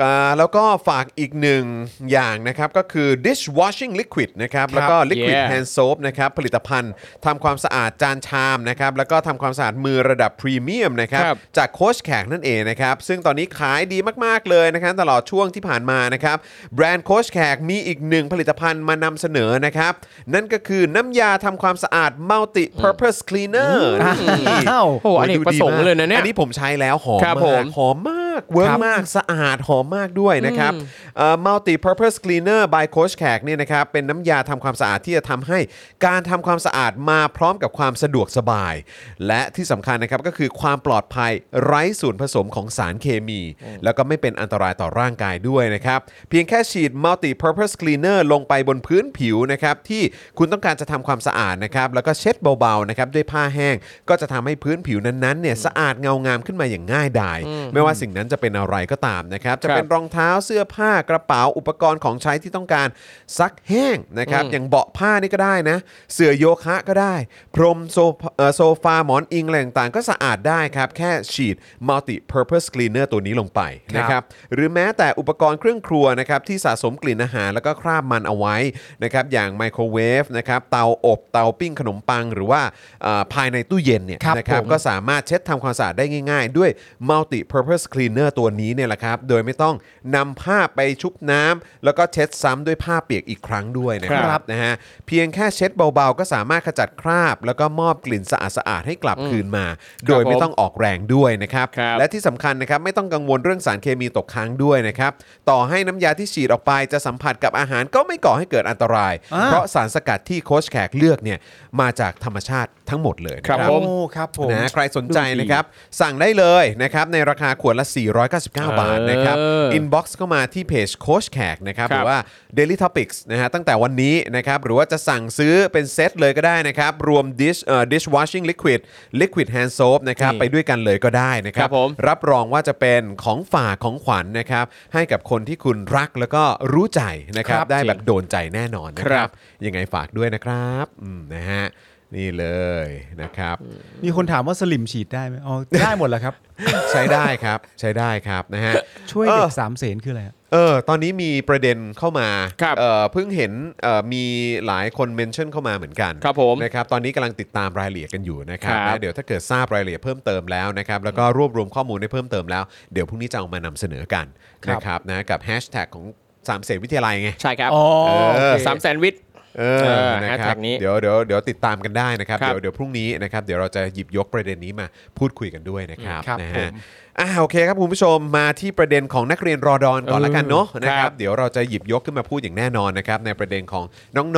Speaker 1: อ่าแล้วก็ฝากอีกหนึ่งอย่างนะครับ ก็คือ dishwashing liquid นะครับ แล้วก็ liquid
Speaker 2: Yeah
Speaker 1: hand soap นะครับ ผลิตภัณฑ์ทำความสะอาดจานชามนะครับ แล้วก็ทำความสะอาดมือระดับพรีเมียมนะครับ
Speaker 2: ครับ
Speaker 1: จากโคชแขกนั่นเองนะครับ ซึ่งตอนนี้ขายดีมาก ๆ เลยนะครับ ตลอดช่วงที่ผ่านมานะครับ แบรนด์โคชแขกมีอีกหนึ่งผลิตภัณฑ์มานำเสนอนะครับ นั่นก็คือน้ำยาทำความสะอาด multi purpose cleaner นี่
Speaker 3: อ้าว
Speaker 2: โอ้โหอเนกประสงค์เลยนะเนี่ย
Speaker 1: อันนี้ผมใช้แล้วหอม
Speaker 2: ครับผม
Speaker 1: าม กหอมมาก เวิร์
Speaker 2: ค
Speaker 1: ก
Speaker 2: รับ
Speaker 1: มากสะอาดหอมมากด้วยนะครับเอ่อ multi purpose cleaner by coach แขกเนี่ยนะครับเป็นน้ำยาทำความสะอาดที่จะทำให้การทำความสะอาดมาพร้อมกับความสะดวกสบาย และที่สำคัญนะครับก็คือความปลอดภัยไร้ส่วนผสมของสารเคมี แล้วก็ไม่เป็นอันตรายต่อร่างกายด้วยนะครับ เพียงแค่ฉีด multi purpose cleaner ลงไปบนพื้นผิวนะครับที่คุณต้องการจะทำความสะอาดนะครับแล้วก็เช็ดเบาๆนะครับด้วยผ้าแห้ง ก็จะทำให้พื้นผิวนั้นๆเนี่ยสะอาดเงางามขึ้นมาอย่างง่ายดาย ไม่ว่าสิ่งนั้นจะเป็นอะไรก็ตามนะครับ จะเป็นรองเท้าเสื้อผ้ากระเป๋าอุปกรณ์ของใช้ที่ต้องการซักแห้งนะครับ อย่างเบาะผ้านี่ก็ได้นะ เสื่อโยคะก็ได้ พรมโซฟาเอ่อโซฟาหมอนอิงอะไรต่างๆก็สะอาดได้ครับ แค่ฉีด multi purpose cleaner ตัวนี้ลงไปนะครับ หรือแม้แต่อุปกรณ์เครื่องครัวนะครับที่สะสมกลิ่นอาหารแล้วก็คราบมันเอาไว้นะครับอย่างไมโครเวฟนะครับเตาอบเตาปิ้งขนมปัง หรือว่าเอ่อภายในตู้เย็นเนี่ย
Speaker 3: ครับ
Speaker 1: นะครับ
Speaker 3: ผม
Speaker 1: ก็สามารถเช็ดทำความสะอาดได้ง่ายๆ ด้วย multi purpose cleaner ตัวนี้เนี่ยแหละครับ โดยไม่ต้องนำผ้าไปชุบน้ำแล้วก็เช็ดซ้ำด้วยผ้าเปียกอีกครั้งด้วยนะค
Speaker 2: ครั
Speaker 1: รับบ นะฮะเพียงแค่เช็ดเบาๆ ก็สามารถขจัดคราบ แล้วก็มอบกลิ่นสะอาดๆให้กลับคืนมา โดยไม่ต้องออกแรงด้วยนะครับ
Speaker 2: ครับ
Speaker 1: และที่สำคัญนะครับ ไม่ต้องกังวลเรื่องสารเคมีตกค้างด้วยนะครับ ต่อให้น้ำยาที่ฉีดออกไปจะสัมผัสกับอาหารก็ไม่ก่อให้เกิดอันตราย
Speaker 3: อ่า
Speaker 1: เพราะสารสกัดที่โค้ชแขกเลือกเนี่ยมาจากธรรมชาติทั้งหมดเลยนะค
Speaker 2: ครั
Speaker 1: รับ
Speaker 2: บผม
Speaker 3: โอ้ครับผม
Speaker 1: นะใครสนใจนะครับ สั่งได้เลยนะครับ ในราคาขวดละ 499 บาทนะครับ
Speaker 2: เออ
Speaker 1: inbox เข้ามาที่เพจโคชแขกนะครับ
Speaker 2: ค
Speaker 1: ห
Speaker 2: รับ
Speaker 1: รือว่า daily topics นะฮะตั้งแต่วันนี้นะครับ หรือว่าจะสั่งซื้อเป็นเซตเลยก็ได้นะครับ รวม dish เอ่อ dish washing liquid liquid hand soap นะครับ
Speaker 2: นี่
Speaker 1: ไปด้วยกันเลยก็ได้นะครั
Speaker 2: ครับผม
Speaker 1: รับรองว่าจะเป็นของฝากของขวัญนะครับ ให้กับคนที่คุณรักแล้วก็รู้ใจนะครับ
Speaker 2: ครับ
Speaker 1: ได้แบบ
Speaker 2: จริง
Speaker 1: โดนใจแน่นอนนะค
Speaker 2: ครั
Speaker 1: รับ
Speaker 2: บ
Speaker 1: ยังไงฝากด้วยนะครับอืมนะฮะนี่เลยนะครับ
Speaker 3: มีคนถามว่าสลิมฉีดได้ไหมอ๋อ ได้หมดแล้วครับ
Speaker 1: ใช้ได้ครับ ใช้ได้ครับนะฮะ
Speaker 3: ช่วยเด็
Speaker 1: อก อ
Speaker 3: สามเสนคืออะไรฮะ
Speaker 1: เออตอนนี้มีประเด็นเข้ามา
Speaker 2: ครับ
Speaker 1: เออเพิ่งเห็นเออมีหลายคนเมนชั่นเข้ามาเหมือนกัน
Speaker 2: ครับผม
Speaker 1: นะครับตอนนี้กำลังติดตามรายละเอียดกันอยู่นะครับ
Speaker 2: ครับ
Speaker 1: นะเดี๋ยวถ้าเกิดทราบรายละเอียดเพิ่มเติมแล้วนะครับแล้วก็รวบรวมข้อมูลได้เพิ่มเติมแล้ว เดี๋ยวพรุ่งนี้จะเอามานำเสนอกัน
Speaker 3: ครับ
Speaker 1: นะครับนะกับแฮชแท็กของสามเสนวิทยาลัยไง
Speaker 2: ใช่ครับ
Speaker 3: อ๋อ
Speaker 1: เออ
Speaker 3: โอเค
Speaker 2: สามแซนด์วิช
Speaker 1: เอ
Speaker 2: เอ
Speaker 1: อ
Speaker 2: อ
Speaker 1: นะค
Speaker 2: แฮช
Speaker 1: รั
Speaker 2: แท็
Speaker 1: บ
Speaker 2: กนี้
Speaker 1: เดี๋ยวเดี๋ยวเดี๋ยวติดตามกันได้นะครับ
Speaker 2: ครับ
Speaker 1: เดี๋ยวเดี๋ยวพรุ่งนี้นะครับเดี๋ยวเราจะหยิบยกประเด็นนี้มาพูดคุยกันด้วยนะครับ
Speaker 3: ครับ
Speaker 1: นะ
Speaker 3: ผ
Speaker 1: ฮะ
Speaker 3: ม
Speaker 1: อ่าโอเคครับคุณผู้ชมมาที่ประเด็นของนักเรียนรอดอนก่อน
Speaker 2: เออ
Speaker 1: ละกันเนาะนะค
Speaker 2: ครั
Speaker 1: รับบเดี๋ยวเราจะหยิบยกขึ้นมาพูดอย่างแน่นอนนะครับในประเด็นของ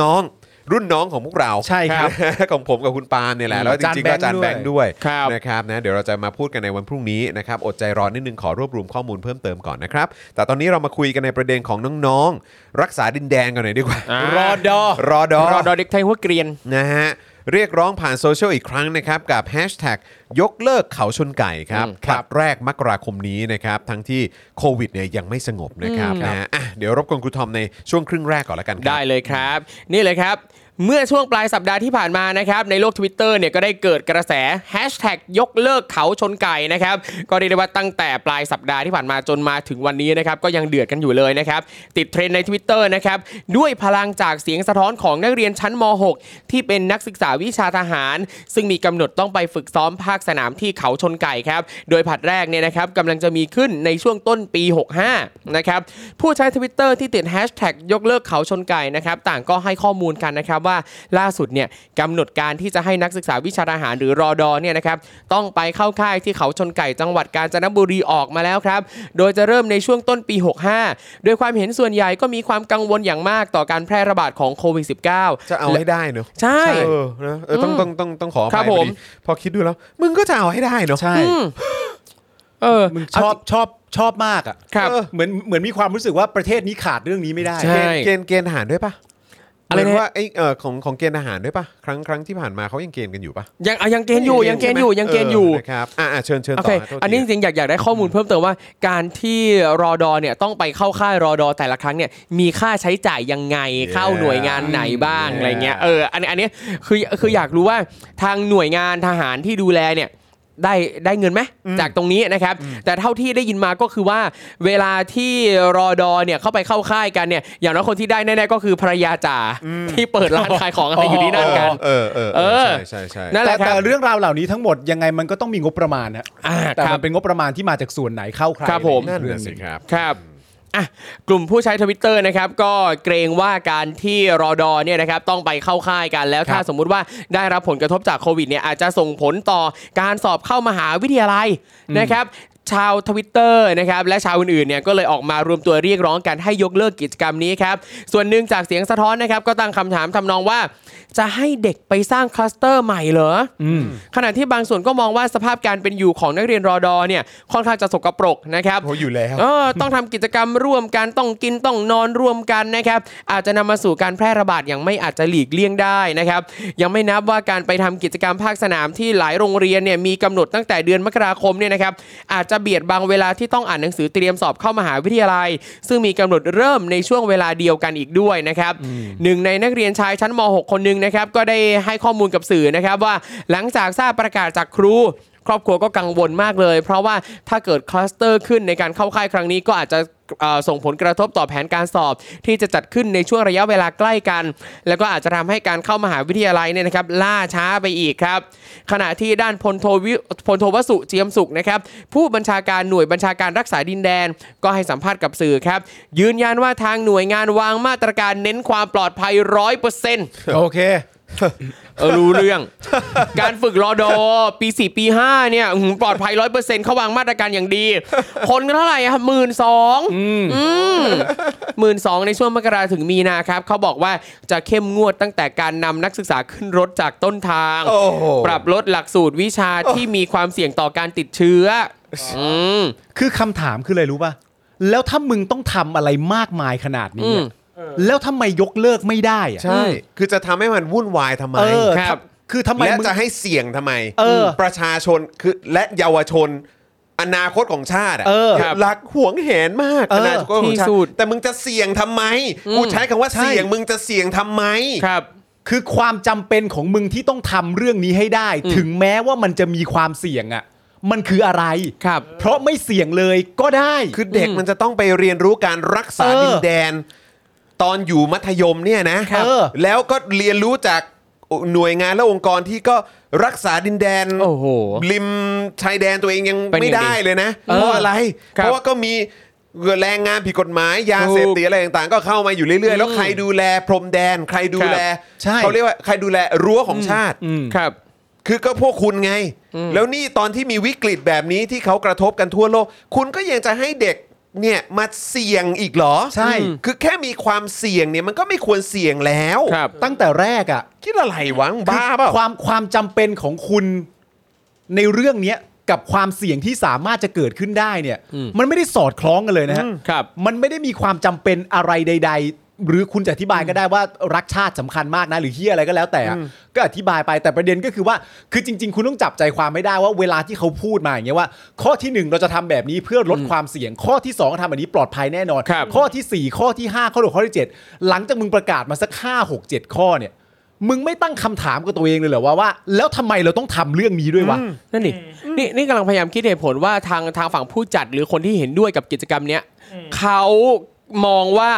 Speaker 1: น้องๆ รุ่นน้องของพวกเรา
Speaker 3: ใช่ครับ
Speaker 1: ของผมกับคุณปาล์มเนี่ยแหละแล้วจริงๆก็อา
Speaker 3: อา
Speaker 1: จา
Speaker 3: จาร รย์
Speaker 1: ย์แบ
Speaker 3: แบ
Speaker 1: ง
Speaker 3: งค์
Speaker 1: ค์
Speaker 3: ด้
Speaker 1: ด้ว
Speaker 3: วย ย
Speaker 2: ครับ
Speaker 1: นะครับนะเดี๋ยวเราจะมาพูดกันในวันพรุ่งนี้นะครับอดใจรอนิดนึงขอรวบรวมข้อมูลเพิ่มเติมก่อนนะครับแต่ตอนนี้เรามาคุยกันในประเด็นของน้องๆ รักษาดินแดนกันหน่อยดีกว่า
Speaker 2: าร
Speaker 3: อดอ
Speaker 1: รอดอ
Speaker 2: รอดอเด็กไทยหัวเกรียน
Speaker 1: นะฮะเรียกร้องผ่านโซเชียลอีกครั้งนะครับ กับแฮชแท็กยกเลิกเขาชนไก่ครับ
Speaker 2: อืม
Speaker 1: ผลัดแรกมกราคมนี้นะครับ ทั้งที่โควิดเนี่ยยังไม่สงบนะครับ
Speaker 2: อืม
Speaker 1: นะฮะอ่ะเดี๋ยวรบกวนครูทอมในช่วงครึ่งแรกก่อนละกันครับ
Speaker 2: ได้เลยครับ นี่เลยครับ เมื่อช่วงปลายสัปดาห์ที่ผ่านมานะครับ ในโลก Twitter เนี่ยก็ได้เกิดกระแสแฮชแท็กยกเลิกเขาชนไก่นะครับ ก็เรียกได้ว่าตั้งแต่ปลายสัปดาห์ที่ผ่านมาจนมาถึงวันนี้นะครับ ก็ยังเดือดกันอยู่เลยนะครับ ติดเทรนด์ใน Twitter นะครับ ด้วยพลังจากเสียงสะท้อนของนักเรียนชั้นม .6 ที่เป็นนักศึกษาวิชาทหาร ซึ่งมีกำหนดต้องไปฝึกซ้อมภาคสนามที่เขาชนไก่ครับ โดยผลัดแรกเนี่ยนะครับกำลังจะมีขึ้นในช่วงต้นปี 65 นะครับ ผู้ใช้ทวิตเตอร์ที่ติดแฮชแท็กยกเลิกเขาชนไก่นะครับ ต่างก็ให้ข้อมูลกันนะครับว่าล่าสุดเนี่ยกำหนดการที่จะให้นักศึกษาวิชาทหารหรือรอดอเนี่ยนะครับต้องไปเข้าค่ายที่เขาชนไก่จังหวัดกาญจนบุรีออกมาแล้วครับ โดยจะเริ่มในช่วงต้นปี 65 โดยความเห็นส่วนใหญ่ก็มีความกังวลอย่างมากต่อการแพร่ระบาดของโควิด -19
Speaker 1: จะเอาให้ได้เนอะ
Speaker 2: ใช่
Speaker 1: เออนะเออต้องต้องต้องต้องขออภัย
Speaker 2: ครับ
Speaker 1: พ
Speaker 2: ผ
Speaker 1: อ
Speaker 2: ม
Speaker 1: ดีพอคิดดูแล้ว มึงก็จะเอาให้ได้เนอะ
Speaker 3: ใช่
Speaker 2: อืมเออ
Speaker 3: มึงชอบชอบชอบมากอ่ะ
Speaker 2: ครับ
Speaker 1: เออ
Speaker 3: เหมือนเหมือนมีความรู้สึกว่าประเทศนี้ขาดเรื่องนี้ไม่ได้
Speaker 2: ใช่
Speaker 1: เกณฑ์เกณฑ์เกณฑ์ทหารด้วยปะ เหมือน
Speaker 2: นะ
Speaker 1: ว่าไอเอ่อของของเกณฑ์อาหารด้วยปะครั้งครั้งที่ผ่านมาเขายังเกณฑ์กันอยู่ปะ
Speaker 2: ยังอ่ะยังเกณฑ์อยู่ยังเกณฑ์อยู่ยังเกณฑ์อยู่
Speaker 1: ใช่ไหมนะครับอ่าเชิญเชิญ
Speaker 2: โอ
Speaker 1: ต่
Speaker 2: เค
Speaker 1: ฮะโทษที
Speaker 2: อันนี้จริงๆอยากอยากได้ข้อมูลเพิ่มเติมว่า การที่รอดอเนี่ยต้องไปเข้าค่ายรอดอแต่ละครั้งเนี่ยมีค่าใช้จ่ายยังไงเข้าหน่วยงานไหนบ้างอะไรเงี้ยเอออันนี้อันนี้คือคืออยากรู้ว่าทางหน่วยงานทหารที่ดูแลเนี่ยได้ได้เงินไหมจากตรงนี้นะครับ แต่เท่าที่ได้ยินมาก็คือว่า เวลาที่รอดอเนี่ยเข้าไปเข้าค่ายกันเนี่ยอย่างน้อยคนที่ได้แน่ๆก็คือภรรยาจ่าที่เปิดร้านขายของอะไรอยู่ที่นั่นกัน
Speaker 1: เออเออ
Speaker 2: เอ
Speaker 1: เอ
Speaker 2: อ
Speaker 1: อใช่ใช่ใช่
Speaker 2: นั่นแห
Speaker 3: แต่
Speaker 2: ละค
Speaker 3: แต่
Speaker 2: รับ
Speaker 3: เรื่องราวเหล่านี้ทั้งหมดยังไงมันก็ต้องมีงบประมาณนะ
Speaker 2: อ่า
Speaker 3: แต่
Speaker 2: ครั
Speaker 3: มั
Speaker 2: บ
Speaker 3: นเป็นงบประมาณที่มาจากส่วนไหนเข้าใคร
Speaker 2: ครับผม
Speaker 3: อะ
Speaker 1: นั่น
Speaker 3: ไเรื่อ
Speaker 1: น่ะ
Speaker 3: ง
Speaker 1: สิครับ
Speaker 2: ครับอ่ะกลุ่มผู้ใช้ทวิตเตอร์นะครับก็เกรงว่าการที่รอดอเนี่ยนะครับต้องไปเข้าค่ายกันแล้วถ้าสมมุติว่าได้รับผลกระทบจากโควิดเนี่ยอาจจะส่งผลต่อการสอบเข้ามหาวิทยาลัยนะครับ ชาวทวิตเตอร์นะครับและชาวอื่นๆเนี่ยก็เลยออกมารวมตัวเรียกร้องกันให้ยกเลิกกิจกรรมนี้ครับ ส่วนหนึ่งจากเสียงสะท้อนนะครับก็ตั้งคำถามทำนองว่า จะให้เด็กไปสร้างคลัสเตอร์ใหม่เหรอ
Speaker 3: อืม
Speaker 2: ขณะที่บางส่วนก็มองว่าสภาพการเป็นอยู่ของนักเรียนรอดอเนี่ยค่อนข้างจะสกปรกนะครับ
Speaker 1: โหอยู่แล้ว
Speaker 2: เออต้องทำกิจกรรมร่วมกันต้องกินต้องนอนร่วมกันนะครับ อาจจะนำมาสู่การแพร่ระบาดอย่างไม่อาจจะหลีกเลี่ยงได้นะครับ ยังไม่นับว่าการไปทำกิจกรรมภาคสนามที่หลายโรงเรียนเนี่ยมีกำหนดตั้งแต่เดือนมกราคมเนี่ยนะครับอาจจะเบียดบางเวลาที่ต้องอ่านหนังสือเตรียมสอบเข้ามหาวิทยาลัย ซึ่งมีกำหนดเริ่มในช่วงเวลาเดียวกันอีกด้วยนะครับหนึ่งในนักเรียนชายชั้นม .6 คนหนึ่งนะครับก็ได้ให้ข้อมูลกับสื่อนะครับว่าหลังจากทราบประกาศจากครู ครอบครัวก็กังวลมากเลย เพราะว่าถ้าเกิดคลัสเตอร์ขึ้นในการเข้าค่ายครั้งนี้ก็อาจจะเอ่อส่งผลกระทบต่อแผนการสอบ ที่จะจัดขึ้นในช่วงระยะเวลาใกล้กัน แล้วก็อาจจะทำให้การเข้ามหาวิทยาลัยเนี่ยนะครับล่าช้าไปอีกครับ ขณะที่ด้านพลโทวิพลโทวสุเจียมสุขนะครับผู้บัญชาการหน่วยบัญชาการรักษาดินแดน ก็ให้สัมภาษณ์กับสื่อครับ ยืนยันว่าทางหน่วยงานวางมาตรการเน้นความปลอดภัยร้อยเปอร์เซ็นต์
Speaker 3: โอเค
Speaker 2: เออรู้เรื่อง การฝึกรอดอปี 4 ปี 5 เนี่ยอื้อหือปลอดภัยร้อยเปอร์เซ็นต์เขาวางมาตรการอย่างดี คนก็เท่าไหร่อะหมื่นสองหมื่นสองในช่วงมกราถึงมีนาครับ เขาบอกว่าจะเข้มงวดตั้งแต่การนำนักศึกษาขึ้นรถจากต้นทาง
Speaker 1: โอ้โห
Speaker 2: ปรับลดหลักสูตรวิชาที่มีความเสี่ยงต่อการติดเชื้ออืม
Speaker 3: คือคำถามคืออะไรรู้ป่ะ แล้วถ้ามึงต้องทำอะไรมากมายขนาดนี้อะแล้วทำไมยกเลิกไม่ได้อะ
Speaker 1: ใช่ คือจะทำให้มันวุ่นวายทำไม
Speaker 3: เออ
Speaker 2: ครับ
Speaker 3: คือทำไม
Speaker 1: และ
Speaker 3: มึง
Speaker 1: จะให้เสี่ยงทำไม
Speaker 3: เออ
Speaker 1: ประชาชนคือและเยาวชน อนาคตของชาติะ
Speaker 3: เออ
Speaker 1: ครับรักหวงแหนมาก
Speaker 3: เอออ
Speaker 1: นาคตของชา
Speaker 2: ที่สุด
Speaker 1: ติแต่มึงจะเสี่ยงทำไมกูใช้คำว่าเสี่ยงมึงจะเสี่ยงทำไม
Speaker 2: ครับ
Speaker 3: คือความจำเป็นของมึงที่ต้องทำเรื่องนี้ให้ได้
Speaker 2: อืม
Speaker 3: ถึงแม้ว่ามันจะมีความเสี่ยงอ่ะ มันคืออะไร
Speaker 2: ครับ
Speaker 3: เพราะไม่เสี่ยงเลยก็ได้
Speaker 1: คือเด็ก
Speaker 2: อืม
Speaker 1: มันจะต้องไปเรียนรู้การรักษา
Speaker 3: เออ
Speaker 1: ดินแดน ตอนอยู่มัธยมเนี่ยนะครับ
Speaker 3: เออ
Speaker 1: แล้วก็เรียนรู้จากหน่วยงานและองค์กรที่ก็รักษาดินแดน
Speaker 2: โอ้โห
Speaker 1: ริมชายแดนตัวเองยัง
Speaker 2: เป็น
Speaker 1: ไม่
Speaker 2: อย่างดี
Speaker 1: ได้เลยนะ
Speaker 2: เออ
Speaker 1: เพราะอะไร
Speaker 2: ค
Speaker 1: เพ
Speaker 2: รับ
Speaker 1: ราะว่าก็มีแรงงานผิดกฎหมาย ยา
Speaker 2: ถูก
Speaker 1: เสพติดอะไรต่างๆ ก็เข้ามาอยู่เรื่อยๆ แล้ว
Speaker 2: อืม
Speaker 1: ใครดูแลพรมแดน ใครดู
Speaker 2: ครับ
Speaker 1: แล
Speaker 3: ใช่
Speaker 1: เขาเรียกว่าใครดูแลรั้วของชาติ
Speaker 3: อืม
Speaker 2: ครับ
Speaker 1: คือก็พวกคุณไง แล้วนี่ตอนที่มีวิกฤตแบบนี้ที่เขากระทบกันทั่วโลก คุณก็ยังจะให้เด็กเนี่ยมาเสี่ยงอีกเหรอ
Speaker 3: ใช่
Speaker 1: คือแค่มีความเสี่ยงเนี่ยมันก็ไม่ควรเสี่ยงแล้ว
Speaker 2: ครับ
Speaker 3: ตั้งแต่แรกอ่ะ
Speaker 1: คิดอะไรวะมึงบ้าเป
Speaker 3: คือค
Speaker 1: ล่าว
Speaker 3: ามความจำเป็นของคุณในเรื่องเนี้ยกับความเสี่ยงที่สามารถจะเกิดขึ้นได้เนี่ย
Speaker 2: อืม
Speaker 3: มันไม่ได้สอดคล้องกันเลยนะฮะ
Speaker 2: ครับ
Speaker 3: มันไม่ได้มีความจำเป็นอะไรใด ๆ หรือคุณจะอธิบายก็ได้ว่ารักชาติสำคัญมากนะ หรือเฮียอะไรก็แล้วแต่อะก็อธิบายไปแต่ประเด็นก็คือว่า คือจริง ๆ คุณต้องจับใจความไม่ได้ว่าเวลาที่เขาพูดมาอย่างเงี้ยว่า ข้อที่หนึ่งเราจะทำแบบนี้เพื่อลดความเสี่ยง ข้อที่สองทำแบบนี้ปลอดภัยแน่นอน
Speaker 2: ครับ
Speaker 3: ข้อที่ 4 ข้อที่ 5 ข้อที่ข้อที่ 7 หลังจากมึงประกาศมาสัก 5 6 7 ข้อเนี่ย มึงไม่ตั้งคำถามกับตัวเองเลยเหรอว่าว่า แล้วทำไมเราต้องทำเรื่องนี้ด้วยวะ
Speaker 2: นั่นดินี่นี่กำลังพยายามคิดเหตุผลว่าทางทางฝั่งผู้จัดหรือคนที่เห็นด้วยกับกิจกรรมเนี้ยเขามองว่า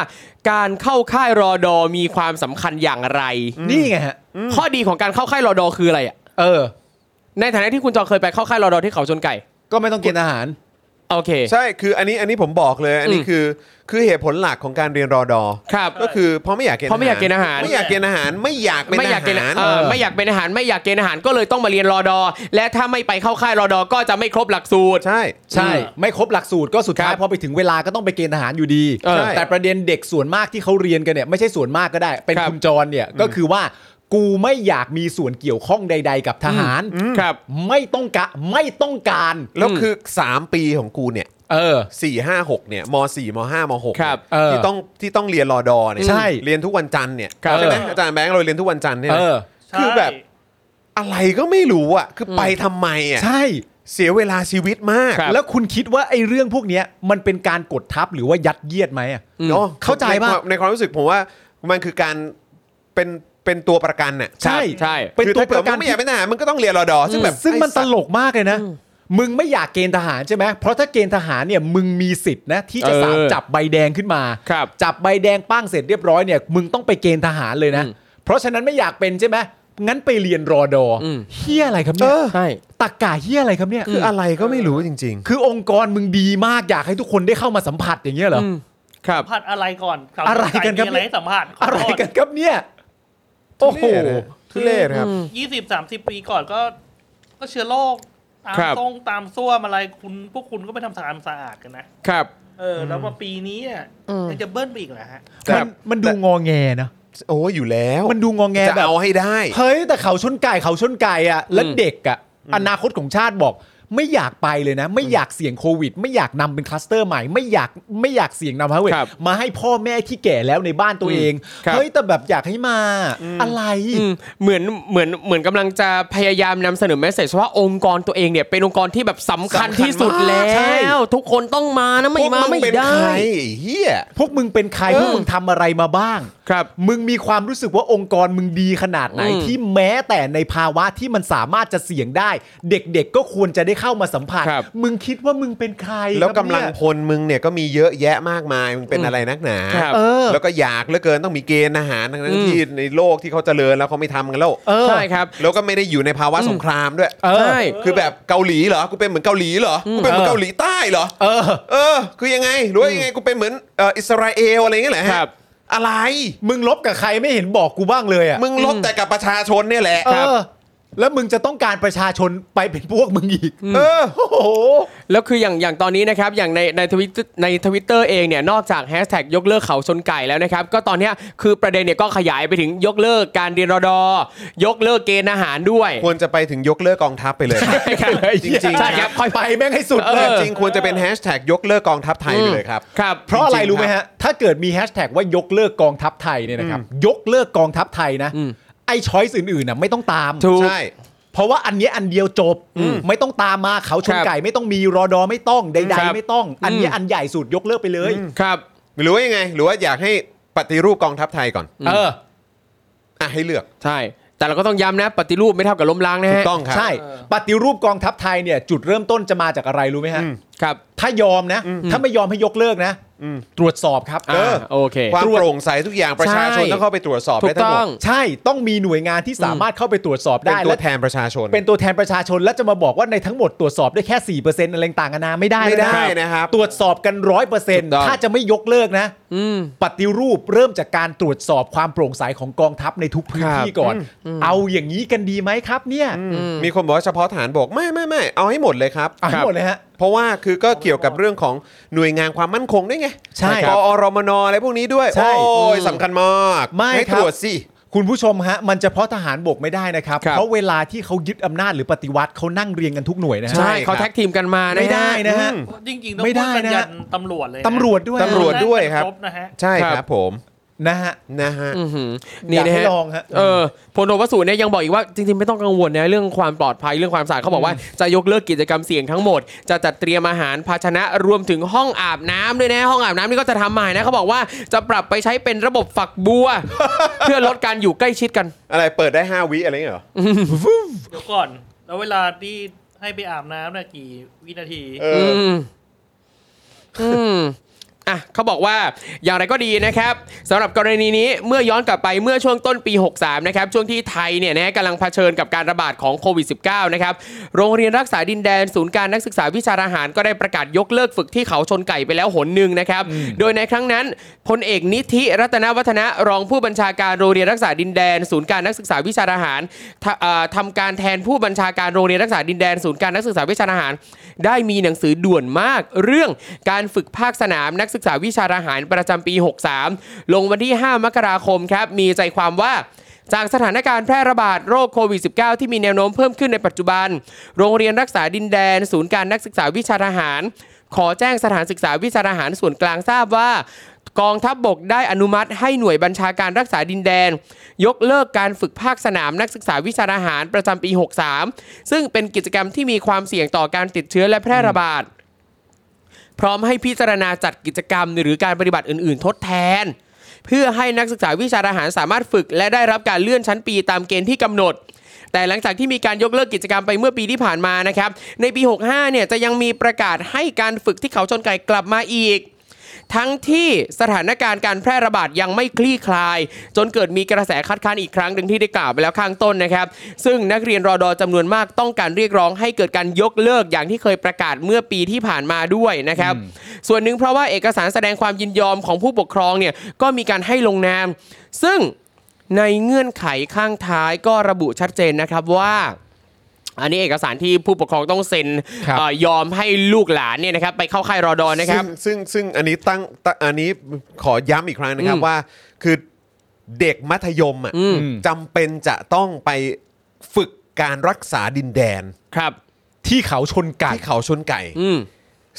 Speaker 2: การเข้าค่ายรอดอมีความสำคัญอย่างไร
Speaker 3: นี่ไงฮะ
Speaker 2: ข้อดีของการเข้าค่ายรอดอคืออะไรอ่ะ
Speaker 3: เออ
Speaker 2: ในฐานะที่คุณจอเคยไปเข้าค่ายรอดอที่เขาชนไก่
Speaker 3: ก็ไม่ต้องเกณฑ์อาหาร
Speaker 2: โอเค
Speaker 1: ใช่คืออันนี้อันนี้ผมบอกเลย อันนี้
Speaker 2: อืม
Speaker 1: คือคือเหตุผลหลักของการเรียนรอดอ
Speaker 2: ครับ
Speaker 1: ก็คือเพราะไม่อยากเกณฑ์
Speaker 2: เพราะไม่อยากเกณฑ์อาหาร
Speaker 1: ไม่อยากเกณฑ์อาหารไม่อยากเป็น
Speaker 2: ไม่อยาก
Speaker 1: อา
Speaker 2: เกณฑ์
Speaker 1: หาร
Speaker 2: เออไม่อยากเป็นอาหารไม่อยากเกณฑ์อาหารก็เลยต้องมาเรียนรอดอ และถ้าไม่ไปเข้าค่ายรอดอก็จะไม่ครบหลักสูตร
Speaker 1: ใช่
Speaker 3: ใช่ ไม่ครบหลักสูตรก็สุดท้า
Speaker 2: ค
Speaker 3: ย
Speaker 2: รับ
Speaker 3: พอไปถึงเวลาก็ต้องไปเกณฑ์ทหารอยู่ดี
Speaker 2: เออ
Speaker 3: แต่ประเด็นเด็กส่วนมากที่เขาเรียนกันเนี่ยไม่ใช่ส่วนมากก็ได้ เป็น
Speaker 2: ครับ
Speaker 3: คุณจรเนี่ยก็คือว่า กูไม่อยากมีส่วนเกี่ยวข้องใด ๆ กับทหาร
Speaker 2: ครับ
Speaker 3: ไม่ต้องกะไม่ต้องการ
Speaker 1: แล้ว
Speaker 2: อืม
Speaker 1: คือ 3 ปีของกูเนี่ย
Speaker 3: เออ
Speaker 1: 4 5 6เนี่ยม4ม5ม6
Speaker 2: ครับ
Speaker 1: เนี่ย
Speaker 3: เออ
Speaker 1: ที่ต้องที่ต้องเรียนรอดอเนี่ย
Speaker 3: ใช่
Speaker 1: เรียนทุกวันจันทร์เนี่ย
Speaker 2: ครับ
Speaker 1: ใช่ไหมอาจารย์แบงค์เราเรียนทุกวันจันทร์เนี่ย
Speaker 3: เอ
Speaker 1: นะ
Speaker 3: อ
Speaker 1: คือแบบอะไรก็ไม่รู้อ่ะคือไปทำไมอ่ะ
Speaker 3: ใช่
Speaker 1: เสียเวลาชีวิตมาก
Speaker 2: ครับ
Speaker 3: แล้วคุณคิดว่าไอ้เรื่องพวกเนี้ยมันเป็นการกดทับหรือว่ายัดเยียดไหมอะ
Speaker 1: เนาะ
Speaker 3: เข้าใจ
Speaker 1: น
Speaker 3: ป่ะ
Speaker 1: ความในความรู้สึกผมว่ามันคือการเป็นเป็นตัวประกันน่ะ
Speaker 3: ใช่
Speaker 2: ใช่
Speaker 3: เป็น
Speaker 1: คือ
Speaker 3: ตัว
Speaker 1: ถ้าเกิ
Speaker 3: ป
Speaker 1: ด
Speaker 3: ระกั
Speaker 1: มึ
Speaker 3: น
Speaker 1: งไม่อยากเป็นทหารมึงก็ต้องเรียนรอดอซึ่งแบบ
Speaker 3: ซึ่งมัน
Speaker 1: ไอ้
Speaker 3: ต
Speaker 1: สัว์
Speaker 3: ลกมากเลยนะ มึงไม่อยากเกณฑ์ทหารใช่ไหมเพราะถ้าเกณฑ์ทหารเนี่ยมึงมีสิทธิ์นะที่จะสาม
Speaker 2: เออ
Speaker 3: จับใบแดงขึ้นมา
Speaker 2: ครับ
Speaker 3: จับใบแดงป้างเสร็จเรียบร้อยเนี่ยมึงต้องไปเกณฑ์ทหารเลยนะ
Speaker 2: อืม
Speaker 3: เพราะฉะนั้นไม่อยากเป็นใช่ไหมงั้นไปเรียนรอดออ
Speaker 2: ม
Speaker 3: เฮียอะไรครับเนี่ย
Speaker 1: เออ
Speaker 2: ใช่
Speaker 3: ตักกะเฮียอะไรครับเนี่ย
Speaker 1: คืออะไรก็ไม่รู้จริง ๆ
Speaker 3: คือองค์กรมึงดีมากอยากให้ทุกคนได้เข้ามาสัมผัสอย่างเงี้ยเหรอ
Speaker 2: มครับ
Speaker 4: สัมผัสอะไรก่อน
Speaker 3: อะไรกันครับ
Speaker 4: มีอะไรให้สัมผัสข
Speaker 3: อะ
Speaker 4: โท
Speaker 3: ไร
Speaker 4: ษ
Speaker 3: กันครับเนี่ยโอ้โห
Speaker 1: ทุเรศครับ
Speaker 4: ยี่สิบสามสิบปีก่อนก็ ก็เชื้อโรคตาม
Speaker 2: ครับ
Speaker 4: ตรงตามซ่วมอะไรคุณ พวกคุณก็ไปทำสะอาดสะอาดกันนะครับ เออ แล้วมาปีนี้อ่ะยังจะเบิ้ลไปอีกเหรอฮะ
Speaker 1: ค
Speaker 3: มั
Speaker 1: รั
Speaker 3: น
Speaker 1: บ
Speaker 3: มันดูงอแงนะ
Speaker 1: โอ้ยอยู่แล้ว
Speaker 3: มันดูงอแง
Speaker 1: จะ
Speaker 3: แบบ
Speaker 1: เอาให้ได้
Speaker 3: เฮ้ย แต่เขาชนไก่เขาชนไก่อะและ
Speaker 2: อืม
Speaker 3: เด็กอะอนาคตของชาติบอก ไม่อยากไปเลยนะ ไม่อยากเสี่ยงโควิด ไม่อยากนำเป็นคลัสเตอร์ใหม่ ไม่อยากไม่อยากเสี่ยงนำฮะเวย
Speaker 2: ครับ
Speaker 3: มาให้พ่อแม่ที่แก่แล้วในบ้านตัวเอง
Speaker 2: ครับ
Speaker 3: เฮ้ย แต่แบบอยากให้มาอะไร
Speaker 2: อืมเหมือนเหมือนเหมือนกำลังจะพยายามนำเสนอแมสเซจว่าองค์กรตัวเองเนี่ยเป็นองค์กรที่แบบสำคัญที่สุดแล้
Speaker 3: สำคัญมากใช่
Speaker 2: ว ทุกคนต้องมานะไม่
Speaker 1: พวก
Speaker 2: มาไม่
Speaker 1: เป็น
Speaker 2: ได้
Speaker 1: ใครไอ้เฮีย
Speaker 3: พวกมึงเป็นใคร
Speaker 2: เออ
Speaker 3: พวกมึงทำอะไรมาบ้าง
Speaker 2: ครับ
Speaker 3: มึงมีความรู้สึกว่าองค์กรมึงดีขนาดไหน
Speaker 2: อืม
Speaker 3: ที่แม้แต่ในภาวะที่มันสามารถจะเสี่ยงได้ เด็กๆก็ควรจะได้เข้ามาสัมผัส
Speaker 2: ครับ
Speaker 3: มึงคิดว่ามึงเป็นใคร
Speaker 1: แล้ว
Speaker 3: ครับ
Speaker 1: กำลัง
Speaker 3: เนี่ย
Speaker 1: พลมึงเนี่ยก็มีเยอะแยะมากมายมึงเป็นอะไรนักหนา
Speaker 2: ครับ
Speaker 3: เออ
Speaker 1: แล้วก็อยากเหลือเกินต้องมีเกณฑ์อาหารทั้งนั้นที่ในโลกที่เขาเจริญแล้วเขาไม่ทำกันแล้ว
Speaker 3: เออ
Speaker 2: ใช่ครับ
Speaker 1: แล้วก็ไม่ได้อยู่ในภาวะสงครามด้วย
Speaker 3: เออ
Speaker 2: ใช่
Speaker 1: คือแบบเกาหลีเหรอกูเป็นเหมือนเกาหลีเหรอกูเป็นเหมือนเกาหลีใต้เหรอ
Speaker 3: เออ
Speaker 1: เออ คือยังไงหรือว่ายังไงกูเป็นเหมือนเอ่ออิสราเอลอะไรเงี้ยเหรอฮะ
Speaker 2: ครับ
Speaker 1: อะไร
Speaker 3: มึงลบกับใครไม่เห็นบอกกูบ้างเลยอ่ะ
Speaker 1: มึงลบแต่กับประชาชนเนี่ยแหละ
Speaker 3: เออ แล้วมึงจะต้องการประชาชนไปเป็นพวกมึงอีก
Speaker 1: เออ
Speaker 3: โอ้โห
Speaker 2: แล้วคืออย่างอย่างตอนนี้นะครับอย่างในในทวิตในทวิตเตอร์เองเนี่ยนอกจากแฮชแท็กยกเลิกเขาชนไก่แล้วนะครับ ก็ตอนเนี้ยคือประเด็นเนี่ยก็ขยายไปถึงยกเลิกการเรียนรอดอยกเลิกเกณฑ์อาหารด้วย
Speaker 1: ควรจะไปถึงยกเลิกกองทัพไปเลยครับ
Speaker 2: ใช่ครับ
Speaker 1: จริงๆ
Speaker 2: ใช่ครับค่อยไป
Speaker 3: ไปแม่งให้สุด
Speaker 2: เอ
Speaker 3: เลย
Speaker 2: อ
Speaker 1: จริงๆควรจะเป็นแฮชแท็กยกเลิกกองทัพไทยไปเลยครับ
Speaker 2: ครับ
Speaker 3: เพราะอะไร
Speaker 1: จริงๆ
Speaker 3: รู้ไหมฮะ ถ้าเกิดมีแฮชแท็กว่ายกเลิกกองทัพไทยเนี่ยนะครับ ยกเลิกกองทัพไทยนะ
Speaker 2: อืม
Speaker 3: ไอ้ช้อยส์อื่นๆน่ะไม่ต้องตาม
Speaker 2: ถูก
Speaker 1: ใช่
Speaker 3: เพราะว่าอันเนี้ยอันเดียวจบ ไม่ต้องตามมาเขาชนไก่ไม่ต้องมีรอดอไม่ต้องใด
Speaker 2: ครับ
Speaker 3: ๆไม่ต้อง อันเนี้ย
Speaker 2: อืม
Speaker 3: อันใหญ่สุดยกเลิกไปเลย
Speaker 2: ครับ
Speaker 1: หรือว่ายังไง หรือว่าอยากให้ปฏิรูปกองทัพไทยก่อน
Speaker 3: เออ
Speaker 1: อ่ะให้เลือก
Speaker 2: ใช่ แต่เราก็ต้องย้ำนะปฏิรูปไม่เท่ากับล้มล้างนะ
Speaker 1: ถู
Speaker 2: ฮะ
Speaker 1: กต้องครับ
Speaker 3: ใช่ ปฏิรูปกองทัพไทยเนี่ยจุดเริ่มต้นจะมาจากอะไรรู้ไหมฮะ
Speaker 2: ครับ
Speaker 3: ถ้ายอมนะ ถ้าไม่ยอมให้ยกเลิกนะ ตรวจสอบครับ
Speaker 2: อ่าโอเค
Speaker 1: ความโปร่งใสทุกอย่างประชาชนต้องเข้าไปตรวจสอบ
Speaker 2: ถู
Speaker 1: ได้
Speaker 2: ก
Speaker 1: ทั้งห
Speaker 2: ต้
Speaker 1: มด
Speaker 2: อง
Speaker 3: ใช่ต้องมีหน่วยงานที่สามารถเข้าไปตรวจสอบ
Speaker 1: เป็น
Speaker 3: ได้
Speaker 1: ตัว
Speaker 3: และ
Speaker 1: แทนประชาชน
Speaker 3: เป็นตัวแทนประชาชน และจะมาบอกว่าในทั้งหมดตรวจสอบได้แค่ 4%อะไรต่างกันานาไม่ได้
Speaker 1: ไม่
Speaker 3: นะ
Speaker 1: ได้
Speaker 3: ครับ
Speaker 1: นะครับ
Speaker 3: ตรวจสอบกัน
Speaker 1: ถูกต้อง
Speaker 3: 100%ถ้าจะไม่ยกเลิกนะ
Speaker 2: อืม
Speaker 3: ปฏิรูปเริ่มจากการตรวจสอบความโปร่งใสของกองทัพในทุกพื้นที่ก่อน เอาอย่างนี้กันดีไหมครับเนี่ย
Speaker 1: มีคนบอกว่าเฉพาะฐานบอกไม่ไม่ไม่เอาให้หมดเลยครับ
Speaker 3: เอาให้หมดเลยฮะ
Speaker 1: เพราะว่าคือก็เกี่ยวกับเรื่องของหน่วยงานความมั่นคงด้วยไง
Speaker 3: ใช่
Speaker 1: กอรมนอะไรพวกนี้ด้วย
Speaker 3: ใช่
Speaker 1: โอ้ยสำคัญมาก
Speaker 3: ไม่
Speaker 1: ให้
Speaker 3: ครั
Speaker 1: ต
Speaker 3: บ
Speaker 1: รวจสิ
Speaker 3: คุณผู้ชมฮะมันเฉพาะทหารบกไม่ได้นะครับ
Speaker 2: ครับ
Speaker 3: เพราะเวลาที่เขายึดอำนาจหรือปฏิวัติเขานั่งเรียงกันทุกหน่วยนะฮะ
Speaker 1: ใช่
Speaker 2: ใช่
Speaker 1: ครั
Speaker 2: เขา
Speaker 1: บ
Speaker 2: แท็กทีมกันมานะ
Speaker 3: ไม่ได้นะฮะ
Speaker 1: อืม
Speaker 4: จริงๆต้อง
Speaker 3: ไม่ได้
Speaker 4: พูกั
Speaker 3: นะ
Speaker 4: ยันตำรวจเลยนะ
Speaker 3: ตำรวจด้วย
Speaker 1: ตำรวจ ด้วยครับ
Speaker 4: ครบนะฮะ
Speaker 1: ใช่ครับผม
Speaker 3: นะฮะ
Speaker 1: นะฮะ
Speaker 2: อื้อหือ
Speaker 3: อ
Speaker 2: นี่
Speaker 3: ยาก
Speaker 2: นะ
Speaker 3: ให้
Speaker 2: ฮะ
Speaker 3: ลองฮะ
Speaker 2: เออพลโทวสูรเนี่ยยังบอกอีกว่าจริงๆ ไม่ต้องกังวลนะเรื่องความปลอดภัยเรื่องความสะอาดเขาบอกว่าจะยกเลิกกิจกรรมเสี่ยงทั้งหมด จะจัดเตรียมอาหารภาชนะรวมถึงห้องอาบน้ำด้วยนะห้องอาบน้ำนี่ก็จะทำใหม่นะเขาบอกว่าจะปรับไปใช้เป็นระบบฝักบัว เพื่อลดการอยู่ใกล้ชิดกัน
Speaker 1: อะไรเปิดได้ 5 วิอะไรอย่างเงี้ยเหรอ
Speaker 4: เดี๋ยวก่อน แล้วเวลาที่ให้ไปอาบน้ำน่ะกี่วินาที
Speaker 1: เอ
Speaker 2: อื
Speaker 1: อ
Speaker 2: ม อืม อ่ะเขาบอกว่าอย่างไรก็ดีนะครับสำหรับกรณีนี้เมื่อย้อนกลับไปเมื่อช่วงต้นปี 63 นะครับ ช่วงที่ไทยเนี่ยนะกำลังเผชิญกับการระบาดของโควิด -19 นะครับ โรงเรียนรักษาดินแดนศูนย์การนักศึกษาวิชาทหารก็ได้ประกาศยกเลิกฝึกที่เขาชนไก่ไปแล้วหนหนึ่งนะครับ โดยในครั้งนั้นพลเอกนิธิรัตนวัฒนะรองผู้บัญชาการโรงเรียนรักษาดินแดน ศูนย์การนักศึกษาวิชาทหารทะเอ่อทำการแทนผู้บัญชาการโรงเรียนรักษาดินแดน ศูนย์การนักศึกษาวิชาทหาร ได้มีหนังสือด่วนมาก เรื่องการฝึกภาคสนามนักศึกษาวิชาทหารประจำปี 63 ลงวันที่ 5 มกราคมครับ มีใจความว่า จากสถานการณ์แพร่ระบาดโรคโควิด -19 ที่มีแนวโน้มเพิ่มขึ้นในปัจจุบัน โรงเรียนรักษาดินแดน ศูนย์การนักศึกษาวิชาทหาร ขอแจ้งสถานศึกษาวิชาทหารส่วนกลางทราบว่า กองทัพบบกได้อนุมัติให้หน่วยบัญชาการรักษาดินแดน ยกเลิกการฝึกภาคสนามนักศึกษาวิชาทหารประจำปี 63 ซึ่งเป็นกิจกรรมที่มีความเสี่ยงต่อการติดเชื้อและแพร่ระบาด พร้อมให้พิจารณาจัดกิจกรรมหรือการปฏิบัติอื่น ๆ ทดแทน เพื่อให้นักศึกษาวิชาทหารสามารถฝึก และได้รับการเลื่อนชั้นปีตามเกณฑ์ที่กำหนด แต่หลังจากที่มีการยกเลิกกิจกรรมไปเมื่อปีที่ผ่านมานะครับในปี 65 เนี่ยจะยังมีประกาศให้การฝึกที่เขาชนไก่กลับมาอีก ทั้งที่สถานการณ์การแพร่ระบาดยังไม่คลี่คลาย จนเกิดมีกระแสคัดค้านอีกครั้งหนึ่งที่ได้กล่าวไปแล้วข้างต้นนะครับ ซึ่งนักเรียนรอดอจำนวนมากต้องการเรียกร้องให้เกิดการยกเลิกอย่างที่เคยประกาศเมื่อปีที่ผ่านมาด้วยนะครับ ส่วนหนึ่งเพราะว่าเอกสารแสดงความยินยอมของผู้ปกครองเนี่ยก็มีการให้ลงนาม ซึ่งในเงื่อนไขข้างท้ายก็ระบุชัดเจนนะครับว่า อันนี้เอกสารที่ผู้ปกครองต้องเซ็น
Speaker 3: ครับ
Speaker 2: เอ่อยอมให้ลูกหลานเนี่ยนะครับไปเข้าค่ายรอดอนะครับ
Speaker 1: ซึ่งซึ่งซึ่งอันนี้ตั้งตั้งอันนี้ขอย้ำอีกครั้งนะครับ
Speaker 2: อืม
Speaker 1: ว่า คือเด็กมัธยมอ่ะ
Speaker 2: อืม
Speaker 1: จำเป็นจะต้องไปฝึกการรักษาดินแดน
Speaker 2: ครับ
Speaker 3: ที่เขาชนไก่
Speaker 1: ที่เขาชนไก่
Speaker 2: อืม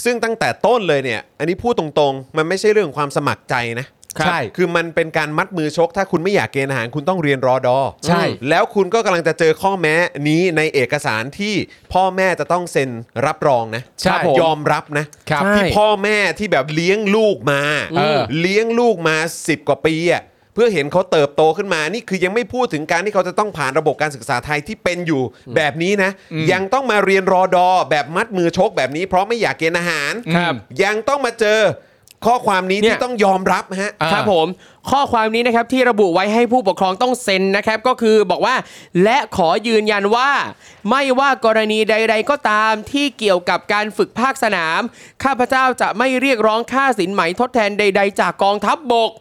Speaker 1: ซึ่งตั้งแต่ต้นเลยเนี่ย อันนี้พูดตรงๆ มันไม่ใช่เรื่องความสมัครใจนะ
Speaker 3: ใช่
Speaker 1: คือมันเป็นการมัดมือชก ถ้าคุณไม่อยากเกณฑ์อาหารคุณต้องเรียนรอดอ
Speaker 3: ใช่
Speaker 1: แล้วคุณก็กำลังจะเจอข้อแม้นี้ในเอกสารที่พ่อแม่จะต้องเซ็นรับรองนะ
Speaker 2: ใช่ผม
Speaker 1: ยอมรับนะครับ
Speaker 2: ใช่
Speaker 1: ที่พ่อแม่ที่แบบเลี้ยงลูกมา
Speaker 2: เออ
Speaker 1: เลี้ยงลูกมา 10 กว่าปีอะเพื่อเห็นเขาเติบโตขึ้นมา นี่คือยังไม่พูดถึงการที่เขาจะต้องผ่านระบบการศึกษาไทยที่เป็นอยู่แบบนี้นะ ยังต้องมาเรียนรอดอแบบมัดมือชกแบบนี้เพราะไม่อยากเกณฑ์อาหาร
Speaker 2: ครับ
Speaker 1: ยังต้องมาเจอข้อความนี้
Speaker 2: เนี่ย
Speaker 1: ที่ต้องยอมรับฮะ
Speaker 3: อ่า
Speaker 2: ครับผมข้อความนี้นะครับที่ระบุไว้ให้ผู้ปกครองต้องเซ็นนะครับ ก็คือบอกว่า และขอยืนยันว่า ไม่ว่ากรณีใด ๆ ก็ตามที่เกี่ยวกับการฝึกภาคสนาม ข้าพเจ้าจะไม่เรียกร้องค่าสินไหมทดแทนใด ๆ จากกองทัพบบก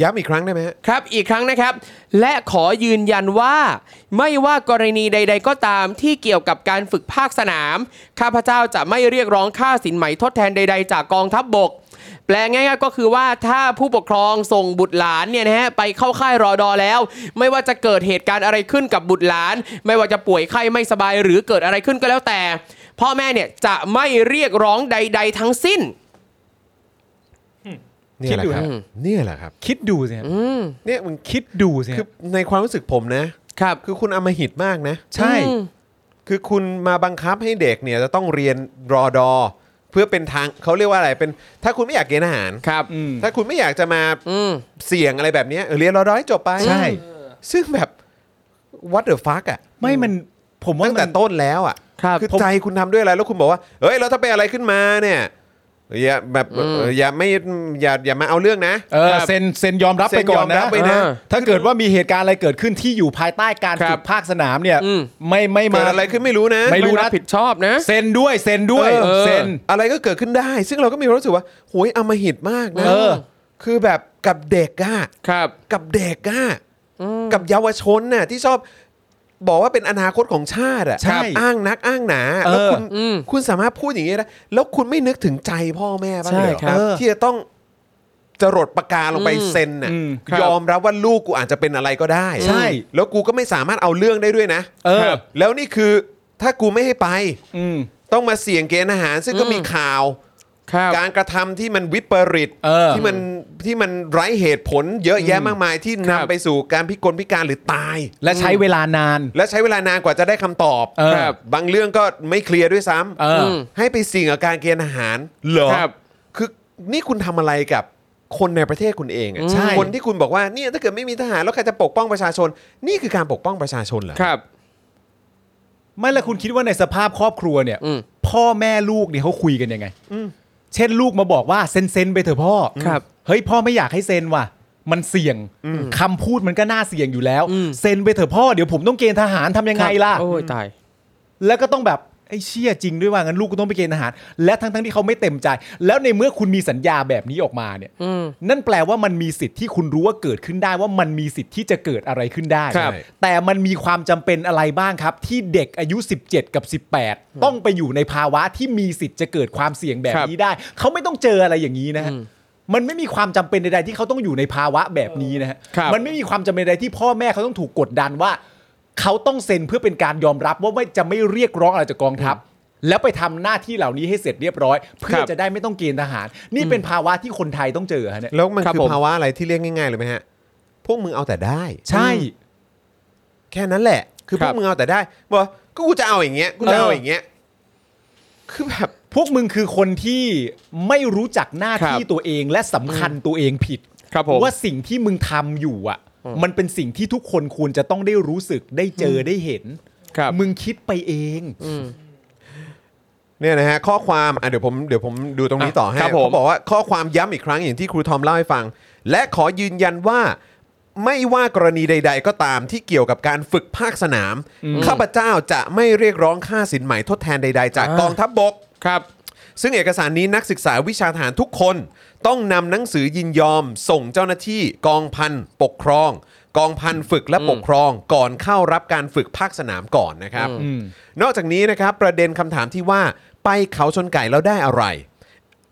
Speaker 1: ย้ำอีกครั้งได้ไหมฮะ
Speaker 2: ครับอีกครั้งนะครับ และขอยืนยันว่า ไม่ว่ากรณีใด ๆ ก็ตามที่เกี่ยวกับการฝึกภาคสนาม ข้าพเจ้าจะไม่เรียกร้องค่าสินไหมทดแทนใด ๆ จากกองทัพบบก แปลง่ายๆก็คือว่าถ้าผู้ปกครองส่งบุตรหลานเนี่ยนะฮะไปเข้าค่ายรอดอแล้ว ไม่ว่าจะเกิดเหตุการณ์อะไรขึ้นกับบุตรหลาน ไม่ว่าจะป่วยไข้ไม่สบายหรือเกิดอะไรขึ้นก็แล้วแต่ พ่อแม่เนี่ยจะไม่เรียกร้องใด ๆ ทั้งสิ้น
Speaker 1: เนี่ยแหละครับ
Speaker 2: คิดดูนะ
Speaker 1: เนี่ยแหละครับ
Speaker 3: คิดดูสิฮะ
Speaker 2: อืม
Speaker 1: เนี่ยมึงคิด
Speaker 3: คิดดูสิฮะ
Speaker 1: คือในความรู้สึกผมนะ
Speaker 2: ครับ
Speaker 1: คือคุณอำมหิตมากนะ
Speaker 3: ใช่
Speaker 2: อืม
Speaker 1: คือคุณมาบังคับให้เด็กเนี่ยจะต้องเรียนรอดอ เพื่อเป็นทางเขาเรียกว่าอะไรเป็น ถ้าคุณไม่อยากเกณฑ์อาหาร
Speaker 2: ครับ
Speaker 3: อืม
Speaker 1: ถ้าคุณไม่อยากจะมา
Speaker 2: อืม
Speaker 1: เสี่ยงอะไรแบบเนี้ยเออเรียนรอดอให้จบไป
Speaker 3: ใช่
Speaker 1: ซึ่งแบบ what the fuck อ่ะ
Speaker 3: ไม่มันผมว่า
Speaker 1: ตั้ง
Speaker 3: มั
Speaker 1: แต่
Speaker 3: น
Speaker 1: ต้นแล้วอ่ะ
Speaker 2: ครับ
Speaker 1: อใจคุณทำด้วยอะไรแล้วคุณบอกว่าเฮ้ยแล้วถ้าเป็นอะไรขึ้นมาเนี่ยอย่าแบบเอออย่าไม่อย่าอย่ามาเอาเรื่องนะ
Speaker 3: เออเซ็นเซ็นยอมรับ
Speaker 1: เซ็น
Speaker 3: ไปก่อน
Speaker 1: ยอมรั
Speaker 3: นะ
Speaker 1: บไปนะ
Speaker 3: เออถ้าเกิดว่ามีเหตุการณ์อะไรเกิดขึ้นที่อยู่ภายใต้การ
Speaker 2: ครับ
Speaker 3: ฝึกภาคสนามเนี่ย
Speaker 2: อืม
Speaker 3: ไม่ไม่มา
Speaker 1: เกิดอะไรขึ้นไม่รู้นะ
Speaker 3: ไม่
Speaker 2: ไม่รับผิดชอบนะ
Speaker 3: เซ็นด้วยเซ็นด้วย
Speaker 2: เออ
Speaker 3: เซ็น
Speaker 1: อะไรก็เกิดขึ้นได้ ซึ่งเราก็มีความรู้สึกว่าโหยอำมหิตมากนะ
Speaker 3: เออ
Speaker 1: คือแบบกับเด็กอะ
Speaker 2: ครับ
Speaker 1: กับเด็กอะกับเยาวชนน่ะที่ชอบบอกว่าเป็นอนาคตของชาติอะ
Speaker 3: ใช่
Speaker 1: อ้างนักอ้างหนา
Speaker 3: เออ
Speaker 1: แล้วคุณ
Speaker 2: อืม
Speaker 1: คุณสามารถพูดอย่างนี้ได้แล้วคุณไม่นึกถึงใจพ่อแม่บ้าง
Speaker 2: ใช่
Speaker 1: เลยเหรอ
Speaker 2: ครับ
Speaker 1: เออที่จะต้องจะรดปากกาลงไป
Speaker 2: อืม
Speaker 1: เซ็นน่ะ
Speaker 3: อืม
Speaker 2: ครับ
Speaker 1: ยอมรับว่าลูกกูอาจจะเป็นอะไรก็ได้
Speaker 3: ใช่
Speaker 1: แล้วกูก็ไม่สามารถเอาเรื่องได้ด้วยนะ
Speaker 3: เออ
Speaker 1: แล้วนี่คือถ้ากูไม่ให้ไป
Speaker 3: อืม
Speaker 1: ต้องมาเสี่ยงเกณฑ์อาหาร ซึ่งก็มีข่าว
Speaker 2: ครับ
Speaker 1: การกระทำที่มันวิปริต
Speaker 3: เออ
Speaker 1: ที่มันที่มันไร้เหตุผลเยอะแยะมากมายที่
Speaker 2: ครั
Speaker 1: นำ
Speaker 2: บ
Speaker 1: ไปสู่การพิกลพิการหรือตาย
Speaker 3: และใช้เวลานาน
Speaker 1: และใช้เวลานานกว่าจะได้คำตอบ
Speaker 3: เออ
Speaker 1: ครับบางเรื่องก็ไม่เคลียร์ด้วยซ้
Speaker 3: เอออ
Speaker 2: ม
Speaker 1: ำให้ไปเสี่ยงกับการเกณฑ์อาหารเหรอ
Speaker 2: ครับ
Speaker 1: คือนี่คุณทำอะไรกับคนในประเทศคุณเองอะ
Speaker 3: ใช่
Speaker 1: คนที่คุณบอกว่าเนี่ยถ้าเกิดไม่มีทหารแล้วใครจะปกป้องประชาชน นี่คือการปกป้องประชาชนเหรอ
Speaker 2: ครับ
Speaker 3: ไม่และคุณคิดว่าในสภาพครอบครัวเนี่ย
Speaker 2: อืม
Speaker 3: พ่อแม่ลูกเนี่ยเขาคุยกันยังไงเช่นลูกมาบอกว่าเซ็นเซ็นไปเถอะพ่อ
Speaker 2: ครับ
Speaker 3: เฮ้ยพ่อไม่อยากให้เซ็นว่ะ มันเสี่ยงคำพูดมันก็น่าเสี่ยงอยู่แล้ว
Speaker 2: อืม
Speaker 3: เซ็นไปเถอะพ่อเดี๋ยวผมต้องเกณฑ์ทหารทำยังไงล่ะ
Speaker 2: โอ้ยตาย
Speaker 3: แล้วก็ต้องแบบไอ้เชี่ยจริงด้วยว่างั้นลูกก็ต้องไปเกณฑ์ทหาร และทั้งทั้งๆที่เขาไม่เต็มใจ แล้วในเมื่อคุณมีสัญญาแบบนี้ออกมาเนี่ย
Speaker 2: อืม
Speaker 3: นั่นแปลว่ามันมีสิทธิ์ที่คุณรู้ว่าเกิดขึ้นได้ว่ามันมีสิทธิ์ที่จะเกิดอะไรขึ้นได้
Speaker 2: ครับ
Speaker 3: แต่มันมีความจำเป็นอะไรบ้างครับ ที่เด็กอายุ 17 กับ 18 ต้องไปอยู่ในภาวะที่มีสิทธิ์จะเกิดความเสี่ยงแบบนี้ได้ เขาไม่ต้องเจออะไรอย่างนี้นะฮะ มันไม่มีความจำเป็นใดๆที่เขาต้องอยู่ในภาวะแบบนี้นะฮะ
Speaker 2: ครับ
Speaker 3: มันไม่มีความจำเป็นใดที่พ่อแม่เขาต้องถูกกดดันว่า เขาต้องเซ็นเพื่อเป็นการยอมรับว่าไม่จะไม่เรียกร้องอะไรจากกองทัพ แล้วไปทำหน้าที่เหล่านี้ให้เสร็จเรียบร้อย เพื่อจะได้ไม่ต้องเกณฑ์ทหาร นี่เป็นภาวะที่คนไทยต้องเจอฮะเนี่ย
Speaker 1: แล้วมัน
Speaker 2: ครับ
Speaker 1: คือ
Speaker 2: ผม
Speaker 1: ภาวะอะไรที่เรียกง่ายๆเลยไหมฮะ พวกมึงเอาแต่ได้
Speaker 3: ใช่
Speaker 1: แค่นั้นแหละ คือพ
Speaker 2: ครั
Speaker 1: วก
Speaker 2: บ
Speaker 1: มึงเอาแต่ได้บอกว่าก็กูจะเอาอย่างเงี้ย กูจะเอาอย่างเงี้ย คือแบบ
Speaker 3: พวกมึงคือคนที่ไม่รู้จักหน้าที่ตัวเองและสำคัญตัวเองผิด
Speaker 2: ครับผม
Speaker 3: ว่าสิ่งที่มึงทำอยู่อ่ะ มันเป็นสิ่งที่ทุกคนควรจะต้องได้รู้สึกได้เจอได้เห็น
Speaker 2: ครับ
Speaker 3: มึงคิดไปเอง
Speaker 1: เนี่ยนะฮะข้อความอ่ะเดี๋ยวผมเดี๋ยวผมดูตรงนี้ต่อให้
Speaker 2: อ่ะครับผม
Speaker 1: เขาบอกว่าข้อความย้ำอีกครั้งอย่างที่ครูทอมเล่าให้ฟัง และขอยืนยันว่า ไม่ว่ากรณีใด ๆ ก็ตามที่เกี่ยวกับการฝึกภาคสนาม ข้าพเจ้าจะไม่เรียกร้องค่าสินใหม่ทดแทนใด ๆ จากกองทัพบก
Speaker 2: ครับ
Speaker 1: ซึ่งเอกสารนี้นักศึกษาวิชาทหารทุกคน ต้องนำหนังสือยินยอม ส่งเจ้าหน้าที่ กองพันปกครอง กองพันฝึกและปกครอง ก่อนเข้ารับการฝึกภาคสนามก่อนนะครับ นอกจากนี้นะครับประเด็นคำถามที่ว่าไปเขาชนไก่แล้วได้อะไร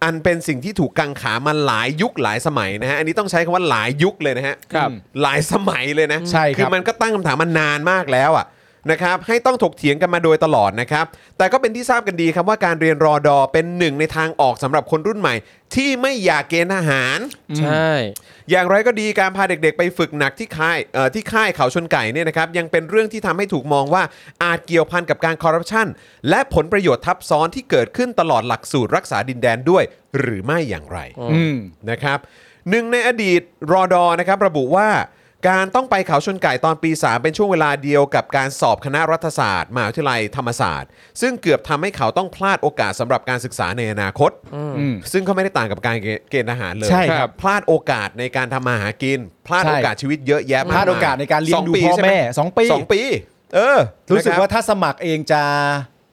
Speaker 1: อันเป็นสิ่งที่ถูกกังขามาหลายยุคหลายสมัยนะฮะอันนี้ต้องใช้คำว่าหลายยุคเลยนะฮะ
Speaker 2: ครับ
Speaker 1: หลายสมัยเลยนะ
Speaker 3: ใช่ครับ
Speaker 1: อมันก็ตั้งคำถามมานานมากแล้วอ่ะนะครับให้ต้องถกเถียงกันมาโดยตลอดนะครับ แต่ก็เป็นที่ทราบกันดีครับว่าการเรียนรอดอเป็นหนึ่งในทางออกสำหรับคนรุ่นใหม่ ที่ไม่อยากเกณฑ์ทหาร
Speaker 2: ใช่
Speaker 1: อย่างไรก็ดีการพาเด็กๆ ไปฝึกหนักที่ค่ายเอ่อที่ค่ายเขาชนไก่เนี่ยนะครับยังเป็นเรื่องที่ทำให้ถูกมองว่าอาจเกี่ยวพันกับการคอร์รัปชันและผลประโยชน์ทับซ้อนที่เกิดขึ้นตลอดหลักสูตรรักษาดินแดนด้วย หรือไม่อย่างไร
Speaker 3: อืม
Speaker 1: นะครับหนึ่งในอดีตรอดอนะครับระบุว่าการต้องไปเขาชนไก่ตอนปี 3 เป็นช่วงเวลาเดียวกับการสอบคณะรัฐศาสตร์มหาวิทยาลัยธรรมศาสตร์ ซึ่งเกือบทำให้เขาต้องพลาดโอกาสสำหรับการศึกษาในอนาคต ซึ่งก็ไม่ได้ต่างกับการเกณฑ์ทหารเลย
Speaker 3: ใช่ครับ
Speaker 1: พลาดโอกาสในการทำมาหากิน พลาด
Speaker 3: ใช่
Speaker 1: โอกาสชีวิตเยอะแยะม
Speaker 3: พลาดโอกาสในการเลี้ยง
Speaker 1: ส
Speaker 3: ดู
Speaker 1: ปี
Speaker 3: พ่อ
Speaker 1: ใช่ไห
Speaker 3: แม่สองปี
Speaker 1: สองปี เออ
Speaker 3: รู้สึก
Speaker 1: นะคบ
Speaker 3: ว่าถ้าสมัครเองจะ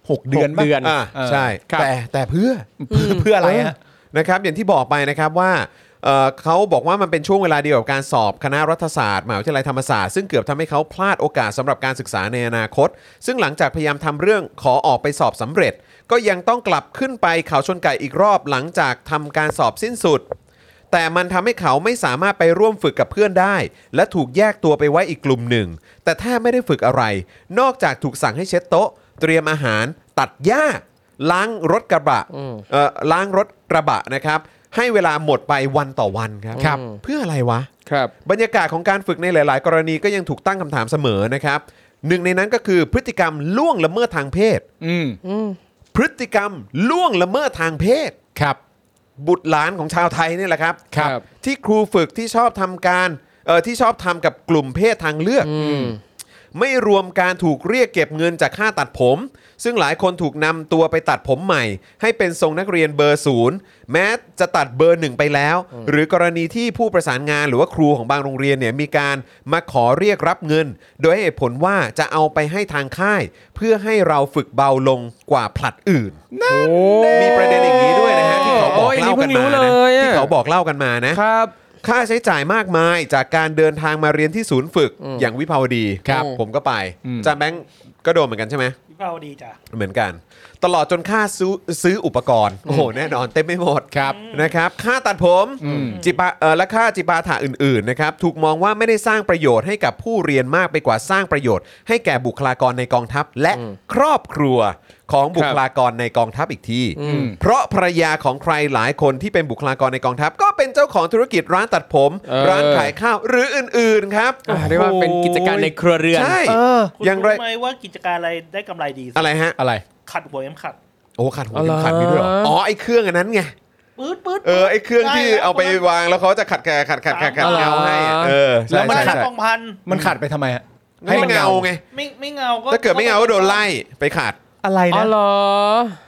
Speaker 3: หกเดือน
Speaker 2: หกเดือน
Speaker 1: อ่า
Speaker 3: เออ
Speaker 1: ใช่
Speaker 2: ครับ
Speaker 1: แต่แต่เพื่อ
Speaker 3: เพื่อเพื่ออะไรฮะ
Speaker 1: นะครับอย่างที่บอกไปนะครับว่าเอ่อเขาบอกว่ามันเป็นช่วงเวลาเดียวกับการสอบคณะรัฐศาสตร์มหาวิทยาลัยธรรมศาสตร์ซึ่งเกือบทำให้เขาพลาดโอกาสสำหรับการศึกษาในอนาคต ซึ่งหลังจากพยายามทำเรื่องขอออกไปสอบสำเร็จ ก็ยังต้องกลับขึ้นไปเขาชนไก่อีกรอบหลังจากทำการสอบสิ้นสุด แต่มันทำให้เขาไม่สามารถไปร่วมฝึกกับเพื่อนได้ และถูกแยกตัวไปไว้อีกกลุ่มหนึ่ง แต่ถ้าไม่ได้ฝึกอะไร นอกจากถูกสั่งให้เช็ดโต๊ะ เตรียมอาหาร ตัดหญ้า ล้างรถกระบะเอ่อล้างรถกระบะนะครับ ให้เวลาหมดไปวันต่อวันครับ
Speaker 2: ครับ
Speaker 1: เพื่ออะไรวะ
Speaker 2: ครับ
Speaker 1: บรรยากาศของการฝึกในหลาย ๆ กรณีก็ยังถูกตั้งคำถามเสมอนะครับ หนึ่งในนั้นก็คือพฤติกรรมล่วงละเมิดทางเพศ
Speaker 3: อืม
Speaker 1: พฤติกรรมล่วงละเมิดทางเพศ
Speaker 3: ครับ
Speaker 1: บุตรหลานของชาวไทยเนี่ยแหละครับ
Speaker 2: ครับ
Speaker 1: ที่ครูฝึกที่ชอบทำการเออที่ชอบทำกับกลุ่มเพศทางเลือก
Speaker 2: อืม
Speaker 1: ไม่รวมการถูกเรียกเก็บเงินจากค่าตัดผม ซึ่งหลายคนถูกนำตัวไปตัดผมใหม่ ให้เป็นทรงนักเรียนเบอร์ศูนย์แม้จะตัดเบอร์หนึ่งไปแล้ว หรือกรณีที่ผู้ประสานงานหรือว่าครูของบางโรงเรียนเนี่ยมีการมาขอเรียกรับเงิน โดยให้เหตุผลว่าจะเอาไปให้ทางค่าย เพื่อให้เราฝึกเบาลงกว่าผลัดอื่น มีประเด็นอย่างนี้ด้วยนะฮะที่เขาบอกเล่ากันมานะ
Speaker 2: โอ้ยนี่เพิ่งรู้เลยอะ
Speaker 1: ที่เขาบอกเล่ากันมานะ
Speaker 2: ครับ
Speaker 1: ค่าใช้จ่ายมากมายจากการเดินทางมาเรียนที่ศูนย์ฝึกอย่างวิภาวดี
Speaker 2: ครับ
Speaker 1: ผมก็ไป
Speaker 3: อืม
Speaker 1: อาจานแบงก์ก็โดนเหมือนกันใช่ไหม
Speaker 4: วิภาวดีจ้ะ
Speaker 1: เหมือนกัน ตลอดจนค่าซื้อซื้ออุปกรณ์โอ้โหแน่นอนเต็มไม่หมด
Speaker 3: ครับ
Speaker 1: นะครับ ค่าตัดผมจิปาเออและค่าจิปาถะอื่นๆนะครับถูกมองว่าไม่ได้สร้างประโยชน์ให้กับผู้เรียนมากไปกว่าสร้างประโยชน์ ให้แก่บุคลากรในกองทัพ และครอบครัวของบุคลากรในกองทัพอีกที
Speaker 2: อืม
Speaker 1: เพราะภรรยาของใครหลายคนที่เป็นบุคลากรในกองทัพ ก็เป็นเจ้าของธุรกิจร้านตัดผม
Speaker 2: เออ
Speaker 1: ร้านขายข้าวหรืออื่นๆครับ
Speaker 2: อ่าเรียกว่าเป็นกิจการในเครือเรือน
Speaker 1: ใช่
Speaker 3: เออ
Speaker 4: คุณ
Speaker 1: อย่างไร
Speaker 4: รู้ไหมว่ากิจการอะไรได้กำไรดีสุด
Speaker 1: อะไรฮะ
Speaker 3: อะไร
Speaker 4: ขัดหัวเอ็มขัด
Speaker 1: โอ้ขัดหัว
Speaker 2: อะไร
Speaker 1: เข็มขัดมีด้วยเหรออ๋อไอ้เครื่องอันนั้นไง
Speaker 4: ปื๊ดปื๊ด
Speaker 1: เออไอ้เครื่องที่
Speaker 4: ด้แล้ว
Speaker 1: เอาไปวางแล้วเขาจะขัดแกะขัดขัดขัดขัด
Speaker 2: อะไร
Speaker 1: เงาให้อะเออใช่
Speaker 4: แล้วมัน
Speaker 1: ใช่
Speaker 4: ขัด
Speaker 1: ใช่
Speaker 4: กองพัน
Speaker 3: มันขาดไปทำไมฮะ
Speaker 1: ให้มันเงาไง
Speaker 4: ไม่ไม่เงาก็
Speaker 1: ถ้าเกิดไม่เงาก็โดนไล่ไปขัด
Speaker 3: อะไร
Speaker 2: อ๋อ
Speaker 3: นะ
Speaker 2: เหรอ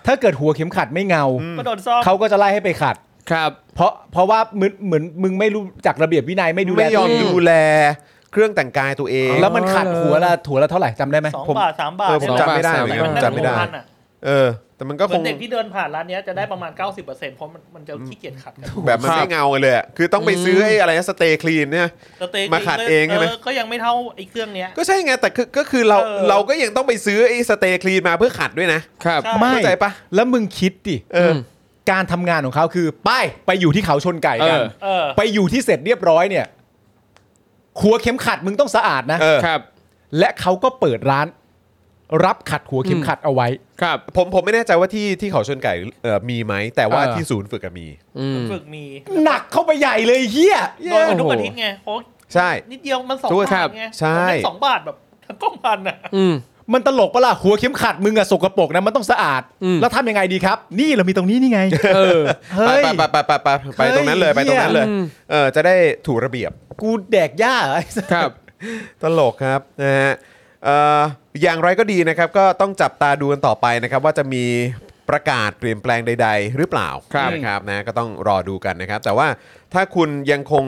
Speaker 3: ถ้าเกิดหัวเข็มขัดไม่เงา
Speaker 4: ก็โดนซ่อม
Speaker 3: เขาก็จะไล่ให้ไปขัด
Speaker 2: ครับ
Speaker 3: เพราะเพราะว่าเหมือนเหมือนมึงไม่รู้จักระเบียบวินัยไม่ดูแล
Speaker 1: ไม่ยอม
Speaker 3: ตัวเง
Speaker 1: ดูแลเครื่องแต่งกายตัวเอง
Speaker 3: แล้วมันขัดหัวละหัวละเท่าไหร่จำได้ไหม
Speaker 4: สอง
Speaker 1: ผม
Speaker 4: บาทสามบาท
Speaker 1: เออผม
Speaker 4: เนี่ย
Speaker 1: จำไม่ได้
Speaker 4: ส
Speaker 1: เหมือนกัน
Speaker 4: สา
Speaker 1: จำไม่ได้
Speaker 4: สาพันอะ
Speaker 1: เออ แต่มันก็
Speaker 4: เห
Speaker 1: ค
Speaker 4: มือง นเด็กที่เดินผ่านร้านเนี้ยจะได้ประมาณ 90%เพราะมันมันจะขี้เกียจขัดกัน
Speaker 1: แบบมัน
Speaker 2: ครับ
Speaker 1: ไม่เงาเลยอะคือต้องไปซื้อไอ้อะไรสเตย์คลีนเนี่ย
Speaker 4: สเตจ
Speaker 1: มาขัดเองใช่ไหม
Speaker 4: ก็ยังไม่เท่าไอ้เครื่องเนี้ย
Speaker 1: ก็ใช่ไง แต่คือก็คือเรา
Speaker 4: เออ
Speaker 1: เราก็ยังต้องไปซื้อไอ้สเตย์คลีนมาเพื่อขัดด้วยนะ
Speaker 2: ครับ
Speaker 4: ใช่
Speaker 3: ไม่
Speaker 1: เข้าใจปะ
Speaker 3: แล้วมึงคิดดิ
Speaker 1: เออ
Speaker 3: การทำงานของเขาคือไปไปอยู่ที่เขาชนไก่กัน
Speaker 2: เออ
Speaker 4: เออ
Speaker 3: ไปอยู่ที่เสร็จเรียบร้อยเนี่ยหัวเข็มขัดมึงต้องสะอาดนะ
Speaker 1: เออ
Speaker 2: ครับ
Speaker 3: และเขาก็เปิดร้าน รับขัดหัวเข็มขัดเอาไว้
Speaker 2: ครับ
Speaker 1: ผมผมไม่แน่ใจว่าที่ที่เขาชนไก่เอ่อมีไหมแต่ว่า
Speaker 3: เออ
Speaker 1: ที่ศูนย์ฝึกอะมี
Speaker 2: อืม
Speaker 4: ฝึกมี
Speaker 3: หนักเข้าไปใหญ่เลยเฮีย
Speaker 4: โดนกันทุกอาทิตย์ไงโอ้ย
Speaker 1: ใช่
Speaker 4: นิดเดียวมันสอง
Speaker 2: ถูกครับ
Speaker 4: า
Speaker 2: บ
Speaker 4: ทไง
Speaker 1: ใช่
Speaker 4: มันไม่สองบาทแบบทั้งกล้องพันอ่ะ
Speaker 2: อืม
Speaker 3: มันตลกปะล่ะหัวเข็มขัดมึงอะสกปรกนะมันต้องสะอาด
Speaker 2: อืม
Speaker 3: แล้วทำยังไงดีครับ นี่เรามีตรงนี้นี่ไง
Speaker 2: เออ
Speaker 3: เฮ้ย
Speaker 1: ไปไปไปไปไปไปตรงนั้นเลยไปตรงนั้นเลย
Speaker 2: เฮ้ย
Speaker 1: เออจะได้ถูกระเบียบ
Speaker 3: กูแดกหญ้าเหรอไอ้สัส
Speaker 2: ครับ
Speaker 1: ตลกครับนะฮะเอ่ออย่างไรก็ดีนะครับก็ต้องจับตาดูกันต่อไปนะครับ ว่าจะมีประกาศเปลี่ยนแปลงใด ๆ หรือเปล่า
Speaker 2: ครับ
Speaker 1: นะครับนะก็ต้องรอดูกันนะครับ แต่ว่าถ้าคุณยังคง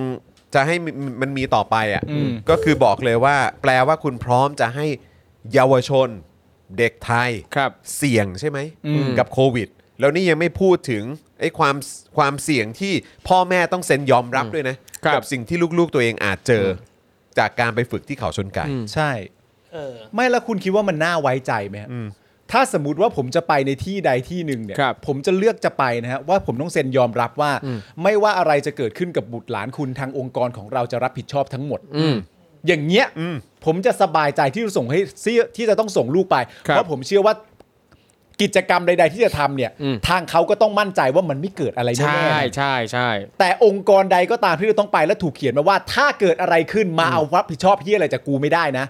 Speaker 1: จะให้มมันมีต่อไปอ่ะ
Speaker 3: อืม
Speaker 1: ก็คือบอกเลยว่า แปลว่าคุณพร้อมจะให้เยาวชนเด็กไทย
Speaker 2: ครับ
Speaker 1: เสี่ยงใช่ไหม
Speaker 2: อืม
Speaker 1: กับโควิด แล้วนี่ยังไม่พูดถึงไอ้ความความเสี่ยงที่พ่อแม่ต้องเซ็นยอมรับด้วยนะ
Speaker 2: ครับ
Speaker 1: กับสิ่งที่ลูกๆตัวเองอาจเจออจากการไปฝึกที่เขาชนไก่
Speaker 3: ใช่
Speaker 4: เออ
Speaker 3: ไม่แล้วคุณคิดว่ามันน่าไว้ใจไหมฮะถ้าสมมติว่าผมจะไปในที่ใดที่หนึ่งเนี่ย
Speaker 2: ครับ
Speaker 3: ผมจะเลือกจะไปนะฮะว่าผมต้องเซ็นยอมรับว่า
Speaker 2: อืม
Speaker 3: ไม่ว่าอะไรจะเกิดขึ้นกับบุตรหลานคุณทางองค์กรของเราจะรับผิดชอบทั้งหมด
Speaker 2: อืม
Speaker 3: อย่างเงี้ย
Speaker 1: อืม
Speaker 3: ผมจะสบายใจที่จะส่งให้ที่ที่จะต้องส่งลูกไป
Speaker 2: ครับ
Speaker 3: เพราะผมเชื่อว่ากิจกรรมใด ๆ ที่จะทำเนี่ย
Speaker 2: อืม
Speaker 3: ทางเขาก็ต้องมั่นใจว่ามันไม่เกิดอะไร
Speaker 2: ใช่
Speaker 3: แน่ๆ
Speaker 2: ใช่ใช่
Speaker 3: แต่องค์กรใดก็ตามที่เราต้องไปแล้วถูกเขียนมาว่า ถ้าเกิดอะไรขึ้นมาเอารับผิดชอบที่อะไรจากกูไม่ได้นะ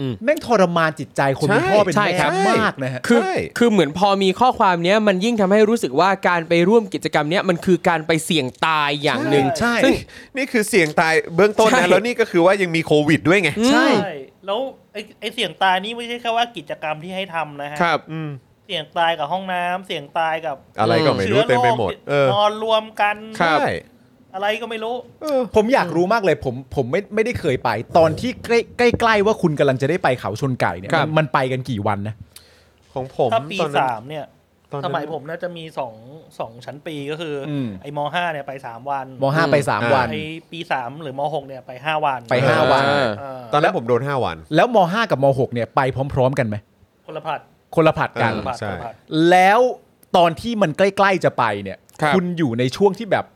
Speaker 2: อืม
Speaker 3: แม่งทรมานจิตใจคนเป็น
Speaker 1: ใช่
Speaker 3: พ่อเป็น
Speaker 1: ใช่
Speaker 3: แม่
Speaker 1: ครับ
Speaker 3: มากนะฮะ
Speaker 2: คือ
Speaker 1: ใช่
Speaker 2: คือเหมือนพอมีข้อความเนี้ยมันยิ่งทำให้รู้สึกว่าการไปร่วมกิจกรรมเนี้ยมันคือการไปเสี่ยงตายอย่างหนึ่ง
Speaker 3: ใช่
Speaker 1: ซึ่งนี่คือเสี่ยงตายเบื้องต้น
Speaker 2: ใช่
Speaker 1: นะ แล้วนี่ก็คือว่ายังมีโควิดด้วยไง
Speaker 3: ใช่
Speaker 4: ใช่แล้วไอ้ไอ้เสียงตายนี่ไม่ใช่แค่ว่ากิจกรรมที่ให้ทำนะฮะ
Speaker 2: ครับ
Speaker 1: อืม
Speaker 4: เสียงตายกับห้องน้ำเสียงตายกับ
Speaker 1: อะไรก็ไม่รู้เต็มไปหมด เออ
Speaker 4: เชื้อโรคนอนรวมกัน
Speaker 2: ครับ
Speaker 1: ใช่
Speaker 4: อะไรก็ไม่รู้
Speaker 1: เออ
Speaker 3: ผมอยากรู้มากเลยผมผมไม่ไม่ได้เคยไป ตอนที่ใกล้ใกล้ใกล้ว่าคุณกำลังจะได้ไปเขาชนไก่เนี่ย
Speaker 2: ครับ
Speaker 3: มันมันไปกันกี่วันนะ
Speaker 1: ของผม
Speaker 4: ถ้าปี
Speaker 1: ตอนนั้น
Speaker 4: สามเนี่ย
Speaker 1: ตอน
Speaker 4: ส
Speaker 1: นั้น
Speaker 4: มัยผมน่าจะมีสองสองชั้นปีก็คืออ
Speaker 3: ม
Speaker 4: ไอ้มห้าเนี่ยไปสามวัน
Speaker 3: มห้าไปสาม
Speaker 1: อ่า
Speaker 3: วัน
Speaker 4: ไอ้ปีสามหรือมหกเนี่ยไปห้าวัน
Speaker 3: ไปห้าวัน
Speaker 2: เออ
Speaker 4: เออ
Speaker 1: ตอนนั้นผมโดน 5 วัน
Speaker 3: แล้วมห้ากับมหกเนี่ยไปพร้อม ๆ กันไหม
Speaker 4: คนละผัด
Speaker 3: คนละผัดกัน
Speaker 1: เออ
Speaker 4: ผัด
Speaker 1: ใช่
Speaker 4: คนละผัด
Speaker 3: แล้วตอนที่มันใกล้ๆจะไปเนี่ย
Speaker 2: ครับ
Speaker 3: ณอยู่ในช่วงที่แบบ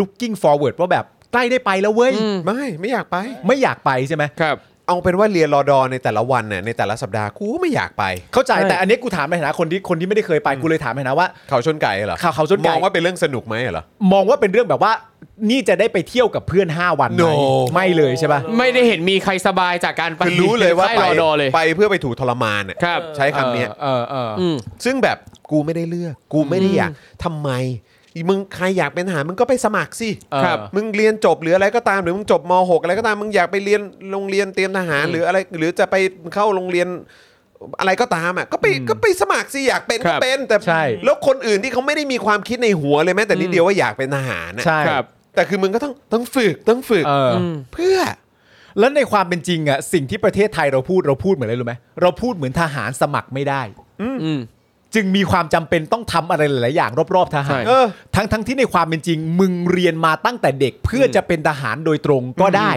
Speaker 3: looking forward ว่าแบบใกล้ได้ไปแล้วเว้ย
Speaker 2: อืม
Speaker 1: ไม่ไม่อยากไป
Speaker 3: ไม่อยากไปใช่ไหม
Speaker 2: ครับ
Speaker 1: เอาเป็นว่าเรียนรอดอในแต่ละวันเนี่ยในแต่ละสัปดาห์กูไม่อยากไป
Speaker 3: เข้าใจ
Speaker 2: ใช่
Speaker 3: แต่อันนี้กูถามในฐานะคนที่คนที่ไม่ได้เคยไปกูเลยถามในฐานะว่า
Speaker 1: เขาชนไก่เหรอ
Speaker 3: เขาชนไก่
Speaker 1: มองว่าเป็นเรื่องสนุกไหมเหรอ
Speaker 3: มองว่าเป็นเรื่องแบบว่า นี่จะได้ไปเที่ยวกับเพื่อน 5 วันไหม
Speaker 1: No
Speaker 3: ไม่เลยใช่ปะ
Speaker 2: ไม่ได้เห็นมีใครสบายจากการไป
Speaker 1: คือรู้เลยว่า
Speaker 2: ใก
Speaker 1: ไป
Speaker 2: รอดอเลย
Speaker 1: ไปเพื่อไปถูกทรมานอะ
Speaker 2: ครับ
Speaker 1: ใช้คำเนี้ย
Speaker 3: เออเออเอ
Speaker 2: อื
Speaker 3: อ
Speaker 2: ม
Speaker 1: ซึ่งแบบกูไม่ได้เลือก กูไม่ได้อยากทำไมมึงใครอยากเป็นทหารมึงก็ไปสมัครสิ
Speaker 2: ครับ
Speaker 1: มึงเรียนจบหรืออะไรก็ตามหรือมึงจบม .6 อะไรก็ตามมึงอยากไปเรียนโรงเรียนเตรียมทหารหรืออะไร หรือจะไปเข้าโรงเรียนอะไรก็ตามอ่ะก็ไปก็ไปสมัครสิอยากเป็น
Speaker 2: ครั
Speaker 1: ก็
Speaker 2: บ
Speaker 1: เป็นแต่
Speaker 3: ใช่
Speaker 1: แล้วคนอื่นที่เขาไม่ได้มีความคิดในหัวเลยแม้แต่นิดเดียวว่าอยากเป็นทหารน่ะ
Speaker 3: ใช่
Speaker 2: ครับ
Speaker 1: แต่คือมึงก็ต้องต้องฝึกต้องฝึก
Speaker 3: เอออ
Speaker 2: ม
Speaker 1: เพื่อ
Speaker 3: แล้วในความเป็นจริงอ่ะสิ่งที่ประเทศไทยเราพูดเราพูดเหมือนอะไรรู้ไหมเราพูดเหมือนทหารสมัครไม่ได้
Speaker 2: อืม
Speaker 3: จึงมีความจำเป็นต้องทำอะไรหลาย ๆ อย่างรอบ ๆ ทหาร
Speaker 2: ใช่
Speaker 1: เออ
Speaker 3: ทั้งทั้งที่ในความเป็นจริง มึงเรียนมาตั้งแต่เด็กเพื่อจะเป็นทหารโดยตรงก็ได้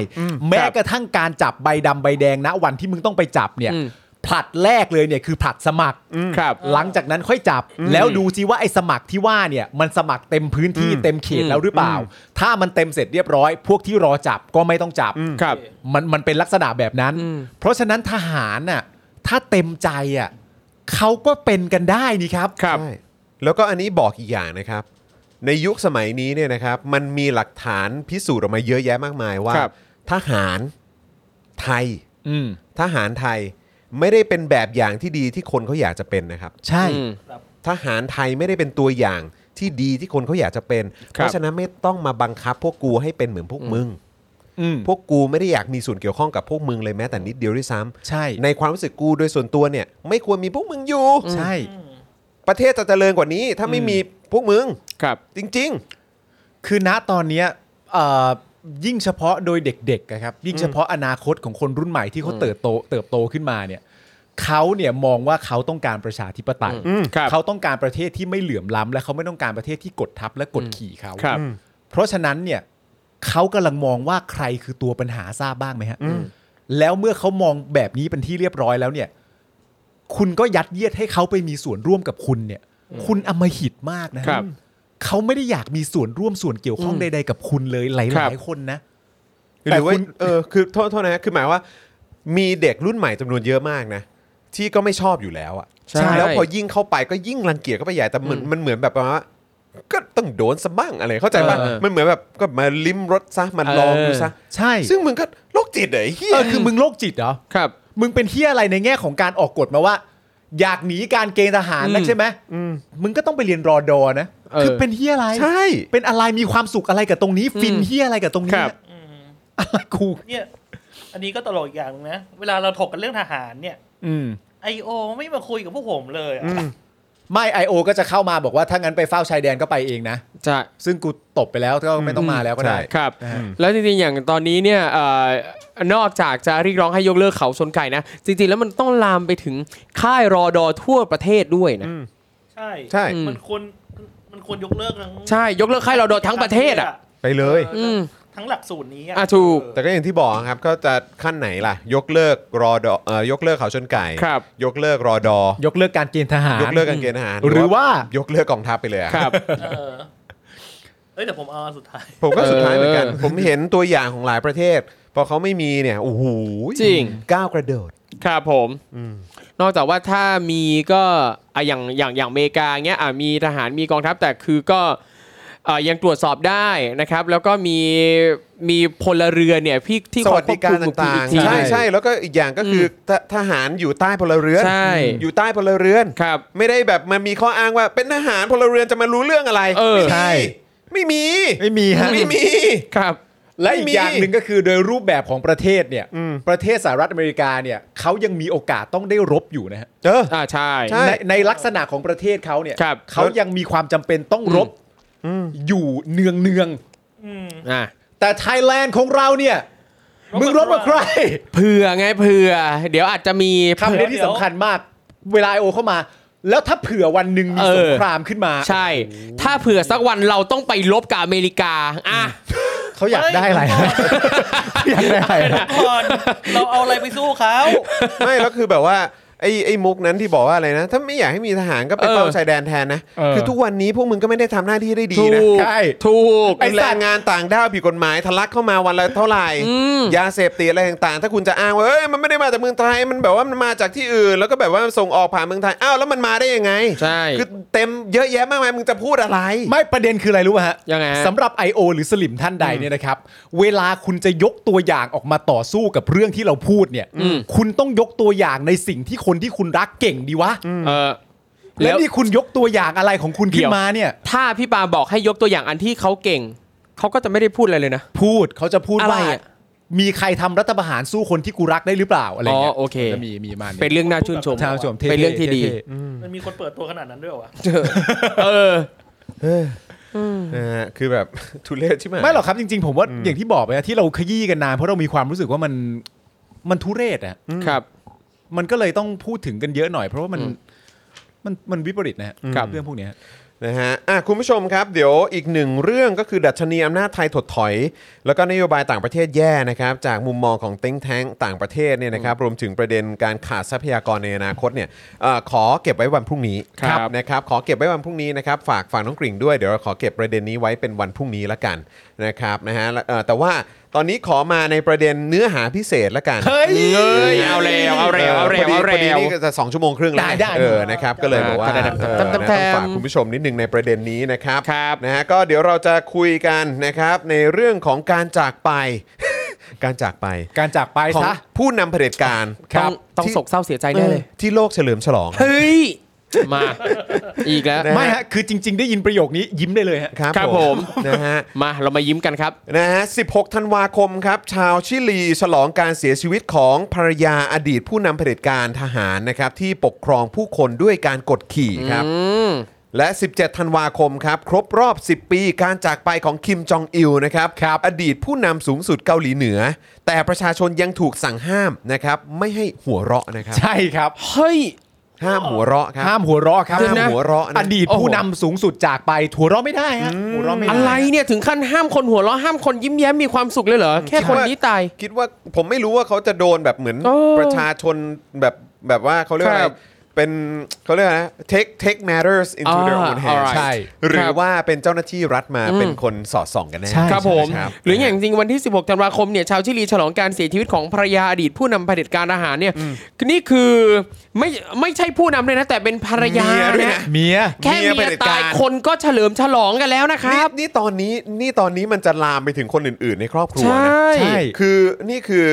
Speaker 3: แม้กระทั่งการจับใบดำใบแดงนะวันที่มึงต้องไปจับเนี่ย
Speaker 2: อืม
Speaker 3: ผลัดแรกเลยเนี่ยคือผลัดสมัคร
Speaker 2: ครับ
Speaker 3: หลังจากนั้นค่อยจับ แล้วดูซิว่าไอ้สมัครที่ว่าเนี่ย มันสมัครเต็มพื้นที่เต็มเขตแล้วหรือเปล่า ถ้ามันเต็มเสร็จเรียบร้อย พวกที่รอจับก็ไม่ต้องจับ
Speaker 2: ครับ
Speaker 3: มันมันเป็นลักษณะแบบนั้น
Speaker 2: อืม
Speaker 3: เพราะฉะนั้นทหารน่ะถ้าเต็มใจอ่ะเขาก็เป็นกันได้นี่ครับ
Speaker 2: ครับ
Speaker 1: ใช่แล้วก็อันนี้บอกอีกอย่างนะครับ ในยุคสมัยนี้เนี่ยนะครับ มันมีหลักฐานพิสูจน์ออกมาเยอะแยะมากมายว่า
Speaker 2: ครับ
Speaker 1: ทหารไทย
Speaker 3: อืม
Speaker 1: ทหารไทยไม่ได้เป็นแบบอย่างที่ดีที่คนเขาอยากจะเป็นนะครับ
Speaker 3: ใช่
Speaker 2: อืม
Speaker 1: ทหารไทยไม่ได้เป็นตัวอย่างที่ดีที่คนเขาอยากจะเป็น
Speaker 2: ครับ
Speaker 1: เพราะฉะนั้นไม่ต้องมาบังคับพวกกูให้เป็นเหมือนพวกมึง
Speaker 3: อืม
Speaker 1: พวกกูไม่ได้อยากมีส่วนเกี่ยวข้องกับพวกมึงเลยแม้แต่นิดเดียวด้วยซ้ำ
Speaker 3: ใช่
Speaker 1: ในความรู้สึกกูโดยส่วนตัวเนี่ย ไม่ควรมีพวกมึงอยู่
Speaker 3: ใช่
Speaker 4: อืม
Speaker 1: ประเทศจะเจริญกว่านี้ ถ้าไม่มีพวกมึง
Speaker 2: ครับ
Speaker 1: จริง ๆ
Speaker 3: คือณตอนเนี้ยเอ่อยิ่งเฉพาะโดยเด็กๆอะครับ ยิ่งเฉพาะอนาคตของคนรุ่นใหม่ที่เขาเติบโตเติบโตขึ้นมาเนี่ยเขาเนี่ยมองว่าเขาต้องการประชาธิปไตย
Speaker 1: อืม
Speaker 2: ครับ
Speaker 3: เขาต้องการประเทศที่ไม่เหลื่อมล้ำและเขาไม่ต้องการประเทศที่กดทับและกดขี่เขา
Speaker 2: ครับ
Speaker 3: เพราะฉะนั้นเนี่ยเขากำลังมองว่าใครคือตัวปัญหาทราบบ้างไหมฮะแล้วเมื่อเขามองแบบนี้เป็นที่เรียบร้อยแล้วเนี่ย คุณก็ยัดเยียดให้เขาไปมีส่วนร่วมกับคุณเนี่ย คุณอำมหิตมากนะฮะ
Speaker 2: ครับ
Speaker 3: เขาไม่ได้อยากมีส่วนร่วมส่วนเกี่ยวข้องใดๆกับคุณเลย
Speaker 2: ครั
Speaker 3: หลาย
Speaker 2: บ
Speaker 3: ๆคนนะ
Speaker 1: ห
Speaker 3: แต่
Speaker 1: รือว่า
Speaker 3: คุณ
Speaker 1: เออคือโทษโทษนะคือหมายว่า มีเด็กรุ่นใหม่จำนวนเยอะมากนะ ที่ก็ไม่ชอบอยู่แล้วอะ
Speaker 2: ใช่
Speaker 1: แล้วพอยิ่งเข้าไปก็ยิ่งรังเกียจก็ไปใหญ่แต่เหมือน
Speaker 2: อืม
Speaker 1: มันเหมือนแบบประมาณว่าก็ต้องโดนสบ้างอะไรเข้าใจป่ะ
Speaker 2: เออ
Speaker 1: มันเหมือนแบบก็มาลิ้มรสซะมันลองดูซะ
Speaker 3: ใช่
Speaker 1: ซึ่งมึงก็โรคจิตเหรอไอ้เฮีย
Speaker 3: เออคือมึงโรคจิตเหรอ
Speaker 2: ครับ
Speaker 3: มึงเป็นเฮียอะไรในแง่ของการออกกฎมาว่า อยากหนีการเกณฑ์ทหาร
Speaker 2: อื
Speaker 3: นะ
Speaker 2: ม
Speaker 3: ใช่ไหมมึงก็ต้องไปเรียนรอดอนะ
Speaker 2: เออ
Speaker 3: คือเป็นเฮียอะไร
Speaker 1: ใช่
Speaker 3: เป็นอะไรมีความสุขอะไรกับตรงนี้
Speaker 2: อืม
Speaker 3: ฟินเฮียอะไรกับตรง
Speaker 2: ค
Speaker 3: นี้
Speaker 2: รับ
Speaker 4: อืม
Speaker 3: อะไรกู
Speaker 4: เนี่ย อันนี้ก็ตลกอีกอย่างหนึงนะ เวลาเราถกกันเรื่องทหารเนี่ย
Speaker 3: อืม
Speaker 4: ไอโอไม่มาคุยกับพวกผมเลยอะ
Speaker 3: ไม่ IO ก็จะเข้ามาบอกว่าถ้างั้นไปเฝ้าชายแดนก็ไปเองนะ
Speaker 2: จะ
Speaker 3: ซึ่งกูตบไปแล้วก็ไม่ต้องมาแล้วก็ได้
Speaker 1: ใช่
Speaker 2: ครับ
Speaker 3: นะฮะ
Speaker 2: แล้วจริงๆ อย่างตอนนี้เนี่ยเอ่อนอกจากจะเรียกร้องให้ยกเลิกเขาชนไก่นะ จริงๆ แล้วมันต้องลามไปถึงค่ายรอดอทั่วประเทศด้วยนะ
Speaker 4: ใช่
Speaker 1: ใช่
Speaker 2: อืม
Speaker 4: มันควรมันควรยกเลิกทั้ง
Speaker 2: ใช่ ยกเลิกค่ายรอดอทั้งประเทศอ่ะ
Speaker 1: ไปเลย
Speaker 4: อออ
Speaker 2: ม
Speaker 4: ทั้งหลักสูตรนี้
Speaker 2: อ่ะถูก
Speaker 1: แต่ก็อย่างที่บอกครับก็จะขั้นไหนล่ะ ยกเลิกรอดอเอ่อยกเลิกเขาชนไก่
Speaker 2: ครับ
Speaker 1: ยกเลิกรอดอ
Speaker 3: ยกเลิกการเกณฑ์ทหาร
Speaker 1: ยกเลิกกางเกณฑ์ทหาร
Speaker 3: หรือว่า
Speaker 1: ยกเลิกกองทัพไปเลยอะ
Speaker 2: ครับ
Speaker 4: เออเอ้ยแต่ผมเอาอันสุดท้าย
Speaker 1: ผมก็สุดท้ายเหมือนกัน
Speaker 2: เออ
Speaker 1: ผมเห็นตัวอย่างของหลายประเทศ พอเขาไม่มีเนี่ย โอ้โห
Speaker 2: จริง
Speaker 1: ก้าวกระโดด
Speaker 2: ครับผม นอกจากว่าถ้ามีก็อ่ะอย่างอย่างอย่างอเมริกาเงี้ยอ่ะมีทหารมีกองทัพแต่คือก็เอ่อยังตรวจสอบได้นะครับ แล้วก็มีมีพลเรือนเนี่ยพี่ที่
Speaker 1: ส
Speaker 2: คอ
Speaker 1: วั
Speaker 2: ย
Speaker 1: ส
Speaker 2: คว
Speaker 1: ดิ
Speaker 2: บ
Speaker 1: การ
Speaker 2: คุมอยู่
Speaker 1: ต่าง
Speaker 2: อีกที
Speaker 1: ๆ ใช่ใช่แล้วก็อีกอย่างก็คือททหารอยู่ใต้พลเรือน
Speaker 2: ใช่
Speaker 1: อยู่ใต้พลเรือน
Speaker 2: ครับ
Speaker 1: ไม่ได้แบบมันมีข้ออ้างว่าเป็นทหารพลเรือนจะมารู้เรื่องอะไร
Speaker 2: เอ
Speaker 1: ไม่
Speaker 2: อ
Speaker 1: มี
Speaker 3: ใช่
Speaker 1: ไม่มี
Speaker 3: ไม่มีฮะ
Speaker 1: ไม่มี
Speaker 2: ครับ
Speaker 3: และ
Speaker 1: ไม่
Speaker 3: อี
Speaker 1: มี
Speaker 3: กอย่างหนึ่งก็คือโดยรูปแบบของประเทศเนี่ย
Speaker 1: อืม
Speaker 3: ประเทศสหรัฐอเมริกาเนี่ยเขายังมีโอกาสต้องได้รบอยู่นะฮะ
Speaker 1: เออ
Speaker 2: อ่าใช่
Speaker 1: ใช่
Speaker 3: ในในลักษณะของประเทศเขาเนี่ย
Speaker 2: ครับ
Speaker 3: เขายังมีความจำเป็นต้องรบ
Speaker 1: อืม
Speaker 3: อยู่เนืองเนือง
Speaker 4: อืม
Speaker 2: อ่ะ
Speaker 3: ๆแต่ไทยแลนด์ของเราเนี่ย
Speaker 4: รบกับ
Speaker 3: มึงรบกับ
Speaker 4: ใค
Speaker 3: ใค
Speaker 4: ร
Speaker 3: ร
Speaker 2: เผื่อไงเผื่อ เดี๋ยวอาจจะมี
Speaker 3: คำนี้ที่สำคัญมาก เวลาโอเข้ามา แล้วถ้าเผื่อวันหนึ่งมี
Speaker 2: เออ
Speaker 3: สงครามขึ้นมา
Speaker 2: ใช่ ถ้าเผื่อสักวันเราต้องไปลบกับอเมริกา อ่ะ
Speaker 3: เขาอยากได้อะไร อยากได้อะไรนะ
Speaker 4: ก่อนเราเอาอะไรไปสู้เขา
Speaker 1: ไม่แล้วคือแบบว่าไอ้ไอ้มุกนั้นที่บอกว่าอะไรนะ ถ้าไม่อยากให้มีทหารก็ไปเฝ้า
Speaker 2: เออ
Speaker 1: ชายแดนแทนนะคือทุกวันนี้พวกมึงก็ไม่ได้ทำหน้าที่ได้ดี
Speaker 2: ถู
Speaker 1: นะ
Speaker 2: ก
Speaker 3: ใช่
Speaker 2: ถูก
Speaker 1: ไอ้แรงงานต่างด้าวผิดกฎหมายทะลักเข้ามาวันละเท่าไหร่ยาเสพติดอะไรต่างๆ ถ้าคุณจะอ้างว่าเอ้ยมันไม่ได้มาจากเมืองไทยมันแบบว่ามันมาจากที่อื่น แล้วก็แบบว่าส่งออกผ่านเมืองไทยอ้าวแล้วมันมาได้ยังไง
Speaker 2: ใช่
Speaker 1: คือเต็มเยอะแยะมากมายมึงจะพูดอะไร
Speaker 3: ไม่ประเด็นคืออะไรรู้ป่ะฮะ
Speaker 2: ยังไงฮะ
Speaker 3: สำหรับ I.O. หรือสลิมท่านใดเนี่ยนะครับ เวลาคุณจะยกตัวอย่างออกมาต่อสู้กับเรื่องที่เราพูดเนี่ย
Speaker 2: อืม
Speaker 3: คุณต้องยกตัวอย่างในสิ่งที่คนที่คุณรักเก่งดีวะ
Speaker 2: เออ
Speaker 3: แล้วนี่คุณยกตัวอย่างอะไรของคุณขึ้
Speaker 2: เดี๋
Speaker 3: น
Speaker 2: ยว
Speaker 3: มาเนี่ย
Speaker 2: ถ้าพี่ปาบอกให้ยกตัวอย่างอันที่เขาเก่ง เขาก็จะไม่ได้พูดอะไรเลยนะ
Speaker 3: พูดเขาจะพูด
Speaker 2: อะไร
Speaker 3: ว่า
Speaker 2: อ่ะ
Speaker 3: มีใครทำรัฐประหารสู้คนที่กูรักได้หรือเปล่าอะไรเงี้
Speaker 2: อ๋
Speaker 3: ย
Speaker 2: อโอเค
Speaker 3: จะมีมีมัน
Speaker 2: เป็นเรื่องน่าชื่นชม
Speaker 3: ชาวชม
Speaker 2: เป็นเรื่องที่ดี
Speaker 4: มันมีคนเปิดตัวขนาดนั้นด้วยเหรอวะ
Speaker 2: เออ
Speaker 1: นะฮะคือแบบ ทุเรศใช่ไหม
Speaker 3: ไม่หรอกครับจริงๆ ผมว่าอย่างที่บอกไปอะที่เราขยี้กันนานเพราะเรามีความรู้สึกว่ามันมันทุเรศอะ
Speaker 2: ครับ
Speaker 3: มันก็เลยต้องพูดถึงกันเยอะหน่อยเพราะว่ามันมันมันวิปริตนะฮะ
Speaker 2: ครับ
Speaker 3: เรื่องพวกเนี้ย
Speaker 1: นะฮะอ่ะคุณผู้ชมครับ เดี๋ยวอีกหนึ่งเรื่องก็คือดัชนีอำนาจไทยถดถอย แล้วก็นโยบายต่างประเทศแย่นะครับจากมุมมองของ think tank ต่างประเทศเนี่ยนะครับรวมถึงประเด็นการขาดทรัพยากรในอนาคตเนี่ยเออขอเก็บไว้วันพรุ่งนี้
Speaker 2: ครับ
Speaker 1: นะครับขอเก็บไว้วันพรุ่งนี้นะครับฝากฝากน้องกริ่งด้วยเดี๋ยวเราขอเก็บประเด็นนี้ไว้เป็นวันพรุ่งนี้ละกันนะครับนะฮะและเอ่อแต่ว่าตอนนี้ขอมาในประเด็นเนื้อหาพิเศษละกัน
Speaker 3: เฮ้ย
Speaker 2: เอ้ยเอาแล้วเอาแล้วเอาแล้
Speaker 1: พ
Speaker 2: ว
Speaker 1: อดี
Speaker 2: เอา
Speaker 1: พอดี
Speaker 2: แล้ว
Speaker 1: นี่ก็จะสองชั่วโมงครึ่งแล้ว
Speaker 3: ได้ได้
Speaker 1: เออนะครับก็เลยบอกว่า
Speaker 2: ได้ได้
Speaker 1: เออ
Speaker 2: ตำตำ
Speaker 1: นะ
Speaker 2: แท
Speaker 1: ต้อง
Speaker 2: ม
Speaker 1: ฝากคุณผู้ชมนิดนึงในประเด็นนี้นะครับ
Speaker 2: ครับ
Speaker 1: นะฮะก็เดี๋ยวเราจะคุยกันนะครับในเรื่องของการจากไป การจากไป
Speaker 3: การจากไป
Speaker 1: ของ
Speaker 3: ซะ
Speaker 1: ผู้นำเผด็จการ
Speaker 2: ต้องต้อง
Speaker 1: ที่
Speaker 2: โศกเศร้าเสียใจแน่เลย
Speaker 1: ที่โลกเฉลิมฉลอง
Speaker 2: เฮ้ย มา อีกแล้ว
Speaker 1: นะ
Speaker 3: ไม่ฮะ คือจริง ๆ ได้ยินประโยคนี้ยิ้มได้เลยฮะ
Speaker 1: ครับ
Speaker 2: ครับผม
Speaker 1: นะฮะ
Speaker 2: มาเรามายิ้มกันครับ
Speaker 1: นะฮะ 16 ธันวาคมครับ ชาวชิลีฉลองการเสียชีวิตของภรรยาอดีตผู้นำเผด็จการทหารนะครับ ที่ปกครองผู้คนด้วยการกดขี่ครับ
Speaker 2: อืม
Speaker 1: และ 17 ธันวาคมครับ ครบรอบ 10 ปีการจากไปของคิมจองอิลนะครับครับ อดีตผู้นำสูงสุดเกาหลีเหนือ แต่ประชาชนยังถูกสั่งห้ามนะครับ ไม่ให้หัวเราะนะครับ
Speaker 3: ใช่ครับ
Speaker 2: เฮ้ย
Speaker 1: ห้ามหัวเราะครับ
Speaker 3: ห้ามหัวเราะครับ
Speaker 1: เดี๋ยวนะห้ามหัวเราะนะ
Speaker 3: อดีตผู้นำสูงสุดจากไปหัวเราะไม่ได้ฮะหัวเราะไม่ได้
Speaker 2: อะไรเนี่ยถึงขั้นห้ามคนหัวเราะห้ามคนยิ้มแย้มมีความสุขเลยเหรอ แค่คนนี้ตาย
Speaker 1: คิดว่าผมไม่รู้ว่าเขาจะโดนแบบเหมือน
Speaker 2: เออ
Speaker 1: ประชาชนแบบแบบว่าเขาเรียกว่าอะไร
Speaker 2: ครับ
Speaker 1: ไป เป็นเขาเรียกอะไรนะ take take matters into their
Speaker 2: อ่า
Speaker 1: own hands
Speaker 2: alright
Speaker 3: ใช่
Speaker 1: หรื
Speaker 2: ค
Speaker 1: อ
Speaker 2: รับ
Speaker 1: ว่าเป็นเจ้าหน้าที่รัฐมา
Speaker 2: อืม
Speaker 1: เป็นคนสอดส่องกันแน่
Speaker 3: ใช่
Speaker 2: ครับผม
Speaker 1: ครับ
Speaker 2: หรืออย่างจริงวันที่ 16 ธันวาคมเนี่ยชาวชิลีฉลองการเสียชีวิตของภรรยาอดีตผู้นำเผด็จการอาหารเนี่ยนี่คือไม่ไม่ใช่ผู้นำเลยนะ แต่เป็นภรรยา
Speaker 1: เมียด้วย
Speaker 2: นะ
Speaker 1: นะ
Speaker 3: เมีย
Speaker 2: แค่
Speaker 1: เมียเผ
Speaker 2: เมี
Speaker 1: ด็
Speaker 2: ย
Speaker 1: จกา
Speaker 2: ตาร ยคนก็เฉลิมฉลองกันแล้วนะค
Speaker 1: นี่
Speaker 2: รับ
Speaker 1: นี่ตอนนี้นี่ตอนนี้มันจะลามไปถึงคนอื่น ๆ ในครอบครัว
Speaker 2: ใช
Speaker 1: นะ
Speaker 2: ่
Speaker 3: ใช่
Speaker 1: คือนี่คือ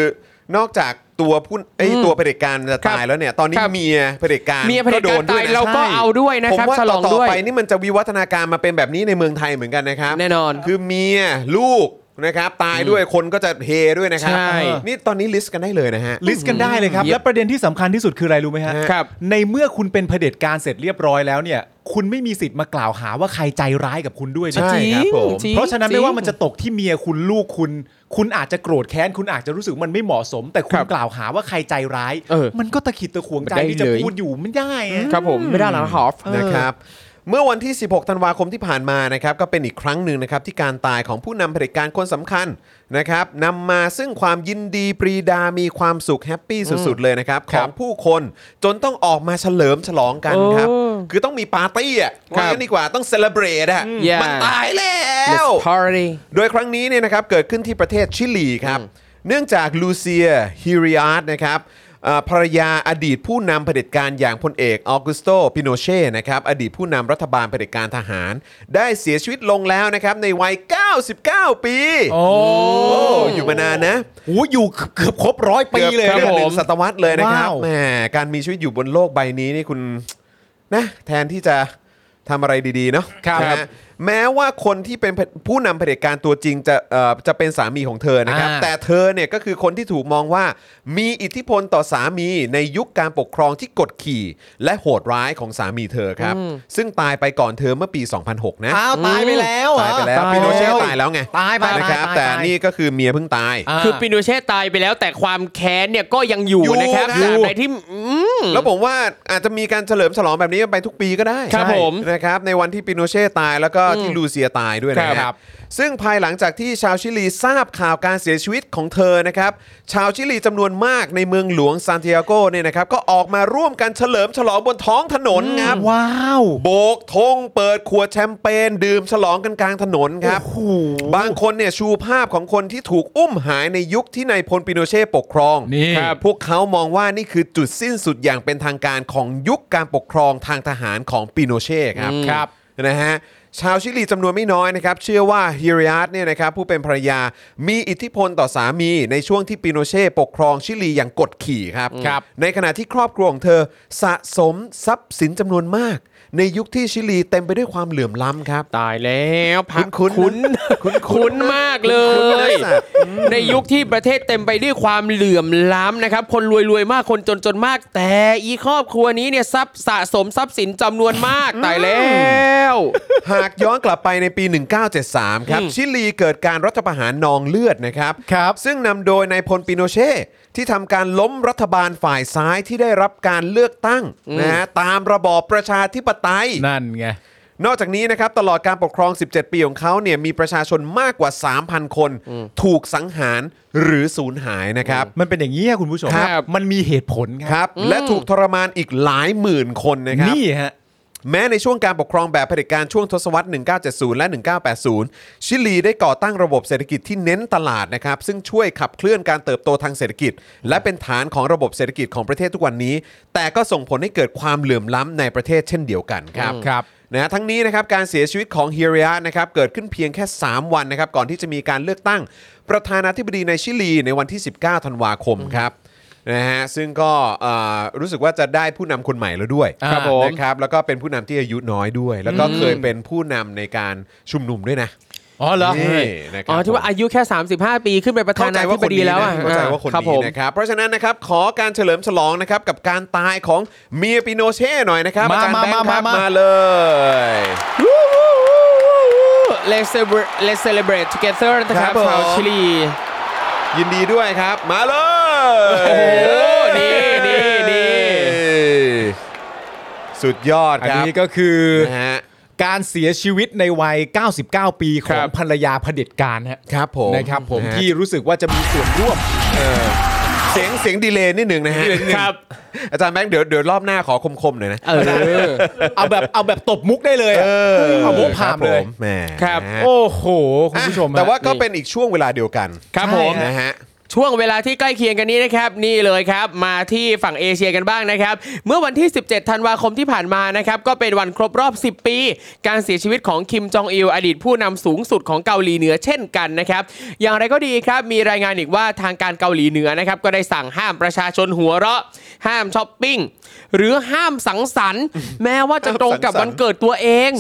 Speaker 1: นอกจากตัวผู้ไอย
Speaker 2: อืม
Speaker 1: ตัวเผด็จการจะ
Speaker 2: ครับ
Speaker 1: ตายแล้วเนี่ย ตอนนี้
Speaker 2: ครับ
Speaker 1: เมียเผด็จการ
Speaker 2: เมียเผด็จการตาย
Speaker 1: นะ
Speaker 2: เราก็
Speaker 1: ใช่
Speaker 2: เอาด้วยนะ
Speaker 1: ผม
Speaker 2: ครับ
Speaker 1: ว่า
Speaker 2: ฉลอง
Speaker 1: ต่อ
Speaker 2: ด้วย
Speaker 1: ๆไปนี่มันจะวิวัฒนาการมาเป็นแบบนี้ในเมืองไทยเหมือนกันนะครับ
Speaker 2: แน่นอน
Speaker 1: คือเมียลูกนะครับ ตายด้วยคนก็จะเฮด้วยนะครั
Speaker 2: ใช่
Speaker 1: นี่ตอนนี้ลิสต์กันได้เลยนะฮะ
Speaker 3: ลิสต์กันได้เลยครับ
Speaker 2: เยี่ยม
Speaker 3: และประเด็นที่สำคัญที่สุดคืออะไรรู้ไหมฮะ
Speaker 2: ครับ
Speaker 3: ในเมื่อคุณเป็นเผด็จการเสร็จเรียบร้อยแล้วเนี่ย คุณไม่มีสิทธิ์มากล่าวหาว่าใครใจร้ายกับคุณด้วยนะ
Speaker 1: ใช่ ครับผม
Speaker 2: จง
Speaker 3: เพราะฉะนั้น
Speaker 2: จ
Speaker 3: ไม่
Speaker 2: ง
Speaker 3: ว่ามันจะตกที่เมียคุณลูกคุณ คุณอาจจะโกรธแค้น คุณอาจจะรู้สึกมันไม่เหมาะสม แต่คุ
Speaker 2: ค
Speaker 3: ณ
Speaker 2: รับ
Speaker 3: กล่าวหาว่าใครใจร้าย
Speaker 2: เออ
Speaker 3: มันก็ตะขิดตะขวงใจ
Speaker 2: ได้
Speaker 3: ที่จะ
Speaker 2: เลย
Speaker 3: พูดอยู่มันได้อะ
Speaker 2: ครับผมไม่ได้หรอกฮอฟ
Speaker 1: นะครับเมื่อวันที่ 16 ธันวาคมที่ผ่านมานะครับก็เป็นอีกครั้งหนึ่งนะครับที่การตายของผู้นำเผด็จการคนสำคัญนะครับนำมาซึ่งความยินดีปรีดามีความสุขแฮปปี้สุดๆเลยนะครับ
Speaker 2: ค
Speaker 1: ข
Speaker 2: รั
Speaker 1: อ
Speaker 2: บ
Speaker 1: งผู้คนจนต้องออกมาเฉลิมฉลองกันครับ
Speaker 2: โอ้
Speaker 1: คือต้องมีปาร์ตี้อ่ะ
Speaker 2: ครับ
Speaker 1: ว่ากันดีกว่าต้องเซเลบรตอ่ะ
Speaker 2: อย่ามั
Speaker 1: มันตายแล้
Speaker 2: Let's
Speaker 1: ว
Speaker 2: party
Speaker 1: โดยครั้งนี้เนี่ยนะครับเกิดขึ้นที่ประเทศชิลีครับ เนื่องจากลูเซียฮิริอาร์ตนะครับเอ่อภรรยาอดีตผู้นำเผด็จการอย่างพลเอกออกุสโตปิโนเช่นะครับอดีตผู้นำรัฐบาลเผด็จการทหาร ได้เสียชีวิตลงแล้วนะครับในวัย 99 ปี โอ้อยู่มานานนะ
Speaker 3: โอ้โหอยู่เกือบครบร้อยปีเลย
Speaker 1: กือบ
Speaker 3: นะ
Speaker 1: หนึ่งศตวรรษเลยนะครับ
Speaker 3: ว้าว
Speaker 1: แหมการมีชีวิตอยู่บนโลกใบนี้นี่คุณนะแทนที่จะทำอะไรดี ๆ เนาะ
Speaker 3: ครับ
Speaker 1: นะฮะแม้ว่าคนที่เป็นผู้นำเผด็จการตัวจริงจะเอ่อจะเป็นสามีของเธอนะครับ
Speaker 3: อ่า
Speaker 1: แต่เธอเนี่ยก็คือคนที่ถูกมองว่ามีอิทธิพลต่อสามีในยุคการปกครองที่กดขี่ และโหดร้ายของสามีเธอครับ ซึ่งตายไปก่อนเธอเมื่อปี 2006 นะ
Speaker 3: อ้าวตายไปแล้วเหรอ
Speaker 1: ตายไปแล้ว
Speaker 3: ตาย
Speaker 1: ปิโนเช่
Speaker 3: แล้ว
Speaker 1: ตายแล้วไง
Speaker 3: ตายไป
Speaker 1: นะครับ
Speaker 3: ตายตาย
Speaker 1: แต่
Speaker 3: ตาย
Speaker 1: นี่ก็คือเมียเพิ่งตาย
Speaker 2: คือปิโนเช่ตายไปแล้วแต่ความแค้นเนี่ยก็ยังอยู่
Speaker 1: อยู่
Speaker 2: นะครับ
Speaker 1: อยู่
Speaker 2: ตราบใดที่อืม
Speaker 1: แล้วผมว่าอาจจะมีการเฉลิมฉลองแบบนี้ไปทุกปีก็ได้
Speaker 2: ครับ
Speaker 1: ใช่
Speaker 2: ผม
Speaker 1: นะครับในวันที่ปิโนเช่ตายแล้วก็ที่ลูเซียตายด้วยนะค
Speaker 2: ครั
Speaker 1: รับบ ซึ่งภายหลังจากที่ชาวชิลีทราบข่าวการเสียชีวิตของเธอนะครับ ชาวชิลีจำนวนมากในเมืองหลวงซานติอาโกเนี่ยนะครับก็ออกมาร่วมกันเฉลิมฉลองบนท้องถนนครับ
Speaker 3: ว้าว
Speaker 1: โบกธงเปิดขวดแชมเปญดื่มฉลองกันกลางถนนครับ บางคนเนี่ยชูภาพของคนที่ถูกอุ้มหายในยุคที่นายพลปิโนเช่ปกครอง
Speaker 3: นี่
Speaker 1: ครับพวกเขามองว่านี่คือจุดสิ้นสุดอย่างเป็นทางการของยุคการปกครองทางทหารของปิโนเช่ครับ
Speaker 2: ครับ
Speaker 1: นะฮะชาวชิลีจำนวนไม่น้อยนะครับ เชื่อว่าฮิริอาร์ตเนี่ยนะครับผู้เป็นภรรยามีอิทธิพลต่อสามีในช่วงที่ปิโนเช่ปกครองชิลีอย่างกดขี่ครับ
Speaker 2: ครับ
Speaker 1: ในขณะที่ครอบครัวของเธอสะสมทรัพย์สินจำนวนมาก ในยุคที่ชิลีเต็มไปด้วยความเหลื่อมล้ำครับ
Speaker 2: ตายแล้วพัก
Speaker 1: คุ้นๆ
Speaker 2: คุ้น
Speaker 1: นะคุ้นๆ
Speaker 2: คุ้นมากเล
Speaker 1: คุ้นๆนะ
Speaker 2: ย
Speaker 1: สัตว์
Speaker 2: ในยุคที่ประเทศเต็มไปด้วยความเหลื่อมล้ำนะครับ คนรวยรวยมากคนจนจนมาก แต่อีครอบครัวนี้เนี่ยทรัพย์สะสมทรัพย์สินจำนวนมากตายแล้ว
Speaker 1: หากย้อนกลับไปในปี 1973 ครับ
Speaker 2: อืม
Speaker 1: ชิลีเกิดการรัฐประหารนองเลือดนะครับ
Speaker 3: ครับ
Speaker 1: ซึ่งนำโดยนายพลปิโนเช่ ที่ทำการล้มรัฐบาลฝ่ายซ้ายที่ได้รับการเลือกตั้งนะฮะตามระบอบประชาธิปไตย
Speaker 3: นั่นไง
Speaker 1: นอกจากนี้นะครับตลอดการปกครอง 17 ปีของเขาเนี่ยมีประชาชนมากกว่า 3,000 คน ถูกสังหารหรือสูญหายนะครับ
Speaker 3: มันเป็นอย่างนี้ครับคุณผู้ชม
Speaker 2: ครับ
Speaker 3: มันมีเหตุผลค
Speaker 1: ครับ รับ และถูกทรมานอีกหลายหมื่นคนนะครับ
Speaker 3: นี่ฮะ
Speaker 1: แม้ในช่วงการปกครองแบบเผด็จการช่วงทศวรรษ 1970 และ 1980 ชิลีได้ก่อตั้งระบบเศรษฐกิจที่เน้นตลาดนะครับ ซึ่งช่วยขับเคลื่อนการเติบโตทางเศรษฐกิจ และเป็นฐานของระบบเศรษฐกิจของประเทศทุกวันนี้ แต่ก็ส่งผลให้เกิดความเหลื่อมล้ำในประเทศเช่นเดียวกันครับ
Speaker 3: ครับ
Speaker 1: นะทั้งนี้นะครับการเสียชีวิตของเฮียริอานะครับเกิดขึ้นเพียงแค่ 3 วันนะครับก่อนที่จะมีการเลือกตั้ง ประธานาธิบดีในชิลีในวันที่ 19 ธันวาคมครับนะฮะซึ่งก็เอ่อรู้สึกว่าจะได้ผู้นำคนใหม่แล้วด้วย
Speaker 2: ครับผม
Speaker 1: นะครับแล้วก็เป็นผู้นำที่อายุน้อยด้วย แล้วก็เคยเป็นผู้นำในการชุมนุมด้วยนะ
Speaker 3: อ๋อเหรอ
Speaker 1: นี่นะครับ
Speaker 2: อ๋อที่ว่าอายุแค่ 35 ปีขึ้นไปประธา
Speaker 1: เข้าใจ
Speaker 2: นาธิ
Speaker 1: ว่า
Speaker 2: บ
Speaker 1: คน
Speaker 2: ดี
Speaker 1: นี้
Speaker 2: แล้
Speaker 1: แล้ว ว
Speaker 2: อ่ะ
Speaker 1: เข้าใจว่าคน
Speaker 2: รับผ
Speaker 1: นี้
Speaker 2: ม
Speaker 1: นะครับเพราะฉะนั้นนะครับขอการเฉลิมฉลองนะครับกับการตายของเมียปิโนเช่หน่อยนะครับ
Speaker 3: มา
Speaker 1: อาจารย์
Speaker 3: มา
Speaker 1: แบงค์ครับ
Speaker 3: มามา
Speaker 1: มาเลย
Speaker 2: Let's celebrate Let's celebrate together นะครับ
Speaker 1: ครับผม
Speaker 2: ชาวชิลี
Speaker 1: ยินดีด้วยครับ มาเลย
Speaker 2: โอ้โหดีดีดี
Speaker 1: สุดยอด
Speaker 3: อัน
Speaker 1: ครับ
Speaker 3: นี้ก็คือ
Speaker 1: นะฮะ
Speaker 3: การเสียชีวิตในวัย 99 ปีขอ
Speaker 2: ค
Speaker 3: ง
Speaker 2: รับ
Speaker 3: ภรรยาเผด็จการฮะ
Speaker 1: ครับผม
Speaker 3: นะครับผม
Speaker 1: นะฮะ
Speaker 3: ที่รู้สึกว่าจะมีส่วนร่วม
Speaker 1: สียงเสียงดีเลย์นิดหนึ่งนะฮะครับ อาจารย์แบงค์เดี๋ยวเดี๋ยวรอบหน้าขอคมๆหน่อยนะ
Speaker 2: เออ
Speaker 3: เอาแบบเอาแบบตบมุกได้เลย
Speaker 1: เอ
Speaker 3: อะ
Speaker 1: อ
Speaker 3: เอามุกผ่านเลย
Speaker 1: ครับผแหม
Speaker 2: ครับ
Speaker 1: โอ้
Speaker 3: โอ้โห คุณผู้ชมฮะ
Speaker 1: แต่ว่าก็เป็นอีกช่วงเวลาเดียวกัน
Speaker 2: ครับผม
Speaker 1: นะฮะ
Speaker 2: ช่วงเวลาที่ใกล้เคียงกันนี้นะครับนี่เลยครับมาที่ฝั่งเอเชียกันบ้างนะครับ เมื่อวันที่ 17 ธันวาคมที่ผ่านมานะครับก็เป็นวันครบรอบ 10 ปี การเสียชีวิตของคิมจองอิลอดีตผู้นำสูงสุดของเกาหลีเหนือเช่นกันนะครับอย่างไรก็ดีครับมีรายงานอีกว่าทางการเกาหลีเหนือนะครับก็ได้สั่งห้ามประชาชนหัวเราะ ห้ามช้อปปิ้งหรือห้ามสังสรรค์ แม้ว่าจะตรงกับ
Speaker 1: ห้ามสังสรรค์
Speaker 2: วันเกิดตัวเอง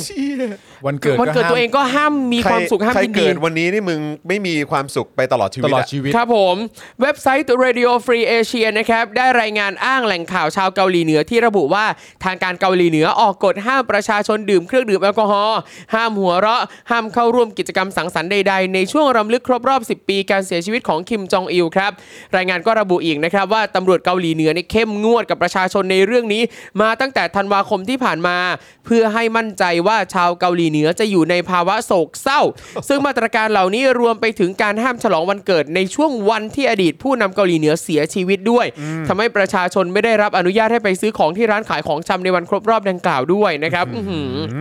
Speaker 3: วันเกิด
Speaker 2: วันเกิดตัวเองก็ห้ามมีความสุขห้าม
Speaker 1: ใคร
Speaker 2: ยินดี
Speaker 1: เกิดวันนี้นี่มึงไม่มีความสุขไปตลอดชี
Speaker 3: ต
Speaker 1: วิต
Speaker 3: ลอด
Speaker 1: อะ
Speaker 3: ชีวิต
Speaker 2: ครับผม เว็บไซต์ Radio Free Asia นะครับ ได้รายงานอ้างแหล่งข่าวชาวเกาหลีเหนือที่ระบุว่าทางการเกาหลีเหนือออกกฎห้ามประชาชนดื่มเครื่องดื่มแอลกอฮอล์ห้ามหัวเราะ ห้ามเข้าร่วมกิจกรรมสังสรรค์ใดๆ ในช่วงรำลึกครบรอบ 10 ปีการเสียชีวิตของคิมจองอิลครับ รายงานก็ระบุอีกนะครับว่าตำรวจเกาหลีเหนือเนี่ยเข้มงวดกับประชาชนในเรื่องนี้ มาตั้งแต่ธันวาคมที่ผ่านมา เพื่อให้มั่นใจว่าชาวเกาหลีเหนือจะอยู่ในภาวะโศกเศร้า ซึ่งมาตรการเหล่านี้รวมไปถึงการห้ามฉลองวันเกิดในช่วงวันที่อดีตผู้นำเกาหลีเหนือเสียชีวิตด้วยทำให้ประชาชนไม่ได้รับอนุญาตให้ไปซื้อของที่ร้านขายของชำในวันครบรอบดังกล่าวด้วยนะครับอื้อหือ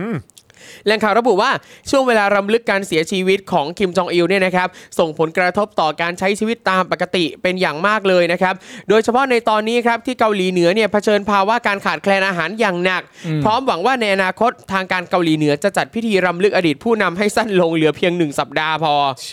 Speaker 2: แหล่งข่าวระบุว่าช่วงเวลารำลึกการเสียชีวิตของคิมจองอิลเนี่ยนะครับส่งผลกระทบต่อการใช้ชีวิตตามปกติเป็นอย่างมากเลยนะครับ โดยเฉพาะในตอนนี้ครับที่เกาหลีเหนือเนี่ยเผชิญภาวะการขาดแคลนอาหารอย่างหนัก พร้อมหวังว่าในอนาคตทางการเกาหลีเหนือจะจัดพิธีรำลึกอดีตผู้นำให้สั้นลงเหลือเพียงหนึ่งสัปดาห์พอ
Speaker 1: เช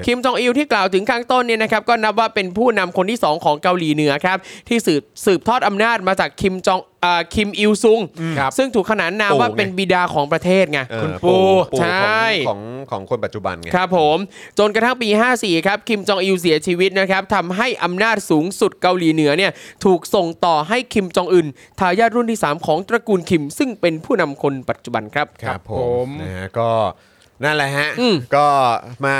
Speaker 1: ด
Speaker 2: คิมจองอิลที่กล่าวถึงข้างต้นเนี่ยนะครับก็นับว่าเป็นผู้นำคนที่ 2 ของเกาหลีเหนือครับที่สืบสืบทอดอำนาจมาจากคิมจองเอ่อคิมอิลซุง
Speaker 3: ครับ
Speaker 2: ซึ่งถูกขนานนามว่า
Speaker 1: ปู่ไง
Speaker 2: เป็นบิดาของประเทศไง
Speaker 1: เออ
Speaker 2: คุณ
Speaker 1: ปู
Speaker 2: ปู
Speaker 1: ปู
Speaker 2: ใช่
Speaker 1: ของของของคนปัจจุบันไง
Speaker 2: ครับผม จนกระทั่งปี 54 ครับคิมจองอิลเสียชีวิตนะครับทำให้อำนาจสูงสุดเกาหลีเหนือเนี่ยถูกส่งต่อให้คิมจองอึนทายาทรุ่นที่ 3 ของตระกูลคิม ซึ่งเป็นผู้นำคนปัจจุบันครับ
Speaker 1: ครับผ
Speaker 3: ผม ม
Speaker 1: นะฮะก็นั่นแหละฮะ
Speaker 2: อืม
Speaker 1: ก็มา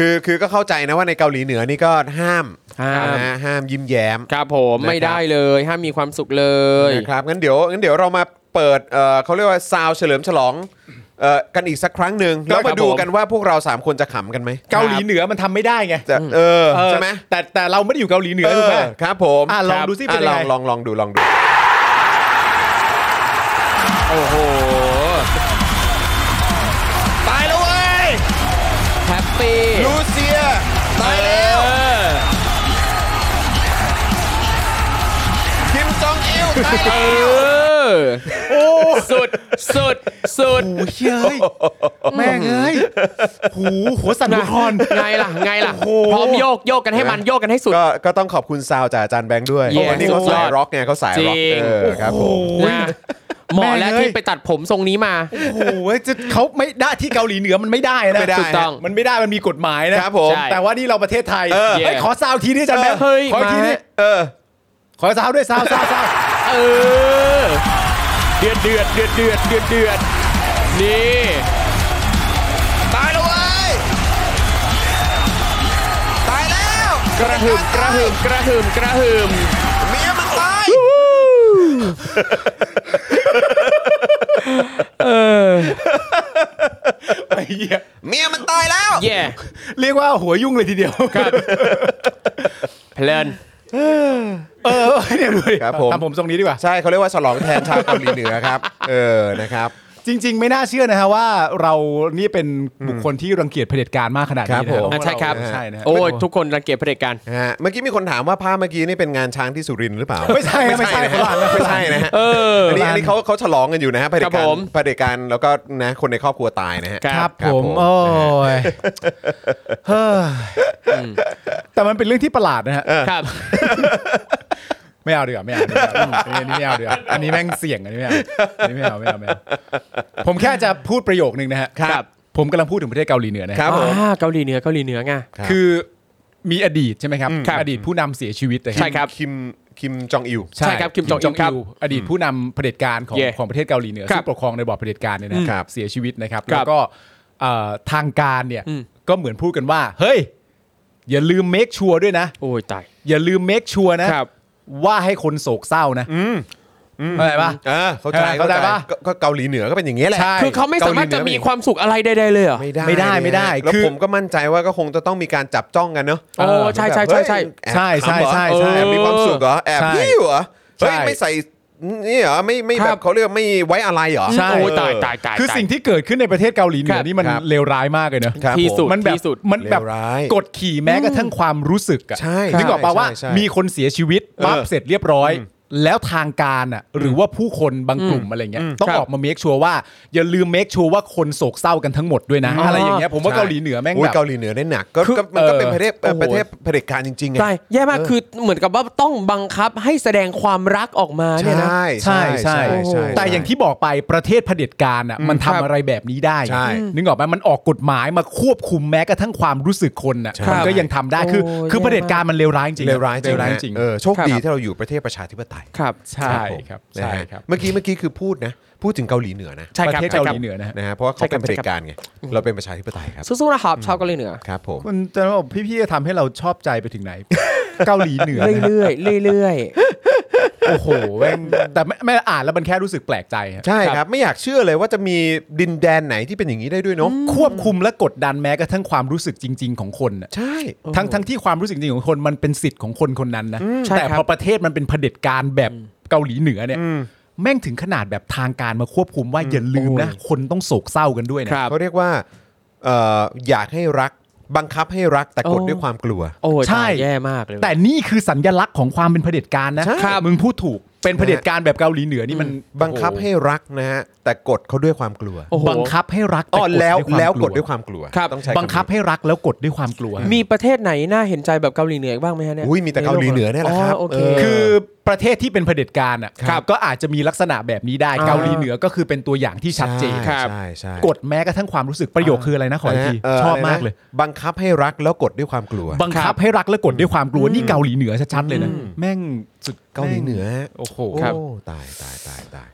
Speaker 1: คือคือก็เข้าใจนะว่าในเกาหลีเหนือนี่ก็ห้าม
Speaker 2: ห้าม
Speaker 1: นะฮะห้ามยิ้มแย้ม
Speaker 2: ครับผม
Speaker 1: นะครับ
Speaker 2: ไม่ได้เลยห้ามมีความสุขเลย
Speaker 1: นะครับงั้นเดี๋ยวงั้นเดี๋ยวเรามาเปิดเอ่อเขาเรียกว่าซาวด์เฉลิมฉลองเอ่อกันอีกสักครั้งหนึ่งแล้วมาดูกันว่าพวกเราสามคนจะขำกันไหม
Speaker 3: เกาหลีเหนือมันทำไม่ได้ไง
Speaker 1: จะเออ
Speaker 3: เออ
Speaker 1: ใช่ไหม
Speaker 3: แต่แต่เราไม่ได้อยู่เกาหลีเหนือ
Speaker 1: เอ
Speaker 3: ถูกไหม
Speaker 1: อครับผม
Speaker 3: อ่ะลอง
Speaker 1: ครับ
Speaker 3: ดูสิเป็นยังไง
Speaker 1: อ่ะลองลองลองดูลองดู
Speaker 2: โอ้โห
Speaker 1: ตายแล้วเว้ย
Speaker 2: แฮปปี้
Speaker 1: ลูเซียตายแล้ว คิมจองอิลตาย
Speaker 2: เอ
Speaker 1: แล้ว
Speaker 2: อสุด สุด สุด
Speaker 3: โอ้โหเฮ้ยแม่งเอ้ยหูหัวสั่นหัวคลอน
Speaker 2: ไงล่ะ ไงล่ะ
Speaker 3: โอ้โห
Speaker 2: พร้อมโยก โยกกันให้มัน โยกกันให้สุด
Speaker 1: ก็ก็ต้องขอบคุณซาวจากอาจารย์แบงค์ด้วย
Speaker 2: Yes
Speaker 1: เพราะวันนี้เขาสายร็อกไงเขาสายร็อก
Speaker 2: จริง
Speaker 1: เออครับผม
Speaker 2: นะเหมาะแล้วที่ไปตัดผมทรงนี้มา
Speaker 3: โอ้โหจะเขาไม่ได้ที่เกาหลีเหนือมันไม่ได้นะ
Speaker 1: ไม่ได้
Speaker 2: ถูกต้อง
Speaker 3: มันไม่ได้มันมีกฎหมายนะครับ
Speaker 1: ผม
Speaker 2: ใช่
Speaker 3: แต่ว่านี่เราประเทศไทย
Speaker 1: เออ
Speaker 3: เฮ้ยขอซาวทีนี้อาจารย์แบงค์
Speaker 2: เฮ้ย
Speaker 3: ขออีกที
Speaker 2: มา
Speaker 3: นี้
Speaker 1: เออ
Speaker 3: ขอซาวด้วยซาวซาวซาว
Speaker 2: เออ เดือดเดือดเดือดเดือดเดือดเดือดนี่
Speaker 1: ตายแล้วเว้ย ตายแล้ว
Speaker 2: กระหึ่มกระหึ่มกระหึ่มกระหึ่ม
Speaker 1: เมียมันตาย
Speaker 3: ไอ้เหี้ย
Speaker 1: เมียมันตายแล้ว
Speaker 2: แย่
Speaker 3: เรียกว่าหัวยุ่งเลยทีเดียว
Speaker 2: ครับเพลิน
Speaker 3: เออเนี่ยดูดิ
Speaker 1: ครับผม
Speaker 3: ทำผมทรงนี้ดีกว่า
Speaker 1: ใช่เขาเรียกว่าฉลองแทนชาวเกาหลีเหนือครับ เออนะครับ
Speaker 3: จริง ๆ ไม่น่าเชื่อนะฮะว่าเรานี่เป็นบุคคลที่รังเกียจเผด็จการมากขนาดนี้
Speaker 1: ค
Speaker 3: นะ
Speaker 1: รับผม
Speaker 3: เพาะว่า
Speaker 2: ใช่ครับ
Speaker 3: เาใช่นะฮะ
Speaker 2: โอ้ยทุกคนรังเกียจเผด็จการ
Speaker 1: นะฮะเมื่อกี้มีคนถามว่าภาพเมื่อกี้นี่เป็นงานช้างที่สุรินทร์หรือเปล่า
Speaker 3: ไม่ใช่นะไม่ใช่
Speaker 1: นะ
Speaker 3: ฝรั่งนะ
Speaker 1: ไม่ใช่นะฮะ
Speaker 2: เออ
Speaker 1: นนี้อันนี้เขาเขาฉลองกันอยู่นะฮะเผด็จ
Speaker 2: ครั
Speaker 1: การ
Speaker 2: บผม
Speaker 1: เผด็จการแล้วก็นะคนในครอบครัวตายนะฮะ
Speaker 3: ครับ
Speaker 1: ครับ
Speaker 3: ผ
Speaker 1: ผม
Speaker 3: มโอ้ยเฮ้ย
Speaker 2: อืม
Speaker 3: แต่มันเป็นเรื่องที่ประหลาดนะฮะ
Speaker 2: ครับ
Speaker 3: ไม่เอาดีกว่าไม่เอาอันนี้ไม่เอาดีกว่าอันนี้แม่งเสี่ยงอันนี้ไม่เอาอันนี้ไม่เอาไม่เอาไม่เอาผมแค่จะพูดประโยคนึงนะฮะ
Speaker 1: ครับ
Speaker 3: ผมกำลังพูดถึงประเทศเกาหลีเหนือนะฮะ
Speaker 1: ครับผม
Speaker 2: อ่าเกาหลีเหนือเกาหลีเหนือไง
Speaker 1: ครับ
Speaker 3: คือมีอดีตใช่ไหมครับ
Speaker 2: ครับ
Speaker 3: อดีตผู้นำเสียชีวิตนะ
Speaker 2: ใช่ครับ
Speaker 1: คิมคิมจองอิล
Speaker 2: ใช่ครับคิมจองอิลครับ
Speaker 3: อดีตผู้นำเผด็จการของ
Speaker 2: เย่
Speaker 3: ของประเทศเกาหลีเหนือ
Speaker 2: ครับ
Speaker 3: ซึ่งปกครองในบอบเผด็จการเนี่ยนะ
Speaker 1: อืม
Speaker 3: เสียชีวิตนะครับ
Speaker 2: ครับ
Speaker 3: แล้วก็เอ่อทางการเนี่ย
Speaker 2: อืม
Speaker 3: ก็เหมือนพูดกันว่า เฮ้ย อย่าลืมเมคชัวร์ด้วยนะ
Speaker 2: โอ้ยตาย
Speaker 3: อย่าลืมเมคชัวร์นะครับ ว่าให้คนโศกเศร้านะ
Speaker 1: ม
Speaker 3: เข้าใจปะ
Speaker 1: อ่าเข้าใจ
Speaker 3: เข้าใจปะ
Speaker 1: ก็ก็เกาหลีเหนือก็เป็นอย่างนี้ยแหละ
Speaker 3: ใช่
Speaker 2: คือเขาไม่สามารถจะมีความสุขอะไรใดๆเลยเหรอ
Speaker 1: ไม่ได้
Speaker 3: ไม่ได้ไม่ได้
Speaker 1: แล้ว
Speaker 3: คือ
Speaker 1: ผมก็มั่นใจว่าก็คงจะต้องมีการจับจ้องกันเนอะ
Speaker 2: โอ้ใช่ใช่ใช่ใช่
Speaker 1: แบบ
Speaker 3: ใช่
Speaker 1: เฮ้ยแอบขำเหรอ
Speaker 3: ใช่ใช่ใช่
Speaker 1: แอบมีความสุขเหรอแอบ
Speaker 3: ใช่
Speaker 1: ยิ้วเหรอเฮ้ย
Speaker 3: ใช่
Speaker 1: ไม่ใส่นี่เหรอไม่ไม่
Speaker 2: ค
Speaker 1: แบ
Speaker 2: รั
Speaker 1: บบ เขาเรียกว่าไม่ไว้อะไรเหรอ
Speaker 3: ใช่
Speaker 2: โอ้ยตายตายตาย
Speaker 3: คือ
Speaker 2: ตาย
Speaker 3: สิ่งที่เกิดขึ้นในประเทศเกาหลีเหนื
Speaker 2: ค
Speaker 3: อ
Speaker 2: รับ
Speaker 3: นี่มัน
Speaker 1: ครับ
Speaker 3: เลวร้ายมากเลยเนอะ
Speaker 1: ครับ
Speaker 2: ที่สุด
Speaker 1: ผม
Speaker 3: มันแบบ
Speaker 2: ที่สุด
Speaker 3: มันแบบ
Speaker 1: เลวร้าย
Speaker 3: กดขี่แม้กระทั่งความรู้สึกอะ
Speaker 1: ใช่
Speaker 3: นึกออกปะ
Speaker 1: ใช่
Speaker 3: ว่า
Speaker 1: ใช่
Speaker 3: มีคนเสียชีวิตปั๊บ
Speaker 1: เออ
Speaker 3: เสร็จเรียบร้อย แล้วทางการอ่ะหรือว่าผู้คนบางกลุ่มอะไรเงี้ยต้อง
Speaker 2: ครับ
Speaker 3: ออกมาเมคชัวร์ว่า อย่าลืมเมคชัวร์ว่าคนโศกเศร้ากันทั้งหมดด้วยนะ
Speaker 2: อ๋ออ
Speaker 3: อะไรอย่างเงี้ยผมว่า
Speaker 1: ใช่
Speaker 3: เกาหลีเหนือแม่ง
Speaker 1: โอ้ย
Speaker 3: แบบ
Speaker 1: เกาหลีเหนือได้หนักก็
Speaker 3: คือ
Speaker 1: ก็มันก็
Speaker 3: เออ
Speaker 1: เป็นประเทศเอ่อ
Speaker 3: โอ้โห
Speaker 1: ประเทศเผด็จการจริงๆไง
Speaker 2: ใช่แย่มากคือเหมือนกับว่าต้องบังคับให้แสดงความรักออกมาเนี่ยนะ
Speaker 1: ใช่
Speaker 3: ใช่ใช่
Speaker 1: ใช่ใช่
Speaker 3: แต่อย่างที่บอกไปประเทศเผด็จการอ่ะมัน
Speaker 2: ค
Speaker 3: ทำ
Speaker 2: รับ
Speaker 3: อะไรแบบนี้ได้
Speaker 1: ใช่
Speaker 3: นึกออกไหมมันออกกฎหมายมาควบคุมแม้กระทั่งความรู้สึกคนอ่ะ
Speaker 1: ใช่
Speaker 3: มันก็ยังทำได้คือ
Speaker 2: โอ้ย
Speaker 3: คือ
Speaker 2: แย่มาก
Speaker 3: เผด็จการมันเลวร้ายจริง
Speaker 1: เลวร้ายจริง
Speaker 3: เลวร้าย
Speaker 1: นะ
Speaker 3: จริง
Speaker 1: เออโชคดี
Speaker 2: ครับ
Speaker 1: ที่เราอยู่ประเทศประชาธิปไตย
Speaker 2: ครับ
Speaker 3: ใช่
Speaker 1: ผม
Speaker 3: ครับ
Speaker 1: นะ
Speaker 3: ใช่
Speaker 1: ฮะ
Speaker 3: ครับ
Speaker 1: เมื่อกี้เมื่อกี้คือพูดนะพูดถึงเกาหลีเหนือนะ
Speaker 2: ใช่
Speaker 3: ป
Speaker 2: ครั
Speaker 3: ระ
Speaker 2: บ
Speaker 3: เทศ
Speaker 2: ใช่
Speaker 3: เกา
Speaker 2: ครับ
Speaker 3: หลีเหนือนะฮะ
Speaker 1: นะฮะเพราะว่าเขาเป็นเผ
Speaker 2: ใช่
Speaker 1: ด็จ
Speaker 2: ครับ
Speaker 1: การไงเราเป็นประชาธิปไตยครับ
Speaker 2: สู้ๆนะครับชาวเกาหลีเหนือ
Speaker 1: ครับผม
Speaker 3: คุณจะบอกพี่พี่จะทำให้เราชอบใจไปถึ งไหน เกาหลีเหนือนะฮะ
Speaker 2: เรื่อยๆเรื่อย
Speaker 3: โอ้โหแม่งแต่ไม่ไม่อ่านแล้วมันแค่รู้สึกแปลกใจฮะ
Speaker 1: ใช่ครับ ไม่อยากเชื่อเลยว่าจะมีดินแดนไหนที่เป็นอย่างนี้ได้ด้วยเนาะ
Speaker 3: ควบคุมและกดดันแม้กระทั่งความรู้สึกจริง ๆ ของคนน่ะ
Speaker 1: ใช่
Speaker 3: ทั้งทั้งที่ความรู้สึกจริงของคนมันเป็นสิทธิ์ของคนคนนั้นนะ
Speaker 2: ใช่
Speaker 3: แต่
Speaker 2: ครับ
Speaker 3: พอประเทศมันเป็นเผด็จการแบบเกาหลีเหนือเนี่ยแม่งถึงขนาดแบบทางการมาควบคุมว่าอย่าลืมนะคนต้องโศกเศร้ากันด้วย
Speaker 2: ๆ
Speaker 3: นะ
Speaker 2: ครับ
Speaker 1: เขาเรียกว่าเอ่ออยากให้รักบังคับให้รักแต่กด
Speaker 2: โอ้
Speaker 1: ด้วยความกลัว
Speaker 2: โอ้ย
Speaker 3: ใช่
Speaker 2: ตายแย่มากเลย
Speaker 3: แต่นี่คือสัญลักษณ์ของความเป็นเผด็จการนะ
Speaker 1: ใช่
Speaker 3: ครับมึงพูดถูกเป็นเผด็จการแบบเกาหลีเหนือนี่มัน
Speaker 1: บังคับให้รักนะฮะแต่กดเขาด้วยความกลัว
Speaker 2: โอ้โห
Speaker 3: บังคับให้รัก
Speaker 1: อ๋อแล้ว
Speaker 3: ต่
Speaker 1: แล้วกด
Speaker 3: ด
Speaker 1: ด้
Speaker 3: ด้
Speaker 1: ว
Speaker 3: วย ย
Speaker 1: ความกลัว
Speaker 2: ครับ
Speaker 1: ต้อง
Speaker 3: ความกลั
Speaker 1: ใช้
Speaker 3: วบังคับให้รักแล้วกดด้วยความกลัว
Speaker 2: มีประเทศไหนน่าเห็นใจแบบเกาหลีเหนืออีกบ้างไหมฮะเนี่ย
Speaker 1: อุ้ยมีแต่เกาหลีเหนือเนี่ยแหละครับ
Speaker 2: โอเค
Speaker 1: เ
Speaker 3: คือประเทศที่เป็นเผด็จการอ่ะ
Speaker 1: ครับ
Speaker 3: ก็อาจจะมีลักษณะแบบนี้ได้
Speaker 2: อ่า
Speaker 3: เกาหลีเหนือก็คือเป็นตัวอย่างที่ชัดเจน
Speaker 2: ครับ
Speaker 1: ใช่ใช่
Speaker 3: กดแม้กระทั่งความรู้สึกประโยคคืออะไรนะขออีกที
Speaker 1: นะฮะเ
Speaker 3: ชอบมากเลย
Speaker 1: ะไรนะบังคับให้รักแล้วกดด้วยความกลัว
Speaker 3: บังคับให้รักแล้วกดด้วยความกลัวนี่เกาหลีเหนือชัดๆเลยนะ
Speaker 1: อืม
Speaker 3: แม่งสุด
Speaker 1: เกาหลีเหนือฮะ
Speaker 3: โอ้โห
Speaker 1: โอ้
Speaker 2: ครับ
Speaker 1: ตายตายตายตาย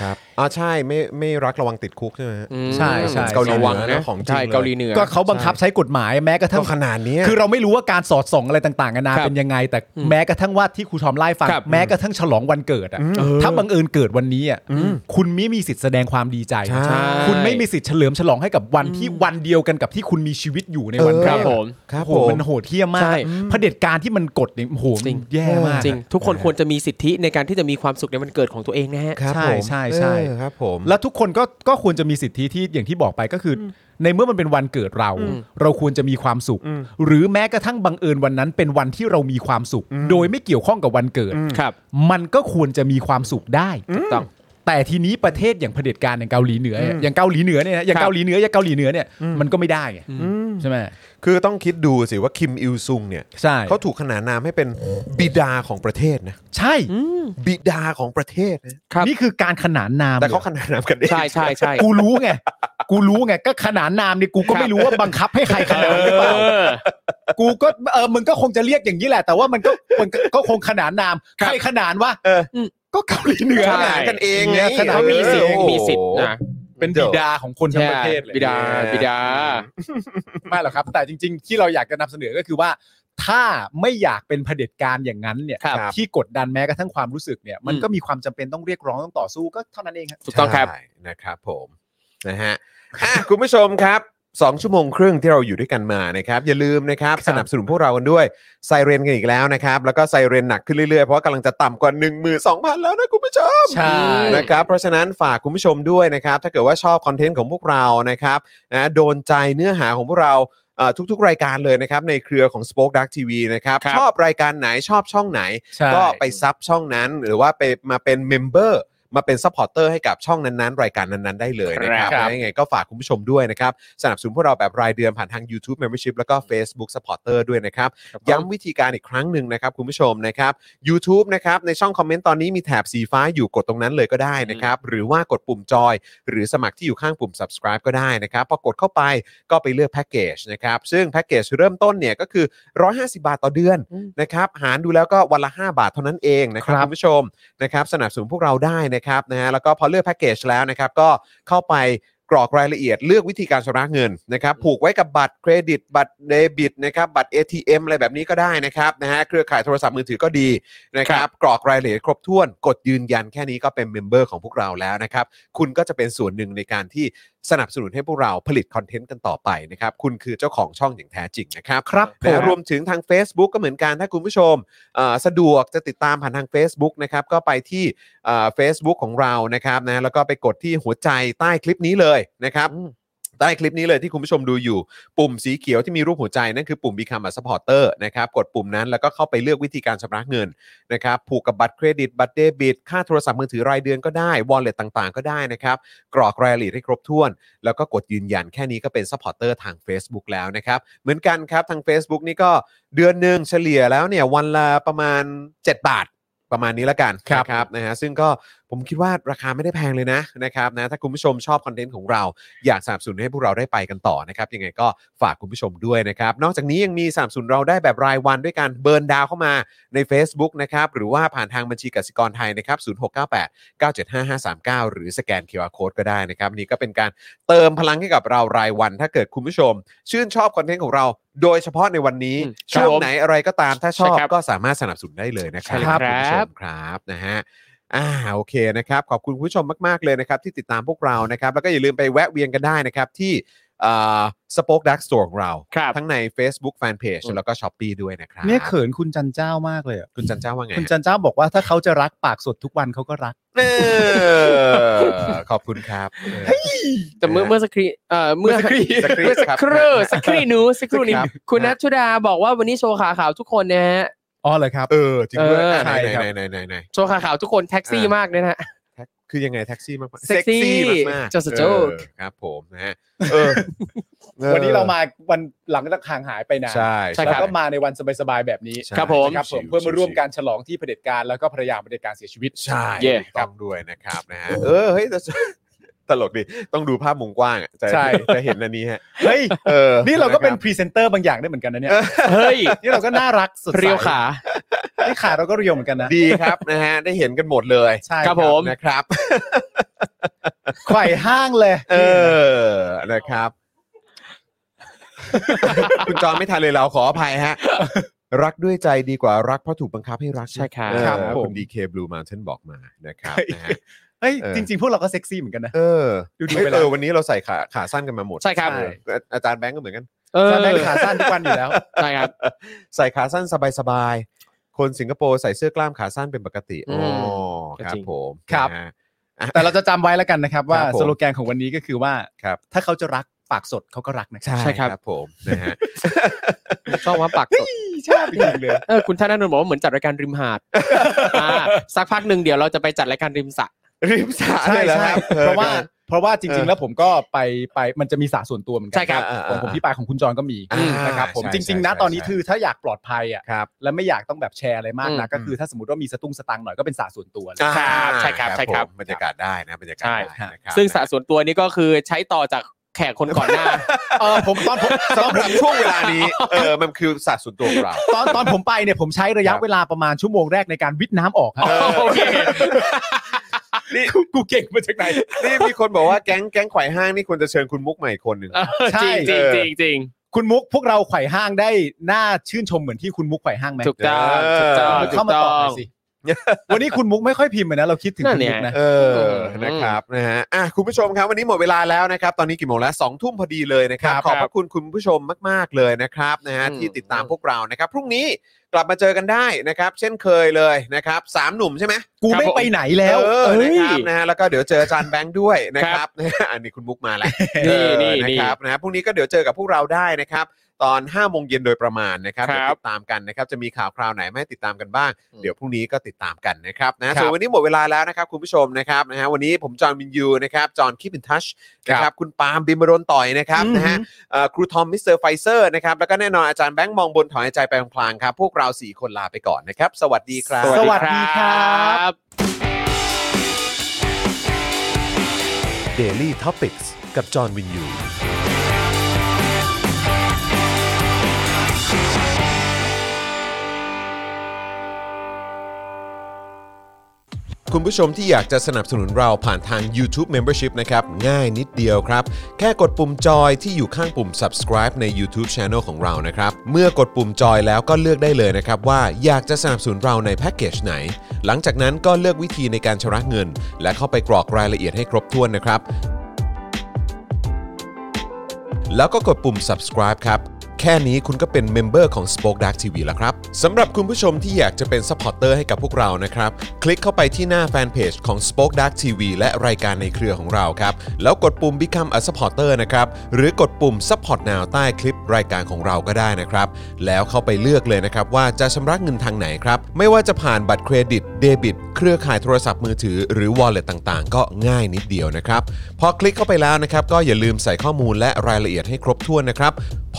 Speaker 1: ครับอ๋อใช่ไม่ไม่รักระวังติดคุกใช่ไหมฮะ
Speaker 2: อืม
Speaker 3: ใช่ใช่
Speaker 1: เกาหลี
Speaker 2: ระ
Speaker 1: เหนือ
Speaker 2: วังนะ
Speaker 1: ของจริง
Speaker 2: ใช่
Speaker 1: เลย
Speaker 2: เกาหลีเหนือ
Speaker 3: ก็เขาบังคับใช้กฎหมายแม้กระทั่
Speaker 1: ก็
Speaker 3: ง
Speaker 1: ขนาดเนี้ย
Speaker 3: คือเราไม่รู้ว่าการสอดส่องอะไรต่างๆนานา
Speaker 2: ครับ
Speaker 3: เป็นยังไง แต่แม้กระทั่งว่าที่ครูทอมไล่าให้ฟัง
Speaker 2: ครับ
Speaker 3: แม้กระทั่งฉลองวันเกิดอะถ้าบังเอิญเกิดวันนี้อะคุณไม่มีสิทธิ์แสดงความดีใจ
Speaker 1: ใช่
Speaker 3: คุณไม่มีสิทธิ์เฉลิมฉลองให้กับวันที่วันเดียวกันกับที่คุณมีชีวิตอยู่ในวัน
Speaker 2: เออ
Speaker 3: แก
Speaker 2: ครับผม
Speaker 1: ครับ
Speaker 3: โอ้
Speaker 1: ผ
Speaker 3: โห
Speaker 1: ม
Speaker 3: มันโหดเหี้ยมมา
Speaker 2: ใช่
Speaker 3: กเผด็จการที่มันกดเนี่ยโอ้โห
Speaker 2: จริง
Speaker 3: แย่มาก
Speaker 2: จริง ทุกคนควรจะมีสิทธิในการที่จะมีความสุขในวันเกิดของตัวเองนะฮะ
Speaker 1: ครับ
Speaker 3: ใช่
Speaker 1: ผม
Speaker 3: ใช่ใช่
Speaker 1: เออครับผม
Speaker 3: แล้วทุกคนก็ก็ควรจะมีสิทธิที่อย่างที่บอกไปก็คืออในเมื่อมันเป็นวันเกิดเรา เราควรจะมีความสุข หรือแม้กระทั่งบังเอิญวันนั้นเป็นวันที่เรามีความสุข โดยไม่เกี่ยวข้องกับวันเกิด
Speaker 2: ครับ
Speaker 3: มันก็ควรจะมีความสุขได้
Speaker 2: ถูกต้อง
Speaker 3: แต่ทีนี้ประเทศอย่างเผด็จการอย่างเกาหลีเหนือเนี่ยอย่างเกาหลีเหนือเนี่ยนะอย่างเกาหลีเหนืออย่างเกาหลีเหนือเนี่ยมันก็ไม่ได้ไงใช่ไหม
Speaker 1: คือต้องคิดดูสิว่าคิมอิลซุงเนี่ย
Speaker 3: ใช่
Speaker 1: เขาถูกขนานนามให้เป็นบิดาของประเทศนะ
Speaker 3: ใช่
Speaker 1: บิดาของประเทศนะครับ
Speaker 3: นี่คือการขนานนาม
Speaker 1: แต่เขาขนานนามกันเอง
Speaker 2: ใช่ใช่ใช่
Speaker 3: กูรู้ไงกูรู้ไงก็ขนานนามเนี่ยกูก็ไม่รู้ว่าบังคับให้ใครขนานหรือเปล่า
Speaker 2: อ
Speaker 3: กูก็เออมึงก็คงจะเรียกอย่างนี้แหละแต่ว่ามันก็มันก็ก็คงขนานนามใครขนานวะมก็เกาหลีเหนือ
Speaker 2: ใช่
Speaker 1: ขนานกันเองไง
Speaker 3: ขนาน
Speaker 2: เขามีสิทธิ์
Speaker 1: โอ้โห
Speaker 2: มีสิทธิ์นะ
Speaker 3: เป็นบิดาของคนทั้งประเทศเลย
Speaker 2: บิดาบิดา
Speaker 3: ไม่หรอกครับ แต่จริง ๆ ที่เราอยากจะนำเสนอก็คือว่า ถ้าไม่อยากเป็นเผด็จการอย่างนั้นเนี่ย
Speaker 2: ครับ
Speaker 3: ที่กดดันแม้กระทั่งความรู้สึกเนี่ย มันก็มีความจำเป็นต้องเรียกร้องต้องต่อสู้ก็เท่านั้นเองครับ
Speaker 2: ถูกต้องครับ
Speaker 1: ใช่นะครับผมนะฮะอ่ะคุณผู้ชมครับสองชั่วโมงครึ่งที่เราอยู่ด้วยกันมานะครับอย่าลืมนะครับสนับสนุนพวกเรากันด้วยไซเรนกันอีกแล้วนะครับแล้วก็ไซเรนหนักขึ้นเรื่อยๆเพราะว่ากำลังจะต่ำกว่า1 2 0 0 0แล้วนะคุณผู้ชม นะครับเพราะฉะนั้นฝากคุณผู้ชมด้วยนะครับถ้าเกิดว่าชอบคอนเทนต์ของพวกเรานะครับนะโดนใจเนื้อหาของพวกเราเอ่อทุกๆ รายการเลยนะครับในเครือของ Spoke Dark TV นะครับ
Speaker 2: ครับ
Speaker 1: ชอบรายการไหนชอบช่องไหน
Speaker 3: ใช่
Speaker 1: ก็ไปซับช่องนั้น หรือว่าไปมาเป็นเมมเบอร์มาเป็นซัพพอร์เตอร์ให้กับช่องนั้นๆ รายการนั้นๆ ได้เลยนะครับ
Speaker 2: ครับ
Speaker 1: และยังไงก็ฝากคุณผู้ชมด้วยนะครับ สนับสนุนพวกเราแบบรายเดือนผ่านทาง YouTube Membership แล้วก็ Facebook Supporter ด้วยนะครับ ย้ำวิธีการอีกครั้งหนึ่งนะครับ คุณผู้ชมนะครับ u t u b e นะครับในช่องคอมเมนต์ตอนนี้มีแถบสีฟ้าอยู่กดตรงนั้นเลยก็ได้นะครับ หรือว่ากดปุ่มจอย หรือสมัครที่อยู่ข้างปุ่ม subscribe ก็ได้นะครับ พอกดเข้าไปก็ไปเลือกแพ็กเกจนะครับ ซึ่งแพ็กเกจเริ่มต้นเนี่ยก็คือ 150 บาทต่อเดือน
Speaker 2: อืม
Speaker 1: นะครับ หารดูแล้วก็วันละ 5 บาทเท่านั้นเองนะครับ
Speaker 3: ครับ
Speaker 1: คุณผู้ชมนะครับสนับสนุนพวกเราได้นะครับนะฮะแล้วก็พอเลือกแพ็กเกจแล้วนะครับก็เข้าไป กรอกรายละเอียดเลือกวิธีการชำระเงินนะครับผูกไว้กับบัตรเครดิต บัตรเดบิตนะครับบัตร ATM อะไรแบบนี้ก็ได้นะครับนะฮะเครือข่ายโทรศัพท์มือถือก็ดีนะครับกรอกรายละเอียดครบถ้วน กดยืนยันแค่นี้ก็เป็นเมมเบอร์ของพวกเราแล้วนะครับ คุณก็จะเป็นส่วนหนึ่งในการที่สนับสนุนให้พวกเราผลิตคอนเทนต์กันต่อไปนะครับ คุณคือเจ้าของช่องอย่างแท้จริงนะครับ
Speaker 3: ครับผ
Speaker 1: นะ
Speaker 3: ม
Speaker 1: รวมถึงทาง Facebook ก็เหมือนกัน ถ้าคุณผู้ชมเอ่อสะดวกจะติดตามผ่านทาง Facebook นะครับ ก็ไปที่เฟซบุ๊กของเรานะครับนะแล้วก็ไปกดที่หัวใจใต้คลิปนี้เลยนะครับ ใต้คลิปนี้เลยที่คุณผู้ชมดูอยู่ ปุ่มสีเขียวที่มีรูปหัวใจนั่นคือปุ่ม Become a supporter นะครับกดปุ่มนั้นแล้วก็เข้าไปเลือกวิธีการชำระเงินนะครับผูกกับบัตรเครดิต บัตรเดบิต ค่าโทรศัพท์มือถือรายเดือนก็ได้ wallet ต่างๆ ก็ได้นะครับ กรอกรายละเอียดให้ครบถ้วน แล้วก็กดยืนยันแค่นี้ก็เป็นซัพพอร์เตอร์ทาง Facebook แล้วนะครับ เหมือนกันครับทาง Facebook นี่ก็เดือนหนึ่งเฉลี่ยแล้วเนี่ยวันละประมาณ 7 บาท ประมาณนี้ละกัน
Speaker 3: ครับ
Speaker 1: นะนะฮะซึ่งก็ผมคิดว่าราคาไม่ได้แพงเลยนะนะครับนะถ้าคุณผู้ชมชอบคอนเทนต์ของเรา อยากสนับสนุนให้พวกเราได้ไปกันต่อนะครับยังไงก็ฝากคุณผู้ชมด้วยนะครับ นอกจากนี้ยังมีสนับสนุนเราได้แบบรายวันด้วยการเบิร์นดาวเข้ามาใน Facebook นะครับหรือว่าผ่านทางบัญชีกสิกรไทยนะครับ0698 9755539 หรือสแกน QR Code ก็ได้นะครับอันนี่ก็เป็นการเติมพลังให้กับเรารายวัน ถ้าเกิดคุณผู้ชม ชื่นชอบคอนเทนต์ของเรา โดยเฉพาะในวันนี้
Speaker 2: อืม
Speaker 1: ช่วง
Speaker 2: ครับ
Speaker 1: ไหนอะไรก็ตามถ้าชอบ
Speaker 2: ใช่ครับ
Speaker 1: ก็สามารถสนับสนุนได้เลยนะครับ
Speaker 2: ใช่ครับ
Speaker 1: คุณผู้ชมครับนะฮะอ่าโอเคนะครับ ขอบคุณคุณผู้ชมมาก ๆ เลยนะครับ ที่ติดตามพวกเรานะครับ แล้วก็อย่าลืมไปแวะเวียนกันได้นะครับ ที่สป็อคดักสโตร์ของเรา
Speaker 2: ครับ
Speaker 1: ทั้งใน Facebook Fanpage แล้วก็ s h อ p e e ด้วยนะครับ
Speaker 3: เนี่ยเขินคุณจันเจ้ามากเลยอะ
Speaker 1: คุณจันเจ้าว่าไง
Speaker 3: คุณจันเจ้าบอกว่าถ้าเขาจะรักปากสดทุกวันเขาก็รัก
Speaker 1: เออขอบคุณครับ
Speaker 2: แต่เมื่อเมื่อสักครีเอ่อเมื่อ
Speaker 1: เมื่อสักครี
Speaker 2: สักครีเมื่อสักครู่สักครีหนูสักครู่นี้
Speaker 1: ครับ
Speaker 2: คุณนัทชุดาบอกว่าวันนี้โชว์ขาขาวทุกคนนะฮะ
Speaker 3: อ๋อเลยครับ
Speaker 1: เออจริงด้วย
Speaker 2: เออ
Speaker 1: อ่ะไหน
Speaker 3: ใช่ครับ
Speaker 1: ไหนไหนไหนไหน
Speaker 2: โชว์ขาขาวทุกคนแท็กซี่
Speaker 1: อ่าม
Speaker 2: มากเลยนะฮะ
Speaker 1: แท็กคือยังไงแท็กซี่มากๆ
Speaker 2: Sexy
Speaker 1: มากๆ
Speaker 2: Just a
Speaker 1: เออ
Speaker 2: joke
Speaker 1: ครับผมนะฮะเออ
Speaker 3: วันนี้เรามาวันหลังจากห่างหายไปนาน
Speaker 1: ใช่
Speaker 2: ใช่ค
Speaker 3: แล้ว
Speaker 2: รับ
Speaker 3: ก็มาในวันสบายๆแบบนี้
Speaker 1: ใช่
Speaker 2: ครับผม
Speaker 3: นะครับผมเพื่อมาร่วมการฉลองที่เผด็จการแล้วก็ภรรยาเผด็จการเสียชีวิต
Speaker 1: ใช่
Speaker 2: เย่
Speaker 1: ถูกต้องด้วยนะครับนะฮะเออเฮ้ยแต่ ตลกดิ ต้องดูภาพมุมกว้างอ่ะจะ
Speaker 3: ใช่
Speaker 1: จะเห็นอันนี้ฮะ
Speaker 3: เฮ้ย
Speaker 1: เออ
Speaker 3: นี่เราก็เป็นะ
Speaker 1: ค
Speaker 3: พรีเซนเตอร์บางอย่างได้เหมือนกันนะเนี่ย
Speaker 2: เฮ้ย
Speaker 3: นี่เราก็น่ารักสดใส
Speaker 2: เรียวขา
Speaker 3: นี่ขาเราก็เรียวเหมือนกัน
Speaker 1: รั
Speaker 3: นะ
Speaker 1: บดีครับนะฮะได้เห็นกันหมดเลย
Speaker 3: ใช่
Speaker 2: ครับผม
Speaker 1: นะครับ
Speaker 3: ไขว่ห้างเลย
Speaker 1: เออนะครับ คุณจอนไม่ทันเลยเราขออภัยฮะ รักด้วยใจดีกว่ารักเพราะถูกบังคับให้รัก
Speaker 2: ใช่ครับ
Speaker 1: เออ
Speaker 3: ครับผ
Speaker 1: คุ
Speaker 3: ม
Speaker 1: ณดีเคบลูมาท่านบอกมานะครับนะฮะ
Speaker 3: เฮ้ย
Speaker 1: เออ
Speaker 3: จริง ๆ พวกเราก็เซ็กซี่เหมือนกันนะ
Speaker 1: เออ
Speaker 3: ดูๆ
Speaker 1: เอ้ย
Speaker 3: ไปแล้ว
Speaker 1: เออวันนี้เราใส่ขาขาสั้นกันมาหมด
Speaker 2: ใช่ครับ
Speaker 1: เอออาจารย์แบงก์ก็เหมือนกัน
Speaker 2: เออ
Speaker 3: ใช่ไหมขาสั้นทุกวันอยู่แล้ว
Speaker 2: ใช่ครับ
Speaker 1: ใส่ขาสั้นสบายๆ คนสิงคโปร์ใส่เสื้อกล้ามขาสั้นเป็นปกติ
Speaker 2: อื
Speaker 1: อ๋อ
Speaker 2: ม
Speaker 1: ครั
Speaker 2: จ
Speaker 1: บ
Speaker 2: ริง
Speaker 1: ผม
Speaker 3: ครับ
Speaker 1: นะฮะ
Speaker 3: แต่เราจะจำไว้แล้วกันนะครับ ว่า
Speaker 1: ครับผม
Speaker 3: สโลแกนของวันนี้ก็คือว่า
Speaker 1: ครับ
Speaker 3: ถ้าเขาจะรักปากสดเขาก็รักนะครับ
Speaker 2: ใช่ครับ
Speaker 1: ผมนะฮะ
Speaker 2: ชอบว่าปักสด
Speaker 3: ชอบจริงๆเลย
Speaker 2: เออคุณท่านนนท์บอกว่าเหมือนจัดรายการริมหาดอ่าสักพักหนึ่งเดี๋ยวเราจะไปจัดรายการริมสระ
Speaker 1: ริมสา
Speaker 3: ใช่
Speaker 1: เลยเหรอค
Speaker 3: ใช่
Speaker 1: รับออ
Speaker 3: เพราะว่า
Speaker 1: คบ
Speaker 3: เพราะว่าจ
Speaker 1: เอ
Speaker 3: ริ
Speaker 1: อง
Speaker 3: ๆ แล้วผมก็ไปไปมันจะมีสระส่วนตัวเหมือนกั
Speaker 2: ใช่ครับ
Speaker 3: ของผมพี่ปายของคุณจอนก็มี
Speaker 1: อ่า
Speaker 3: นะครับผม
Speaker 1: ใช่
Speaker 3: จริง ๆ นะ
Speaker 1: ใช่
Speaker 3: ตอนนี้
Speaker 1: ใช่
Speaker 3: คือถ้าอยากปลอดภัยอ่ะ
Speaker 1: ครับ
Speaker 3: และไม่อยากต้องแบบแชร์อะไรมากนะ
Speaker 2: อืม
Speaker 3: ก็คือถ้าสมมติว่ามีสตุ้งสตังค์หน่อยก็เป็นสระส่วนตัวเลย
Speaker 2: ครับ
Speaker 1: อ่า
Speaker 2: ใช่ครับใช่ครับ
Speaker 1: ผมบรรยากาศได้นะบรรยากาศ
Speaker 2: ใช่
Speaker 1: ได้นะครับ
Speaker 2: ซึ่งสระส่วนตัวนี้ก็คือใช้ต่อจากแขกคนก่อนหน้า
Speaker 3: เออผมตอนผมตอน
Speaker 1: สำห
Speaker 3: ผ
Speaker 1: รั
Speaker 3: ม
Speaker 1: บช่วงเวลานี้ เออมันคือสัตว์ส่วนตัวของเรา
Speaker 3: ตอนตอนผมไปเนี่ยผมใช้ระยะ
Speaker 1: ครับ
Speaker 3: เวลาประมาณชั่วโมงแรกในการวิทย์น้ำออกครับ
Speaker 2: โอเค
Speaker 3: นี่กูกูเก่งมาจากไหน
Speaker 1: นี่มีคนบอกว่าแก๊งแก๊งไขว่ห้างนี่ควรจะเชิญคุณมุกใหม่อีกคนหนึ่ง
Speaker 3: ใช่
Speaker 2: จริงจริงจริงจริง
Speaker 3: คุณมุกพวกเราไขว่ห้างได้น่าชื่นชมเหมือนที่คุณมุกไขว่ห้างไหม
Speaker 2: ถูกต้องถูกต้อง
Speaker 3: คุณมุกเข้ามาตอบหน่อยสิ วันนี้คุณมุกไม่ค่อยพิมพ์เลยนะเราคิดถึงคุณมุกนะ
Speaker 1: เออ นะครับ นะฮะ อ่ะ คุณผู้ชมครับ วันนี้หมดเวลาแล้วนะครับ ตอนนี้กี่โมงแล้วสองทุ่มพอดีเลยนะครับ
Speaker 2: ครับ
Speaker 1: ขอบพระคุณคุณผู้ชมมาก ๆ เลยนะครับ นะฮะ
Speaker 2: อืม
Speaker 1: ที่ติดตามพวกเรานะครับ พรุ่งนี้กลับมาเจอกันได้นะครับ เช่นเคยเลยนะครับสามหนุ่มใช่ไหม
Speaker 3: กูไม่ไปไหนแล้ว
Speaker 1: เออ
Speaker 2: เอ้ย
Speaker 1: นะครับนะฮะ แล้วก็เดี๋ยวเจออาจารย์แบงค์ด้วยนะครับ อันนี้คุณมุกมาแล้ว
Speaker 2: นี่
Speaker 1: เออ
Speaker 2: นี่นี่
Speaker 1: นะครับ นะฮะพรุ่งนี้ก็เดี๋ยวเจอกับพวกเราได้นะครับ ตอน5โมงเย็นโดยประมาณนะครับ
Speaker 2: ครับ
Speaker 1: เดี๋ยวติดตามกันนะครับ จะมีข่าวคราวไหนไม่ติดตามกันบ้าง
Speaker 2: อืม
Speaker 1: เดี๋ยวพรุ่งนี้ก็ติดตามกันนะครับนะ
Speaker 3: ครับ
Speaker 1: ส่วนวันนี้หมดเวลาแล้วนะครับคุณผู้ชมนะครับนะฮะวันนี้ผมจอห์นวินยูนะครับจอห์นคิปินทัชนะครับคุณปาล์มบิมบรนต่อยนะครับนะฮะเอ่อครูทอมมิสเตอร์ไฟเซอร์นะครับแล้วก็แน่นอนอาจารย์แบงค์มองบนถอนหายใจไปพลางๆครับ พวกเรา 4 คนลาไปก่อนนะครับ สวัสดีครับ
Speaker 3: สวัสดีครับ
Speaker 2: บ
Speaker 1: Daily Topics กับจอห์นวินยู คุณผู้ชมที่อยากจะสนับสนุนเราผ่านทาง YouTube Membership นะครับ ง่ายนิดเดียวครับ แค่กดปุ่มจอยที่อยู่ข้างปุ่ม subscribe ใน YouTube Channel ของเรานะครับ เมื่อกดปุ่มจอยแล้วก็เลือกได้เลยนะครับว่าอยากจะสนับสนุนเราในแพ็กเกจไหน หลังจากนั้นก็เลือกวิธีในการชำระเงิน และเข้าไปกรอกรายละเอียดให้ครบถ้วนนะครับ แล้วก็กดปุ่ม subscribe ครับ แค่นี้คุณก็เป็นเมมเบอร์ของ Spoke Dark TV แล้วครับ สำหรับคุณผู้ชมที่อยากจะเป็นซัพพอร์ตเตอร์ให้กับพวกเรานะครับ คลิกเข้าไปที่หน้าแฟนเพจของ Spoke Dark TV และรายการในเครือของเราครับ แล้วกดปุ่ม Become a supporter นะครับ หรือกดปุ่ม Support Now ใต้คลิปรายการของเราก็ได้นะครับ แล้วเข้าไปเลือกเลยนะครับว่าจะชำระเงินทางไหนครับ ไม่ว่าจะผ่านบัตรเครดิตเดบิต เครือข่ายโทรศัพท์มือถือหรือ wallet ต่างๆ ก็ง่ายนิดเดียวนะครับ พอคลิกเข้าไปแล้วนะครับ ก็อย่าลืมใส่ข้อมูลและรายละเอียดให้ครบถ้วนนะครับ พ